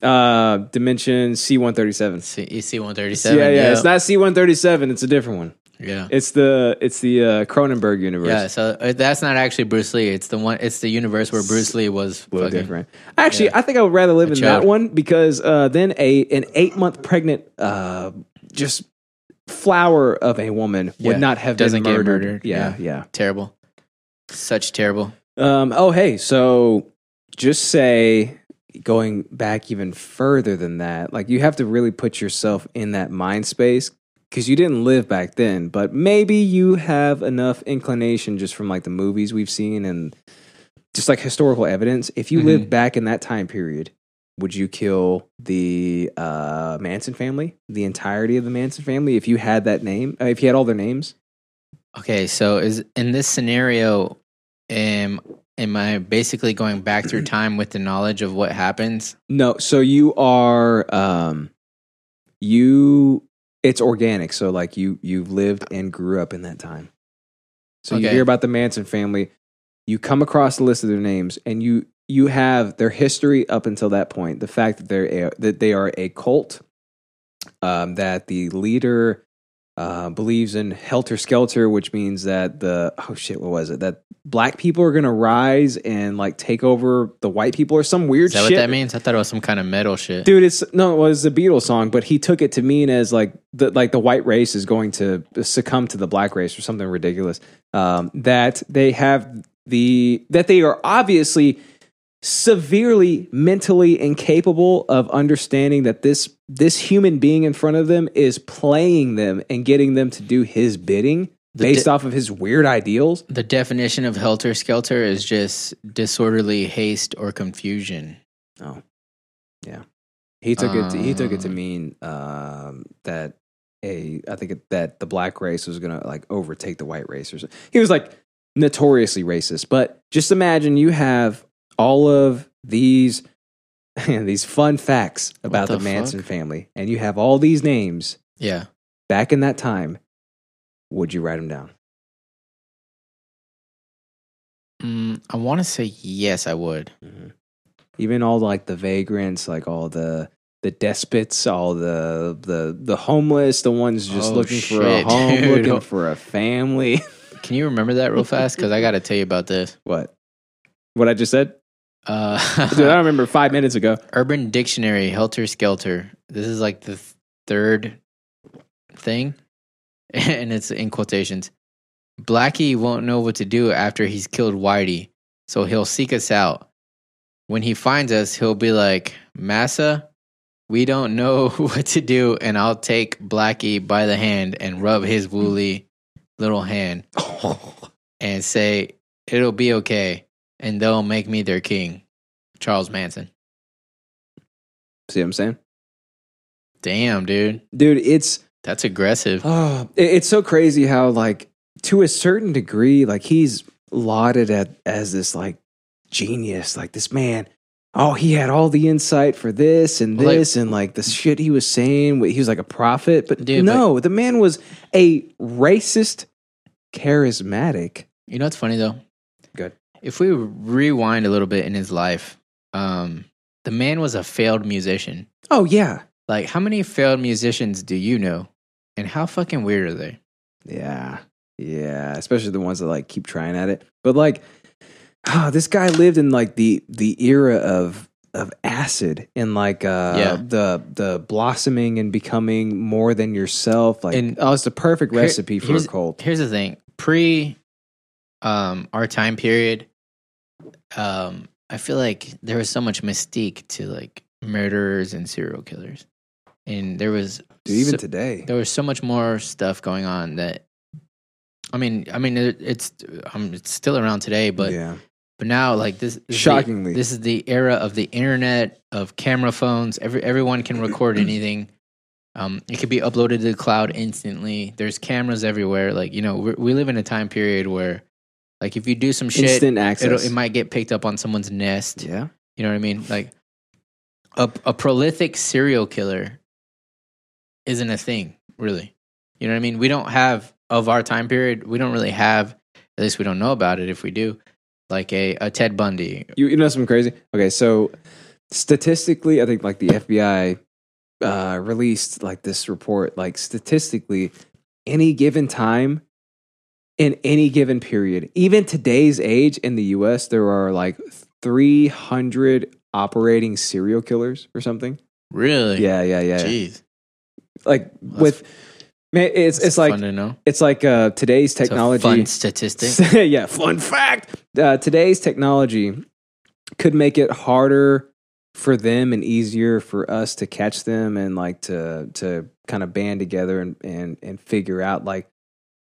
Speaker 2: Uh, Dimension C one thirty seven.
Speaker 1: EC E one thirty
Speaker 2: Yeah,
Speaker 1: seven.
Speaker 2: yeah. It's not C one thirty seven. It's a different one.
Speaker 1: Yeah.
Speaker 2: It's the it's the uh, Cronenberg universe.
Speaker 1: Yeah, so uh, that's not actually Bruce Lee. It's the one. It's the universe where Bruce Lee was
Speaker 2: little
Speaker 1: fucking-
Speaker 2: different. Actually, I think I would rather live in that
Speaker 1: child.
Speaker 2: one because uh, then a an eight month pregnant uh, just flower of a woman
Speaker 1: Yeah,
Speaker 2: would not have
Speaker 1: doesn't
Speaker 2: been
Speaker 1: get
Speaker 2: murdered.
Speaker 1: murdered.
Speaker 2: Yeah,
Speaker 1: Yeah.
Speaker 2: yeah.
Speaker 1: Terrible. Such terrible.
Speaker 2: Um, oh, hey. So just say going back even further than that, like you have to really put yourself in that mind space because you didn't live back then, but maybe you have enough inclination just from like the movies we've seen and just like historical evidence. If you lived back in that time period, would you kill the uh, Manson family, the entirety of the Manson family, if you had that name, uh, if you had all their names?
Speaker 1: Okay, so is in this scenario, am am I basically going back through time with the knowledge of what happens?
Speaker 2: No, so you are um you it's organic, so like you you've lived and grew up in that time. So you
Speaker 1: Okay.
Speaker 2: hear about the Manson family, you come across the list of their names and you you have their history up until that point, the fact that they're a, that they are a cult um that the leader uh, believes in helter skelter, which means that the oh shit, what was it? That black people are gonna rise and like take over the white people or some weird
Speaker 1: Is that
Speaker 2: shit
Speaker 1: what that means? I thought it was some kind of metal shit.
Speaker 2: dude it's no it was a beatles song but he took it to mean as like the like the white race is going to succumb to the black race or something ridiculous um that they have the that they are obviously severely mentally incapable of understanding that this this human being in front of them is playing them and getting them to do his bidding
Speaker 1: The
Speaker 2: based
Speaker 1: di-
Speaker 2: off of his weird ideals
Speaker 1: The definition of helter skelter is just disorderly haste or confusion.
Speaker 2: Oh, yeah. He took it. To, he took it to mean um, that a. I think it, that the black race was gonna like overtake the white race. Or something. He was like notoriously racist. But just imagine you have all of these these fun facts about
Speaker 1: the
Speaker 2: the, Manson family, and you have all these names
Speaker 1: Yeah.
Speaker 2: back in that time. Would you write them down?
Speaker 1: Mm, I want to say yes, I would.
Speaker 2: even all like the vagrants, like all the the despots, all the the the homeless, the ones just
Speaker 1: Oh,
Speaker 2: looking for a
Speaker 1: shit,
Speaker 2: home,
Speaker 1: dude.
Speaker 2: looking for a family.
Speaker 1: Can you remember that real fast? Because I got to tell you about this.
Speaker 2: What? What I just said?
Speaker 1: Uh,
Speaker 2: Dude, I remember five minutes ago.
Speaker 1: Urban Dictionary, Helter Skelter. This is like the th- third thing, and it's in quotations. Blackie won't know what to do after he's killed Whitey, so he'll seek us out. When he finds us, he'll be like, Massa, we don't know what to do, and I'll take Blackie by the hand and rub his woolly little hand and say, It'll be okay, and they'll make me their king. Charles Manson.
Speaker 2: See what I'm saying?
Speaker 1: Damn, dude.
Speaker 2: Dude, it's
Speaker 1: That's aggressive.
Speaker 2: Oh, it- it's so crazy how like to a certain degree, like he's lauded at as this like genius, like this man oh, he had all the insight for this and
Speaker 1: Well, like-
Speaker 2: this and like the shit he was saying. wh- He was like a prophet, but
Speaker 1: Dude,
Speaker 2: no, the man was a racist, charismatic.
Speaker 1: You know what's funny though?
Speaker 2: Good.
Speaker 1: If we rewind a little bit in his life, um, the man was a failed musician.
Speaker 2: Oh yeah,
Speaker 1: Like, how many failed musicians do you know? And how fucking weird are they?
Speaker 2: yeah, yeah. Especially the ones that like keep trying at it. But like, ah, this guy lived in like the the era of of acid and like uh
Speaker 1: Yeah.
Speaker 2: the the blossoming and becoming more than yourself. Like,
Speaker 1: And-
Speaker 2: oh, it's the perfect
Speaker 1: Here-
Speaker 2: recipe for a
Speaker 1: here's-
Speaker 2: cult.
Speaker 1: Here's the thing: pre um, our time period, um, I feel like there was so much mystique to like murderers and serial killers, and there was
Speaker 2: Dude, even
Speaker 1: so-
Speaker 2: today.
Speaker 1: there was so much more stuff going on that. I mean, I mean, it, it's um, it's still around today, but
Speaker 2: yeah.
Speaker 1: but now like this, this is the-
Speaker 2: Shockingly.
Speaker 1: this is the era of the internet of camera phones. Every everyone can record anything. Um, it could be uploaded to the cloud instantly. There's cameras everywhere. Like you know, we're, we live in a time period where, like, if you do some shit,
Speaker 2: Instant
Speaker 1: it'll,
Speaker 2: access.
Speaker 1: it might get picked up on someone's nest.
Speaker 2: yeah.
Speaker 1: You know what I mean? Like, a a prolific serial killer isn't a thing, really. You know what I mean? We don't have of our time period. We don't really have. At least we don't know about it. If we do, like a, a Ted Bundy
Speaker 2: You, you know something crazy? Okay, so statistically, I think like the FBI uh, released like this report. Like statistically, any given time in any given period, even today's age in the U.S., there are like three hundred operating serial killers or something.
Speaker 1: Really?
Speaker 2: yeah, yeah, yeah.
Speaker 1: Jeez.
Speaker 2: Like
Speaker 1: That's-
Speaker 2: with man, it's
Speaker 1: That's
Speaker 2: it's like
Speaker 1: fun to know.
Speaker 2: it's like uh, today's
Speaker 1: It's a
Speaker 2: technology.
Speaker 1: fun statistic.
Speaker 2: yeah, fun fact. Uh, today's technology could make it harder for them and easier for us to catch them and like to to kind of band together and and and figure out like,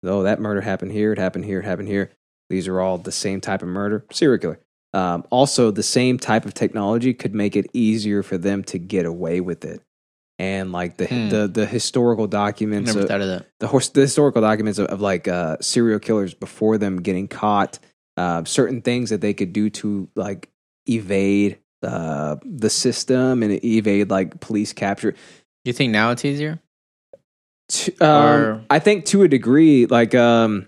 Speaker 2: oh, that murder happened here, it happened here, it happened here. These are all the same type of murder, serial killer. Um, also, the same type of technology could make it easier for them to get away with it. And like the
Speaker 1: Hmm.
Speaker 2: the, the historical
Speaker 1: I
Speaker 2: documents,
Speaker 1: never
Speaker 2: of-
Speaker 1: thought of that.
Speaker 2: the, hors- the historical documents of, of like uh, serial killers before them getting caught, uh, certain things that they could do to like evade uh, the system and evade like police capture.
Speaker 1: You think now it's easier?
Speaker 2: T- um,
Speaker 1: Or-
Speaker 2: I think to a degree, like um,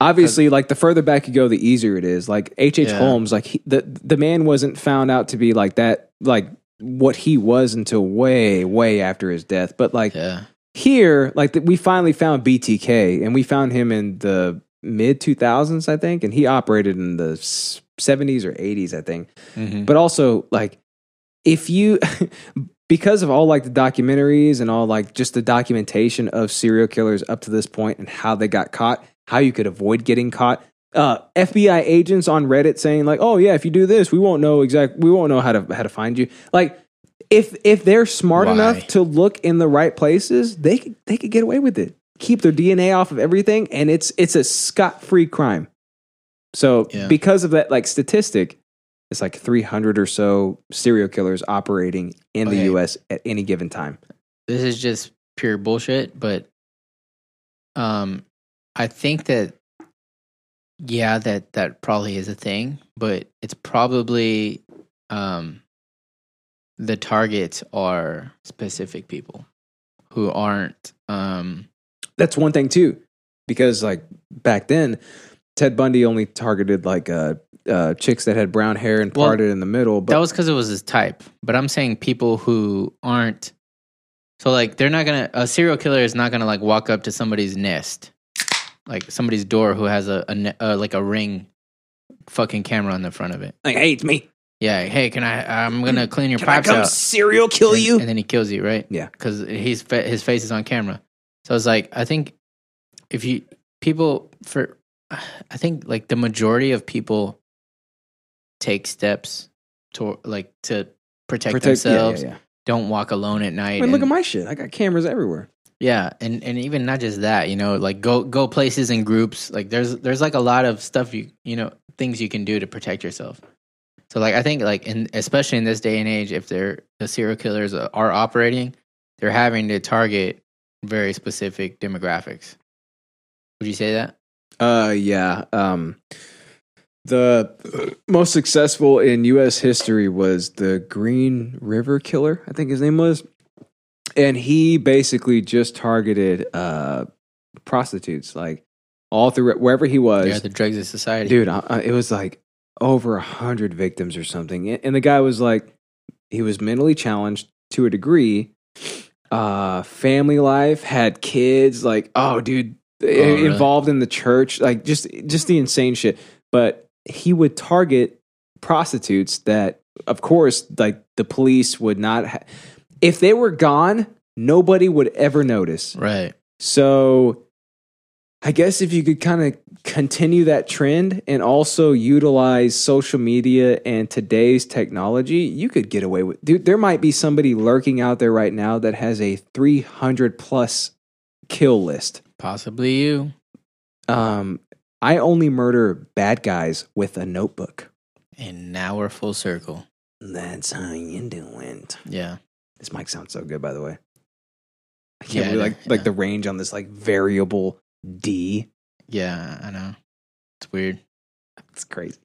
Speaker 2: obviously, like the further back you go, the easier it is. Like H. H.
Speaker 1: Yeah.
Speaker 2: Holmes, like he, the the man wasn't found out to be like that, like what he was until way way after his death. But like
Speaker 1: Yeah.
Speaker 2: here, like that, we finally found BTK, and we found him in the mid 2000s, I think, and he operated in the s- 70s or 80s, I think.
Speaker 1: Mhm.
Speaker 2: But also, like, if you, because of all like the documentaries and all like just the documentation of serial killers up to this point and how they got caught, how you could avoid getting caught. Uh, FBI agents on Reddit saying like, "Oh yeah, if you do this, we won't know exact. We won't know how to how to find you." Like, if if they're smart
Speaker 1: Why?
Speaker 2: enough to look in the right places, they could, they could get away with it. Keep their DNA off of everything, and it's it's a scot free crime. So
Speaker 1: Yeah.
Speaker 2: because of that, like statistic, it's like 300 or so serial killers operating in the
Speaker 1: Okay.
Speaker 2: U.S. at any given time.
Speaker 1: This is just pure bullshit, but um I think that yeah, that that probably is a thing, but it's probably um the targets are specific people who aren't um
Speaker 2: That's one thing too, because like back then, Ted Bundy only targeted like uh, uh, chicks that had brown hair and
Speaker 1: Well,
Speaker 2: parted in the middle. But
Speaker 1: that was because it was his type. But I'm saying people who aren't. So like they're not gonna a serial killer is not gonna like walk up to somebody's nest, like somebody's door who has a, a, ne- uh like a ring, fucking camera on the front of it.
Speaker 2: like, hey, it's me.
Speaker 1: Yeah, hey, can I? I'm gonna clean your
Speaker 2: Mm, Can I
Speaker 1: pipes
Speaker 2: come
Speaker 1: out.
Speaker 2: serial kill
Speaker 1: and,
Speaker 2: you?
Speaker 1: and then he kills you, right?
Speaker 2: Yeah.
Speaker 1: because he's fa- his face is on camera. So it's like I think if you people for, I think like the majority of people take steps to like to protect,
Speaker 2: Protect- yeah, yeah,
Speaker 1: themselves.
Speaker 2: yeah.
Speaker 1: Don't walk alone at night.
Speaker 2: I mean, look at
Speaker 1: and-
Speaker 2: my shit. I got cameras everywhere.
Speaker 1: yeah, and and even not just that, you know, like go go places in groups. Like there's there's like a lot of stuff you you know things you can do to protect yourself. So like I think like in especially in this day and age, if they're the serial killers are operating, they're having to target very specific demographics. Would you say that?
Speaker 2: Uh, yeah. Um, The most successful in U.S. history was the Green River Killer, I think his name was, and he basically just targeted uh, prostitutes, like all through wherever he was.
Speaker 1: Yeah, the drugs of society,
Speaker 2: dude. I, I- it was like over a hundred victims or something, and, and the guy was like, he was mentally challenged to a degree. Uh, family life had kids, like oh, dude,
Speaker 1: really?
Speaker 2: involved in the church, like just just the insane shit. But he would target prostitutes that, of course, like the police would not. Ha- if they were gone, nobody would ever notice.
Speaker 1: Right.
Speaker 2: So I guess if you could kind of continue that trend and also utilize social media and today's technology, you could get away with dude, there might be somebody lurking out there right now that has a 300 plus kill list.
Speaker 1: Possibly you.
Speaker 2: Um I only murder bad guys with a notebook.
Speaker 1: and now we're full circle.
Speaker 2: That's how you do it.
Speaker 1: Yeah,
Speaker 2: This mic sounds so good by the way. I can't
Speaker 1: Yeah,
Speaker 2: believe
Speaker 1: I
Speaker 2: like
Speaker 1: know,
Speaker 2: like
Speaker 1: yeah.
Speaker 2: the range on this like variable D.
Speaker 1: yeah, I know. It's weird.
Speaker 2: It's crazy.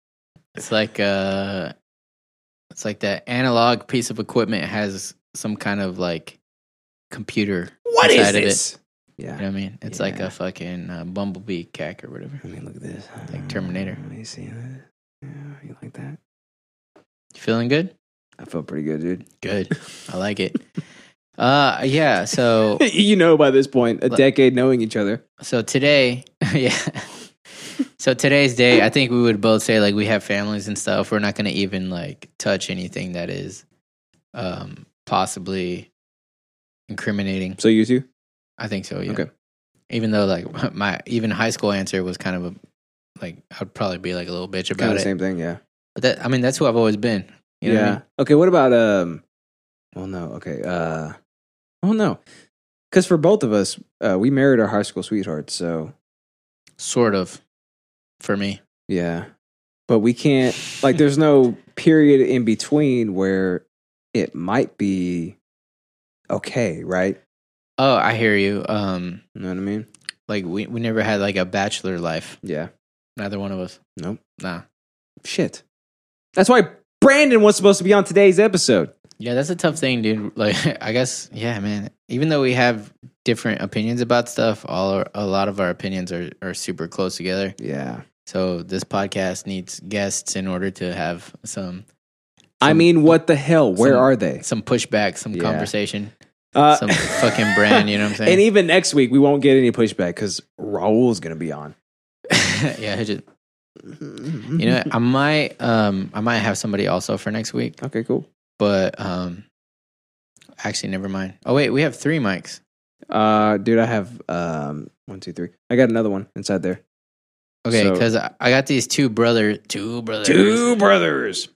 Speaker 1: It's like uh, it's like that analog piece of equipment has some kind of like computer.
Speaker 2: What is
Speaker 1: inside of
Speaker 2: this?
Speaker 1: It.
Speaker 2: Yeah.
Speaker 1: You know what I mean? It's like a fucking uh, bumblebee cack or whatever,
Speaker 2: Let me look at this.
Speaker 1: like Terminator.
Speaker 2: Let me see that. Yeah, you like that?
Speaker 1: You feeling good?
Speaker 2: I feel pretty good, dude.
Speaker 1: Good. I like it. Uh, yeah. So
Speaker 2: you know, by this point, a decade knowing each other.
Speaker 1: so today, yeah. So today's day, I think we would both say like we have families and stuff. We're not going to even like touch anything that is um possibly incriminating.
Speaker 2: So you two?
Speaker 1: I think so. Oh, Yeah.
Speaker 2: Okay.
Speaker 1: Even though like my even high school answer was kind of a like I'd probably be like a little bitch
Speaker 2: Kind
Speaker 1: about
Speaker 2: of
Speaker 1: it.
Speaker 2: same thing, yeah.
Speaker 1: But that I mean that's who I've always been. You know
Speaker 2: yeah.
Speaker 1: What I mean?
Speaker 2: Okay, what about um well no, okay. Uh oh no. Cause for both of us, uh, we married our high school sweethearts, so
Speaker 1: Sort of. For me.
Speaker 2: yeah. But we can't like there's no period in between where it might be okay, right?
Speaker 1: Oh, I hear you. Um
Speaker 2: You know what I mean?
Speaker 1: like we we never had like a bachelor life.
Speaker 2: Yeah.
Speaker 1: Neither one of us.
Speaker 2: Nope.
Speaker 1: Nah.
Speaker 2: Shit. That's why Brandon was supposed to be on today's episode.
Speaker 1: Yeah, that's a tough thing, dude. Like, I guess, yeah, man. Even though we have different opinions about stuff, all our, a lot of our opinions are, are super close together.
Speaker 2: Yeah.
Speaker 1: So this podcast needs guests in order to have some
Speaker 2: I
Speaker 1: Some-
Speaker 2: mean, what the hell? Where
Speaker 1: some-
Speaker 2: are they?
Speaker 1: some pushback, some
Speaker 2: Yeah.
Speaker 1: conversation,
Speaker 2: Uh,
Speaker 1: some fucking brand. You know what I'm
Speaker 2: and
Speaker 1: saying?
Speaker 2: even next week, we won't get any pushback because Raul's going to be on.
Speaker 1: yeah, I just, you know, I might um I might have somebody also for next week,
Speaker 2: Okay, cool.
Speaker 1: but um actually never mind. Oh wait, we have three mics.
Speaker 2: Uh, dude, I have um, one, two, three. I got another one inside there.
Speaker 1: Okay,
Speaker 2: So-
Speaker 1: because I, I got these two brother, two brothers,
Speaker 2: Two brothers.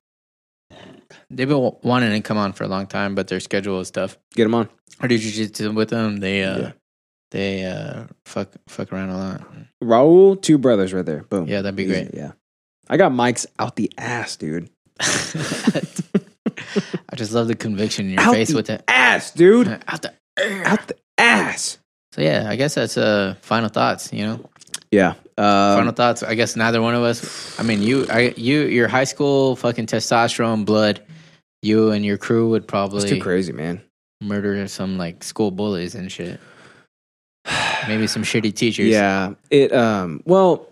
Speaker 1: They've been wa- wanting to come on for a long time, but their schedule is tough.
Speaker 2: Get them on.
Speaker 1: I do jujitsu with them. They uh,
Speaker 2: Yeah.
Speaker 1: they uh, fuck fuck around a lot.
Speaker 2: Raul, two brothers right there. Boom.
Speaker 1: Yeah, that'd be
Speaker 2: Easy,
Speaker 1: great.
Speaker 2: Yeah. I got Mike's out the ass, dude.
Speaker 1: I just love the conviction in your
Speaker 2: Out
Speaker 1: face
Speaker 2: the
Speaker 1: with that.
Speaker 2: Ass, dude.
Speaker 1: Out the-
Speaker 2: out the ass.
Speaker 1: so yeah, I guess that's uh final thoughts. You know,
Speaker 2: Yeah. Um,
Speaker 1: final thoughts. I guess neither one of us. I mean, you, I, you, your high school fucking testosterone blood. You and your crew would
Speaker 2: it's too
Speaker 1: probably
Speaker 2: crazy, man.
Speaker 1: murder some like school bullies and shit. Maybe some shitty teachers.
Speaker 2: Yeah. It um well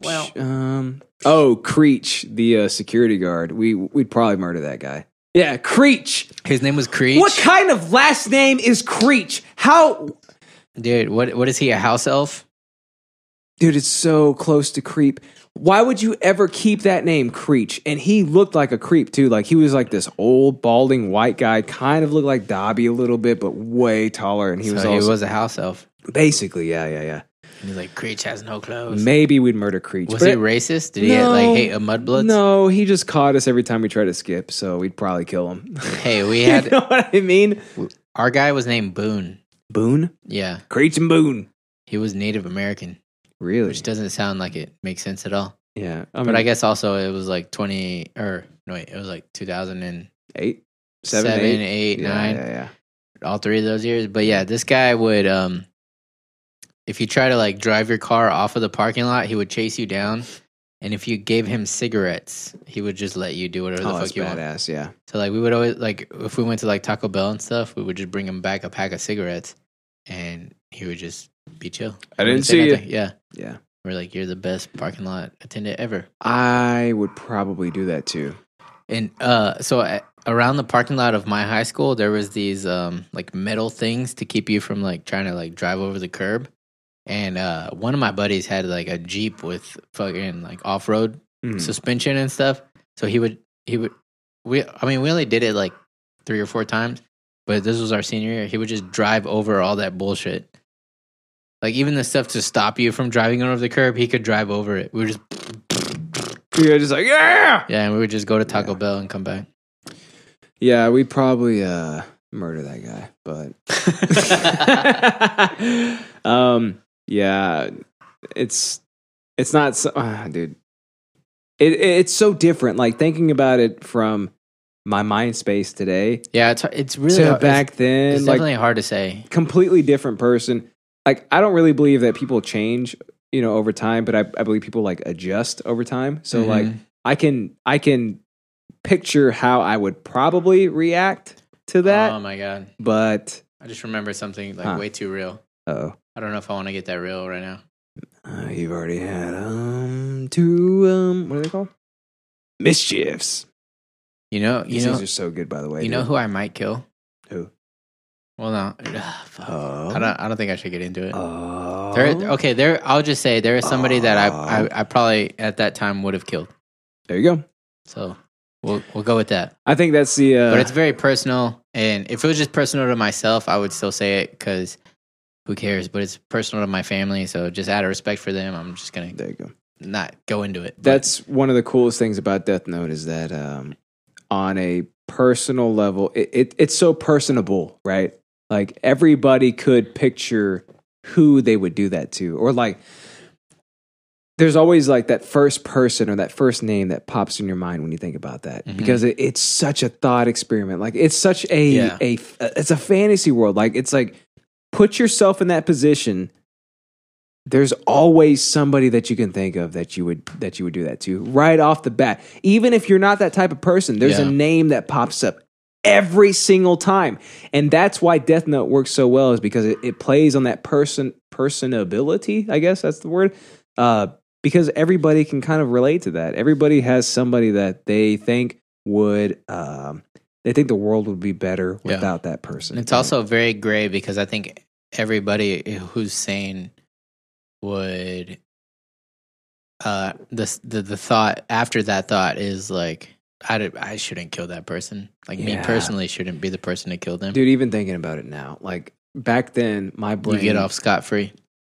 Speaker 1: Well.
Speaker 2: um oh Creech the uh, security guard. We we'd probably murder that guy. Yeah, Creech.
Speaker 1: His name was Creech.
Speaker 2: What kind of last name is Creech? How
Speaker 1: Dude, what what is he? A house elf?
Speaker 2: Dude, it's so close to creep. Why would you ever keep that name Creech? And he looked like a creep too. Like he was like this old balding white guy, kind of looked like Dobby a little bit, but way taller and he
Speaker 1: So
Speaker 2: was also
Speaker 1: a house elf.
Speaker 2: basically, yeah, yeah, yeah.
Speaker 1: And he's like, Creech has no clothes.
Speaker 2: Maybe we'd murder Creech.
Speaker 1: was
Speaker 2: but
Speaker 1: he
Speaker 2: it-
Speaker 1: racist? Did he like hate a mudblood?
Speaker 2: No, he just caught us every time we tried to skip, so we'd probably kill him.
Speaker 1: Hey, we
Speaker 2: you
Speaker 1: had
Speaker 2: know what I mean?
Speaker 1: our guy was named Boone.
Speaker 2: Boone,
Speaker 1: Yeah,
Speaker 2: Creech and Boone.
Speaker 1: he was Native American,
Speaker 2: Really?
Speaker 1: which doesn't sound like it makes sense at all.
Speaker 2: Yeah. I
Speaker 1: But I guess also it was like twenty or no, wait, it was like two thousand and
Speaker 2: eight,
Speaker 1: seven,
Speaker 2: eight,
Speaker 1: eight, nine.
Speaker 2: yeah, Yeah, yeah.
Speaker 1: all three of those years. But yeah, this guy would um if you try to like drive your car off of the parking lot, he would chase you down And if you gave him cigarettes, he would just let you do whatever the
Speaker 2: Oh, that's
Speaker 1: fuck you
Speaker 2: badass, yeah. want.
Speaker 1: So like we would always like if we went to like Taco Bell and stuff, we would just bring him back a pack of cigarettes, and he would just be chill.
Speaker 2: I
Speaker 1: He
Speaker 2: didn't
Speaker 1: wouldn't say
Speaker 2: see you.
Speaker 1: nothing. Yeah,
Speaker 2: yeah.
Speaker 1: We're like, you're the best parking lot attendant ever.
Speaker 2: I would probably do that too.
Speaker 1: And uh, so a around the parking lot of my high school, there was these um, like metal things to keep you from like trying to like drive over the curb. And uh, one of my buddies had like a jeep with fucking like off road
Speaker 2: Mhm.
Speaker 1: suspension and stuff. So he would he would we I mean we only did it like three or four times, but this was our senior year. He would just drive over all that bullshit. Like even the stuff to stop you from driving over the curb, he could drive over it. We were just
Speaker 2: We were just like, yeah,
Speaker 1: yeah, and we would just go to Taco Bell and come back.
Speaker 2: Yeah, we'd probably uh, murder that guy, but um, yeah, it's it's not so, ah, dude. It, it it's so different. Like thinking about it from my mind space today.
Speaker 1: Yeah, it's it's really
Speaker 2: to
Speaker 1: hard-
Speaker 2: back then.
Speaker 1: It's
Speaker 2: like
Speaker 1: definitely hard to say.
Speaker 2: completely different person. Like I don't really believe that people change, you know, over time, but I, I believe people like adjust over time. So
Speaker 1: Mhm.
Speaker 2: like I can I can picture how I would probably react to that.
Speaker 1: Oh my god!
Speaker 2: but
Speaker 1: I just remembered something like
Speaker 2: Huh.
Speaker 1: way too real.
Speaker 2: oh,
Speaker 1: I don't know if I want to get that real right now.
Speaker 2: uh, you've already had um two um what are they called? Mischiefs.
Speaker 1: You know, you
Speaker 2: These
Speaker 1: know,
Speaker 2: things are so good, by the way.
Speaker 1: you know who I might kill?
Speaker 2: Who?
Speaker 1: Well, no, Ugh, fuck.
Speaker 2: Oh.
Speaker 1: I don't. I don't think I should get into it. Oh. okay, there. I'll just say there is somebody that I,
Speaker 2: Oh.
Speaker 1: I I probably at that time would have killed.
Speaker 2: There you go.
Speaker 1: So we'll we'll go with that.
Speaker 2: I think that's the uh,
Speaker 1: but it's very personal, and if it was just personal to myself, I would still say it because who cares? But it's personal to my family, so just out of respect for them, I'm just gonna
Speaker 2: there you go.
Speaker 1: not go into it.
Speaker 2: That's one of the coolest things about Death Note is that um, on a personal level, it, it it's so personable, right? Like everybody could picture who they would do that to, or like there's always like that first person or that first name that pops in your mind when you think about that
Speaker 1: Mm-hmm.
Speaker 2: because it, it's such a thought experiment. Like it's such a
Speaker 1: Yeah.
Speaker 2: a it's a fantasy world. Like it's like put yourself in that position. There's always somebody that you can think of that you would that you would do that to right off the bat. Even if you're not that type of person, there's
Speaker 1: Yeah.
Speaker 2: a name that pops up every single time. And that's why Death Note works so well is because it, it plays on that person personability, I guess that's the word. Uh, because everybody can kind of relate to that. Everybody has somebody that they think would um, they think the world would be better
Speaker 1: Yeah.
Speaker 2: without that person.
Speaker 1: And it's also very gray because I think everybody who's sane would uh the the, the thought after that thought is like I, did- I shouldn't kill that person. Like me
Speaker 2: Yeah.
Speaker 1: personally shouldn't be the person to kill them.
Speaker 2: dude, even thinking about it now, like back then my brain
Speaker 1: you get off scot free.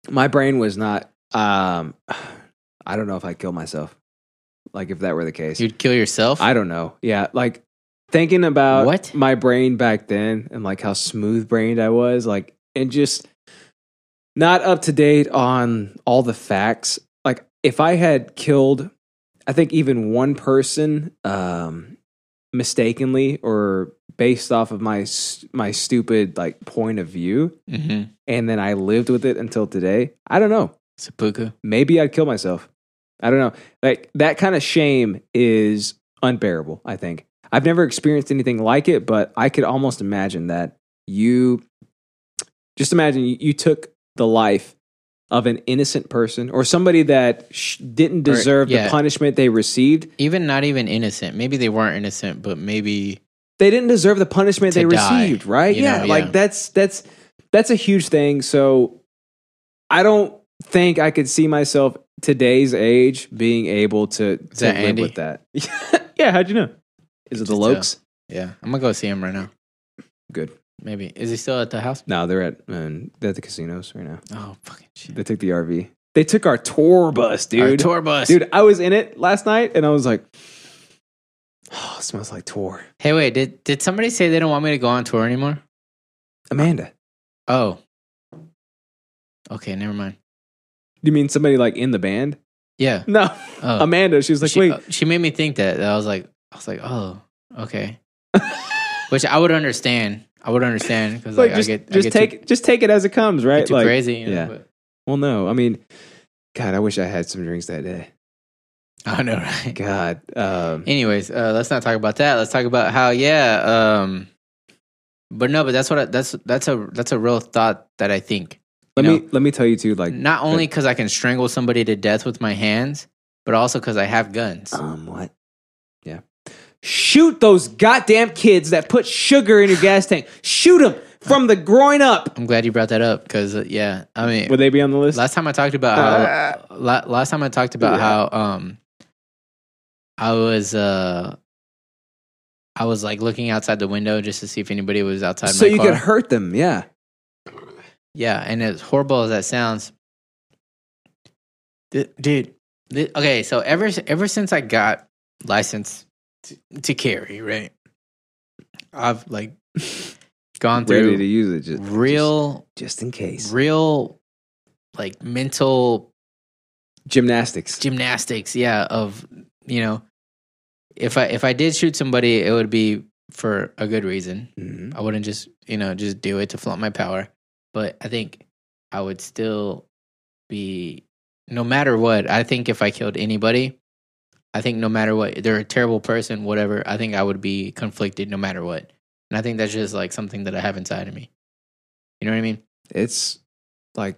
Speaker 2: my brain was not um I don't know if I'd kill myself. Like if that were the case.
Speaker 1: You'd kill yourself.
Speaker 2: I don't know. Yeah, like thinking about
Speaker 1: What?
Speaker 2: my brain back then and like how smooth brained I was, like and just not up to date on all the facts. Like if I had killed I think even one person um mistakenly or based off of my s- my stupid like point of view
Speaker 1: mm-hmm.
Speaker 2: and then I lived with it until today. I don't know
Speaker 1: Seppuku.
Speaker 2: maybe I'd kill myself. I don't know. Like that kind of shame is unbearable, I think. I've never experienced anything like it, but I could almost imagine that you just imagine you, you took the life of an innocent person or somebody that sh- didn't
Speaker 1: Or-
Speaker 2: deserve
Speaker 1: yeah.
Speaker 2: the punishment they received.
Speaker 1: Even not even innocent. Maybe they weren't innocent, but maybe
Speaker 2: They didn't deserve the punishment
Speaker 1: To
Speaker 2: they
Speaker 1: die,
Speaker 2: received, right?
Speaker 1: you
Speaker 2: Yeah,
Speaker 1: know, yeah.
Speaker 2: like that's that's that's a huge thing. So I don't think I could see myself today's age being able to, to
Speaker 1: that
Speaker 2: live
Speaker 1: Andy?
Speaker 2: with that. yeah, how'd you know? Is it the
Speaker 1: Just,
Speaker 2: Lokes?
Speaker 1: uh, yeah. I'm gonna go see him right now.
Speaker 2: Good.
Speaker 1: Maybe is he still at the house?
Speaker 2: No, they're at um, they're at the casinos right now.
Speaker 1: Oh fucking shit!
Speaker 2: They took the RV. They took our tour bus, dude.
Speaker 1: Our tour bus.
Speaker 2: dude. I was in it last night, and I was like, "Oh, it smells like tour."
Speaker 1: Hey, wait. Did did somebody say they don't want me to go on tour anymore?
Speaker 2: Amanda,
Speaker 1: Oh. Okay, never mind.
Speaker 2: you mean somebody like in the band?
Speaker 1: Yeah.
Speaker 2: No,
Speaker 1: Oh.
Speaker 2: Amanda. She was like,
Speaker 1: she,
Speaker 2: "Wait,
Speaker 1: uh, she made me think that. I was like, I was like, oh, okay. Which I would understand. I would understand because
Speaker 2: like,
Speaker 1: like,
Speaker 2: just,
Speaker 1: I get
Speaker 2: just
Speaker 1: I get
Speaker 2: take
Speaker 1: too,
Speaker 2: just take it as it comes,
Speaker 1: get
Speaker 2: right?"
Speaker 1: too
Speaker 2: Like,
Speaker 1: crazy. You know,
Speaker 2: yeah.
Speaker 1: but-
Speaker 2: Well, no, I mean, God, I wish I had some drinks that day.
Speaker 1: I know, right?
Speaker 2: God. Um,
Speaker 1: Anyways, uh, let's not talk about that. Let's talk about how, yeah. Um, but no, but that's what I, that's that's a that's a real thought that I think.
Speaker 2: Let
Speaker 1: you know?
Speaker 2: me let me tell you too. Like
Speaker 1: Not only because I can strangle somebody to death with my hands, but also because I have guns.
Speaker 2: Um, what? Yeah. Shoot those goddamn kids that put sugar in your gas tank. Shoot them from the groin up.
Speaker 1: I'm glad you brought that up because uh, yeah, I mean,
Speaker 2: Would they be on the list?
Speaker 1: last time I talked about how
Speaker 2: Uh,
Speaker 1: la- last time I talked about how um I was uh I was like looking outside the window just to see if anybody was outside
Speaker 2: so
Speaker 1: my
Speaker 2: you
Speaker 1: car.
Speaker 2: could hurt them. Yeah.
Speaker 1: Yeah, and as horrible as that sounds, th- dude. th- okay, so ever ever since I got licensed to, to carry, right? I've like gone
Speaker 2: Ready to
Speaker 1: through
Speaker 2: use it just
Speaker 1: real,
Speaker 2: just in case.
Speaker 1: real, like mental
Speaker 2: Gymnastics.
Speaker 1: gymnastics. Yeah, of you know, if I if I did shoot somebody, it would be for a good reason.
Speaker 2: Mhm.
Speaker 1: I wouldn't just, you know, just do it to flaunt my power. But I think I would still be, no matter what, I think if I killed anybody, I think no matter what, they're a terrible person, whatever, I think I would be conflicted no matter what. And I think that's just like something that I have inside of me. You know what I mean?
Speaker 2: It's like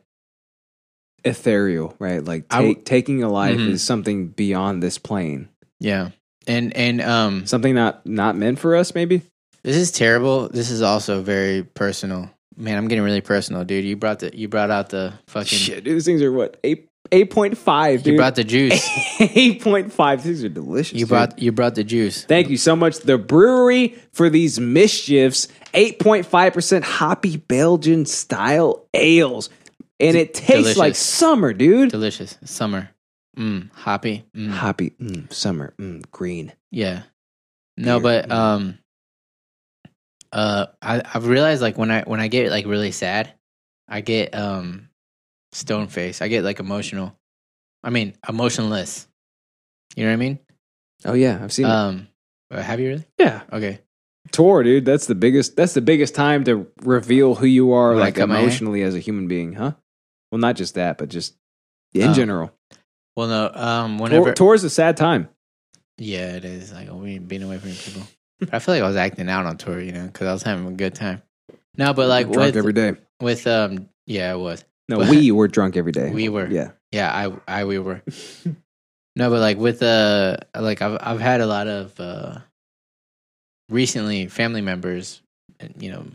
Speaker 2: ethereal, right? Like
Speaker 1: I w-
Speaker 2: take, taking a life
Speaker 1: Mhm.
Speaker 2: is something beyond this plane.
Speaker 1: Yeah. And, and, um,
Speaker 2: Something not not meant for us, maybe.
Speaker 1: This is terrible. This is also very personal. Man, I'm getting really personal, dude. You brought the you brought out the fucking
Speaker 2: Shit, dude, these things are what eight eight point five.
Speaker 1: you brought the juice.
Speaker 2: eight point five. These are delicious.
Speaker 1: you
Speaker 2: dude.
Speaker 1: brought you brought the juice.
Speaker 2: Thank you so much, the brewery, for these mischiefs. 8.5% hoppy Belgian style ales. And it tastes
Speaker 1: Delicious.
Speaker 2: like summer, dude.
Speaker 1: Delicious. Summer. Mm, hoppy. Mm,
Speaker 2: hoppy, mm, summer, mm, green.
Speaker 1: yeah. No,
Speaker 2: Beer.
Speaker 1: but um uh I I've realized like when I when I get like really sad, I get um stone face. I get like emotional. I mean, emotionless. You know what I mean?
Speaker 2: Oh, yeah. I've seen it.
Speaker 1: Um uh, have you really?
Speaker 2: Yeah.
Speaker 1: Okay.
Speaker 2: Tour, dude. That's the biggest that's the biggest time to reveal who you are
Speaker 1: When I
Speaker 2: like
Speaker 1: cut my hair?
Speaker 2: emotionally as a human being, huh? Well, not just that, but just in
Speaker 1: Oh.
Speaker 2: general.
Speaker 1: Well, no, um whenever
Speaker 2: Tour, tour's a sad time.
Speaker 1: Yeah, it is. Like we being away from people. But I feel like I was acting out on tour, you know, because I was having a good time. No, but like
Speaker 2: We're drunk
Speaker 1: with
Speaker 2: every day.
Speaker 1: with um, yeah, it was.
Speaker 2: No,
Speaker 1: but-
Speaker 2: we were drunk every day.
Speaker 1: We were.
Speaker 2: Yeah.
Speaker 1: Yeah, I I we were. no, but like with uh, like I've I've had a lot of uh, recently family members, you know,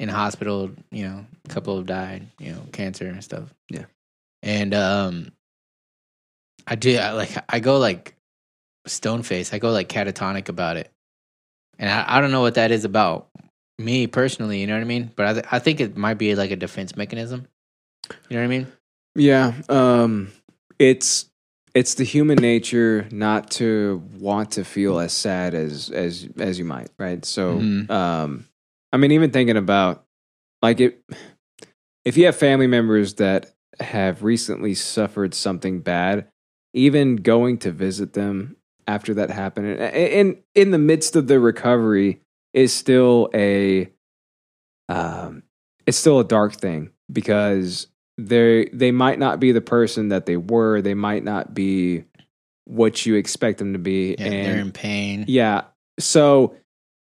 Speaker 1: in hospital. You know, a couple have died. You know, cancer and stuff.
Speaker 2: Yeah.
Speaker 1: and um, I do I, like I go like stone face. I go like catatonic about it, and I I don't know what that is about me personally. You know what I mean? But I th- I think it might be like a defense mechanism. You know what I mean?
Speaker 2: Yeah, um, it's it's the human nature not to want to feel as sad as as as you might, right? So,
Speaker 1: Mhm.
Speaker 2: um, I mean, even thinking about like it, if you have family members that have recently suffered something bad, even going to visit them after that happened, and, and in the midst of the recovery, is still a um, it's still a dark thing because they they might not be the person that they were. They might not be what you expect them to be,
Speaker 1: Yeah,
Speaker 2: and
Speaker 1: they're in pain.
Speaker 2: yeah, so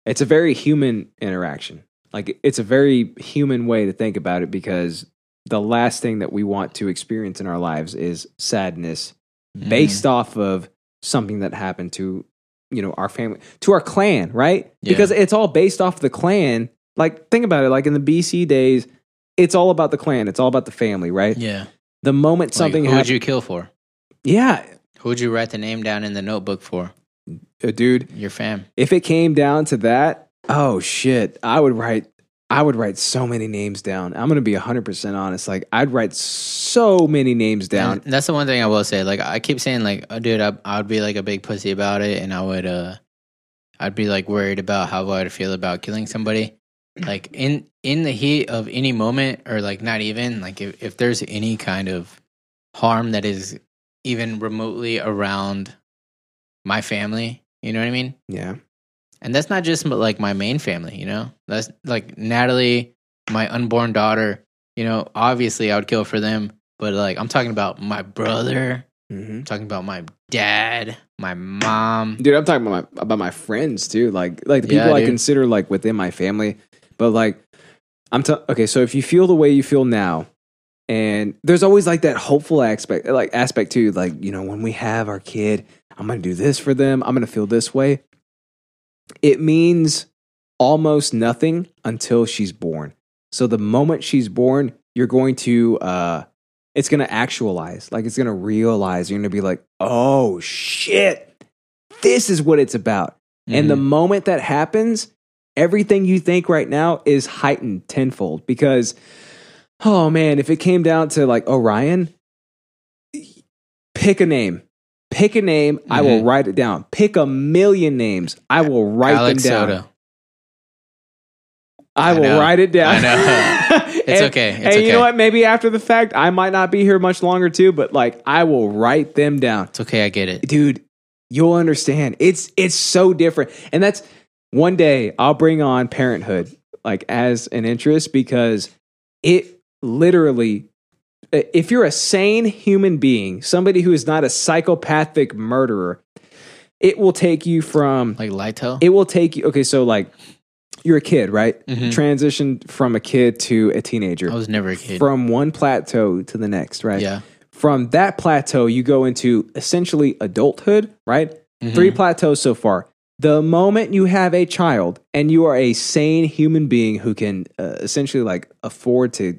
Speaker 2: it's a very human interaction. Like it's a very human way to think about it because the last thing that we want to experience in our lives is sadness
Speaker 1: Mm-hmm.
Speaker 2: based off of something that happened to you know our family to our clan right
Speaker 1: Yeah.
Speaker 2: because it's all based off the clan like think about it like in the bc days it's all about the clan it's all about the family right
Speaker 1: Yeah.
Speaker 2: the moment something
Speaker 1: Something. who would
Speaker 2: happens
Speaker 1: you kill for?
Speaker 2: yeah
Speaker 1: Who would you write the name down in the notebook for?
Speaker 2: uh, dude
Speaker 1: Your fam.
Speaker 2: if it came down to that, oh shit, I would write I would write so many names down. I'm going to be 100% honest. Like I'd write so many names down.
Speaker 1: And that's the one thing I will say. Like I keep saying, like, oh, dude, I, I would be like a big pussy about it, and I would, uh, I'd be like worried about how I would feel about killing somebody. Like in in the heat of any moment, or like not even like if, if there's any kind of harm that is even remotely around my family, you know what I mean?
Speaker 2: Yeah.
Speaker 1: and that's not just like my main family you know that's like natalie my unborn daughter you know obviously i would kill for them but like i'm talking about my brother Talking about my dad, my mom.
Speaker 2: Mm-hmm. dude. I'm talking about my about my friends too, like like the people
Speaker 1: Yeah,
Speaker 2: I
Speaker 1: dude.
Speaker 2: consider like within my family. But like, I'm t- okay. So if you feel the way you feel now, and there's always like that hopeful aspect, like aspect too, like you know when we have our kid, I'm gonna do this for them. I'm gonna feel this way. It means almost nothing until she's born. So the moment she's born, you're going to uh it's going to actualize. Like it's going to realize you're going to be like, "Oh shit. This is what it's about." And the moment that happens, everything you think right now is heightened tenfold because oh man, if it came down to like Orion, pick a name. Pick a name, I will
Speaker 1: Mhm.
Speaker 2: write it down. Pick a million names, I will write
Speaker 1: Alex
Speaker 2: them down.
Speaker 1: Soto.
Speaker 2: I,
Speaker 1: I
Speaker 2: will
Speaker 1: know.
Speaker 2: write it down.
Speaker 1: I know. It's
Speaker 2: And-
Speaker 1: okay. It's
Speaker 2: and you
Speaker 1: okay.
Speaker 2: know what? Maybe after the fact, I might not be here much longer too. But like, I will write them down. It's
Speaker 1: okay. I get it,
Speaker 2: dude. You'll understand. It's it's so different, and that's one day I'll bring on parenthood like as an interest because it literally if you're a sane human being, somebody who is not a psychopathic murderer, it will take you from
Speaker 1: like Lito.
Speaker 2: It will take you. Okay, so like you're a kid, right?
Speaker 1: Mhm.
Speaker 2: Transition from a kid to a teenager.
Speaker 1: I was never a kid.
Speaker 2: From one plateau to the next, right?
Speaker 1: Yeah.
Speaker 2: From that plateau, you go into essentially adulthood, right? Three plateaus so far. The moment you have a child and you are a sane human being who can uh, essentially like afford to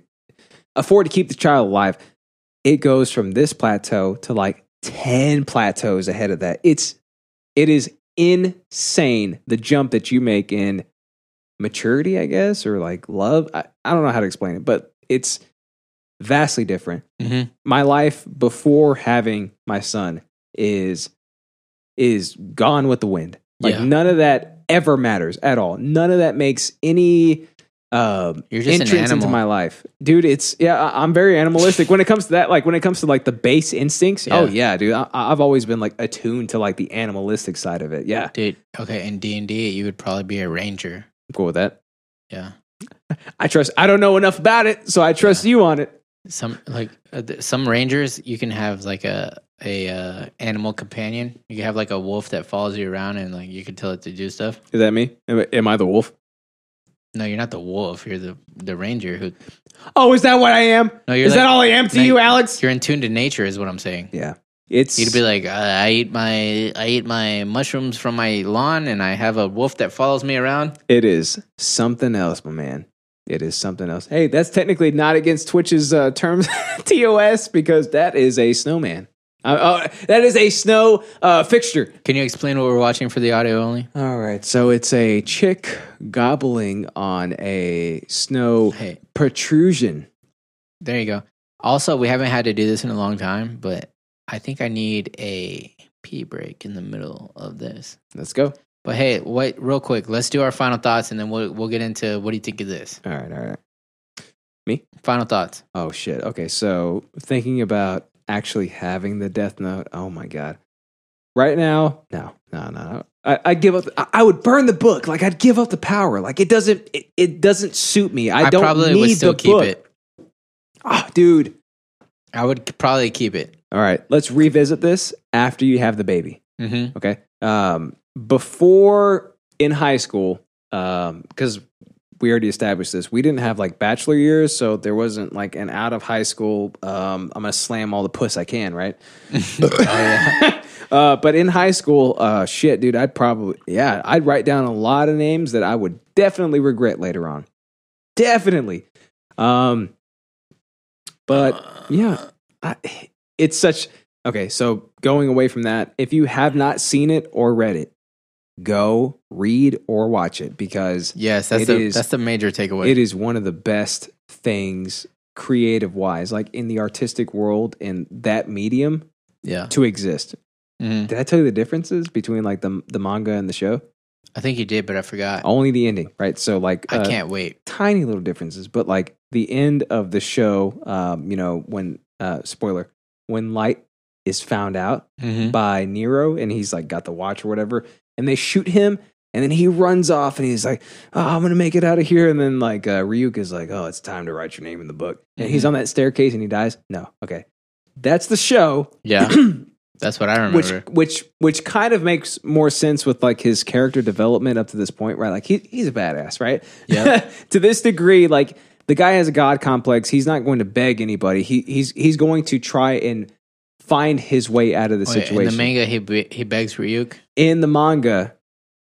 Speaker 2: afford to keep the child alive, it goes from this plateau to like 10 plateaus ahead of that. It's it is insane the jump that you make in maturity, I guess, or like love. I, I don't know how to explain it, but it's vastly different.
Speaker 1: Mhm.
Speaker 2: My life before having my son is is gone with the wind. Like
Speaker 1: Yeah.
Speaker 2: none of that ever matters at all. None of that makes any um
Speaker 1: You're just an
Speaker 2: entrance into
Speaker 1: animal.
Speaker 2: my life. Dude, it's yeah, I- I'm very animalistic when it comes to that. Like when it comes to like the base instincts. Oh yeah, dude. I, I've always been like attuned to like the animalistic side of it. Yeah.
Speaker 1: Dude, okay, in D and D, you would probably be a ranger.
Speaker 2: I'm cool with that.
Speaker 1: Yeah,
Speaker 2: I trust I don't know enough about it, so I trust you on it.
Speaker 1: some like uh, th- some rangers, you can have like a a uh, animal companion. You can have like a wolf that follows you around, and like you can tell it to do stuff.
Speaker 2: Is that me? Am, am I the wolf?
Speaker 1: No, you're not the wolf. You're the the ranger who.
Speaker 2: Oh, is that what I am?
Speaker 1: No, you're
Speaker 2: is that
Speaker 1: like-
Speaker 2: all I am to
Speaker 1: no,
Speaker 2: you, Alex?
Speaker 1: You're in tune to nature, is what I'm saying.
Speaker 2: Yeah, it's
Speaker 1: you'd be like, uh, I eat my I eat my mushrooms from my lawn, and I have a wolf that follows me around.
Speaker 2: It is something else, my man. It is something else. Hey, that's technically not against Twitch's uh, terms, TOS, because that is a snowman. Uh, uh, that is a snow uh, fixture.
Speaker 1: Can you explain what we're watching for the audio only?
Speaker 2: All right, so it's a chick gobbling on a snow protrusion.
Speaker 1: There you go. Also, we haven't had to do this in a long time, but I think I need a pee break in the middle of this.
Speaker 2: Let's go.
Speaker 1: But hey, wait, real quick, let's do our final thoughts, and then we'll we'll get into what do you think of this?
Speaker 2: All right, all right. Me?
Speaker 1: Final thoughts.
Speaker 2: Oh shit. Okay, so thinking about actually having the Death Note. Oh my god. Right now, no, no, no. I, I'd give up. I, I would burn the book. Like I'd give up the power. Like it doesn't. It, it doesn't suit me. I, don't
Speaker 1: probably
Speaker 2: need
Speaker 1: would still
Speaker 2: the
Speaker 1: keep
Speaker 2: book.
Speaker 1: it.
Speaker 2: Oh, dude.
Speaker 1: I would probably keep it.
Speaker 2: All right, let's revisit this after you have the baby.
Speaker 1: Mm-hmm.
Speaker 2: Okay. Um, before in high school, um, because we already established this, we didn't have like bachelor years, so there wasn't like an out of high school. Um, I'm gonna slam all the puss I can, right? Oh, uh, but in high school, uh, shit, dude, I'd probably yeah, I'd write down a lot of names that I would definitely regret later on, definitely. Um, but yeah, I, it's such okay. So going away from that, if you have not seen it or read it, go read or watch it because
Speaker 1: Yes, that's
Speaker 2: it
Speaker 1: the
Speaker 2: is-
Speaker 1: that's the major takeaway.
Speaker 2: it is one of the best things creative wise, like in the artistic world in that medium
Speaker 1: Yeah.
Speaker 2: to exist.
Speaker 1: Mhm.
Speaker 2: Did I tell you the differences between like the the manga and the show?
Speaker 1: I think you did, but I forgot.
Speaker 2: Only the ending, right? So like
Speaker 1: I
Speaker 2: Oh, uh,
Speaker 1: can't wait.
Speaker 2: Tiny little differences, but like the end of the show, um, you know, when uh spoiler, when light is found out
Speaker 1: Mhm.
Speaker 2: by Nero and he's like got the watch or whatever, and they shoot him and then he runs off and he's like, oh, I'm gonna make it out of here. And then like uh, Ryuk is like, oh, it's time to write your name in the book. And he's
Speaker 1: Mhm.
Speaker 2: on that staircase and he dies. No, okay. That's the show.
Speaker 1: Yeah. That's what I
Speaker 2: Which,
Speaker 1: remember.
Speaker 2: which, which kind of makes more sense with like his character development up to this point, right? Like he, he's a badass, right?
Speaker 1: Yeah.
Speaker 2: to this degree, like the guy has a god complex. He's not going to beg anybody. He, he's he's going to try and find his way out of the
Speaker 1: Oh, yeah,
Speaker 2: situation.
Speaker 1: In the manga, he be- he begs Ryuk.
Speaker 2: in the manga,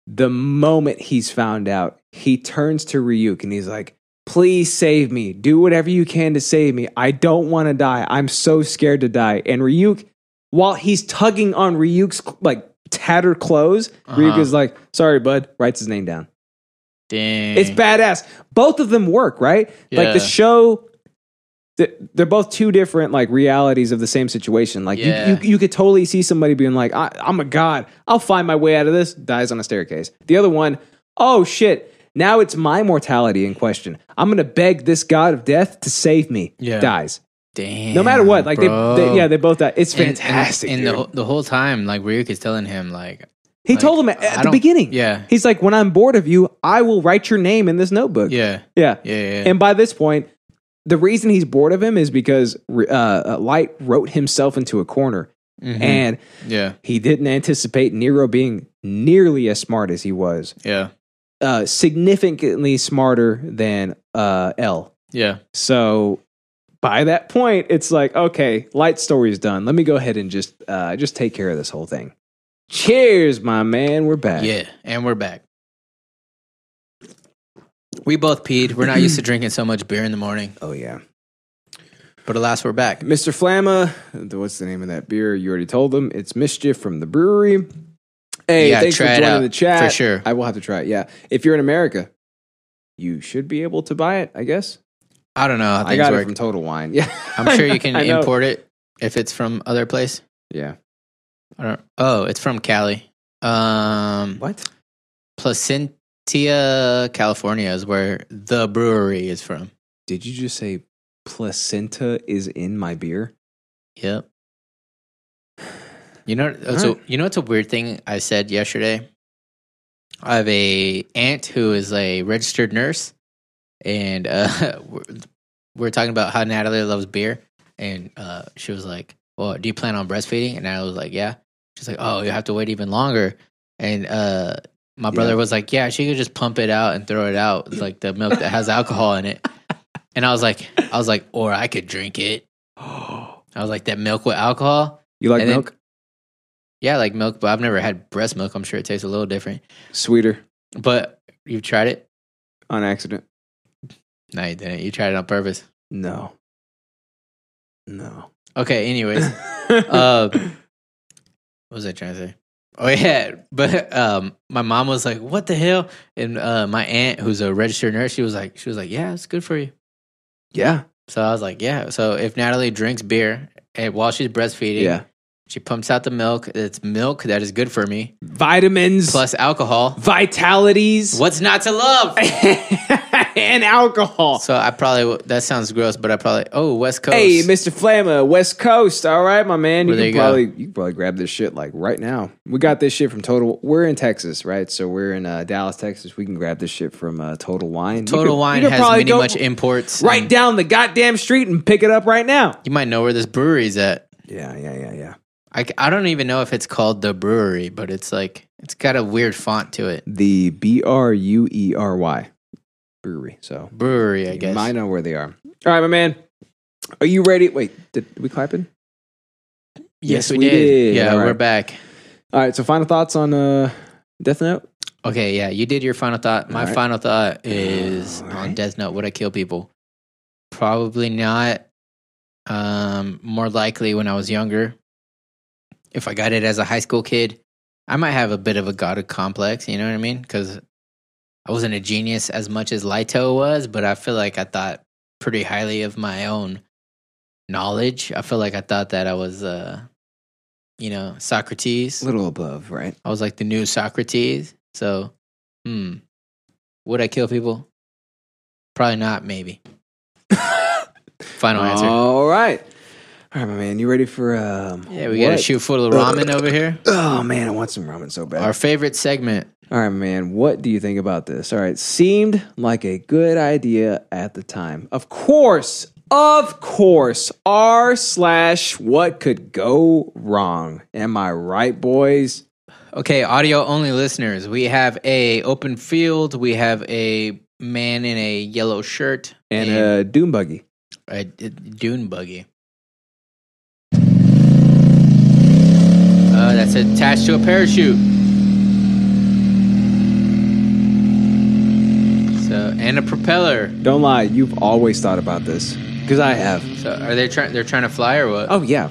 Speaker 2: the moment he's found out, he turns to Ryuk and he's like, Please save me. Do whatever you can to save me. I don't want to die. I'm so scared to die. And Ryuk, while he's tugging on Ryuk's like tattered clothes, Ryuk
Speaker 1: Uh-huh.
Speaker 2: is like, Sorry, bud, writes his name down.
Speaker 1: Dang.
Speaker 2: It's badass. Both of them work, right? Like
Speaker 1: Yeah.
Speaker 2: the show, th- they're both two different like realities of the same situation. Like
Speaker 1: Yeah.
Speaker 2: you, you, you could totally see somebody being like, I, "I'm a god. I'll find my way out of this." Dies on a staircase. The other one, oh shit. Now it's my mortality in question. I'm gonna beg this god of death to save me.
Speaker 1: Yeah.
Speaker 2: Dies.
Speaker 1: Damn.
Speaker 2: No matter what, like they,
Speaker 1: bro.
Speaker 2: they, yeah, they both die. It's
Speaker 1: And- and-
Speaker 2: fantastic.
Speaker 1: And,
Speaker 2: dude.
Speaker 1: the, whole- the whole time, like Ryuk is telling him, like,
Speaker 2: he told him at,
Speaker 1: I
Speaker 2: at the
Speaker 1: don't-
Speaker 2: beginning.
Speaker 1: yeah.
Speaker 2: he's like, "When I'm bored of you, I will write your name in this notebook."
Speaker 1: yeah,
Speaker 2: yeah,
Speaker 1: yeah, yeah.
Speaker 2: And by this point, the reason he's bored of him is because uh, Light wrote himself into a corner,
Speaker 1: Mhm.
Speaker 2: and
Speaker 1: yeah,
Speaker 2: he didn't anticipate Nero being nearly as smart as he was,
Speaker 1: yeah,
Speaker 2: uh, significantly smarter than uh, L.
Speaker 1: yeah.
Speaker 2: So by that point, it's like, okay, Light's story is done. Let me go ahead and just uh, just take care of this whole thing. Cheers, my man. We're back.
Speaker 1: Yeah, and we're back. We both peed. We're not used to drinking so much beer in the morning,
Speaker 2: Oh yeah.
Speaker 1: but alas, we're back.
Speaker 2: Mr. Flamma, th- what's the name of that beer? You already told them. It's Mischief from the brewery. Hey,
Speaker 1: Yeah,
Speaker 2: thanks
Speaker 1: try it
Speaker 2: for joining
Speaker 1: out,
Speaker 2: the chat.
Speaker 1: for sure.
Speaker 2: I will have to try it. Yeah. If you're in America, you should be able to buy it, I guess.
Speaker 1: I don't know how
Speaker 2: I
Speaker 1: things
Speaker 2: got it
Speaker 1: work.
Speaker 2: from Total Wine. Yeah.
Speaker 1: I'm sure you can
Speaker 2: I know.
Speaker 1: import it if it's from other place.
Speaker 2: Yeah.
Speaker 1: I don't. Oh, it's from Cali. Um,
Speaker 2: What?
Speaker 1: Placentia, California is where the brewery is from.
Speaker 2: Did you just say placenta is in my beer?
Speaker 1: Yep. You know,
Speaker 2: All
Speaker 1: so you know, it's a weird thing I said yesterday. I have a aunt who is a registered nurse, and uh, we're, we're talking about how Natalie loves beer, and uh, she was like, "Well, do you plan on breastfeeding?" And I was like, "Yeah." She's like, "Oh, you have to wait even longer," and uh, my brother
Speaker 2: Yeah.
Speaker 1: was like, "Yeah, she could just pump it out and throw it out like the milk that has alcohol in it." And I was like, I was like, or I could drink it. I was like, that milk with alcohol?
Speaker 2: You like
Speaker 1: And then-
Speaker 2: milk?
Speaker 1: Yeah, I like milk, but I've never had breast milk. I'm sure it tastes a little different.
Speaker 2: Sweeter
Speaker 1: But you've tried it?
Speaker 2: on accident?
Speaker 1: No, you didn't. You tried it on purpose.
Speaker 2: No. No.
Speaker 1: Okay, anyways. uh, what was I trying to say? Oh yeah, but um, my mom was like, "What the hell?" And uh, my aunt, who's a registered nurse, she was like, "She was like, yeah, it's good for you."
Speaker 2: yeah.
Speaker 1: So I was like, "Yeah." So if Natalie drinks beer and while she's breastfeeding,
Speaker 2: Yeah.
Speaker 1: she pumps out the milk. It's milk that is good for me,
Speaker 2: Vitamins,
Speaker 1: plus alcohol.
Speaker 2: vitalities,
Speaker 1: What's not to love?
Speaker 2: and alcohol.
Speaker 1: So I probably w- that sounds gross, but I probably oh West Coast.
Speaker 2: Hey, Mr. Flamma, West Coast. All right, my man. You
Speaker 1: Well, there
Speaker 2: can
Speaker 1: you go.
Speaker 2: probably you can probably grab this shit like right now. We got this shit from Total. We're in Texas, right? So we're in uh, Dallas, Texas. We can grab this shit from uh, Total Wine. You
Speaker 1: Total
Speaker 2: could-
Speaker 1: Wine
Speaker 2: you could
Speaker 1: has
Speaker 2: probably
Speaker 1: many
Speaker 2: go
Speaker 1: much imports.
Speaker 2: right
Speaker 1: and
Speaker 2: down the goddamn street and pick it up right now.
Speaker 1: You might know where this brewery's at.
Speaker 2: Yeah, yeah, yeah, yeah.
Speaker 1: I, c- I don't even know if it's called the brewery, but it's like it's got a weird font to it.
Speaker 2: The B R U E R Y brewery. So
Speaker 1: Brewery, I
Speaker 2: you
Speaker 1: guess.
Speaker 2: might know where they are. All right, my man. Are you ready? Wait, did, did we clap in? yes,
Speaker 1: yes, we,
Speaker 2: we
Speaker 1: did.
Speaker 2: did.
Speaker 1: Yeah,
Speaker 2: All
Speaker 1: we're
Speaker 2: right.
Speaker 1: back.
Speaker 2: All right. So final thoughts on uh, Death Note.
Speaker 1: Okay, yeah, you did your final thought. My
Speaker 2: All right.
Speaker 1: final thought is
Speaker 2: All
Speaker 1: on
Speaker 2: right.
Speaker 1: Death Note. Would I kill people? Probably not. Um, more likely when I was younger. If I got it as a high school kid, I might have a bit of a god complex. You know what I mean? Because I wasn't a genius as much as Lito was, but I feel like I thought pretty highly of my own knowledge. I feel like I thought that I was, uh, you know, Socrates.
Speaker 2: little above, right?
Speaker 1: I was like the new Socrates. So, hmm. Would I kill people? Probably not, maybe. Final answer.
Speaker 2: All right. All right, my man. You ready for um
Speaker 1: Yeah, we got a
Speaker 2: what-
Speaker 1: shoe full of ramen over here.
Speaker 2: Oh man, I want some ramen so bad.
Speaker 1: Our favorite segment.
Speaker 2: All right, my man. What do you think about this? All right, seemed like a good idea at the time. Of course, Of course, r slash what could go wrong. Am I right, boys?
Speaker 1: Okay, audio only listeners. We have a open field. We have a man in a yellow shirt
Speaker 2: And a doom buggy.
Speaker 1: a d- dune buggy. Uh, that's attached to a parachute. So and a propeller.
Speaker 2: Don't lie, you've always thought about this because I have.
Speaker 1: So are they trying? They're trying to fly or what?
Speaker 2: Oh yeah,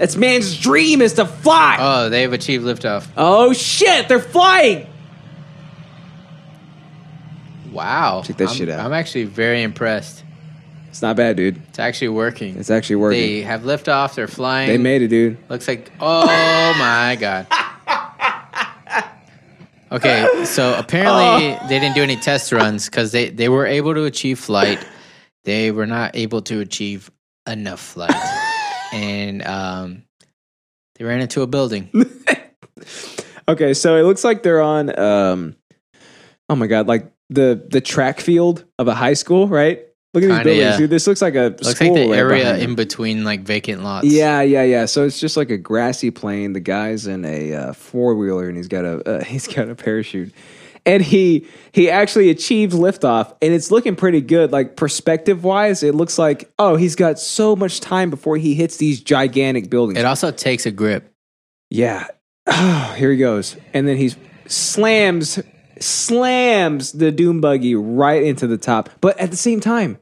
Speaker 2: it's man's dream is to fly.
Speaker 1: Oh, they have achieved liftoff.
Speaker 2: oh shit, they're flying.
Speaker 1: Wow.
Speaker 2: Check that
Speaker 1: I'm,
Speaker 2: shit out.
Speaker 1: I'm actually very impressed.
Speaker 2: It's not bad, dude.
Speaker 1: It's actually working.
Speaker 2: It's actually working.
Speaker 1: They have liftoff. They're flying.
Speaker 2: They made it, dude.
Speaker 1: Looks like. Oh my god. Okay, so apparently
Speaker 2: Oh.
Speaker 1: they didn't do any test runs because they, they were able to achieve flight. They were not able to achieve enough flight, and um, they ran into a building.
Speaker 2: Okay, so it looks like they're on um oh my god, like the the track field of a high school, right? Look at these
Speaker 1: Kinda,
Speaker 2: buildings,
Speaker 1: yeah.
Speaker 2: dude. This looks like a
Speaker 1: Looks like
Speaker 2: school
Speaker 1: the
Speaker 2: right
Speaker 1: area
Speaker 2: behind it.
Speaker 1: in between like vacant lots.
Speaker 2: Yeah, yeah, yeah. So it's just like a grassy plain. The guy's in a uh, four wheeler and he's got a uh, he's got a parachute, and he he actually achieves liftoff, and it's looking pretty good. Like perspective wise, it looks like oh he's got so much time before he hits these gigantic buildings.
Speaker 1: It also takes a grip.
Speaker 2: Yeah. Here he goes. And then he slams slams the doom buggy right into the top. But at the same time,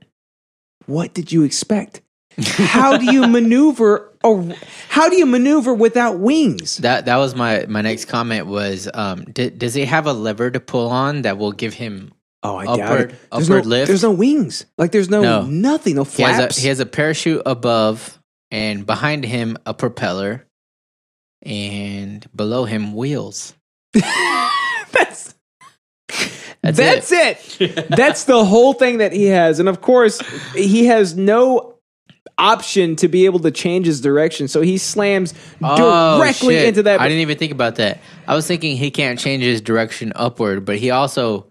Speaker 2: what did you expect? How do you maneuver a, how do you maneuver without wings?
Speaker 1: That that was my my next comment was um d- does he have a lever to pull on that will give him
Speaker 2: Oh, I doubt it.
Speaker 1: upward
Speaker 2: There's
Speaker 1: upward
Speaker 2: no,
Speaker 1: lift?
Speaker 2: There's no wings. Like there's no,
Speaker 1: No.
Speaker 2: nothing, no
Speaker 1: he
Speaker 2: flaps.
Speaker 1: has a he has a parachute above and behind him a propeller and below him wheels.
Speaker 2: that's
Speaker 1: That's,
Speaker 2: That's
Speaker 1: it.
Speaker 2: it. That's the whole thing that he has. And of course, he has no option to be able to change his direction. So he slams
Speaker 1: Oh,
Speaker 2: directly
Speaker 1: shit.
Speaker 2: into that.
Speaker 1: I didn't even think about that. I was thinking he can't change his direction upward, but he also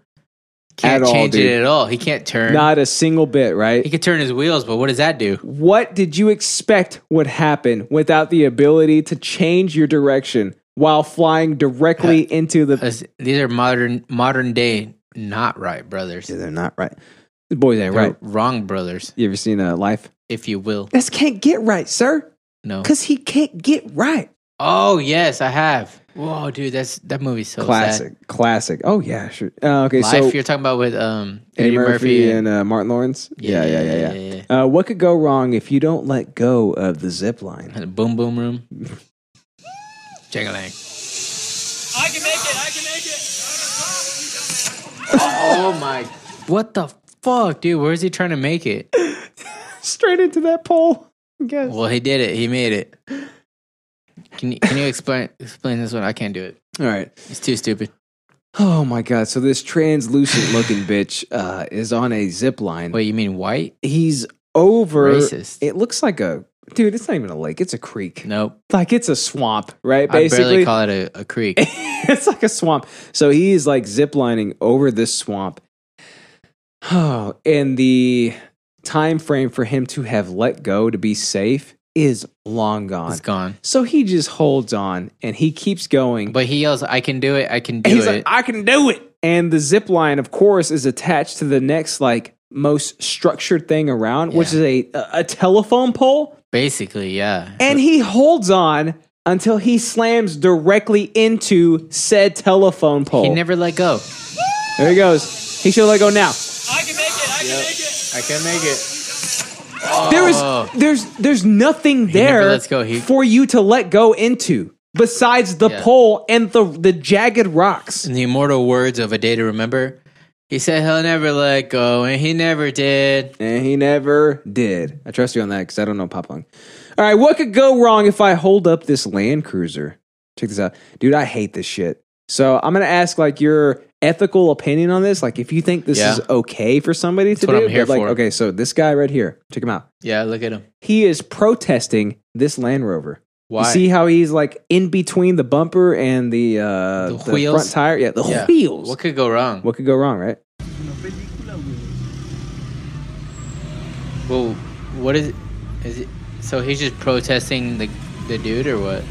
Speaker 1: can't
Speaker 2: At all,
Speaker 1: change
Speaker 2: dude.
Speaker 1: it at all. He can't turn.
Speaker 2: Not a single bit,
Speaker 1: he
Speaker 2: right?
Speaker 1: could turn his wheels, but what does that do?
Speaker 2: What did you expect would happen without the ability to change your direction while flying directly into the.
Speaker 1: That's- These are modern modern day not right brothers.
Speaker 2: They're not right. The boys ain't right.
Speaker 1: Wrong brothers,
Speaker 2: You ever seen a life?
Speaker 1: if you will.
Speaker 2: This can't get right, sir,
Speaker 1: No.
Speaker 2: because he can't get right.
Speaker 1: Oh yes, I have. Whoa, dude, that's that movie's so
Speaker 2: classic, classic. Oh yeah, sure. Uh, okay,
Speaker 1: Sad. Life
Speaker 2: so
Speaker 1: you're talking about with um
Speaker 2: Eddie Murphy,
Speaker 1: and,
Speaker 2: and uh, Martin Lawrence. Yeah, yeah, yeah, yeah.
Speaker 1: yeah,
Speaker 2: Uh, what could go wrong if you don't let go of the zip line?
Speaker 1: and uh, Boom Boom Room. Jangalang.
Speaker 4: I can make it. I can make it.
Speaker 1: Oh my! What the fuck, dude? Where is he trying to make it?
Speaker 2: Straight into that pole. I guess.
Speaker 1: Well, he did it. He made it. Can you, can you explain explain this one? I can't do it.
Speaker 2: All right.
Speaker 1: It's too stupid.
Speaker 2: Oh my god. So this translucent looking bitch uh, is on a zip line.
Speaker 1: Wait, you mean white?
Speaker 2: He's over.
Speaker 1: Racist.
Speaker 2: It looks like a dude. It's not even a lake. It's a creek.
Speaker 1: Nope.
Speaker 2: Like it's a swamp, right?
Speaker 1: I barely call it a, a creek.
Speaker 2: it's like a swamp. So he's like ziplining over this swamp. Oh, and the time frame for him to have let go to be safe is long gone.
Speaker 1: It's gone.
Speaker 2: So he just holds on and he keeps going.
Speaker 1: But he yells, "I can do it! I can do
Speaker 2: And he's
Speaker 1: it!"
Speaker 2: like, I can do it. And the zip line, of course, is attached to the next like most structured thing around, which is a a telephone pole.
Speaker 1: Basically, yeah.
Speaker 2: And he holds on until he slams directly into said telephone pole.
Speaker 1: He never let go.
Speaker 2: There he goes. He should let go now.
Speaker 1: I can make it.
Speaker 2: There is there's there's nothing
Speaker 1: never
Speaker 2: there
Speaker 1: lets go. He-
Speaker 2: for you to let go into besides the
Speaker 1: Yeah.
Speaker 2: pole and the the jagged rocks.
Speaker 1: In the immortal words of A Day to Remember, he said he'll never let go, and he never did.
Speaker 2: And he never did. I trust you on that because I don't know Pop Pong. All right, what could go wrong if I hold up this Land Cruiser? Check this out, dude. I hate this shit. So I'm gonna ask like your ethical opinion on this. Like if you think this
Speaker 1: Yeah.
Speaker 2: is okay for somebody to
Speaker 1: what
Speaker 2: do.
Speaker 1: I'm here
Speaker 2: but, like,
Speaker 1: for.
Speaker 2: Okay, so this guy right here, check him out.
Speaker 1: Yeah, look at him.
Speaker 2: He is protesting this Land Rover.
Speaker 1: Why?
Speaker 2: You see how he's like in between the bumper and the uh
Speaker 1: The
Speaker 2: the,
Speaker 1: wheels?
Speaker 2: front tire? Yeah, the
Speaker 1: Yeah.
Speaker 2: wheels.
Speaker 1: What
Speaker 2: What,
Speaker 1: could go wrong?
Speaker 2: could go wrong, right?
Speaker 1: Well, what is is it? So he's just protesting the the dude or what?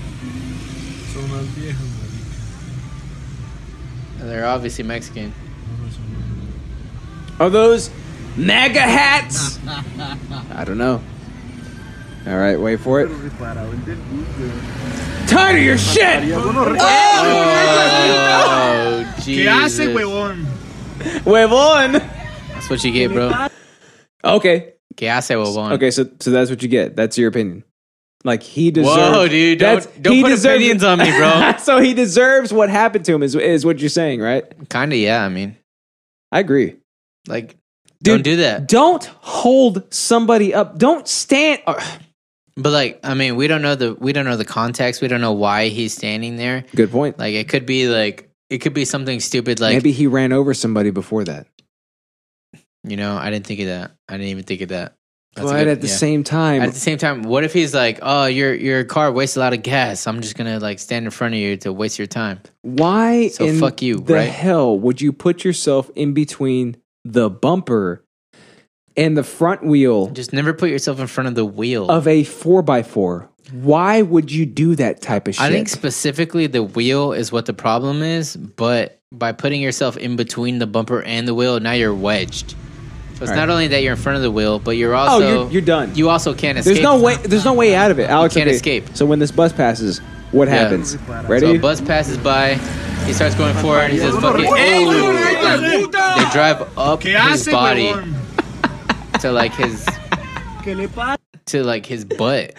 Speaker 1: They're obviously Mexican.
Speaker 2: Are those MAGA hats? I don't know. All right, wait for it. Tired of your shit!
Speaker 1: Oh,
Speaker 12: ¿Qué hace,
Speaker 1: Jesus.
Speaker 12: huevón?
Speaker 2: Huevon!
Speaker 1: That's what you get, bro.
Speaker 2: Okay.
Speaker 1: ¿Qué hace, huevón?
Speaker 2: Okay, so so that's what you get. That's your opinion. Like he deserves.
Speaker 1: Whoa, dude, don't-
Speaker 2: that's-
Speaker 1: don't
Speaker 2: he
Speaker 1: put
Speaker 2: deserves-
Speaker 1: opinions on me, bro.
Speaker 2: so he deserves what happened to him. Is is what you're saying, right?
Speaker 1: Kinda, yeah. I mean,
Speaker 2: I agree.
Speaker 1: Like,
Speaker 2: Dude,
Speaker 1: don't do that.
Speaker 2: Don't hold somebody up. Don't stand. uh,
Speaker 1: But like, I mean, we don't know the we don't know the context. We don't know why he's standing there.
Speaker 2: Good point.
Speaker 1: Like, it could be like it could be something stupid. Like,
Speaker 2: Maybe he ran over somebody before that.
Speaker 1: you know, I didn't think of that. I didn't even think of that. That's a
Speaker 2: But
Speaker 1: good-
Speaker 2: at the
Speaker 1: yeah.
Speaker 2: same time,
Speaker 1: at the same time, what if he's like, "Oh, your your car wastes a lot of gas. I'm just gonna like stand in front of you to waste your time."
Speaker 2: Why
Speaker 1: So
Speaker 2: in
Speaker 1: fuck you,
Speaker 2: the
Speaker 1: right?
Speaker 2: hell would you put yourself in between the bumper and the front wheel
Speaker 1: Just never put yourself in front of the wheel.
Speaker 2: of a 4x4? Why would you do that type of shit?
Speaker 1: I think specifically the wheel is what the problem is, but by putting yourself in between the bumper and the wheel, now you're wedged. So it's
Speaker 2: All right.
Speaker 1: not only that you're in front of the wheel, but you're
Speaker 2: Oh,
Speaker 1: also
Speaker 2: you're- you're done.
Speaker 1: You also can't escape.
Speaker 2: there's no way there's no way out of it. Alex
Speaker 1: can't
Speaker 2: okay,
Speaker 1: escape.
Speaker 2: So when this bus passes, what
Speaker 1: Yeah.
Speaker 2: happens?
Speaker 1: So
Speaker 2: Ready?
Speaker 1: a bus passes by. He starts going forward. He says, "Fuck it."
Speaker 12: Hey,
Speaker 1: And they drive up
Speaker 12: ¿Qué
Speaker 1: his
Speaker 12: hace,
Speaker 1: body
Speaker 12: huevón?
Speaker 1: to like his
Speaker 12: ¿Qué le pasa?
Speaker 1: to like his butt.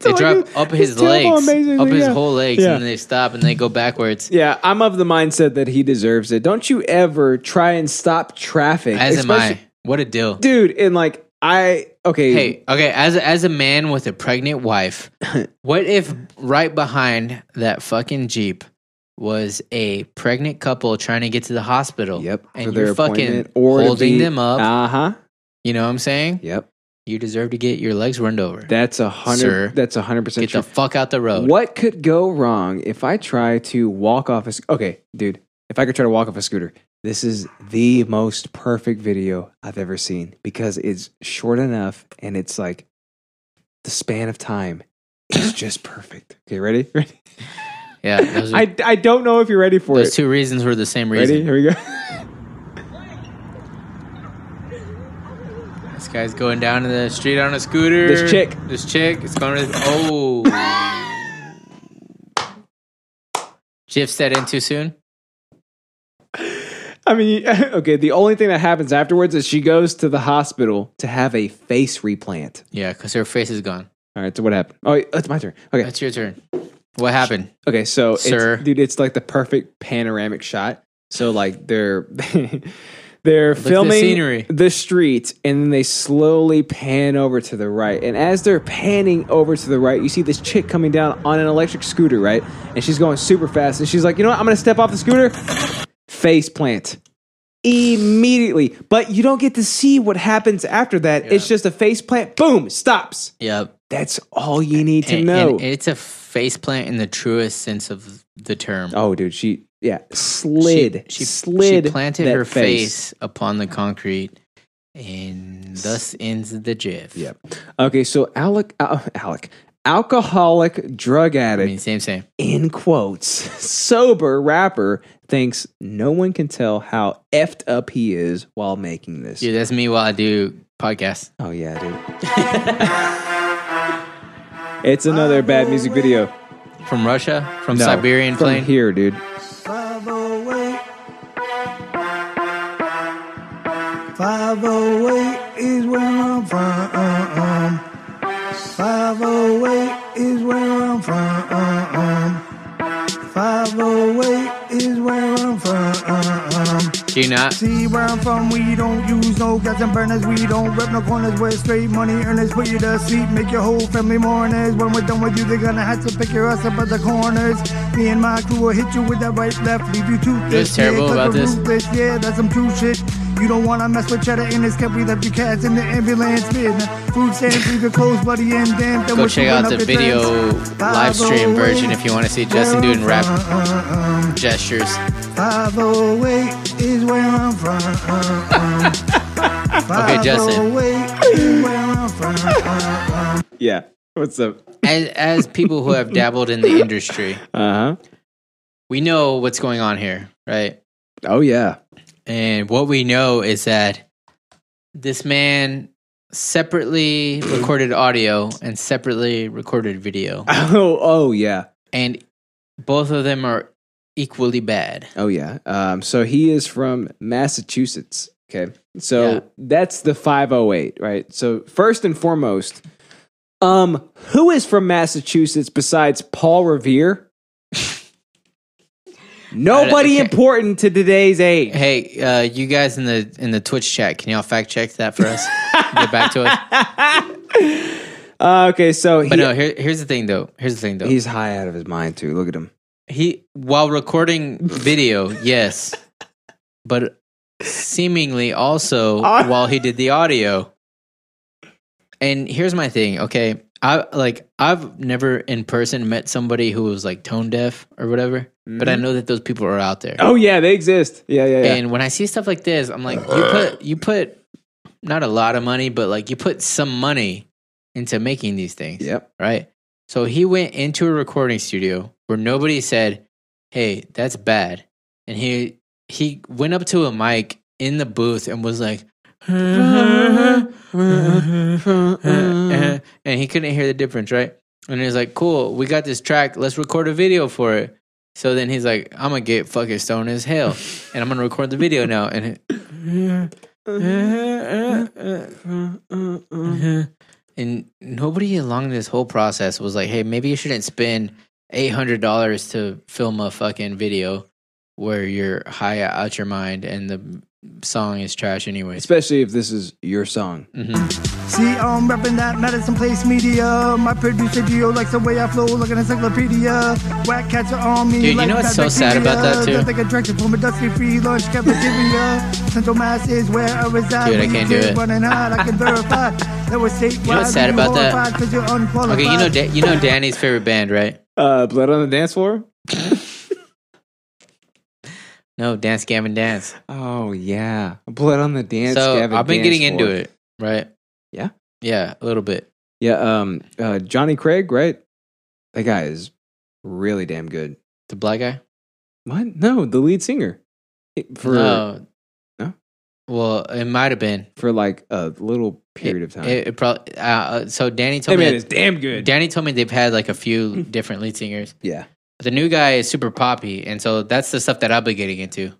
Speaker 1: They
Speaker 2: like
Speaker 1: drive
Speaker 2: his-
Speaker 1: up
Speaker 2: his
Speaker 1: his
Speaker 2: tailbone,
Speaker 1: legs,
Speaker 2: basically,
Speaker 1: up his
Speaker 2: yeah.
Speaker 1: whole legs,
Speaker 2: Yeah.
Speaker 1: and then they stop and they go backwards.
Speaker 2: yeah, I'm of the mindset that he deserves it. Don't you ever try and stop traffic.
Speaker 1: As am I.
Speaker 2: especially-
Speaker 1: What a deal.
Speaker 2: Dude, and like I okay,
Speaker 1: Hey, okay, as a, as a man with a pregnant wife, what if right behind that fucking Jeep was a pregnant couple trying to get to the hospital?
Speaker 2: Yep.
Speaker 1: And you're fucking
Speaker 2: appointment to
Speaker 1: holding
Speaker 2: be-
Speaker 1: them up.
Speaker 2: Uh-huh.
Speaker 1: you know what I'm saying?
Speaker 2: Yep.
Speaker 1: You deserve to get your legs runned over.
Speaker 2: That's a
Speaker 1: Sir,
Speaker 2: hundred. That's a hundred percent
Speaker 1: get
Speaker 2: true.
Speaker 1: the fuck out the road.
Speaker 2: What could go wrong if I try to walk off a? sc- Okay, dude. If I could try to walk off a scooter, this is the most perfect video I've ever seen because it's short enough and it's like the span of time is just perfect. Okay, ready? Ready?
Speaker 1: Yeah. Those, are-
Speaker 2: I, I don't know if you're ready for
Speaker 1: those
Speaker 2: it.
Speaker 1: two reasons were the same reason.
Speaker 2: ready? Here we go.
Speaker 1: This guy's going down to the street on a scooter.
Speaker 2: This chick.
Speaker 1: This chick. It's going to. Oh. Jiff set in too soon.
Speaker 2: I mean, okay. The only thing that happens afterwards is she goes to the hospital to have a face replant.
Speaker 1: Yeah, because her face is gone.
Speaker 2: All right. So what happened? Oh, it's my turn. Okay.
Speaker 1: That's your turn. What happened?
Speaker 2: Okay, so
Speaker 1: Sir.
Speaker 2: It's, dude, it's like the perfect panoramic shot. So like they're they're
Speaker 1: the
Speaker 2: filming
Speaker 1: scenery.
Speaker 2: the street, and then they slowly pan over to the right. And as they're panning over to the right, you see this chick coming down on an electric scooter, right? And she's going super fast, and she's like, you know what? I'm gonna step off the scooter. Face plant immediately, but you don't get to see what happens after that. It's just a face plant. Boom, stops.
Speaker 1: Yeah.
Speaker 2: That's all you need to
Speaker 1: And-
Speaker 2: know.
Speaker 1: and it's a faceplant in the truest sense of the term.
Speaker 2: Oh, dude, she yeah
Speaker 1: She-
Speaker 2: slid.
Speaker 1: She, she
Speaker 2: slid.
Speaker 1: planted
Speaker 2: that
Speaker 1: her face. upon the concrete, and thus ends the jiff.
Speaker 2: Yep. Okay, so Alec, uh, Alec, alcoholic drug
Speaker 1: I
Speaker 2: addict
Speaker 1: mean, same, same.
Speaker 2: in quotes, sober rapper thinks no one can tell how effed up he is while making this.
Speaker 1: Dude, that's me while I do podcasts.
Speaker 2: Oh yeah, dude. it's another bad music video
Speaker 1: From Russia? From
Speaker 2: No,
Speaker 1: Siberian
Speaker 2: from
Speaker 1: plane?
Speaker 2: here, dude.
Speaker 11: Five oh eight is where I'm from. Five oh eight is where I'm from. Five oh eight is where I'm from.
Speaker 1: Do you not?
Speaker 11: See where I'm from, we don't use no gas and burners. We don't rep no corners. We're straight money earners. Put you to sleep, make your whole family mourners. When we're done with you, they're gonna have to pick your ass up at the corners. Me and my crew will hit you with that right, left, leave you toothless.
Speaker 1: What's terrible
Speaker 11: yeah, 'cause
Speaker 1: about
Speaker 11: we're
Speaker 1: this?
Speaker 11: Ruthless. Yeah, that's some true shit. You don't wanna mess with cheddar in this cup. We left your cats in the ambulance. Man. Food stamps, leave your clothes bloody and damp.
Speaker 1: Go
Speaker 11: Then we're
Speaker 1: check
Speaker 11: shooting
Speaker 1: out
Speaker 11: up
Speaker 1: the
Speaker 11: your
Speaker 1: video
Speaker 11: dreads.
Speaker 1: live stream
Speaker 11: 508,
Speaker 1: version if you want to see Justin doing rap gestures.
Speaker 11: 508 is where I'm from.
Speaker 1: Okay, Justin.
Speaker 11: 508 is where I'm from.
Speaker 2: Yeah. What's up?
Speaker 1: As, as people who have dabbled in the industry,
Speaker 2: Uh huh.
Speaker 1: we know what's going on here, right?
Speaker 2: Oh yeah.
Speaker 1: And what we know is that this man separately recorded audio and separately recorded video.
Speaker 2: Oh oh yeah.
Speaker 1: And both of them are equally bad.
Speaker 2: Oh yeah. Um, so he is from Massachusetts. Okay. So
Speaker 1: Yeah.
Speaker 2: that's the 508, right? So first and foremost, um, who is from Massachusetts besides Paul Revere? Nobody
Speaker 1: okay.
Speaker 2: important to today's age.
Speaker 1: Hey, uh, you guys in the in the Twitch chat, can y'all fact check that for us? Get back to us.
Speaker 2: Uh, okay, so he,
Speaker 1: But no, here, here's the thing though. Here's the thing though.
Speaker 2: he's high out of his mind too. Look at him.
Speaker 1: he while recording video, yes, but seemingly also while he did the audio. And here's my thing, okay? I like I've never in person met somebody who was like tone deaf or whatever, but I know that those people are out there.
Speaker 2: Oh yeah, they exist. Yeah, yeah, yeah.
Speaker 1: And when I see stuff like this, I'm like, you put you put not a lot of money, but like you put some money into making these things.
Speaker 2: yep.
Speaker 1: Right. So he went into a recording studio where nobody said, Hey, that's bad. And he he went up to a mic in the booth and was like and he couldn't hear the difference, right? And he's like, Cool, we got this track, let's record a video for it. So then he's like, I'm gonna get fucking stoned as hell. And I'm gonna record the video now. And it- Uh, and nobody along this whole process was like, hey, maybe you shouldn't spend eight hundred dollars to film a fucking video where you're high out your mind and the song is trash anyways.
Speaker 2: Especially if this is your song.
Speaker 11: See, I'm repping that Madison Place media. My producer Gio likes the way I flow like an encyclopedia. Whack cats are on me.
Speaker 1: Dude, you
Speaker 11: like
Speaker 1: know what's
Speaker 11: bad
Speaker 1: so sad about
Speaker 11: bacteria.
Speaker 1: that, too?
Speaker 11: Just like a director from a dusty free lunch cafeteria. Central Mass is where I reside.
Speaker 1: Dude, I
Speaker 11: When
Speaker 1: can't
Speaker 11: you
Speaker 1: do
Speaker 11: did
Speaker 1: it.
Speaker 11: Running hot, I can verify. That was statewide.
Speaker 1: You know what's sad
Speaker 11: You're
Speaker 1: about that?
Speaker 11: horrified 'cause you're
Speaker 1: Okay, you know
Speaker 11: unqualified.
Speaker 1: da- you know Danny's favorite band, right?
Speaker 2: Uh, blood on the dance floor.
Speaker 1: No, Dance Gavin Dance.
Speaker 2: Oh yeah, blood on the dance.
Speaker 1: so
Speaker 2: Gavin
Speaker 1: I've been
Speaker 2: dance
Speaker 1: getting into
Speaker 2: floor.
Speaker 1: it, right?
Speaker 2: Yeah?
Speaker 1: Yeah, a little bit.
Speaker 2: Yeah, um, uh, Johnny Craig, right? That guy is really damn good.
Speaker 1: The black guy?
Speaker 2: What? No, the lead singer for
Speaker 1: no.
Speaker 2: No?
Speaker 1: Well, it might have been.
Speaker 2: for like a little period
Speaker 1: It-
Speaker 2: of time.
Speaker 1: It, it probably uh, uh, so Danny
Speaker 2: that
Speaker 1: told
Speaker 2: man
Speaker 1: me
Speaker 2: is damn good. Hmm.
Speaker 1: Danny told me they've had like a few different lead singers.
Speaker 2: yeah.
Speaker 1: The new guy is super poppy, and so that's the stuff that I've been getting into.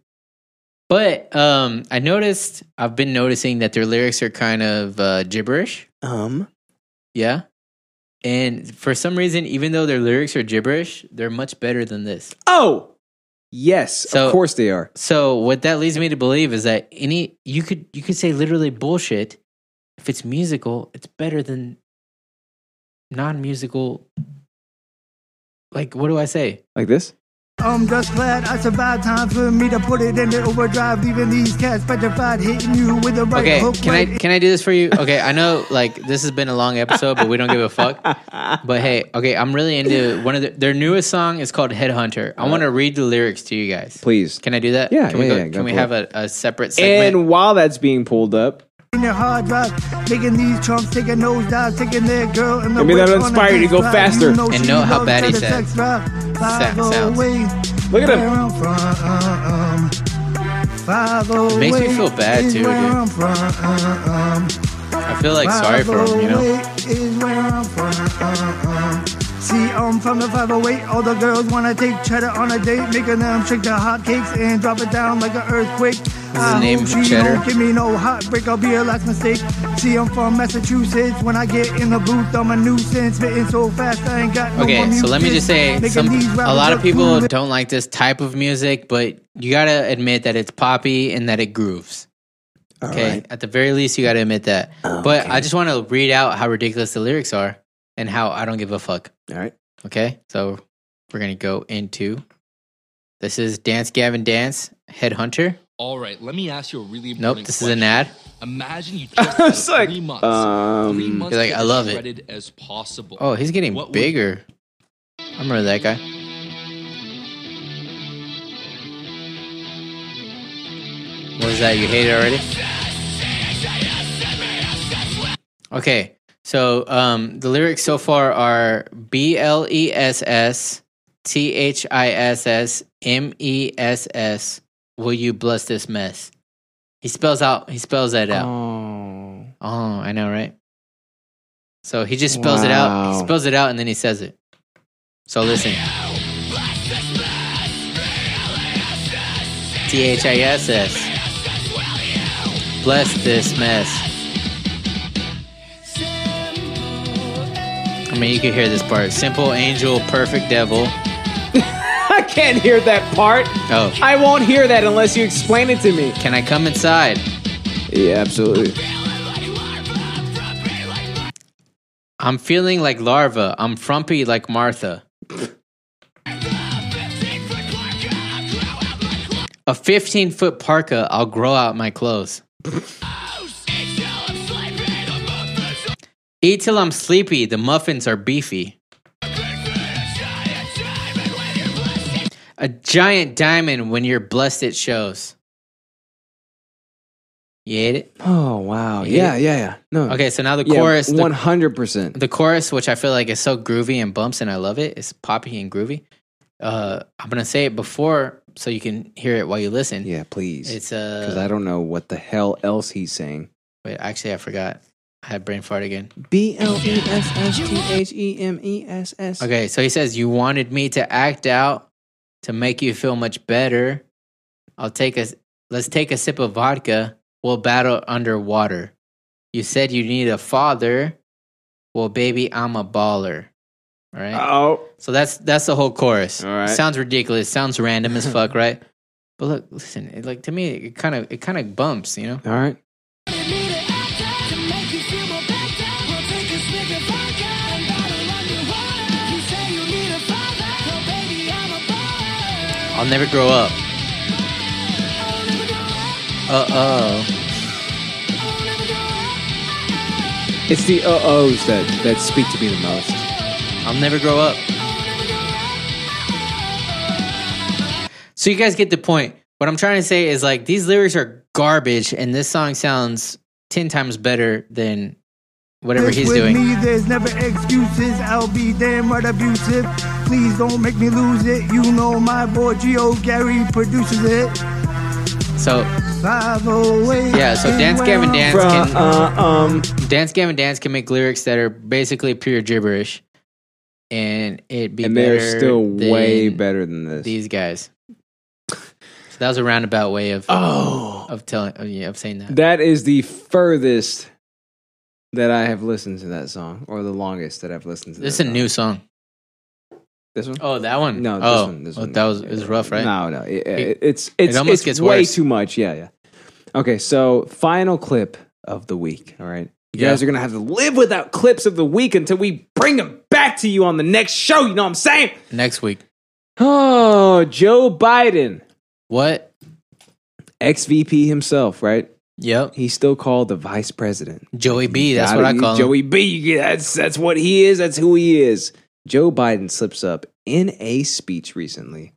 Speaker 1: But um, I noticed I've been noticing that their lyrics are kind of uh, gibberish.
Speaker 2: Um.
Speaker 1: Yeah. And for some reason, even though their lyrics are gibberish, they're much better than this.
Speaker 2: Oh. Yes.
Speaker 1: So-
Speaker 2: of course they are.
Speaker 1: So what that leads me to believe is that any you could you could say literally bullshit. If it's musical, it's better than non-musical. Like what do I say?
Speaker 2: Like this.
Speaker 11: I'm just glad I survived. Time for me to put it into overdrive. Leaving these cats petrified. Hitting you with the right
Speaker 1: Okay,
Speaker 11: hook.
Speaker 1: can
Speaker 11: right
Speaker 1: I can I do this for you? Okay, I know like this has been a long episode, but we don't give a fuck. But hey, okay, I'm really into one of the, their newest song is called Headhunter. I want to read the lyrics to you guys.
Speaker 2: Please.
Speaker 1: Can I do that?
Speaker 2: Yeah,
Speaker 1: Can we
Speaker 2: yeah,
Speaker 1: go,
Speaker 2: yeah, go
Speaker 1: Can we
Speaker 2: for
Speaker 1: have a, a separate segment?
Speaker 2: And while that's being pulled up,
Speaker 11: in their hard drive, making these chumps take a nosedive, taking their girl and the
Speaker 2: I mean, that'll
Speaker 11: whip on
Speaker 2: inspire you to
Speaker 11: sex
Speaker 2: go
Speaker 11: drive.
Speaker 2: faster.
Speaker 1: And
Speaker 11: she
Speaker 1: know how
Speaker 11: loves
Speaker 1: bad he
Speaker 11: the
Speaker 1: said.
Speaker 11: sex drive.
Speaker 1: sounds.
Speaker 11: 508,
Speaker 2: Look at him.
Speaker 11: where I'm from. 508
Speaker 1: Makes me feel bad,
Speaker 11: is
Speaker 1: too,
Speaker 11: where
Speaker 1: dude.
Speaker 11: I'm from.
Speaker 1: I feel like sorry for him, you know.
Speaker 11: 508 is where I'm from. See, I'm from the 508. All the girls wanna take cheddar on a date, making them shake their hotcakes and drop it down like an earthquake. I
Speaker 1: name
Speaker 11: hope she
Speaker 1: Cheddar?
Speaker 11: don't give me no heartbreak. I'll be her last mistake. See, I'm from Massachusetts. When I get in the booth, I'm a nuisance, spitting so fast I ain't got no
Speaker 1: Okay,
Speaker 11: more
Speaker 1: so let me
Speaker 11: music.
Speaker 1: just say,
Speaker 11: Making
Speaker 1: some
Speaker 11: these
Speaker 1: a
Speaker 11: rappers
Speaker 1: lot of
Speaker 11: look
Speaker 1: people
Speaker 11: foolish.
Speaker 1: don't like this type of music, but you gotta admit that it's poppy and that it grooves. Okay, at the very least, you gotta admit that. But I just want to read out how ridiculous the lyrics are and how I don't give a fuck.
Speaker 2: All right.
Speaker 1: Okay, so we're gonna go into this is Dance Gavin Dance Headhunter.
Speaker 13: All right, let me ask you a really important
Speaker 1: Nope, this is
Speaker 13: question.
Speaker 1: an ad.
Speaker 13: Imagine you just had
Speaker 2: It's like,
Speaker 13: three months. three
Speaker 2: um,
Speaker 13: months
Speaker 1: You're like,
Speaker 13: to
Speaker 1: I
Speaker 13: get
Speaker 1: love
Speaker 13: as
Speaker 1: it.
Speaker 13: shredded as possible.
Speaker 1: Oh, he's getting
Speaker 13: What would-
Speaker 1: bigger. I remember that guy. What is that? You hate it already? Okay. So um, the lyrics so far are B L E S S T H I S S M E S S. Will you bless this mess? He spells out. He spells that out.
Speaker 2: Oh,
Speaker 1: I know, right? So he just spells it out. He
Speaker 2: Wow.
Speaker 1: spells it out, and then he says it. So listen. T H I S S. Bless this mess. I mean, you can hear this part. Simple angel, perfect devil.
Speaker 2: I can't hear that part.
Speaker 1: Oh.
Speaker 2: I won't hear that unless you explain it to me.
Speaker 1: Can I come inside?
Speaker 2: Yeah, absolutely.
Speaker 1: I'm feeling like larva. I'm frumpy like Martha. A 15 foot parka, I'll grow out my clothes. Eat till I'm sleepy, the muffins are beefy. A giant diamond when you're blessed, it shows. You ate it?
Speaker 2: Oh wow.
Speaker 1: You
Speaker 2: Yeah,
Speaker 1: ate it?
Speaker 2: yeah, yeah. No.
Speaker 1: Okay, so now the
Speaker 2: Hmm. Yeah,
Speaker 1: chorus. the-
Speaker 2: 100%.
Speaker 1: the chorus, which I feel like is so groovy and bumps, and I love it. It's poppy and groovy. Uh, I'm gonna say it before so you can hear it while you listen.
Speaker 2: Yeah, please.
Speaker 1: It's
Speaker 2: Because
Speaker 1: uh,
Speaker 2: I don't know what the hell else he's saying.
Speaker 1: wait, actually, I forgot. I had brain fart again.
Speaker 2: B L E S S T H E M E S S.
Speaker 1: Okay, so he says you wanted me to act out to make you feel much better. I'll take a let's take a sip of vodka. We'll battle underwater. You said you need a father. Well, baby, I'm a baller. All right.
Speaker 2: Oh.
Speaker 1: So that's that's the whole chorus.
Speaker 2: All right.
Speaker 1: Sounds ridiculous. Sounds random as fuck, right? But look, listen. It, like to me, it kind of it kind of bumps, you know.
Speaker 2: All right.
Speaker 1: I'll never grow up. Uh oh.
Speaker 2: It's the uh ohs that, that speak to me the most.
Speaker 1: I'll never grow up. So you guys get the point. What I'm trying to say is like these lyrics are garbage, and this song sounds ten times better than whatever he's
Speaker 11: with
Speaker 1: doing.
Speaker 11: Me, there's never excuses. I'll be damn right abusive. Please don't make me lose it. You know my boy Geo Gary produces it.
Speaker 1: So
Speaker 11: 508.
Speaker 1: yeah, so
Speaker 11: is
Speaker 1: Dance
Speaker 11: where
Speaker 1: Gavin
Speaker 11: I'm
Speaker 1: Dance
Speaker 11: from.
Speaker 1: can
Speaker 11: um.
Speaker 1: Dance Gavin Dance can make lyrics that are basically pure gibberish, and it'd be
Speaker 2: and they're
Speaker 1: better
Speaker 2: still way
Speaker 1: than
Speaker 2: better than this.
Speaker 1: These guys. So that was a roundabout way of
Speaker 2: Oh.
Speaker 1: of telling oh, yeah, of saying that.
Speaker 2: That is the furthest that I have listened to that song, or the longest that I've listened to.
Speaker 1: This is
Speaker 2: that
Speaker 1: a
Speaker 2: song.
Speaker 1: new song.
Speaker 2: This one?
Speaker 1: Oh, that one.
Speaker 2: No,
Speaker 1: oh,
Speaker 2: this one. This
Speaker 1: oh,
Speaker 2: one.
Speaker 1: that was it was rough, right?
Speaker 2: No, no. It,
Speaker 1: It-
Speaker 2: it- it's it's,
Speaker 1: almost
Speaker 2: it's
Speaker 1: gets
Speaker 2: way
Speaker 1: worse.
Speaker 2: too much. Yeah, yeah. Okay, so final clip of the week. All right. You
Speaker 1: Yeah.
Speaker 2: guys are going to have to live without clips of the week until we bring them back to you on the next show. You know what I'm saying?
Speaker 1: Next week.
Speaker 2: Oh, Joe Biden,
Speaker 1: What?
Speaker 2: XVP himself, right?
Speaker 1: Yep.
Speaker 2: He's still called the vice president.
Speaker 1: Joey B. That's
Speaker 2: Gotta
Speaker 1: what I
Speaker 2: use
Speaker 1: call him.
Speaker 2: e- Joey B. That's that's what he is. That's who he is. Joe Biden slips up in a speech recently.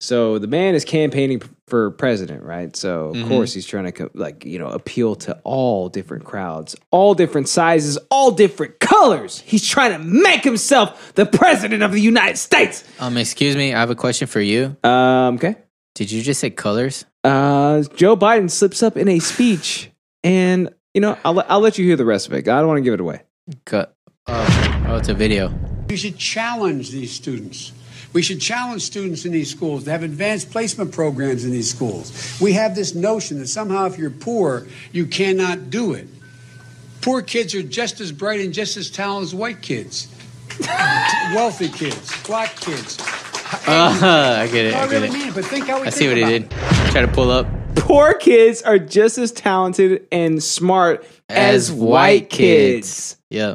Speaker 2: So the man is campaigning for president, right? So of
Speaker 1: Mhm.
Speaker 2: course he's trying to co- like you know appeal to all different crowds, all different sizes, all different colors. He's trying to make himself the president of the United States.
Speaker 1: Um, excuse me. I have a question for you.
Speaker 2: Um, okay.
Speaker 1: Did you just say colors?
Speaker 2: Uh, Joe Biden slips up in a speech, and you know I'll I'll let you hear the rest of it. I don't want to give it away.
Speaker 1: Co- oh, oh, it's a video.
Speaker 14: We should challenge these students. We should challenge students in these schools to have advanced placement programs in these schools. We have this notion that somehow if you're poor, you cannot do it. Poor kids are just as bright and just as talented as white kids, wealthy kids, black kids.
Speaker 1: Uh, I get it.
Speaker 14: No,
Speaker 1: I
Speaker 14: I
Speaker 1: get
Speaker 14: really
Speaker 1: it.
Speaker 14: mean it, but think how we
Speaker 1: I see
Speaker 14: think
Speaker 1: what he
Speaker 14: about
Speaker 1: did. Try to pull up.
Speaker 2: poor kids are just as talented and smart as, white kids.
Speaker 1: Yeah.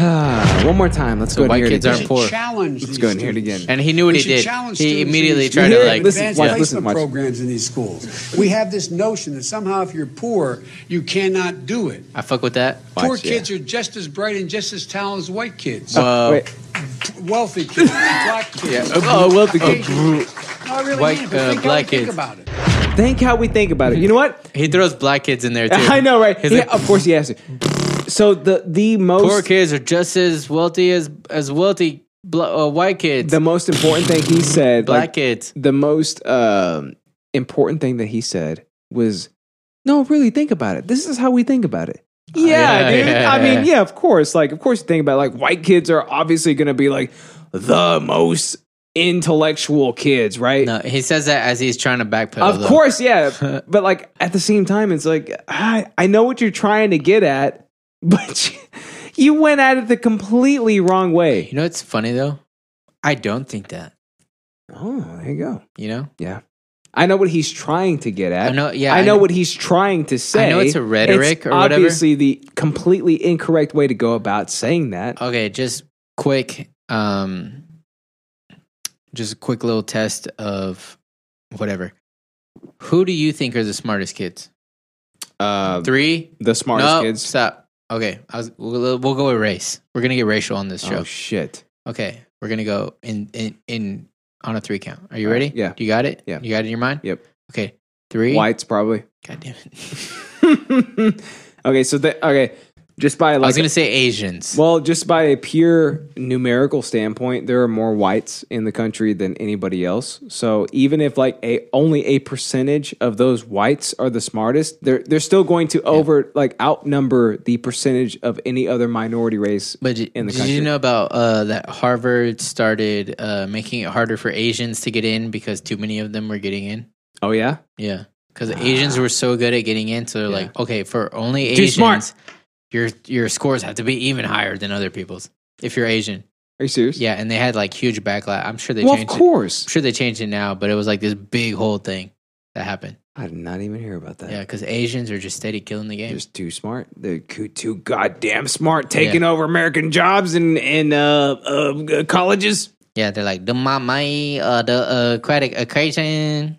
Speaker 2: Ah, One more time. Let's
Speaker 1: So
Speaker 2: go ahead
Speaker 1: white
Speaker 2: and hear
Speaker 1: kids
Speaker 2: it
Speaker 1: aren't
Speaker 2: again.
Speaker 1: poor.
Speaker 14: Challenge
Speaker 2: Let's
Speaker 14: these
Speaker 2: go and hear it
Speaker 14: students.
Speaker 2: again.
Speaker 1: And he knew what
Speaker 14: We
Speaker 1: he
Speaker 14: should
Speaker 1: did.
Speaker 14: challenge
Speaker 1: He
Speaker 14: students in
Speaker 1: immediately
Speaker 14: these
Speaker 1: tried to
Speaker 2: schools.
Speaker 1: like.
Speaker 2: Listen,
Speaker 14: advanced
Speaker 2: watch,
Speaker 14: placement
Speaker 2: listen, watch.
Speaker 14: programs in these schools. We have this notion that somehow if you're poor, you cannot do it.
Speaker 1: I fuck with that.
Speaker 14: Poor
Speaker 2: Watch, yeah.
Speaker 14: kids are just as bright and just as talented as white kids,
Speaker 1: Whoa.
Speaker 2: Wait,
Speaker 14: wealthy kids, black kids.
Speaker 1: Uh, Yeah. Oh, wealthy
Speaker 14: Asian
Speaker 1: kids.
Speaker 14: No, I really
Speaker 1: White,
Speaker 14: mean it, but
Speaker 1: uh,
Speaker 14: think how
Speaker 1: black
Speaker 14: we think
Speaker 1: kids.
Speaker 14: about it.
Speaker 2: think how we think about it. You know what?
Speaker 1: He throws black kids in there too.
Speaker 2: I know, right?
Speaker 1: He's
Speaker 2: Yeah,
Speaker 1: like,
Speaker 2: of course he has to. So the the most
Speaker 1: Poor kids are just as wealthy as as wealthy bl- uh, white kids.
Speaker 2: the most important thing he said
Speaker 1: Black
Speaker 2: like,
Speaker 1: kids.
Speaker 2: the most um, important thing that he said was no really think about it this is how we think about it yeah,
Speaker 1: Ah, yeah,
Speaker 2: dude.
Speaker 1: yeah,
Speaker 2: i mean
Speaker 1: yeah.
Speaker 2: yeah of course like of course you think about it. like white kids are obviously gonna be like the most intellectual kids right
Speaker 1: No, he says that as he's trying to backpedal.
Speaker 2: of
Speaker 1: though.
Speaker 2: course yeah but like at the same time it's like i, I know what you're trying to get at but you, you went at it the completely wrong way
Speaker 1: You know it's funny though? I don't think that.
Speaker 2: oh there you go
Speaker 1: You know?
Speaker 2: Yeah. I know what he's trying to get at.
Speaker 1: I know- yeah,
Speaker 2: I
Speaker 1: I
Speaker 2: know
Speaker 1: know-
Speaker 2: what he's trying to say.
Speaker 1: I know it's a rhetoric
Speaker 2: It's
Speaker 1: or whatever.
Speaker 2: obviously the completely incorrect way to go about saying that.
Speaker 1: Okay, just quick um just a quick little test of whatever. Who do you think are the smartest kids?
Speaker 2: Uh,
Speaker 1: Three?
Speaker 2: the smartest
Speaker 1: No,
Speaker 2: kids.
Speaker 1: Stop. Okay, I was, we'll, we'll go with race. We're gonna get racial on this show.
Speaker 2: Oh shit!
Speaker 1: okay, we're gonna go in in in on a three count. Are you ready?
Speaker 2: yeah.
Speaker 1: You got it.
Speaker 2: Yeah.
Speaker 1: You got it in your mind.
Speaker 2: Yep.
Speaker 1: Okay. Three.
Speaker 2: Whites probably.
Speaker 1: God damn it.
Speaker 2: okay, so the, okay, just by like
Speaker 1: I was gonna say Asians.
Speaker 2: well, just by a pure numerical standpoint, there are more whites in the country than anybody else. So even if like a only a percentage of those whites are the smartest, they're they're still going to over like outnumber the percentage of any other minority race
Speaker 1: But did,
Speaker 2: in the
Speaker 1: did
Speaker 2: country.
Speaker 1: you know about uh, that Harvard started uh, making it harder for Asians to get in because too many of them were getting in?
Speaker 2: oh yeah,
Speaker 1: Yeah, because Asians were so good at getting in, so they're like, okay, for only
Speaker 2: Too
Speaker 1: Asians,
Speaker 2: smart.
Speaker 1: your your scores have to be even higher than other people's if you're Asian.
Speaker 2: are you serious?
Speaker 1: Yeah, and they had like huge backlash. I'm sure they
Speaker 2: well, of
Speaker 1: changed. it.
Speaker 2: course.
Speaker 1: I'm sure they changed it now, but it was like this big whole thing that happened.
Speaker 2: I did not even hear about that.
Speaker 1: Yeah, because Asians are just steady killing the game.
Speaker 2: Just too smart. They're coo- too goddamn smart, taking over American jobs and and uh, uh, colleges.
Speaker 1: yeah, they're like the mama, uh, the uh, credit equation.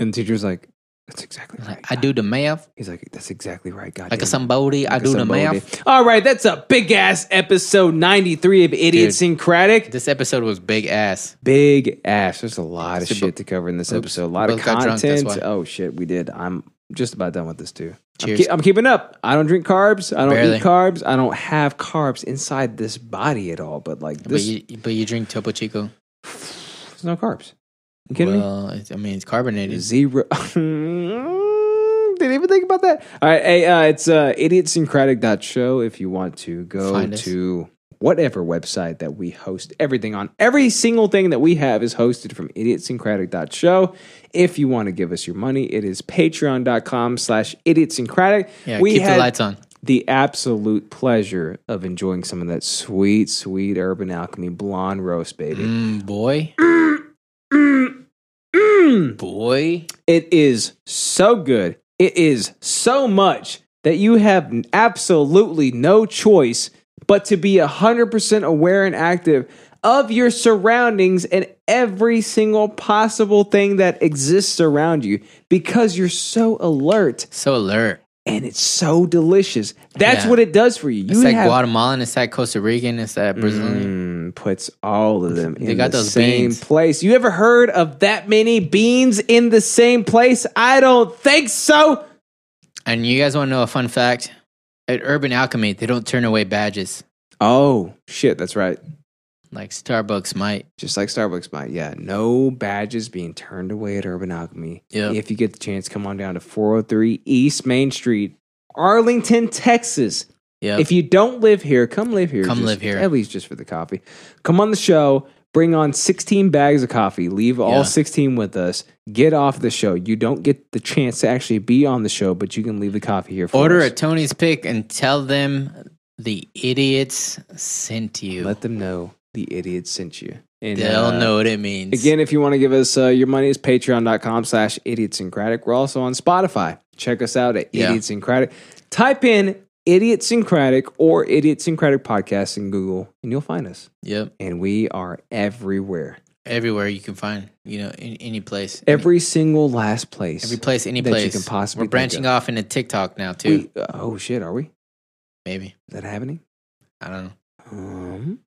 Speaker 2: And the teacher's like, "That's exactly right."
Speaker 1: I do the math
Speaker 2: He's like, "That's exactly right." God,
Speaker 1: like a somebody. I do the math.
Speaker 2: All right, that's a big ass episode 93 of Idiosyncratic.
Speaker 1: This episode was big ass.
Speaker 2: Big ass. There's a lot of shit to cover in this episode. A lot of
Speaker 1: Both got drunk, that's
Speaker 2: content.
Speaker 1: why.
Speaker 2: oh shit, we did. I'm just about done with this too. I'm,
Speaker 1: Cheers.
Speaker 2: ke- I'm keeping up. I don't drink carbs. I don't
Speaker 1: Barely.
Speaker 2: eat carbs. I don't have carbs inside this body at all. But like
Speaker 1: But
Speaker 2: this,
Speaker 1: you, but you drink Topo Chico.
Speaker 2: there's no carbs. You kidding me?
Speaker 1: well, it's- I mean, it's carbonated.
Speaker 2: Zero. Mm, Didn't even think about that. All right. Hey, uh, it's uh, idiotsyncratic.show if you want to go
Speaker 1: Find us.
Speaker 2: to whatever website that we host everything on. Every single thing that we have is hosted from idiotsyncratic.show. If you want to give us your money, it is patreon.com slash idiotsyncratic.
Speaker 1: Yeah, keep the lights on.
Speaker 2: The absolute pleasure of enjoying some of that sweet, sweet Urban Alchemy blonde roast, baby.
Speaker 1: Mm, boy, boy.
Speaker 2: It is so good. It is so much that you have absolutely no choice but to be 100% aware and active of your surroundings and every single possible thing that exists around you because you're so alert
Speaker 1: So alert.
Speaker 2: and it's so delicious. That's
Speaker 1: Yeah.
Speaker 2: what it does for you.
Speaker 1: It's
Speaker 2: you
Speaker 1: that
Speaker 2: have-
Speaker 1: Guatemalan. It's that Costa Rican. It's that Brazilian.
Speaker 2: Mm, puts all of them
Speaker 1: They
Speaker 2: in
Speaker 1: got
Speaker 2: the
Speaker 1: those
Speaker 2: same
Speaker 1: beans.
Speaker 2: place. You ever heard of that many beans in the same place? I don't think so.
Speaker 1: And you guys want to know a fun fact? At Urban Alchemy, they don't turn away badges
Speaker 2: Oh shit, that's right.
Speaker 1: like Starbucks might.
Speaker 2: Just like Starbucks might, yeah. No badges being turned away at Urban Alchemy.
Speaker 1: Yeah.
Speaker 2: If you get the chance, come on down to 403 East Main Street, Arlington, Texas.
Speaker 1: Yeah.
Speaker 2: If you don't live here, come live here.
Speaker 1: Come
Speaker 2: just-
Speaker 1: live here.
Speaker 2: At least just for the coffee. Come on the show. Bring on 16 bags of coffee. Leave all
Speaker 1: Yeah.
Speaker 2: 16 with us. Get off the show. You don't get the chance to actually be on the show, but you can leave the coffee here for
Speaker 1: Order
Speaker 2: us.
Speaker 1: a Tony's pick and tell them the idiots sent you.
Speaker 2: Let them know the idiot sent you. And,
Speaker 1: They'll
Speaker 2: uh,
Speaker 1: know what it means.
Speaker 2: Again, if you want to give us uh, your money, it's patreon.com slash idiotsyncratic. We're also on Spotify. Check us out at
Speaker 1: Yeah.
Speaker 2: idiotsyncratic. Type in idiotsyncratic or idiotsyncratic podcast in Google, and you'll find us.
Speaker 1: Yep.
Speaker 2: And we are everywhere.
Speaker 1: Everywhere you can find, you know, in any place.
Speaker 2: Every single last place.
Speaker 1: Every place, any
Speaker 2: that you
Speaker 1: place
Speaker 2: can possibly
Speaker 1: We're
Speaker 2: think
Speaker 1: branching
Speaker 2: of.
Speaker 1: off into TikTok now too.
Speaker 2: We- oh, shit, are we? Is
Speaker 1: Maybe
Speaker 2: that happening?
Speaker 1: I don't know.
Speaker 2: Um,